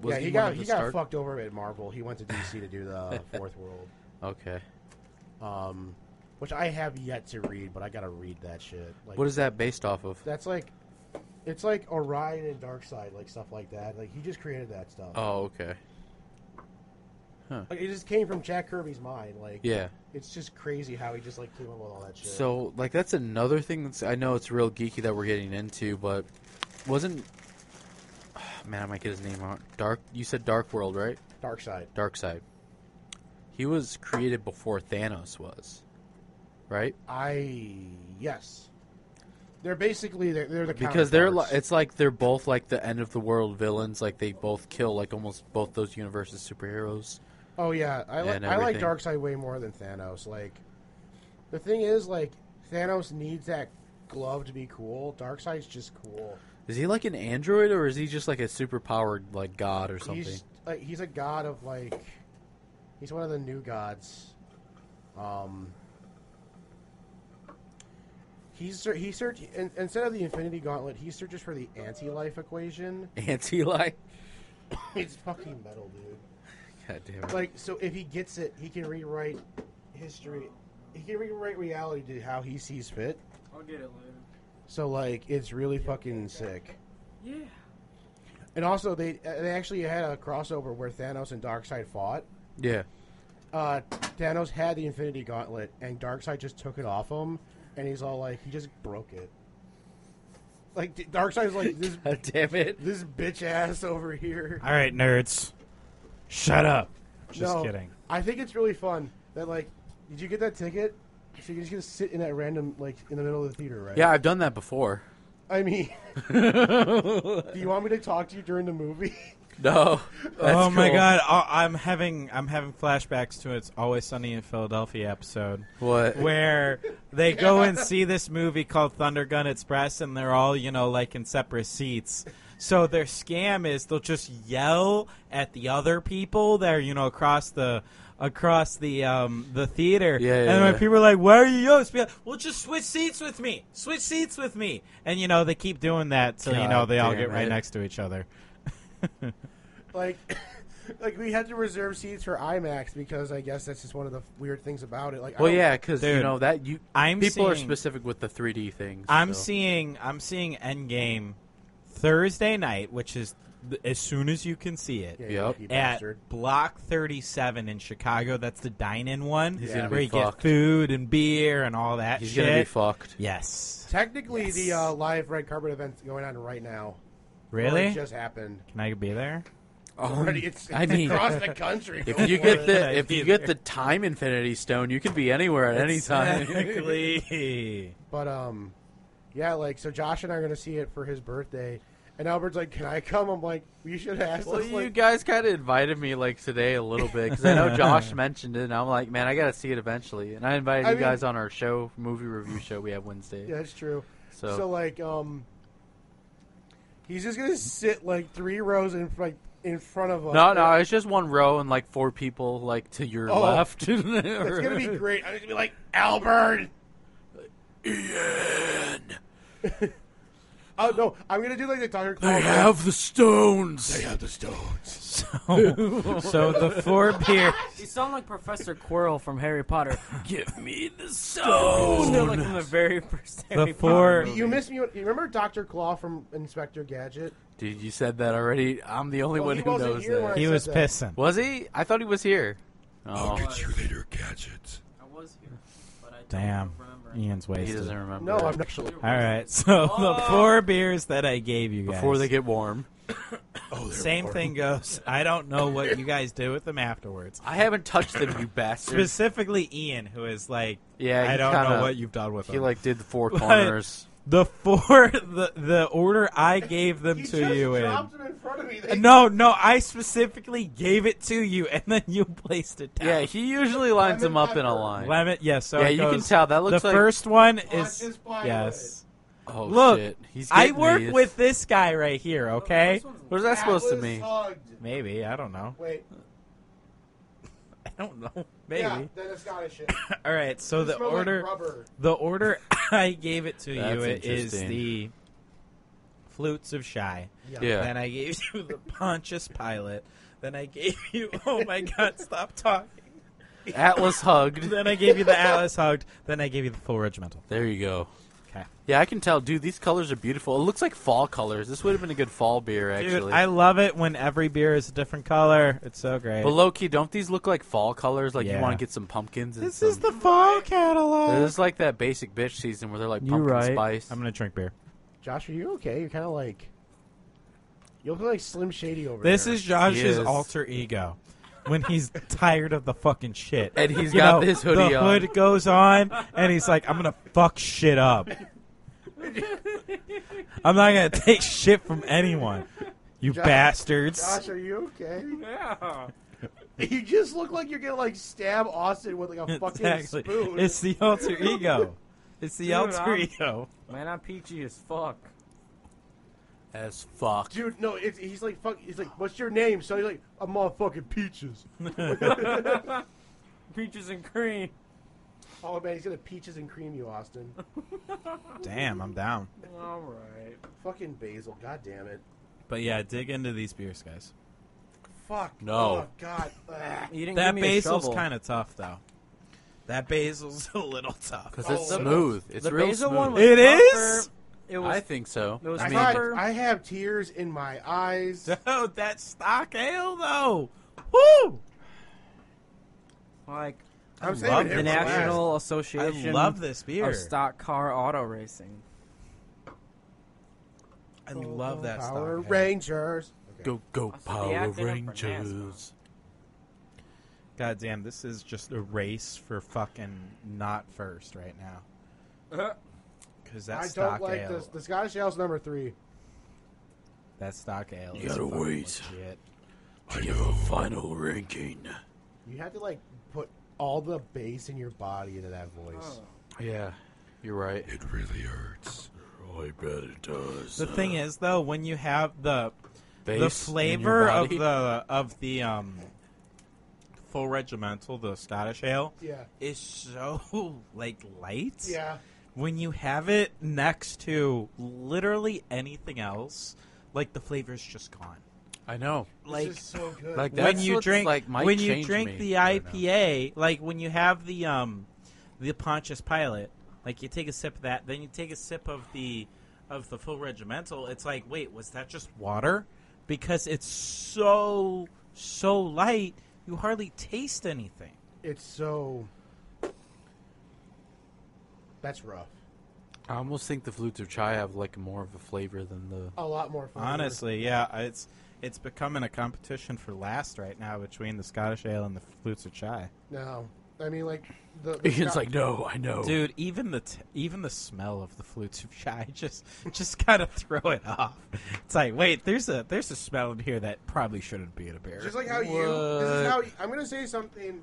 Speaker 1: Was
Speaker 4: yeah, he,
Speaker 1: one
Speaker 4: got
Speaker 1: of the
Speaker 4: he got
Speaker 1: start-
Speaker 4: fucked over at Marvel. He went to DC to
Speaker 1: [LAUGHS]
Speaker 4: do the Fourth World,
Speaker 1: Okay,
Speaker 4: um, which I have yet to read, but I gotta read that shit. Like,
Speaker 1: what is that based off of?
Speaker 4: that's like? It's like Orion and Darkseid, like stuff like that. Like he just created that stuff.
Speaker 1: Oh, okay,
Speaker 4: Like, it just came from Jack Kirby's mind. Like
Speaker 1: yeah.
Speaker 4: it's just crazy how he just like came up with all that shit.
Speaker 1: So, like, that's another thing that's. I know it's real geeky that we're getting into, but wasn't. [SIGHS] Man, I might get his name out. Dark. You said Dark World, right?
Speaker 4: Darkseid,
Speaker 1: Dark Side. He was created before Thanos was, right?
Speaker 4: I yes. They're basically they're, they're the
Speaker 1: because they're li-
Speaker 4: counterparts.
Speaker 1: it's like they're both like the end of the world villains like they both kill like almost both those universes superheroes
Speaker 4: Oh yeah, I, li-
Speaker 1: and
Speaker 4: I like
Speaker 1: everything.
Speaker 4: Darkseid way more than Thanos. Like, the thing is, like, Thanos needs that glove to be cool. Darkseid's just cool.
Speaker 1: is he like an android or is he just like a super powered like god or something
Speaker 4: He's like he's a god of like, he's one of the new gods. Um, he's ser- he search in- instead of the Infinity Gauntlet, he searches for the anti-life equation.
Speaker 1: [LAUGHS] anti-life
Speaker 4: It's fucking metal, dude.
Speaker 1: [LAUGHS] god damn it
Speaker 4: like so if he gets it he can rewrite history he can rewrite reality to how he sees fit
Speaker 5: I'll get it later.
Speaker 4: so like it's really fucking sick
Speaker 5: Yeah.
Speaker 4: and also they uh, they actually had a crossover where thanos and darkseid fought
Speaker 1: yeah
Speaker 4: uh, thanos had the infinity gauntlet and darkseid just took it off him and he's all like he just broke it like D- darkseid's like this
Speaker 1: god [LAUGHS] damn it
Speaker 4: this bitch ass over here
Speaker 2: All right, nerds, shut up. Just
Speaker 4: No,
Speaker 2: kidding.
Speaker 4: I think it's really fun that like, did you get that ticket? So you're just gonna sit in that random like in the middle of the theater, right?
Speaker 1: yeah i've done that before [LAUGHS]
Speaker 4: I mean, do you want me to talk to you during the movie? [LAUGHS]
Speaker 1: [LAUGHS] No. That's
Speaker 2: oh my
Speaker 1: cool.
Speaker 2: god, I- I'm having I'm having flashbacks to its Always Sunny in Philadelphia episode
Speaker 1: What?
Speaker 2: where they
Speaker 1: [LAUGHS]
Speaker 2: go and see this movie called Thunder Gun Express and they're all, you know, like in separate seats. So their scam is they'll just yell at the other people that are, you know, across the across the um the theater.
Speaker 1: Yeah, yeah,
Speaker 2: and when
Speaker 1: yeah.
Speaker 2: people are like, Why are you yelling? Be like, well just switch seats with me. Switch seats with me. And you know, they keep doing that till you
Speaker 1: God
Speaker 2: know they all
Speaker 1: damn
Speaker 2: get right
Speaker 1: it.
Speaker 2: next to each other.
Speaker 4: like [COUGHS] like we had to reserve seats for IMAX because I guess that's just one of the weird things about it. Like, I
Speaker 1: Well,
Speaker 4: don't-
Speaker 1: yeah, because you
Speaker 2: Dude,
Speaker 1: know that you
Speaker 2: I'm
Speaker 1: people are
Speaker 2: seeing-
Speaker 1: specific with the 3D things.
Speaker 2: I'm
Speaker 1: so.
Speaker 2: seeing I'm seeing Endgame Thursday night, which is th- as soon as you can see it.
Speaker 4: Yeah,
Speaker 1: Yep.
Speaker 4: you
Speaker 2: At
Speaker 4: bastard.
Speaker 2: Block 37 in Chicago, that's the dine-in one
Speaker 1: He's
Speaker 2: where
Speaker 1: gonna be
Speaker 2: you get
Speaker 1: fucked.
Speaker 2: food and beer and all that
Speaker 1: He's
Speaker 2: shit.
Speaker 1: gonna be
Speaker 2: [LAUGHS]
Speaker 1: fucked.
Speaker 2: yes,
Speaker 4: Technically, the
Speaker 2: Yes.
Speaker 4: uh, live red carpet event's going on right now. Or
Speaker 2: really?
Speaker 4: it just happened.
Speaker 2: Can I be there?
Speaker 4: Already, it's,
Speaker 1: I
Speaker 4: it's
Speaker 1: need-
Speaker 4: across the country. Go
Speaker 1: If you
Speaker 4: for
Speaker 1: get
Speaker 4: it.
Speaker 2: I
Speaker 1: the if
Speaker 2: be
Speaker 1: you get
Speaker 2: there.
Speaker 1: the time infinity stone, you can be anywhere at any
Speaker 2: [LAUGHS]
Speaker 1: time.
Speaker 2: Exactly.
Speaker 1: [LAUGHS]
Speaker 4: But um, yeah, like so, Josh and I are gonna see it for his birthday, and Albert's like, "Can I come?" I'm like, "You should ask."
Speaker 1: Well,
Speaker 4: us,
Speaker 1: you
Speaker 4: like,
Speaker 1: guys kind of invited me like today a little bit because I
Speaker 2: [LAUGHS]
Speaker 1: know Josh mentioned it, and I'm like, man, I gotta see it eventually. And I invited
Speaker 4: I
Speaker 1: you
Speaker 4: mean-
Speaker 1: guys on our show, movie review show we have Wednesday.
Speaker 4: yeah, it's true.
Speaker 1: So,
Speaker 4: So like um, he's just gonna sit like three rows in like in front of us.
Speaker 1: no, no, it's just one row and like four people like to your
Speaker 4: Oh.
Speaker 1: left. it's
Speaker 4: [LAUGHS] it's
Speaker 1: [LAUGHS]
Speaker 4: gonna be great. I'm just gonna be like Albert. Oh no, I'm gonna do like the Dr. Claw.
Speaker 1: [LAUGHS] the stones.
Speaker 8: They have the stones.
Speaker 2: So, so the four beer.
Speaker 5: You sound like Professor Quirrell from Harry Potter.
Speaker 1: Give me the
Speaker 5: You
Speaker 1: stone.
Speaker 5: sound like from the very [LAUGHS] first
Speaker 2: The
Speaker 5: Harry Potter.
Speaker 2: four.
Speaker 5: movie.
Speaker 4: you missed me. You remember Dr. Claw from Inspector Gadget?
Speaker 1: Dude, you said that already. I'm the only
Speaker 4: Well,
Speaker 1: one
Speaker 4: he
Speaker 1: who
Speaker 4: wasn't
Speaker 1: knows
Speaker 4: here when
Speaker 1: that.
Speaker 2: He
Speaker 4: I
Speaker 2: was
Speaker 4: said that.
Speaker 2: pissing.
Speaker 1: Was he? I thought he was here. Oh,
Speaker 8: I'll get you later, gadgets.
Speaker 5: I was here, but I don't
Speaker 2: Damn,
Speaker 5: remember.
Speaker 2: Ian's
Speaker 1: he
Speaker 2: wasted.
Speaker 1: doesn't remember.
Speaker 4: No, I'm not sure.
Speaker 2: All right, [LAUGHS] so the four beers that I gave you guys
Speaker 1: Before they get warm,
Speaker 8: Oh, they're
Speaker 2: Same thing
Speaker 1: [LAUGHS]
Speaker 2: goes. I don't know what you guys do with them afterwards.
Speaker 1: I haven't touched them, you bastard.
Speaker 2: Specifically, Ian, who is like,
Speaker 1: Yeah,
Speaker 2: I
Speaker 1: he
Speaker 2: don't
Speaker 1: kinda-
Speaker 2: know what you've done with
Speaker 1: He
Speaker 2: them.
Speaker 1: like did the four
Speaker 2: But-
Speaker 1: corners.
Speaker 2: the four, [LAUGHS] the the order I gave
Speaker 1: [LAUGHS]
Speaker 2: them
Speaker 4: He
Speaker 2: to
Speaker 4: just
Speaker 2: you
Speaker 4: dropped
Speaker 2: in.
Speaker 4: him in front of me. They-
Speaker 2: No, no, I specifically gave it to you, [LAUGHS] and then you placed it down.
Speaker 1: Yeah, he usually lines
Speaker 4: Lemon
Speaker 1: them up in a
Speaker 4: pepper.
Speaker 1: line.
Speaker 2: lemon. Yeah, so
Speaker 1: yeah,
Speaker 2: it
Speaker 1: you can
Speaker 2: goes-
Speaker 1: tell that looks
Speaker 2: the
Speaker 1: like.
Speaker 2: first one
Speaker 4: Watch
Speaker 2: is
Speaker 4: this plywood.
Speaker 2: yes.
Speaker 1: oh
Speaker 2: Look,
Speaker 1: shit! He's
Speaker 2: I
Speaker 1: getting
Speaker 2: work
Speaker 1: these.
Speaker 2: with this guy right here. Okay,
Speaker 1: What is that, supposed to
Speaker 4: was
Speaker 1: mean?
Speaker 4: hugged.
Speaker 2: maybe I don't know. [LAUGHS]
Speaker 4: Wait,
Speaker 2: I don't know. Maybe. [LAUGHS]
Speaker 4: yeah, then it's got a shit.
Speaker 2: All right, so
Speaker 4: It
Speaker 2: the
Speaker 4: smells like
Speaker 2: order.
Speaker 4: rubber.
Speaker 2: The order [LAUGHS] I gave it to you
Speaker 1: That's
Speaker 2: it is
Speaker 1: interesting.
Speaker 2: the flutes of shy.
Speaker 1: Yeah.
Speaker 2: Then I gave [LAUGHS] you the Pontius Pilate. Then I gave [LAUGHS] you oh my god, stop talking.
Speaker 1: Atlas hugged.
Speaker 2: [LAUGHS] Then I gave you the Atlas hugged. Then I gave you the full regimental.
Speaker 1: There you go.
Speaker 2: Okay,
Speaker 1: Yeah, I can tell, dude. These colors are beautiful. It looks like fall colors. This would have been a good fall beer, actually.
Speaker 2: dude, I love it when every beer is a different color. It's so great.
Speaker 1: But low key, don't these look like fall colors? Like
Speaker 2: Yeah.
Speaker 1: you want to get some pumpkins. And
Speaker 2: this
Speaker 1: some...
Speaker 2: is the fall catalog.
Speaker 1: This is like that basic bitch season where they're like
Speaker 5: You
Speaker 1: pumpkin
Speaker 5: right.
Speaker 1: spice.
Speaker 2: I'm gonna drink beer.
Speaker 4: Josh, are you okay? You're kind of like. You look like Slim Shady over
Speaker 2: This
Speaker 4: there.
Speaker 2: is Josh's
Speaker 1: Yes.
Speaker 2: alter ego when he's [LAUGHS] tired of the fucking shit.
Speaker 1: And he's
Speaker 2: You
Speaker 1: got
Speaker 2: know,
Speaker 1: this hoodie
Speaker 2: the
Speaker 1: on.
Speaker 2: hood goes on, and he's like, "I'm gonna fuck shit up. I'm not gonna take shit from anyone. You
Speaker 4: Josh-
Speaker 2: bastards."
Speaker 4: Josh, are you okay?
Speaker 5: Yeah.
Speaker 4: [LAUGHS] You just look like you're gonna like stab Austin with like a fucking
Speaker 2: exactly.
Speaker 4: spoon.
Speaker 2: It's the alter ego. It's the
Speaker 5: Dude,
Speaker 2: alter
Speaker 5: I'm-
Speaker 2: ego.
Speaker 5: Man, I'm peachy as fuck.
Speaker 1: As fuck.
Speaker 4: Dude, no, it's, he's like fuck. He's like, what's your name? So he's like, I'm motherfucking peaches.
Speaker 5: Peaches and cream.
Speaker 4: Oh man, he's gonna peaches and cream you, [LAUGHS] Austin.
Speaker 2: Damn, I'm down.
Speaker 5: All right.
Speaker 4: fucking basil, god damn it.
Speaker 2: But yeah, dig into these beers, guys.
Speaker 4: Fuck.
Speaker 1: No.
Speaker 4: Oh, [LAUGHS] god. Ah.
Speaker 5: You didn't
Speaker 2: That
Speaker 5: give me
Speaker 2: basil's kind of tough, though. That basil's [LAUGHS] a little tough.
Speaker 1: Because
Speaker 4: Oh,
Speaker 1: it's smooth. It's
Speaker 5: the
Speaker 1: real
Speaker 5: basil
Speaker 1: smooth.
Speaker 5: one was
Speaker 2: It
Speaker 5: tougher.
Speaker 2: is?
Speaker 5: It was.
Speaker 1: I think so.
Speaker 5: It was
Speaker 1: I
Speaker 4: I,
Speaker 1: mean,
Speaker 4: got-
Speaker 5: proper.
Speaker 4: I have tears in my
Speaker 2: [LAUGHS]
Speaker 4: eyes.
Speaker 2: Dude, Oh, that stock ale though. Woo!
Speaker 5: like
Speaker 4: I'm
Speaker 2: love
Speaker 4: saying
Speaker 2: the
Speaker 5: the
Speaker 4: it
Speaker 5: National
Speaker 4: national.
Speaker 2: I
Speaker 5: Association
Speaker 2: love this beer.
Speaker 5: of Stock Car Auto Racing.
Speaker 2: I love that
Speaker 4: Power
Speaker 2: stock. ale.
Speaker 4: Rangers.
Speaker 1: go go
Speaker 5: I said the
Speaker 1: Power
Speaker 5: acronym for
Speaker 1: Rangers.
Speaker 2: God damn, this is just a race for fucking not first right now. Because that
Speaker 4: Uh-huh. I
Speaker 2: stock
Speaker 4: don't like
Speaker 2: ale.
Speaker 4: this. The Scottish Ale's number three.
Speaker 2: That stock ale.
Speaker 8: You
Speaker 2: is
Speaker 8: gotta
Speaker 2: fucking
Speaker 8: wait.
Speaker 2: legit.
Speaker 8: I know.
Speaker 1: Final ranking.
Speaker 4: You had to like put all the bass in your body into that voice.
Speaker 1: Yeah, you're right.
Speaker 8: It really hurts. I bet it does.
Speaker 2: The thing is, though, when you have the
Speaker 1: Bass
Speaker 2: the
Speaker 1: uh, in your
Speaker 2: flavor of
Speaker 1: body.
Speaker 2: the of the um full regimental, the Scottish ale,
Speaker 4: Yeah.
Speaker 2: is so [LAUGHS] like light.
Speaker 4: Yeah.
Speaker 2: When you have it next to literally anything else, like the flavor's just gone.
Speaker 1: I know.
Speaker 2: Like
Speaker 4: this is so good.
Speaker 1: Like
Speaker 2: when
Speaker 1: that's
Speaker 2: you
Speaker 1: what's,
Speaker 2: drink
Speaker 1: like might
Speaker 2: when you
Speaker 1: change
Speaker 2: drink
Speaker 1: me
Speaker 2: the
Speaker 1: right now.
Speaker 2: IPA, like when you have the um the Pontius Pilate, like you take a sip of that, then you take a sip of the of the full regimental. It's like, wait, was that just water? Because it's so so light, you hardly taste anything.
Speaker 4: it's so. That's rough.
Speaker 1: I almost think the flutes of chai have like more of a flavor than the.
Speaker 4: A lot more fun.
Speaker 2: Honestly, yeah, it's it's becoming a competition for last right now between the Scottish ale and the flutes of chai.
Speaker 4: No, I mean like the.
Speaker 1: [LAUGHS]
Speaker 4: the
Speaker 1: Ian's
Speaker 4: Scot-
Speaker 1: like, no, I know.
Speaker 5: Oh.
Speaker 2: Dude, even the t- even the smell of the flutes of chai [LAUGHS] just just gotta throw it off. It's like, wait, there's a there's a smell in here that probably shouldn't be in a beer.
Speaker 4: Just like how you. This is how you, I'm going to say something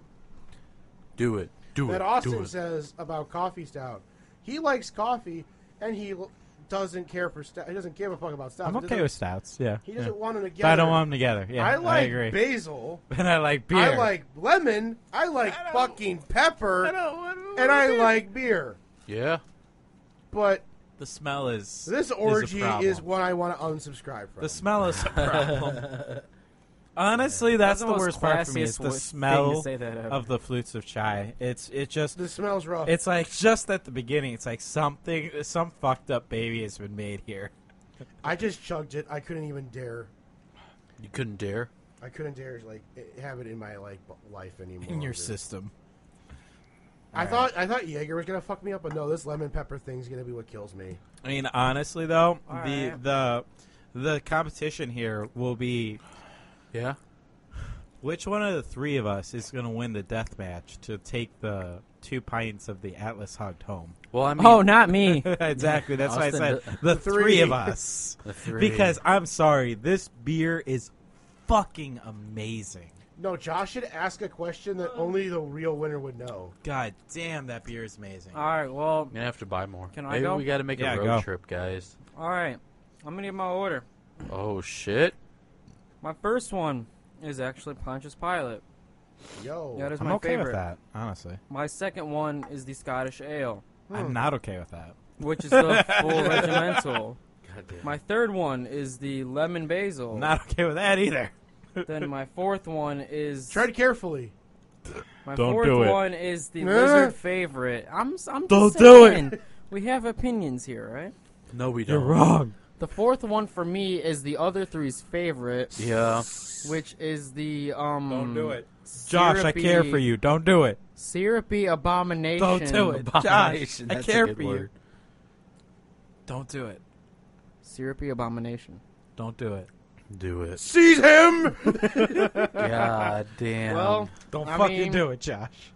Speaker 1: do it, do
Speaker 4: that
Speaker 1: it, do
Speaker 4: Austin
Speaker 1: it.
Speaker 4: says about coffee stout. He likes coffee, and he l- doesn't care for stout. He doesn't give a fuck about stout.
Speaker 2: I'm
Speaker 4: He
Speaker 2: okay
Speaker 4: doesn't-
Speaker 2: with stouts. Yeah,
Speaker 4: He doesn't
Speaker 2: Yeah.
Speaker 4: want them
Speaker 2: But
Speaker 4: together.
Speaker 2: I don't want them together. Yeah,
Speaker 4: I like
Speaker 2: agree.
Speaker 4: basil.
Speaker 2: [LAUGHS] and I like beer. [LAUGHS]
Speaker 4: I like lemon. I like fucking pepper. and I like beer.
Speaker 1: yeah,
Speaker 4: But
Speaker 2: the smell is
Speaker 4: this
Speaker 2: a
Speaker 4: orgy
Speaker 2: problem.
Speaker 4: is what I want to unsubscribe from.
Speaker 2: the smell is a problem.
Speaker 5: [LAUGHS]
Speaker 2: Honestly, that's,
Speaker 5: the
Speaker 2: the,
Speaker 5: most
Speaker 2: worst part for me.
Speaker 5: classiest
Speaker 2: Is
Speaker 5: wa-
Speaker 2: the
Speaker 5: thing to
Speaker 2: smell
Speaker 5: say that ever.
Speaker 2: of the flutes of chai. It's it just
Speaker 4: This smells
Speaker 2: [LAUGHS]
Speaker 4: rough.
Speaker 2: It's like just at the beginning. It's like something, some fucked up baby has been made here.
Speaker 4: I just chugged it. I couldn't even dare.
Speaker 1: you couldn't dare.
Speaker 4: I couldn't dare like i- have it in my like b- life anymore.
Speaker 2: in your
Speaker 4: dude.
Speaker 2: system.
Speaker 4: I thought I thought Jaeger was gonna fuck me up, but no, this lemon pepper thing's gonna be what kills me.
Speaker 2: I mean, honestly though, the
Speaker 5: Alright.
Speaker 2: the the competition here will be
Speaker 1: Yeah,
Speaker 2: which one of the three of us is going to win the death match to take the two pints of the Atlas hugged home. [LAUGHS]
Speaker 1: well, I mean,
Speaker 5: Oh, not me.
Speaker 2: exactly. That's why I
Speaker 1: Austin,
Speaker 2: said the three
Speaker 4: three.
Speaker 2: of us.
Speaker 1: the three-
Speaker 2: Because I'm sorry, this beer is fucking amazing.
Speaker 4: No, Josh should ask a question that only the real winner would know.
Speaker 2: God damn, that beer is amazing.
Speaker 5: All right, well,
Speaker 1: I'm gonna have to buy more.
Speaker 5: Can I
Speaker 1: Maybe
Speaker 5: go?
Speaker 1: we got to make
Speaker 2: Yeah,
Speaker 1: a road
Speaker 2: go.
Speaker 1: trip, guys.
Speaker 5: all right. I'm gonna get my order.
Speaker 1: Oh shit!
Speaker 5: My first one is actually Pontius Pilate.
Speaker 4: Yo,
Speaker 5: That is
Speaker 2: I'm
Speaker 5: my
Speaker 2: okay
Speaker 5: favorite.
Speaker 2: with that, honestly.
Speaker 5: My second one is the Scottish Ale,
Speaker 2: I'm not okay with that.
Speaker 5: which is
Speaker 2: [LAUGHS]
Speaker 5: the full regimental.
Speaker 1: God damn.
Speaker 5: My third one is the lemon basil.
Speaker 2: I'm not okay with that either.
Speaker 5: then my fourth one is
Speaker 4: tread carefully.
Speaker 5: my
Speaker 2: Don't
Speaker 5: fourth
Speaker 2: do it.
Speaker 5: one is the
Speaker 2: [LAUGHS]
Speaker 4: Nah.
Speaker 5: lizard favorite. I'm s- I'm
Speaker 2: Don't
Speaker 5: just
Speaker 2: do it.
Speaker 5: saying. We have opinions here, right?
Speaker 1: no, we
Speaker 2: You're
Speaker 1: don't.
Speaker 2: wrong.
Speaker 5: The fourth one for me is the other three's favorite,
Speaker 1: Yeah, [LAUGHS]
Speaker 5: which is the um.
Speaker 2: Josh. I
Speaker 5: syrupy-
Speaker 2: care for you. Don't do it.
Speaker 5: Syrupy abomination.
Speaker 2: Don't do it, Josh.
Speaker 1: Abomination,
Speaker 2: I
Speaker 1: that's a
Speaker 2: care
Speaker 1: good
Speaker 2: for you.
Speaker 1: word.
Speaker 2: Don't do it.
Speaker 5: Syrupy abomination.
Speaker 2: Don't do it.
Speaker 1: do it.
Speaker 2: [LAUGHS]
Speaker 4: Seize him.
Speaker 1: God damn.
Speaker 5: Well,
Speaker 2: Don't
Speaker 5: I
Speaker 2: fucking
Speaker 5: mean-
Speaker 2: do it, Josh.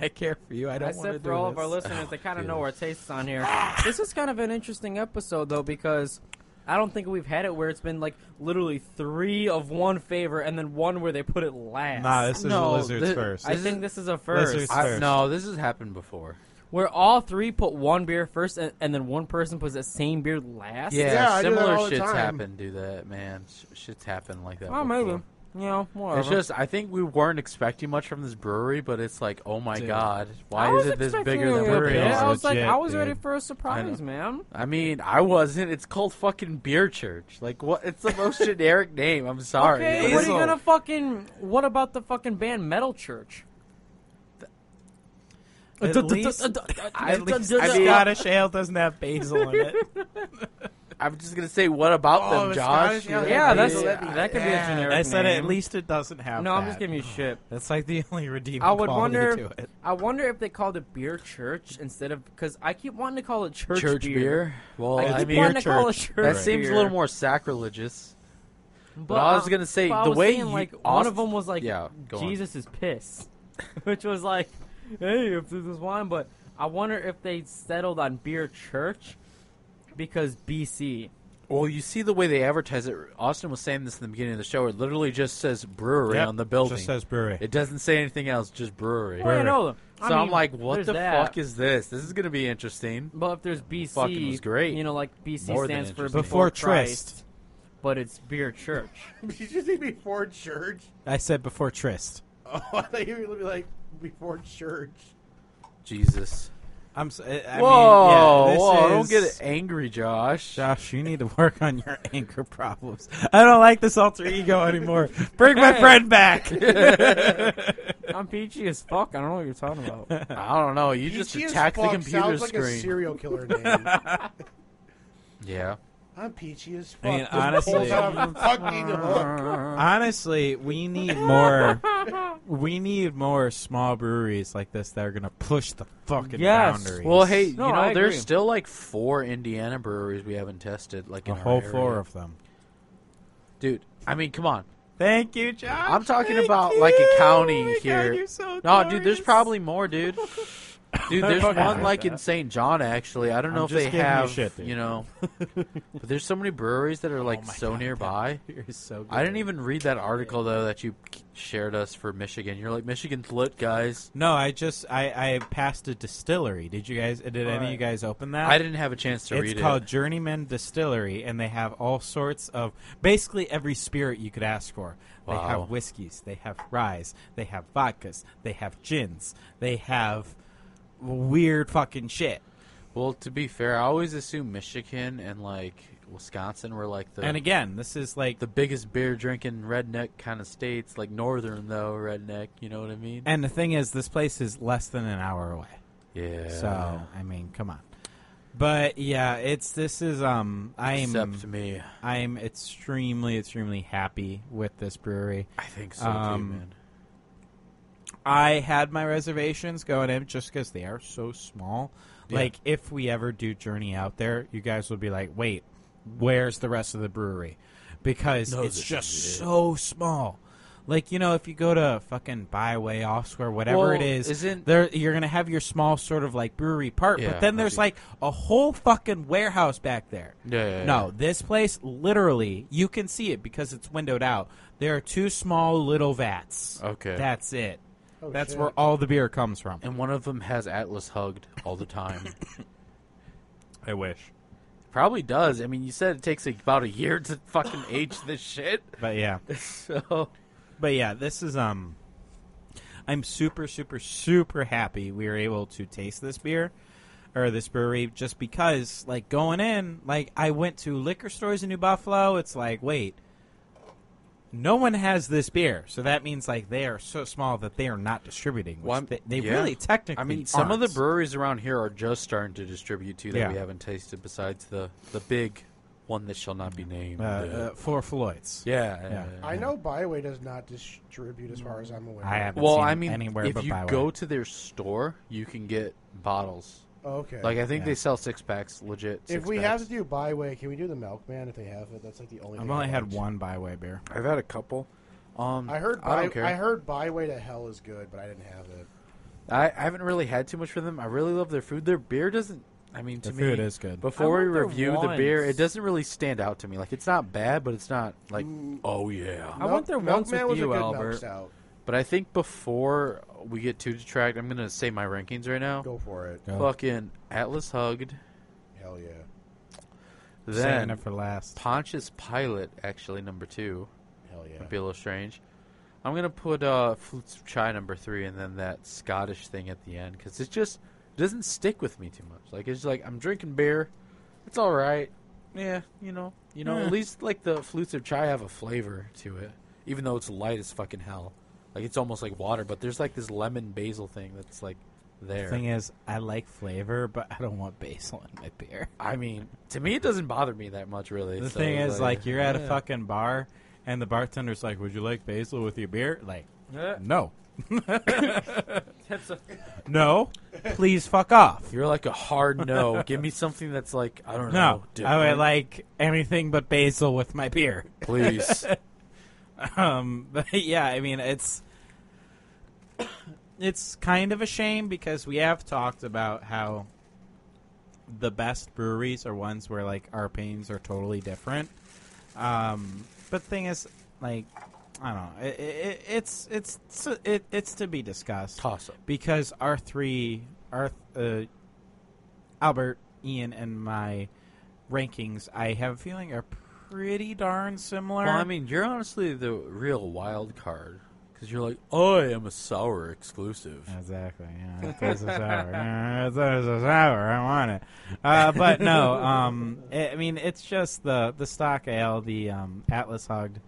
Speaker 2: I care for you. I
Speaker 5: I
Speaker 2: don't want to
Speaker 5: said
Speaker 2: do
Speaker 5: for all
Speaker 2: this.
Speaker 5: of our listeners, they kind
Speaker 1: [SIGHS]
Speaker 5: of know our tastes on here.
Speaker 1: Ah!
Speaker 5: this is kind of an interesting episode though because I don't think we've had it where it's been like literally three of one favor and then one where they put it last.
Speaker 2: Nah, this is
Speaker 1: No,
Speaker 2: lizards
Speaker 1: thi-
Speaker 2: first. [LAUGHS]
Speaker 5: I
Speaker 1: This
Speaker 5: think
Speaker 1: is-
Speaker 5: this is a first.
Speaker 2: Lizards
Speaker 1: I-
Speaker 2: first.
Speaker 1: no, this has happened before.
Speaker 5: Where all three put one beer first, and, and then one person puts that same beer last.
Speaker 1: Yeah,
Speaker 4: Yeah, I do that
Speaker 1: similar
Speaker 4: all the
Speaker 1: shits
Speaker 4: time.
Speaker 1: happen. Do that, man. Sh- shits happen like that.
Speaker 5: well, maybe.
Speaker 1: before.
Speaker 5: You know, whatever.
Speaker 1: It's just I think we weren't expecting much from this brewery, but it's like, oh my
Speaker 2: Dude.
Speaker 1: god,
Speaker 5: I
Speaker 1: why
Speaker 5: was
Speaker 1: is it this
Speaker 5: expecting
Speaker 1: bigger
Speaker 5: a
Speaker 1: than
Speaker 5: little
Speaker 1: what it
Speaker 5: bit.
Speaker 2: is?
Speaker 1: is?
Speaker 5: I was like,
Speaker 2: Legit,
Speaker 5: I was
Speaker 2: dude.
Speaker 5: ready for a surprise, man.
Speaker 1: I mean, I wasn't. It's called fucking Beer Church. Like, what? It's the
Speaker 5: [LAUGHS]
Speaker 1: most generic name. I'm sorry. Like,
Speaker 5: Okay, what are you
Speaker 2: Basil.
Speaker 5: gonna fucking? What about the fucking band Metal Church?
Speaker 2: At least, [LAUGHS] at least
Speaker 1: I mean-
Speaker 2: Scottish ale doesn't have basil
Speaker 5: [LAUGHS]
Speaker 2: in it.
Speaker 1: I'm just gonna say, what about
Speaker 4: Oh,
Speaker 1: them,
Speaker 4: it's
Speaker 1: Josh?
Speaker 4: Scottish, yeah,
Speaker 5: Yeah, that's
Speaker 4: Yeah.
Speaker 5: that could be a generic.
Speaker 2: I said
Speaker 5: name.
Speaker 2: at least it doesn't have.
Speaker 5: No, I'm just
Speaker 2: that.
Speaker 5: giving you shit.
Speaker 2: That's like the only redeeming
Speaker 5: I would
Speaker 2: quality
Speaker 5: wonder.
Speaker 2: to it.
Speaker 5: I wonder if they called it beer church instead of because I keep wanting to call it church,
Speaker 1: church beer. Well,
Speaker 5: I keep
Speaker 1: I, mean,
Speaker 5: wanting to call it church.
Speaker 1: that seems
Speaker 5: beer.
Speaker 1: a little more sacrilegious. But I was gonna say,
Speaker 5: but I
Speaker 1: the
Speaker 5: was
Speaker 1: way
Speaker 5: saying,
Speaker 1: you-
Speaker 5: like one
Speaker 1: Aust-
Speaker 5: of them was like
Speaker 1: Yeah, go on.
Speaker 5: Jesus is piss, [LAUGHS] which was like, hey, if this is wine. But I wonder if they settled on beer church because BC.
Speaker 1: Well, you see the way they advertise it. Austin was saying this in the beginning of the show. It literally just says brewery
Speaker 2: Yep,
Speaker 1: on the building.
Speaker 2: Just says brewery.
Speaker 1: it doesn't say anything else, just brewery.
Speaker 5: Well, I know them.
Speaker 1: So
Speaker 5: I
Speaker 1: I am
Speaker 5: mean,
Speaker 1: like, what
Speaker 5: there's
Speaker 1: the
Speaker 5: that.
Speaker 1: fuck is this? This is going to be interesting.
Speaker 5: Well, if there's BC,
Speaker 1: Fucking was great.
Speaker 5: You know, like BC
Speaker 1: More than
Speaker 5: stands for
Speaker 1: interesting.
Speaker 2: Before
Speaker 5: before
Speaker 2: Trist.
Speaker 5: Christ, but it's beer church.
Speaker 4: [LAUGHS] Did you say before church?
Speaker 2: I said before Trist.
Speaker 4: [LAUGHS] Oh, I thought you were gonna be like before church.
Speaker 1: Jesus.
Speaker 2: I'm. s- I- I
Speaker 1: whoa,
Speaker 2: mean, yeah, this
Speaker 1: whoa! Don't
Speaker 2: is-
Speaker 1: get angry, Josh.
Speaker 2: Josh, you need to work on your [LAUGHS] anger problems. I don't like this alter ego anymore. Bring my friend [LAUGHS] back.
Speaker 5: [LAUGHS] I'm peachy as fuck. I don't know what you're talking
Speaker 2: [LAUGHS]
Speaker 5: about. [LAUGHS]
Speaker 1: I don't know. You just
Speaker 4: Peachy as
Speaker 1: attacked the
Speaker 4: fuck
Speaker 1: computer
Speaker 4: sounds
Speaker 1: screen.
Speaker 4: like a serial killer name.
Speaker 1: yeah.
Speaker 4: I'm peachy as
Speaker 2: I
Speaker 4: fuck.
Speaker 2: mean,
Speaker 4: Just pulls
Speaker 2: honestly-
Speaker 4: out a fucking
Speaker 5: [LAUGHS]
Speaker 4: hook.
Speaker 2: Honestly, we need more. We need more small breweries like this that are gonna push the fucking
Speaker 5: Yes.
Speaker 2: boundaries.
Speaker 1: Well, hey,
Speaker 5: No,
Speaker 1: you know
Speaker 5: I
Speaker 1: there's
Speaker 5: agree.
Speaker 1: still like four Indiana breweries we haven't tested, like
Speaker 2: a
Speaker 1: in our
Speaker 2: whole
Speaker 1: area.
Speaker 2: floor of them.
Speaker 1: Dude, I mean, come on.
Speaker 2: Thank you, Josh.
Speaker 1: I'm talking
Speaker 2: Thank
Speaker 1: about
Speaker 2: you.
Speaker 1: like a county
Speaker 2: Oh my God,
Speaker 1: here.
Speaker 2: you're so
Speaker 1: no, dude, there's
Speaker 2: glorious.
Speaker 1: probably more, dude. Dude, there's
Speaker 2: [LAUGHS] Fuck
Speaker 1: one
Speaker 2: that.
Speaker 1: like in St. John actually. I don't know
Speaker 2: I'm
Speaker 1: if they
Speaker 2: just giving you
Speaker 1: have,
Speaker 2: shit, dude.
Speaker 1: you
Speaker 2: [LAUGHS]
Speaker 1: know. but there's so many breweries that are like
Speaker 2: my
Speaker 1: so
Speaker 2: God,
Speaker 1: nearby.
Speaker 2: [LAUGHS] You're so good.
Speaker 1: I didn't even read that article though that you k- shared us for Michigan. You're like Michigan's lit, guys.
Speaker 2: No, I just I, I passed a distillery. Did you guys? Did any of you guys open that?
Speaker 1: I didn't have a chance to read
Speaker 2: It's called Journeyman Distillery, and they have all sorts of basically every spirit you could ask for. They
Speaker 1: Wow.
Speaker 2: have whiskeys, they have ryes, they have vodkas, they have gins, they have weird fucking shit.
Speaker 1: it. Well, to be fair, I always assume Michigan and like Wisconsin were like the
Speaker 2: And again, this is like
Speaker 1: the biggest beer drinking redneck kind of states, like northern though redneck. You know what I mean?
Speaker 2: and the thing is, this place is less than an hour away.
Speaker 1: Yeah.
Speaker 2: So I mean, come on. But yeah, it's this is um I'm
Speaker 1: Except me.
Speaker 2: I'm extremely extremely happy with this brewery.
Speaker 1: I think so
Speaker 2: Um,
Speaker 1: too, man.
Speaker 2: I had my reservations going in just because they are so small.
Speaker 1: Yeah.
Speaker 2: Like, if we ever do journey out there, you guys will be like, "Wait, where's the rest of the brewery?" Because
Speaker 1: No,
Speaker 2: it's
Speaker 1: this
Speaker 2: just
Speaker 1: is it.
Speaker 2: so small. Like, you know, if you go to fucking Byway, Off Square, whatever
Speaker 1: Well,
Speaker 2: it is,
Speaker 1: isn't-
Speaker 2: there you're gonna have your small sort of like brewery part,
Speaker 1: Yeah,
Speaker 2: but then
Speaker 1: I
Speaker 2: there's
Speaker 1: see.
Speaker 2: like a whole fucking warehouse back there.
Speaker 1: Yeah, yeah, yeah.
Speaker 2: No, this place literally you can see it because it's windowed out. There are two small little vats.
Speaker 1: Okay.
Speaker 2: That's it.
Speaker 4: Oh,
Speaker 2: That's
Speaker 4: shit.
Speaker 2: where all the beer comes from.
Speaker 1: And one of them has Atlas hugged all the time. [LAUGHS]
Speaker 2: I wish.
Speaker 1: Probably does. I mean, you said it takes like, about a year to fucking age this
Speaker 2: [LAUGHS]
Speaker 1: shit.
Speaker 2: But yeah.
Speaker 1: So
Speaker 2: But yeah, this is um I'm super super super happy we were able to taste this beer or this brewery just because like going in, like I went to liquor stores in New Buffalo, it's like, wait, no one has this beer. So that means like they are so small that they are not distributing. Which
Speaker 1: Well, I'm-
Speaker 2: they, they
Speaker 1: yeah.
Speaker 2: really technically
Speaker 1: I mean, some of the
Speaker 2: aren't.
Speaker 1: breweries around here are just starting to distribute too that
Speaker 2: Yeah.
Speaker 1: we haven't tasted. Besides the the big one that shall not be named.
Speaker 2: uh, uh, for Floyd's.
Speaker 1: yeah, yeah,
Speaker 2: yeah.
Speaker 1: yeah.
Speaker 4: I know Byway does not distribute as far as I'm aware.
Speaker 2: I haven't
Speaker 1: Well,
Speaker 2: seen
Speaker 1: I
Speaker 2: it
Speaker 1: mean,
Speaker 2: anywhere
Speaker 1: if
Speaker 2: but
Speaker 1: you
Speaker 2: Byway.
Speaker 1: go to their store, you can get bottles.
Speaker 4: Okay.
Speaker 1: Like I think
Speaker 2: Yeah.
Speaker 1: they sell six packs, legit.
Speaker 4: if
Speaker 1: six
Speaker 4: we
Speaker 1: packs.
Speaker 4: have to do Byway, can we do the Milkman if they have it? That's like the only.
Speaker 2: I've
Speaker 4: thing
Speaker 2: only
Speaker 4: I've
Speaker 2: had
Speaker 4: watched.
Speaker 2: one byway beer.
Speaker 1: I've had a couple. Um,
Speaker 4: I heard.
Speaker 1: I
Speaker 4: By,
Speaker 1: don't care.
Speaker 4: I heard Byway to Hell is good, but I didn't have it.
Speaker 1: I, I haven't really had too much for them. I really love their food. Their beer doesn't. I mean, to
Speaker 2: The
Speaker 1: me,
Speaker 2: food is good.
Speaker 1: Before
Speaker 5: I
Speaker 1: we
Speaker 5: want their
Speaker 1: review the beer,
Speaker 5: wines.
Speaker 1: it doesn't really stand out to me. Like it's not bad, but it's not like oh yeah.
Speaker 5: I went there once
Speaker 4: Milkman
Speaker 5: with
Speaker 4: was a
Speaker 5: you,
Speaker 4: good
Speaker 5: Albert.
Speaker 4: Milk stout.
Speaker 1: But I think before we get too detracted, I'm gonna say my rankings right now.
Speaker 4: Go for it.
Speaker 1: Fucking Atlas hugged.
Speaker 4: Hell yeah.
Speaker 2: Saving
Speaker 1: Then
Speaker 2: it for last.
Speaker 1: Pontius Pilate actually number two.
Speaker 4: Hell yeah.
Speaker 1: Might be a little strange. I'm gonna put uh, Flutes of Chai number three, and then that Scottish thing at the end because it just doesn't stick with me too much. Like it's like I'm drinking beer, it's all right. Yeah, you know, you know. At least like the Flutes of Chai have a flavor to it, even though it's light as fucking hell. Like it's almost like water, but there's like this lemon basil thing that's like there.
Speaker 2: Thing is, I like flavor, but I don't want basil in my beer.
Speaker 1: I mean, to me, it doesn't bother me that much, really.
Speaker 2: The
Speaker 1: So
Speaker 2: thing
Speaker 1: it's
Speaker 2: is, like, you're at a
Speaker 1: yeah.
Speaker 2: fucking bar, and the bartender's like, "Would you like basil with your beer?" Like, no,
Speaker 5: That's a-
Speaker 1: [LAUGHS]
Speaker 2: no, please fuck off.
Speaker 1: You're like a hard [LAUGHS] no. Give me something that's like I don't know.
Speaker 2: No, I
Speaker 1: different. [LAUGHS]
Speaker 2: would like anything but basil with my beer.
Speaker 1: please.
Speaker 2: Um, [LAUGHS] but yeah, I mean, it's [COUGHS] it's kind of a shame because we have talked about how the best breweries are ones where like our pains are totally different. Um, but the thing is, like, I don't know. It, it, it's it's it's- it, it's to be discussed
Speaker 1: Toss up.
Speaker 2: because our three, our uh, Albert, Ian, and my rankings, I have a feeling are pretty darn similar.
Speaker 1: Well, I mean, you're honestly the real wild card because you're like, "Oh, I am a sour exclusive.
Speaker 2: Exactly. Yeah. It tastes so sour. Yeah, [LAUGHS] it tastes so sour. I want it. Uh, but no. Um. i I mean, it's just the the stock ale, the um, Atlas Hugged.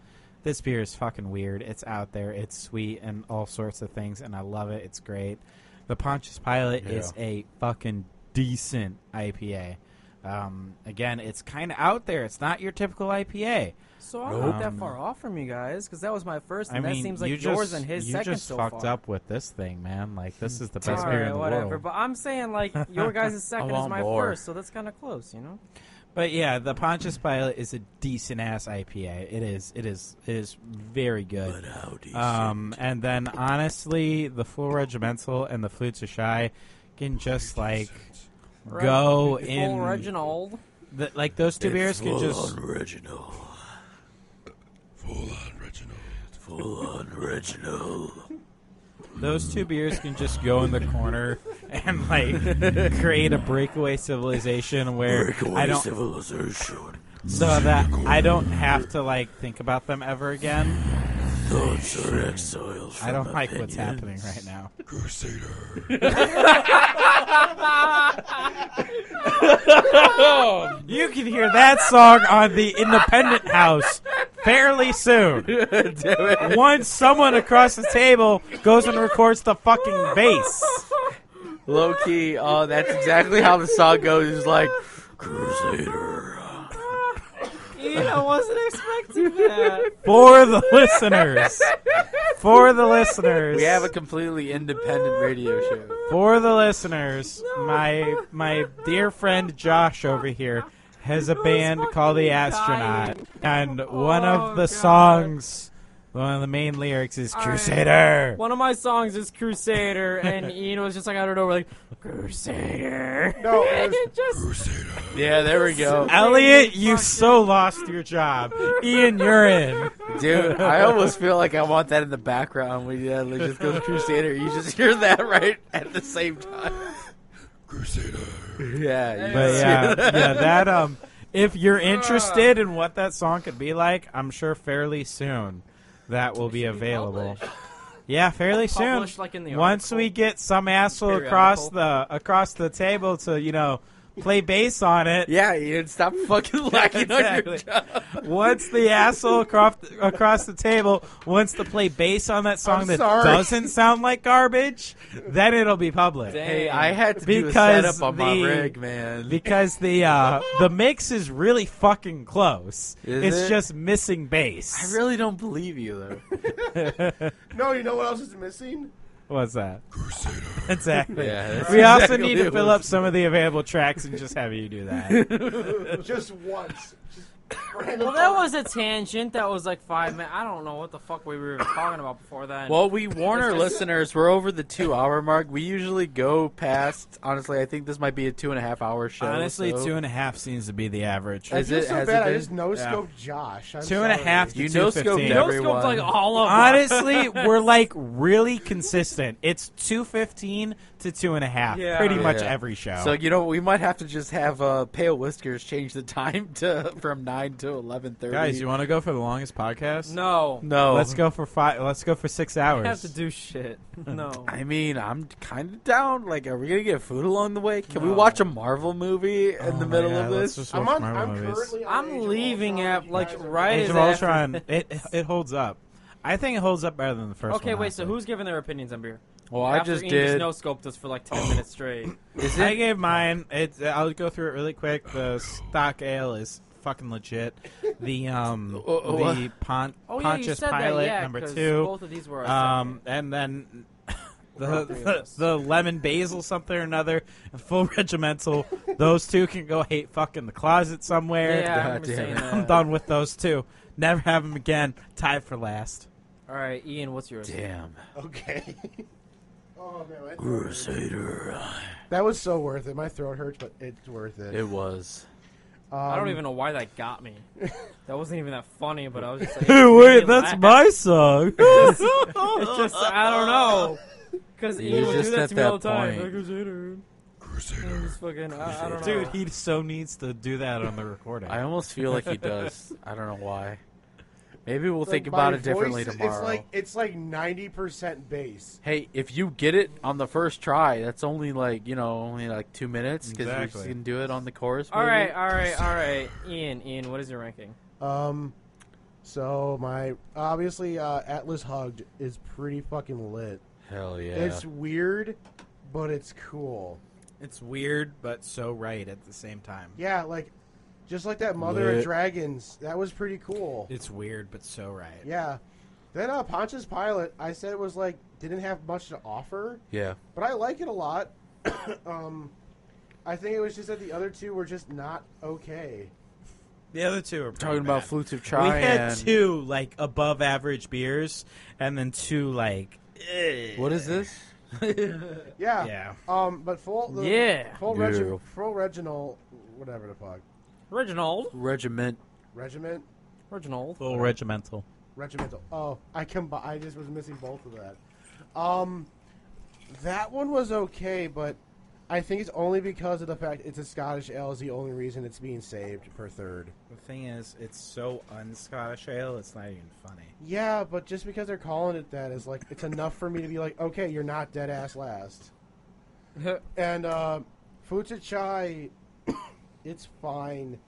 Speaker 2: This beer is fucking weird. It's out there. It's sweet and all sorts of things, and I love it. It's great. The Pontius Pilot is a fucking decent IPA. Um, again, it's kind of out there. It's not your typical IPA.
Speaker 5: So I'm not that
Speaker 2: Um,
Speaker 5: far off from you guys because that was my first, and
Speaker 2: I mean,
Speaker 5: that seems like
Speaker 2: you
Speaker 5: yours
Speaker 2: just,
Speaker 5: and his
Speaker 2: you
Speaker 5: second
Speaker 2: just
Speaker 5: so
Speaker 2: fucked
Speaker 5: far.
Speaker 2: up with this thing, man. Like this is the
Speaker 5: All
Speaker 2: best beer in
Speaker 5: right,
Speaker 2: the
Speaker 5: whatever.
Speaker 2: world.
Speaker 5: But I'm saying
Speaker 2: [LAUGHS]
Speaker 5: like your guys' second is
Speaker 1: want
Speaker 5: my
Speaker 1: more.
Speaker 5: first, so that's kind of close, you know.
Speaker 2: But yeah, the Pontius Pilot is a decent ass IPA. It is. It is. It is very good.
Speaker 8: How do you
Speaker 2: Um, and then honestly, the Full Regimental and the Flutes of Shy can just like go
Speaker 5: Full
Speaker 2: in.
Speaker 5: Reginald. [LAUGHS]
Speaker 2: The, like those two beers can
Speaker 8: full
Speaker 2: just.
Speaker 8: on Reginald. Full on Reginald. Full on Reginald.
Speaker 2: Those two beers can just go in the
Speaker 8: [LAUGHS]
Speaker 2: corner and like create a breakaway civilization where I
Speaker 8: Breakaway
Speaker 2: don't
Speaker 8: civilization.
Speaker 2: so that I don't have to like think about them ever again.
Speaker 8: Thoughts are exiles from
Speaker 2: I don't like
Speaker 8: opinion.
Speaker 2: what's happening right now.
Speaker 8: Crusader.
Speaker 2: You can hear that song on the Independent House
Speaker 1: [LAUGHS]
Speaker 2: fairly soon. Once someone across the table goes and records the fucking bass.
Speaker 1: Low key, oh, that's exactly how the song goes. It's like,
Speaker 8: Crusader.
Speaker 5: Ian, I wasn't
Speaker 2: [LAUGHS]
Speaker 5: expecting that.
Speaker 2: For the listeners. For the listeners.
Speaker 1: we have a completely independent radio show.
Speaker 2: For the listeners, my my dear friend Josh over here has a band called The Astronaut, and one
Speaker 5: Oh,
Speaker 2: of the
Speaker 5: God.
Speaker 2: songs, one of the main lyrics is
Speaker 5: right.
Speaker 2: Crusader.
Speaker 5: One of my songs is Crusader, and Ian was just like, I don't know, we're like, Crusader.
Speaker 4: No, it
Speaker 5: and
Speaker 4: was-
Speaker 5: [LAUGHS] it just
Speaker 8: Crusader.
Speaker 1: Yeah, there we go.
Speaker 2: Elliot, you so lost your job. Ian, you're in.
Speaker 1: Dude, I almost feel like I want that in the background when you like, just goes Crusader. You just hear that right at the same time.
Speaker 8: Crusader.
Speaker 1: Yeah, you
Speaker 2: But
Speaker 1: just
Speaker 2: yeah,
Speaker 1: hear that.
Speaker 2: yeah, that um
Speaker 1: [LAUGHS]
Speaker 2: if you're interested in what that song could be like, I'm sure fairly soon that will be available. Yeah, fairly soon.
Speaker 5: Published, like, in the
Speaker 2: Once
Speaker 5: article.
Speaker 2: we get some asshole across the across the table to, you know, play bass on it.
Speaker 1: yeah. Ian,
Speaker 2: [LAUGHS]
Speaker 1: stop fucking lacking
Speaker 2: Exactly.
Speaker 1: on your job.
Speaker 2: Once the asshole across across the table wants to play bass on that song that
Speaker 1: sorry.
Speaker 2: doesn't sound like garbage, then it'll be public.
Speaker 1: Hey, I had to do a
Speaker 2: Because
Speaker 1: setup on my
Speaker 2: the-
Speaker 1: rig, man.
Speaker 2: because the uh, the mix is really fucking close.
Speaker 1: Is
Speaker 2: it's
Speaker 1: it?
Speaker 2: just missing bass.
Speaker 1: I really don't believe you
Speaker 2: [LAUGHS]
Speaker 1: though.
Speaker 4: No, you know what else is missing?
Speaker 2: What's that?
Speaker 8: Crusader.
Speaker 1: [LAUGHS]
Speaker 2: Exactly.
Speaker 1: Yeah, that's
Speaker 2: [LAUGHS] we also
Speaker 1: exactly
Speaker 2: need
Speaker 1: what
Speaker 2: to
Speaker 1: it
Speaker 2: fill
Speaker 1: was.
Speaker 2: up some of the available tracks and just have you
Speaker 1: [LAUGHS]
Speaker 2: do that.
Speaker 4: Just once. Just
Speaker 5: Well, that was a tangent that was like five minutes. I don't know what the fuck we were talking about before that.
Speaker 1: Well, we warn our listeners we're over the two hour mark. We usually go past. Honestly, I think this might be a two and a half hour show.
Speaker 2: Honestly,
Speaker 1: so-
Speaker 2: two and a half seems to be the
Speaker 1: Is
Speaker 2: average.
Speaker 4: I feel
Speaker 1: it-
Speaker 4: so
Speaker 1: has it
Speaker 4: bad. I
Speaker 1: been?
Speaker 4: just no scoped Josh. I'm
Speaker 2: Two and a
Speaker 4: sorry.
Speaker 2: half to
Speaker 1: You
Speaker 2: two
Speaker 1: no-scoped
Speaker 2: fifteen.
Speaker 1: every-
Speaker 5: Those
Speaker 1: everyone.
Speaker 5: like all of
Speaker 2: Honestly, we're like really consistent. It's two fifteen to two and a half,
Speaker 5: Yeah.
Speaker 2: pretty much
Speaker 1: Yeah.
Speaker 2: every show.
Speaker 1: So you know we might have to just have uh, Pale Whiskers change the time [LAUGHS] to from nine to eleven thirty.
Speaker 2: want to go for the longest podcast?
Speaker 5: No.
Speaker 1: no?
Speaker 2: Let's go for five. Let's go for six hours.
Speaker 5: I have to do shit. No.
Speaker 1: [LAUGHS] I mean, I'm kind of down. Like, are we gonna get food along the way? Can we watch a Marvel movie in the middle of this?
Speaker 4: I'm on. I'm currently. On Age
Speaker 5: I'm
Speaker 4: of
Speaker 5: leaving
Speaker 4: Ultron.
Speaker 5: at
Speaker 4: You
Speaker 5: like
Speaker 4: guys are-
Speaker 5: right
Speaker 2: Age
Speaker 5: as
Speaker 2: of
Speaker 5: after-
Speaker 2: Ultron. it it holds up. I think it holds up better than the first.
Speaker 5: Okay,
Speaker 2: one,
Speaker 5: wait. So
Speaker 2: honestly.
Speaker 5: who's giving their opinions on beer?
Speaker 1: well, I
Speaker 5: After
Speaker 1: just
Speaker 5: Ian
Speaker 1: did.
Speaker 5: no scoped us for like ten
Speaker 2: [COUGHS]
Speaker 5: minutes straight.
Speaker 2: I gave
Speaker 5: Oh.
Speaker 2: mine. It, I'll go through it really quick. The stock ale is fucking legit.
Speaker 5: [LAUGHS]
Speaker 2: The um
Speaker 1: Oh, oh, uh,
Speaker 2: the pon-
Speaker 5: Oh yeah, you
Speaker 2: Pontius
Speaker 5: said
Speaker 2: Pilot
Speaker 5: that. Yeah,
Speaker 2: number
Speaker 5: 'cause
Speaker 2: two.
Speaker 5: Both of these were. our
Speaker 2: Um and then. [LAUGHS] The,
Speaker 5: three of
Speaker 2: the,
Speaker 5: us.
Speaker 2: the lemon basil something or another, and full [LAUGHS] regimental. Those two can go hate fucking the closet somewhere.
Speaker 5: second. yeah, I remember
Speaker 1: God damn
Speaker 5: saying
Speaker 1: it.
Speaker 5: that.
Speaker 2: I'm [LAUGHS] done with those two. Never have them again. Tied for last.
Speaker 1: [LAUGHS]
Speaker 5: All right, Ian, what's yours?
Speaker 1: Damn.
Speaker 4: Okay. Oh, no, it-
Speaker 8: Crusader.
Speaker 4: that was so worth it. My throat hurts, but it's worth it. Um,
Speaker 1: It was.
Speaker 5: I don't even know why that got me. That wasn't even that funny, but I
Speaker 2: [LAUGHS]
Speaker 5: was just like,
Speaker 2: Hey,
Speaker 5: it made
Speaker 2: wait,
Speaker 5: me
Speaker 2: that's
Speaker 5: laugh.
Speaker 2: my [LAUGHS] song.
Speaker 5: [LAUGHS] It's just I don't know. Because
Speaker 1: He was
Speaker 5: Ian would do
Speaker 1: just
Speaker 5: that
Speaker 1: at
Speaker 5: to me all
Speaker 1: that
Speaker 5: the time.
Speaker 1: point.
Speaker 5: Like, Crusader.
Speaker 8: Crusader.
Speaker 5: Just fucking, I, I don't know.
Speaker 2: Dude, he so needs to do that on the recording.
Speaker 1: I almost feel like he does. I don't know why. Maybe we'll
Speaker 4: Like,
Speaker 1: think
Speaker 4: my
Speaker 1: about it differently
Speaker 4: voice,
Speaker 1: tomorrow.
Speaker 4: It's like it's like ninety percent bass.
Speaker 1: hey, if you get it on the first try, that's only like you know only like two minutes because
Speaker 2: Exactly.
Speaker 1: we can do it on the chorus.
Speaker 5: all
Speaker 1: maybe.
Speaker 5: right, all right, all right. Ian, Ian, what is your ranking?
Speaker 4: Um, so my obviously uh, Atlas Hugged is pretty fucking lit.
Speaker 1: Hell yeah.
Speaker 4: It's weird, but it's cool.
Speaker 2: It's weird, but so right at the same time.
Speaker 4: Yeah, like just like that Mother of
Speaker 1: Lit.
Speaker 4: Dragons. That was pretty cool.
Speaker 2: It's weird, but so right.
Speaker 4: Yeah. Then uh, Pontius Pilate, I said it was like didn't have much to offer,
Speaker 1: yeah.
Speaker 4: but I like it a lot. [COUGHS] um, I think it was just that the other two were just not okay.
Speaker 2: The other two are
Speaker 1: Talking
Speaker 2: pretty
Speaker 1: about
Speaker 2: bad.
Speaker 1: flutes of
Speaker 2: We
Speaker 1: chai.
Speaker 2: had
Speaker 1: and- [LAUGHS]
Speaker 2: two like above average beers, and then two like. eh.
Speaker 1: What is this?
Speaker 4: Yeah.
Speaker 2: Yeah.
Speaker 4: Um, but full the,
Speaker 5: Yeah.
Speaker 4: full regi-
Speaker 1: Yeah.
Speaker 4: full Reginald, whatever the fuck,
Speaker 5: Reginald.
Speaker 1: Regiment.
Speaker 4: regiment,
Speaker 5: Reginald.
Speaker 2: Little regimental.
Speaker 4: regimental. Oh, I com- I just was missing both of that. Um, that one was okay, but I think it's only because of the fact it's a Scottish ale is the only reason it's being saved per third.
Speaker 2: The thing is, it's so un-Scottish ale. It's not even funny. [LAUGHS]
Speaker 4: Yeah, but just because they're calling it that is like it's enough for me to be like, okay, you're not dead ass [LAUGHS] last. and uh, Futa Chai, [COUGHS] it's fine.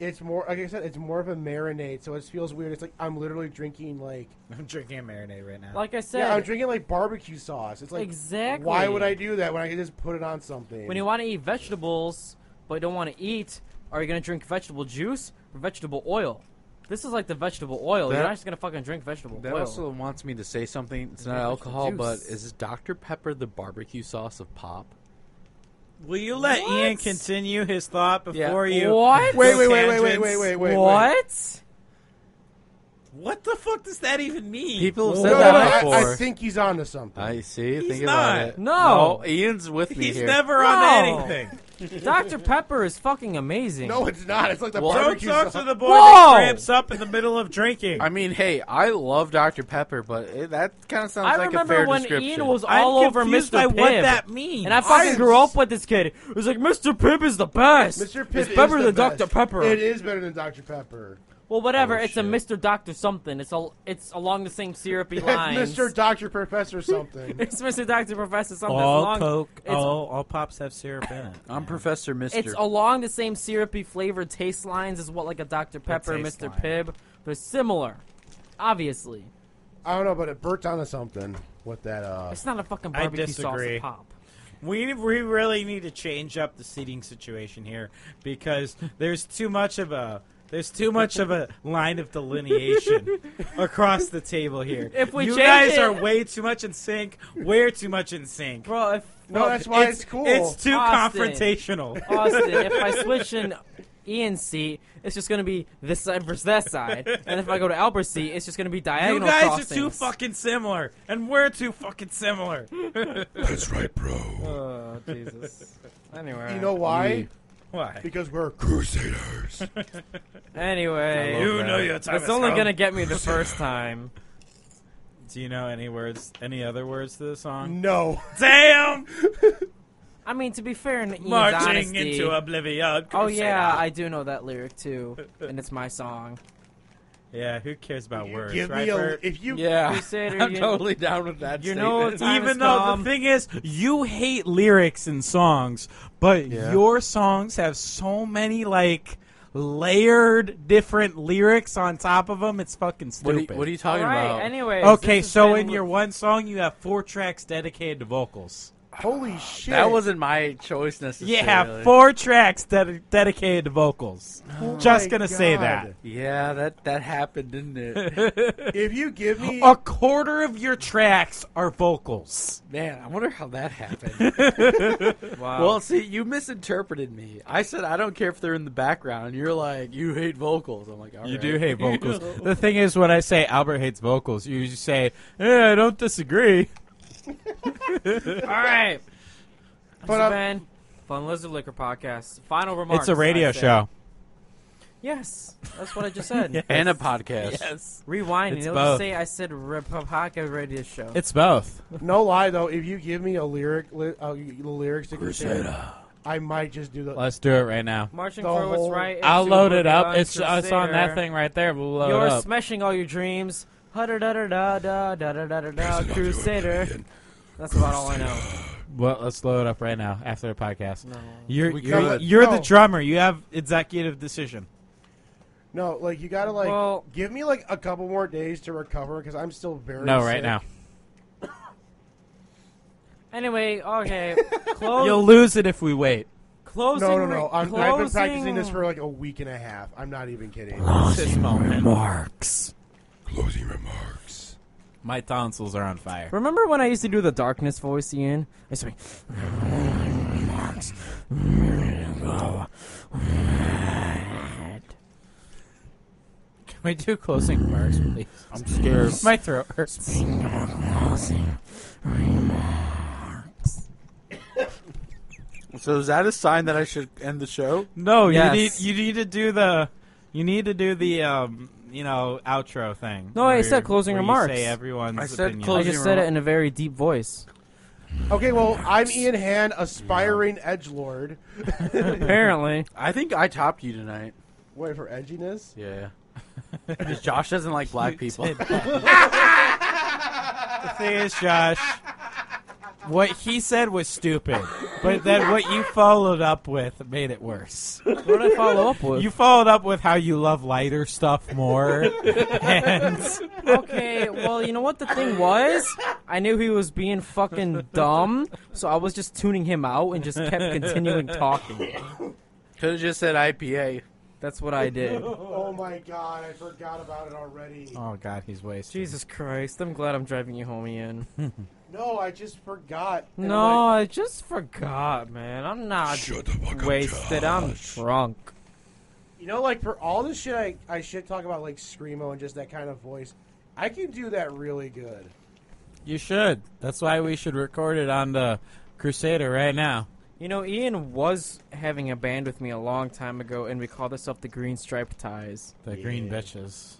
Speaker 4: It's more like I said, it's more of a marinade, so it feels weird. It's like I'm literally drinking like
Speaker 2: I'm drinking a marinade right now.
Speaker 5: Like I said,
Speaker 4: yeah, I'm drinking like barbecue sauce. It's like
Speaker 5: Exactly.
Speaker 4: Why would I do that when I could just put it on something?
Speaker 5: when you want to eat vegetables but don't want to eat, are you gonna drink vegetable juice or vegetable oil? This is like the vegetable oil. You're
Speaker 1: That-
Speaker 5: not just gonna fucking drink vegetable
Speaker 1: That
Speaker 5: oil.
Speaker 1: also wants me to say something. It's not
Speaker 5: Juice.
Speaker 1: alcohol, but is Dr. Pepper the barbecue sauce of pop?
Speaker 2: Will you let
Speaker 5: What?
Speaker 2: Ian continue his thought before you?
Speaker 5: What?
Speaker 2: go
Speaker 4: wait, wait, wait, wait, wait, wait,
Speaker 2: tangents?
Speaker 4: wait, wait,
Speaker 5: what?
Speaker 2: What the fuck does that even mean?
Speaker 1: People have
Speaker 4: No,
Speaker 1: said
Speaker 4: no, no,
Speaker 1: that
Speaker 4: I-
Speaker 1: before.
Speaker 4: I, think he's onto something.
Speaker 1: I see. think
Speaker 2: not.
Speaker 1: about it.
Speaker 5: No.
Speaker 1: Ian's with me
Speaker 2: He's
Speaker 1: here.
Speaker 2: never
Speaker 5: No.
Speaker 2: on anything.
Speaker 5: Dr. Pepper is fucking amazing.
Speaker 4: No, it's not. It's like the
Speaker 1: Well,
Speaker 2: Don't
Speaker 4: barbecue
Speaker 2: talk
Speaker 4: sauce.
Speaker 2: to the boy
Speaker 5: Whoa!
Speaker 2: that cramps up in the middle of drinking.
Speaker 1: I mean, hey, I love Dr. Pepper, but it, that kind of sounds
Speaker 5: I
Speaker 1: like a
Speaker 5: remember
Speaker 1: fair
Speaker 5: when
Speaker 1: description.
Speaker 5: Ian was
Speaker 2: I'm
Speaker 5: all over
Speaker 2: confused
Speaker 5: Mr.
Speaker 2: by
Speaker 5: Pibb,
Speaker 2: what that means.
Speaker 5: and I fucking
Speaker 4: am
Speaker 5: grew
Speaker 4: s-
Speaker 5: up with this kid. It was like Mr. Pibb is the best.
Speaker 4: Mr. Pibb
Speaker 5: it's
Speaker 4: is
Speaker 5: better
Speaker 4: the
Speaker 5: than
Speaker 4: best.
Speaker 5: Dr. Pepper.
Speaker 4: It is better than Dr. Pepper.
Speaker 5: Well, whatever.
Speaker 1: Oh,
Speaker 5: it's a Mr. Doctor something. It's all. It's along the
Speaker 4: [LAUGHS]
Speaker 5: same syrupy lines.
Speaker 4: It's Mr. Doctor
Speaker 2: [LAUGHS]
Speaker 4: Professor something.
Speaker 5: [LAUGHS] It's Mr. Doctor Professor something.
Speaker 2: all
Speaker 5: it's along,
Speaker 2: Coke,
Speaker 5: it's-
Speaker 2: all, all pops have syrup in it.
Speaker 1: I'm Professor Mister.
Speaker 5: It's along the same syrupy flavored taste lines as what like a Dr. Pepper,
Speaker 2: taste
Speaker 5: Mr.
Speaker 2: line.
Speaker 5: Pibb. They're similar, obviously.
Speaker 4: I don't know, but it burnt onto something with that. Uh,
Speaker 5: It's not a fucking
Speaker 2: I
Speaker 5: barbecue sauce
Speaker 2: disagree.
Speaker 5: and pop.
Speaker 2: We we really need to change up the seating situation here because there's too much of a there's too much of a line of
Speaker 5: [LAUGHS]
Speaker 2: delineation across the table here.
Speaker 5: If we
Speaker 2: you
Speaker 5: change
Speaker 2: guys
Speaker 5: it-
Speaker 2: are way too much in sync, we're too much in sync.
Speaker 5: Bro, if
Speaker 4: no, that's why it's, cool.
Speaker 2: It's too
Speaker 5: Austin.
Speaker 2: confrontational.
Speaker 5: Austin, if I switch in Ian's seat, it's just gonna be this side versus that side, and if I go to Albert's seat, it's just gonna be
Speaker 2: You
Speaker 5: diagonal.
Speaker 2: guys
Speaker 5: crossings.
Speaker 2: are too fucking similar, and we're too fucking similar.
Speaker 5: [LAUGHS]
Speaker 8: That's right, bro.
Speaker 5: Oh Jesus. Anyway.
Speaker 4: you know why?
Speaker 2: Why?
Speaker 4: Because we're
Speaker 8: Crusaders.
Speaker 5: Anyway.
Speaker 2: You know your time.
Speaker 5: It's
Speaker 2: is
Speaker 5: only
Speaker 2: up.
Speaker 5: gonna get me the first time.
Speaker 2: Do you know any words? Any other words to the song?
Speaker 4: no.
Speaker 2: Damn!
Speaker 5: I mean, to be fair, in Ian's
Speaker 2: Marching
Speaker 5: honesty,
Speaker 2: into oblivion.
Speaker 5: Oh yeah,
Speaker 2: Crusader.
Speaker 5: I do know that lyric too, and it's my song.
Speaker 2: Yeah, who cares about words,
Speaker 4: Give
Speaker 2: right,
Speaker 4: me a
Speaker 2: Bert?
Speaker 4: if you.
Speaker 5: [LAUGHS]
Speaker 1: yeah,
Speaker 5: Crusader,
Speaker 1: I'm
Speaker 5: you-
Speaker 1: totally down with that.
Speaker 5: you know
Speaker 1: statement.
Speaker 5: it's time
Speaker 2: Even
Speaker 5: has
Speaker 2: though
Speaker 5: come.
Speaker 2: the thing is, you hate lyrics in songs, but
Speaker 1: Yeah.
Speaker 2: your songs have so many like layered different lyrics on top of them. It's fucking
Speaker 1: what, are you,
Speaker 2: stupid.
Speaker 1: what are you talking
Speaker 5: Alright,
Speaker 1: about?
Speaker 5: Anyways,
Speaker 2: okay,
Speaker 5: this has
Speaker 2: so in
Speaker 5: been
Speaker 2: your one song, you have four tracks dedicated to vocals.
Speaker 4: Holy shit!
Speaker 1: that wasn't my choice necessarily.
Speaker 2: Yeah, four tracks ded- dedicated to vocals. Just
Speaker 4: Oh my
Speaker 2: gonna say
Speaker 4: God.
Speaker 2: that.
Speaker 1: Yeah, that that happened, didn't it?
Speaker 5: [LAUGHS]
Speaker 4: If you give me,
Speaker 5: Oh.
Speaker 2: A quarter of your tracks are vocals.
Speaker 1: Man, I wonder how that happened.
Speaker 5: wow.
Speaker 1: well, see, you misinterpreted me. I said I don't care if they're in the background. and You're like, you hate vocals. I'm like, all
Speaker 2: You
Speaker 1: right.
Speaker 2: do hate vocals. the thing is, when I say Albert hates vocals, you just say, eh, I don't disagree.
Speaker 5: All right.
Speaker 4: But,
Speaker 5: But
Speaker 4: um,
Speaker 5: Ben, Fun Lizard Liquor Podcast. Final remarks.
Speaker 2: It's a radio
Speaker 5: I say.
Speaker 2: show.
Speaker 5: Yes, that's what I just said.
Speaker 1: and a podcast.
Speaker 2: Yes.
Speaker 5: Rewind. and
Speaker 2: It's
Speaker 5: It'll
Speaker 2: both.
Speaker 5: just say I said re- podcast radio show.
Speaker 2: It's both.
Speaker 4: No lie though, if you give me a lyric, li- uh, y- the lyrics to consider,
Speaker 8: Crusader.
Speaker 4: I might just do the.
Speaker 2: Let's do it right now.
Speaker 5: Marching
Speaker 4: the
Speaker 5: forward's
Speaker 4: whole-
Speaker 5: right.
Speaker 2: I'll
Speaker 5: into
Speaker 2: load it
Speaker 5: Moving
Speaker 2: up.
Speaker 5: On
Speaker 2: It's it's on
Speaker 5: Crusader.
Speaker 2: that thing right there. We'll load
Speaker 5: You're
Speaker 2: it up.
Speaker 5: smashing all your dreams. Ha-da-da-da-da-da-da-da-da-da, Crusader. That's about all I know.
Speaker 2: Well, let's load it up right now after the podcast. You're
Speaker 1: We
Speaker 2: you're,
Speaker 1: could.
Speaker 2: you're the
Speaker 4: No.
Speaker 2: drummer. You have executive decision.
Speaker 4: No, like you gotta like
Speaker 5: Well-
Speaker 4: give me like a couple more days to recover because I'm still very.
Speaker 2: No, right
Speaker 4: sick.
Speaker 2: now.
Speaker 5: Anyway, okay. Close,
Speaker 2: You'll lose it if we wait.
Speaker 5: closing.
Speaker 4: No, no,
Speaker 5: re-
Speaker 4: no. I'm, I've been practicing this
Speaker 5: closing-
Speaker 4: for like a week and a half. I'm not even kidding.
Speaker 2: This moment.
Speaker 8: Remarks. Closing remarks.
Speaker 2: My tonsils are on fire.
Speaker 5: Remember when I used to do the darkness voice, Ian? I used to be,
Speaker 2: Can we do closing remarks, please?
Speaker 1: I'm scared.
Speaker 2: My throat hurts.
Speaker 1: So is that a sign that I should end the show?
Speaker 2: No,
Speaker 5: Yes.
Speaker 2: you need you need to do the you need to do the um you know outro thing.
Speaker 5: No, I
Speaker 2: where
Speaker 5: said
Speaker 2: you-
Speaker 5: closing
Speaker 2: where you
Speaker 5: remarks.
Speaker 2: say everyone's
Speaker 1: I said
Speaker 2: opinion.
Speaker 5: I
Speaker 1: closing-
Speaker 5: just said it in a very deep voice.
Speaker 4: Okay, well, I'm Ian Han, aspiring edge lord.
Speaker 5: Apparently.
Speaker 1: I think I topped you tonight.
Speaker 4: Wait for edginess.
Speaker 1: Yeah. [LAUGHS] Because Josh doesn't like black [LAUGHS] people.
Speaker 2: The thing is, Josh, what he said was stupid, but then what you followed up with made it worse.
Speaker 5: What did I follow up with?
Speaker 2: You followed up with how you love lighter stuff more, [LAUGHS] and
Speaker 5: okay, well, you know what the thing was? I knew he was being fucking dumb, so I was just tuning him out and just kept continuing talking.
Speaker 1: Could have just said IPA.
Speaker 5: That's what I did.
Speaker 4: Oh my god, I forgot about it already.
Speaker 2: oh god, he's wasted.
Speaker 5: Jesus Christ, I'm glad I'm driving you home, Ian.
Speaker 4: No, I just forgot. And I'm
Speaker 5: No,
Speaker 4: like,
Speaker 5: I just forgot, man. I'm not
Speaker 8: Shut the fuck up,
Speaker 5: wasted. I'm
Speaker 8: Josh.
Speaker 5: drunk.
Speaker 4: you know, like for all the shit I I should talk about, like screamo and just that kind of voice, I can do that really good.
Speaker 2: You should. That's why we should record it on the Crusader right now.
Speaker 5: You know, Ian was having a band with me a long time ago, and we called ourselves the Green Striped Ties. [LAUGHS]
Speaker 2: The green bitches.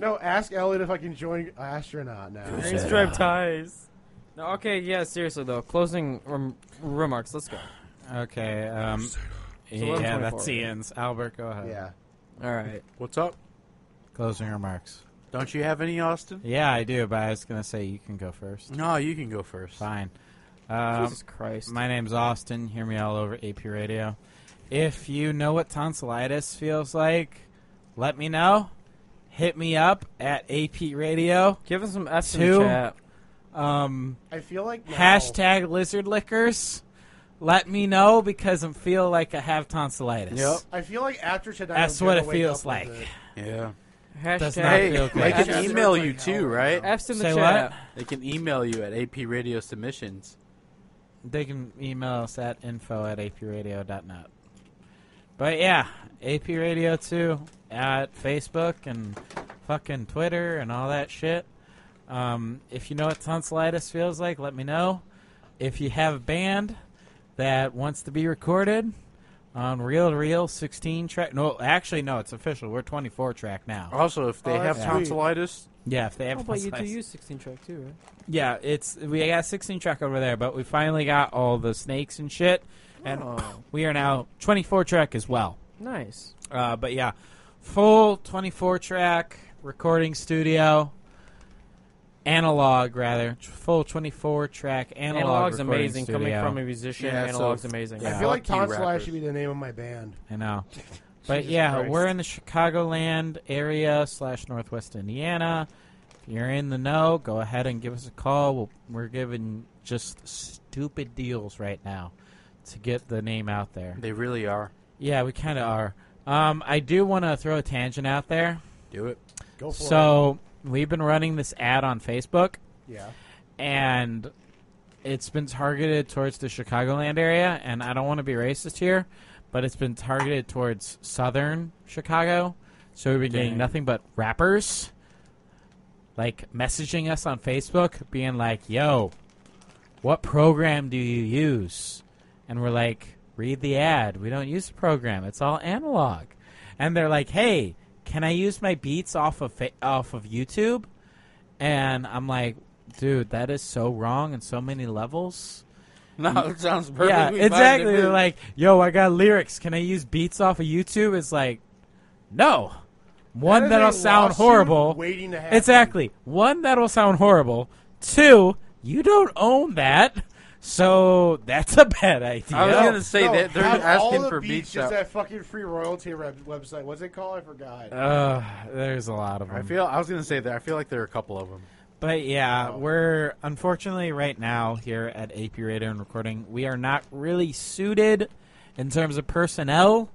Speaker 4: No, ask Elliot if I can join astronaut now.
Speaker 5: Green Striped Ties. No, okay, yeah, seriously though. Closing rem- remarks. Let's go.
Speaker 2: Okay. Um,
Speaker 5: we're
Speaker 2: yeah,
Speaker 5: on
Speaker 2: that's
Speaker 5: 24.
Speaker 2: Ian's. Albert, go ahead.
Speaker 4: Yeah.
Speaker 5: All right.
Speaker 1: What's up?
Speaker 2: Closing remarks.
Speaker 1: Don't you have any, Austin?
Speaker 2: Yeah, I do, but I was gonna say you can go first.
Speaker 1: No, you can go first.
Speaker 2: Fine. Um,
Speaker 5: Jesus Christ.
Speaker 2: my name's Austin. Hear me all over AP Radio. If you know what tonsillitis feels like, let me know. Hit me up at AP Radio.
Speaker 5: Give us some F's in
Speaker 2: Two.
Speaker 5: the chat.
Speaker 2: Um,
Speaker 4: I feel like now,
Speaker 2: Hashtag lizard lickers. Let me know because I feel like I have tonsillitis.
Speaker 1: Yep.
Speaker 4: I feel like after tonight,
Speaker 2: That's
Speaker 4: I'm
Speaker 2: what
Speaker 4: gonna
Speaker 2: it
Speaker 4: wake
Speaker 2: feels
Speaker 4: up
Speaker 2: like.
Speaker 4: with it.
Speaker 1: Yeah.
Speaker 2: Does
Speaker 5: Hashtag
Speaker 2: not
Speaker 1: Hey,
Speaker 2: feel good.
Speaker 1: they
Speaker 4: Yeah.
Speaker 1: can email you
Speaker 4: Like
Speaker 1: too,
Speaker 4: hell,
Speaker 1: right?
Speaker 4: bro.
Speaker 5: F's in the
Speaker 2: Say
Speaker 5: chat.
Speaker 1: oh, They can email you at AP Radio Submissions.
Speaker 2: They can email us at info at apradio.net. But yeah, AP Radio 2 at Facebook and fucking Twitter and all that shit. Um, if you know what tonsillitis feels like, let me know. If you have a band that wants to be recorded on Real to Real 16 track. No, actually, no, it's official. We're 24 track now.
Speaker 1: Also, if they
Speaker 4: Oh,
Speaker 1: have
Speaker 4: that's sweet.
Speaker 1: tonsillitis,
Speaker 2: Yeah, if they have
Speaker 5: Oh, but you do
Speaker 2: tonsillitis.
Speaker 5: use 16 track too, right?
Speaker 2: Yeah, it's we got 16 track over there, but we finally got all the snakes and shit, and
Speaker 5: Oh.
Speaker 2: we are now 24 track as well.
Speaker 5: Nice.
Speaker 2: Uh, but yeah, full 24 track recording studio, analog rather, t- full 24 track analog.
Speaker 5: Analog's
Speaker 2: recording
Speaker 5: amazing. Coming
Speaker 2: studio.
Speaker 5: from a musician,
Speaker 1: Yeah, so-
Speaker 5: analog's amazing.
Speaker 4: I
Speaker 2: Yeah.
Speaker 4: feel like
Speaker 1: Fuck you,
Speaker 4: Tonsillitis
Speaker 1: rappers.
Speaker 4: should be the name of my band.
Speaker 2: I know. But
Speaker 4: [LAUGHS] Jesus
Speaker 2: yeah,
Speaker 4: Christ.
Speaker 2: we're in the Chicagoland area slash Northwest Indiana. If you're in the know, go ahead and give us a call. We'll, we're giving just stupid deals right now to get the name out there.
Speaker 1: they really are.
Speaker 2: Yeah, we kind of are. Um, I do want to throw a tangent out there.
Speaker 1: Do it.
Speaker 4: Go for it.
Speaker 2: So we've been running this ad on Facebook
Speaker 4: Yeah.
Speaker 2: and it's been targeted towards the Chicagoland area. And I don't want to be racist here, but it's been targeted towards Southern Chicago. So we've been getting
Speaker 1: Dang.
Speaker 2: nothing but rappers like messaging us on Facebook, being like, "Yo, what program do you use?" And we're like, "Read the ad. We don't use a program. It's all analog." And they're like, "Hey, can I use my beats off of fa- off of YouTube?" And I'm like, "Dude, that is so wrong in so many levels."
Speaker 1: [LAUGHS] No, it sounds perfectly
Speaker 2: Yeah,
Speaker 1: fine to
Speaker 2: exactly.
Speaker 1: me.
Speaker 2: They're like, "Yo, I got lyrics. Can I use beats off of YouTube?" It's like, no. One
Speaker 4: is
Speaker 2: that will
Speaker 4: a
Speaker 2: sound
Speaker 4: lawsuit
Speaker 2: horrible.
Speaker 4: waiting to happen.
Speaker 2: Exactly. One that'll sound horrible. Two, you don't own that, so that's a bad idea.
Speaker 1: I was gonna say
Speaker 4: No,
Speaker 1: that they're
Speaker 4: have
Speaker 1: asking
Speaker 4: all the
Speaker 1: for
Speaker 4: beats
Speaker 1: beats.
Speaker 4: just
Speaker 1: out-
Speaker 4: that fucking free royalty rep- website. What's it called? I forgot.
Speaker 2: Ugh, there's a lot of them.
Speaker 1: I feel. I was gonna say that. I feel like there are a couple of them.
Speaker 2: But yeah, we're unfortunately right now here at AP Radio and recording, we are not really suited in terms of personnel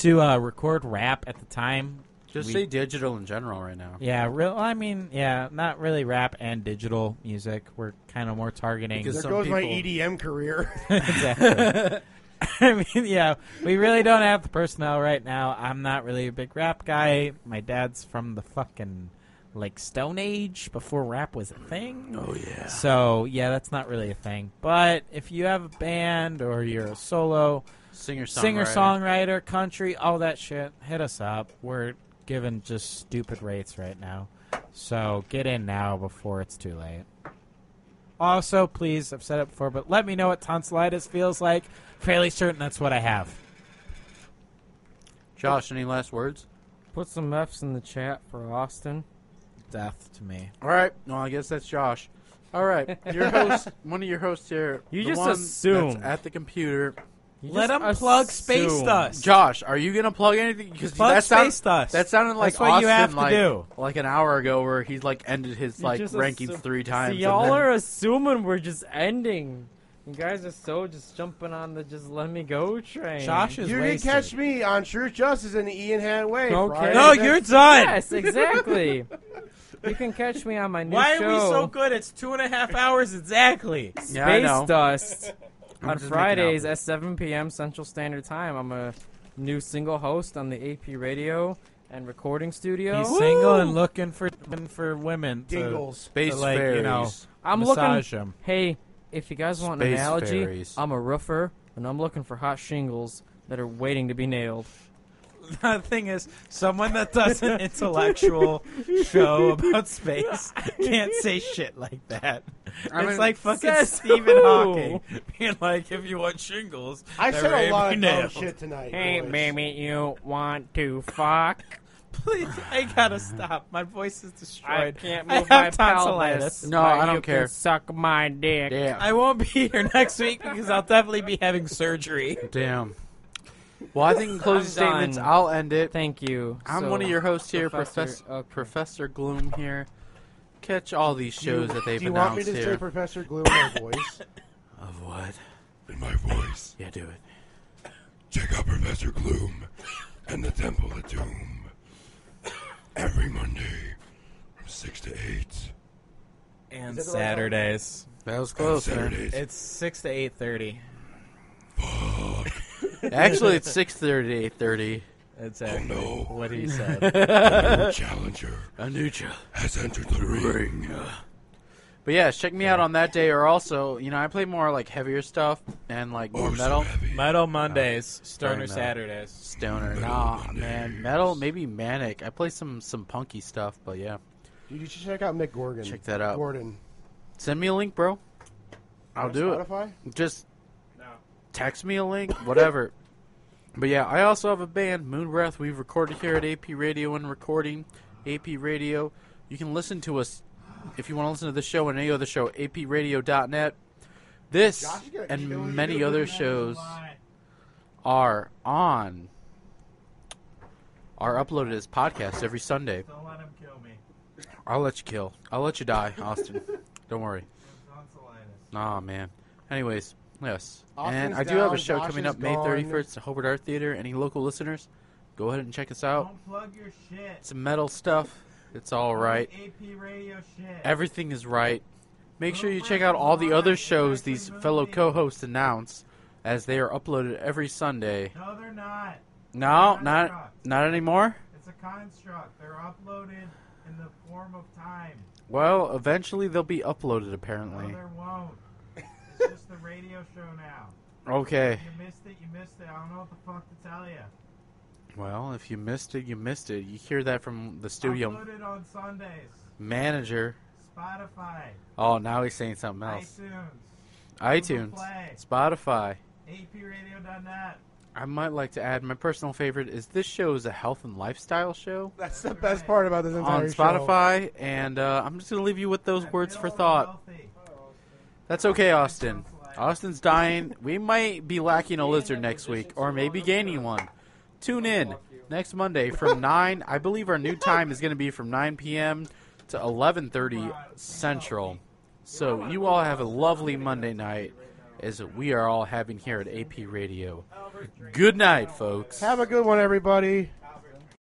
Speaker 2: to uh, record rap at the time.
Speaker 1: Just
Speaker 2: We-
Speaker 1: say digital in general right now.
Speaker 2: Yeah, real. I mean, yeah, not really rap and digital music. We're kind of more targeting.
Speaker 1: Because
Speaker 4: there [LAUGHS]
Speaker 1: some
Speaker 4: goes my
Speaker 1: people-
Speaker 2: [LAUGHS]
Speaker 4: EDM career. [LAUGHS]
Speaker 2: exactly. [LAUGHS] I mean, yeah, we really don't have the personnel right now. I'm not really a big rap guy. My dad's from the fucking like Stone Age before rap was a thing.
Speaker 8: Oh, yeah.
Speaker 2: So yeah, that's not really a thing. But if you have a band or you're a solo
Speaker 1: Singer songwriter.
Speaker 2: singer songwriter, country, all that shit, hit us up. We're given just stupid rates right now. So get in now before it's too late. Also, please, I've said it before, but let me know what tonsillitis feels like. Fairly certain that's what I have.
Speaker 1: Josh, any last words?
Speaker 5: Put some F's in the chat for Austin.
Speaker 2: Death to me.
Speaker 1: All right. No, I guess that's Josh. All right. Your
Speaker 2: [LAUGHS]
Speaker 1: host, one of your hosts here.
Speaker 5: You
Speaker 1: the
Speaker 5: just
Speaker 1: one
Speaker 5: assume.
Speaker 1: that's at the computer.
Speaker 5: You
Speaker 2: Let
Speaker 5: just
Speaker 2: them plug Space
Speaker 5: assume.
Speaker 2: Dust.
Speaker 1: Josh, are you gonna plug anything? Because
Speaker 2: Plug
Speaker 1: that sound-
Speaker 2: Space Dust.
Speaker 1: That sounded like
Speaker 2: That's what
Speaker 1: Austin,
Speaker 2: you have to
Speaker 1: like,
Speaker 2: do.
Speaker 1: like an hour ago, where he's like ended his
Speaker 5: You
Speaker 1: like
Speaker 5: just
Speaker 1: rankings
Speaker 5: assu-
Speaker 1: three times.
Speaker 5: See, y'all
Speaker 1: and then-
Speaker 5: are assuming we're just ending. You guys are so just jumping on the just let me go train.
Speaker 2: Josh is
Speaker 4: you can
Speaker 2: wasted.
Speaker 4: catch me on Truth Justice in the Ian Hatway.
Speaker 5: Okay.
Speaker 4: Friday.
Speaker 2: No, you're done.
Speaker 1: [LAUGHS]
Speaker 5: Yes, exactly. you can catch me on my new
Speaker 2: Why
Speaker 5: show.
Speaker 2: are we so good? It's two and a half hours
Speaker 5: [LAUGHS]
Speaker 2: exactly.
Speaker 1: Yeah, I know.
Speaker 5: Space Dust
Speaker 2: [LAUGHS]
Speaker 1: I'm
Speaker 5: on
Speaker 1: just making
Speaker 5: Fridays
Speaker 1: out.
Speaker 5: at 7 p.m. Central Standard Time. I'm a new single host on the AP Radio and Recording Studio.
Speaker 2: He's single and looking for looking for women. to-
Speaker 4: Dingles.
Speaker 1: Space
Speaker 2: But, like, you
Speaker 1: fairies.
Speaker 2: know.
Speaker 5: I'm
Speaker 2: massage
Speaker 5: looking.
Speaker 2: him.
Speaker 5: Hey, if you guys want an
Speaker 1: Space
Speaker 5: analogy,
Speaker 1: fairies.
Speaker 5: I'm a roofer and I'm looking for hot shingles that are waiting to be nailed.
Speaker 2: [LAUGHS] the thing is, someone that does an intellectual show about space can't say shit like that. it's
Speaker 1: mean,
Speaker 2: like fucking
Speaker 5: says
Speaker 2: Stephen
Speaker 5: who?
Speaker 2: Hawking being like, if you want shingles,
Speaker 4: I
Speaker 2: they're
Speaker 4: said a lot
Speaker 2: every
Speaker 4: of
Speaker 2: nail."
Speaker 4: dumb shit tonight.
Speaker 5: Hey,
Speaker 4: boys.
Speaker 5: baby, you want to fuck?
Speaker 2: [LAUGHS] Please, I gotta stop. My voice is
Speaker 5: I
Speaker 2: destroyed.
Speaker 5: can't
Speaker 2: I
Speaker 5: move my
Speaker 2: have
Speaker 5: pelvis.
Speaker 2: tonsillitis.
Speaker 1: No,
Speaker 5: but
Speaker 1: I don't
Speaker 5: you can
Speaker 1: care.
Speaker 5: suck my dick.
Speaker 1: Damn.
Speaker 2: I won't be here [LAUGHS] next week because I'll definitely be having surgery.
Speaker 1: Damn. Well, I think in closing
Speaker 5: I'm
Speaker 1: statements,
Speaker 5: done.
Speaker 1: I'll end it.
Speaker 5: Thank you.
Speaker 1: I'm
Speaker 5: So,
Speaker 1: one of your hosts here,
Speaker 5: Professor-
Speaker 1: Professor
Speaker 5: okay.
Speaker 1: Professor Gloom here. Catch all these
Speaker 4: Do you-
Speaker 1: shows that they've
Speaker 4: Do you want me
Speaker 1: announced
Speaker 4: to
Speaker 1: here.
Speaker 4: say Professor Glue in my [LAUGHS] voice?
Speaker 1: of what?
Speaker 8: In my voice,
Speaker 1: Yeah, do it.
Speaker 8: check out Professor Gloom and the Temple of Doom. Every Monday from 6 to 8.
Speaker 2: And
Speaker 4: Is that the right song?
Speaker 2: Saturdays.
Speaker 1: That was
Speaker 8: and
Speaker 1: close. [LAUGHS] man.
Speaker 8: Saturdays.
Speaker 2: It's six to eight thirty.
Speaker 1: Actually, it's six thirty to eight thirty.
Speaker 2: That's [LAUGHS]
Speaker 8: Oh no,
Speaker 2: what he said.
Speaker 8: [LAUGHS] the challenger
Speaker 1: A new show.
Speaker 8: has entered the ring.
Speaker 1: But yeah, check me out on that day. Or also, you know, I play more like heavier stuff and like more
Speaker 8: Oh, so
Speaker 1: metal.
Speaker 8: heavy.
Speaker 2: Metal Mondays, Stoner
Speaker 1: metal.
Speaker 2: Saturdays.
Speaker 1: Stoner, nah, man, metal, maybe manic. I play some some punky stuff, but yeah,
Speaker 4: Dude, you should check out Mick Gorgon.
Speaker 1: Check that out.
Speaker 4: Gordon.
Speaker 1: send me a link, bro. I'll
Speaker 4: On
Speaker 1: do it.
Speaker 4: Spotify?
Speaker 1: just text me a link, whatever. but yeah, I also have a band, Moon Breath. We've recorded here at AP Radio and recording AP Radio. You can listen to us if you want to listen to the show and any other show, apradio.net. This
Speaker 4: Josh, you gotta email me.
Speaker 1: and
Speaker 4: You
Speaker 1: many
Speaker 4: gotta
Speaker 1: other shows are on are uploaded as podcasts every Sunday.
Speaker 2: Don't let him kill me.
Speaker 1: I'll let you kill. I'll let you die, Austin. Don't worry. Aw, man. Anyways, yes. and
Speaker 4: Austin's
Speaker 1: I do have
Speaker 4: down,
Speaker 1: a show
Speaker 4: Josh
Speaker 1: coming
Speaker 4: is
Speaker 1: up May
Speaker 4: gone.
Speaker 1: 31st at Hobart Art Theater. Any local listeners, go ahead and check us out.
Speaker 2: plug your shit.
Speaker 1: It's metal stuff. It's all right.
Speaker 2: AP radio shit.
Speaker 1: Everything is right. Make sure you check out all the other shows these fellow co-hosts announce as they are uploaded every Sunday.
Speaker 2: No, they're not.
Speaker 1: No, not not anymore.
Speaker 2: It's a construct. They're uploaded in the form of time.
Speaker 1: Well, eventually they'll be uploaded, apparently.
Speaker 9: won't.
Speaker 1: [LAUGHS]
Speaker 9: It's just the radio show now.
Speaker 1: Okay.
Speaker 9: You missed it. You missed it. I don't know what the fuck to tell you.
Speaker 1: Well, if you missed it, you missed it. You hear that from the studio
Speaker 9: Uploaded on Sundays.
Speaker 1: manager.
Speaker 9: Spotify,
Speaker 1: Oh, now he's saying something else.
Speaker 9: iTunes,
Speaker 1: iTunes,
Speaker 9: Play.
Speaker 1: Spotify.
Speaker 9: APRadio.net.
Speaker 1: I might like to add my personal favorite is this show is a health and lifestyle show
Speaker 4: That's the best part about this
Speaker 1: on
Speaker 4: entire show.
Speaker 1: Spotify, and uh, I'm just gonna leave you with those words for thought.
Speaker 9: Healthy.
Speaker 1: That's okay, Austin. Austin's dying. We might be lacking a lizard next week, or maybe gaining one. Tune in next Monday from [LAUGHS] nine. I believe our new time is going to be from nine p.m. to eleven thirty Central. So you all have a lovely Monday night, as we are all having here at AP Radio. Good night, folks.
Speaker 4: Have a good one, everybody.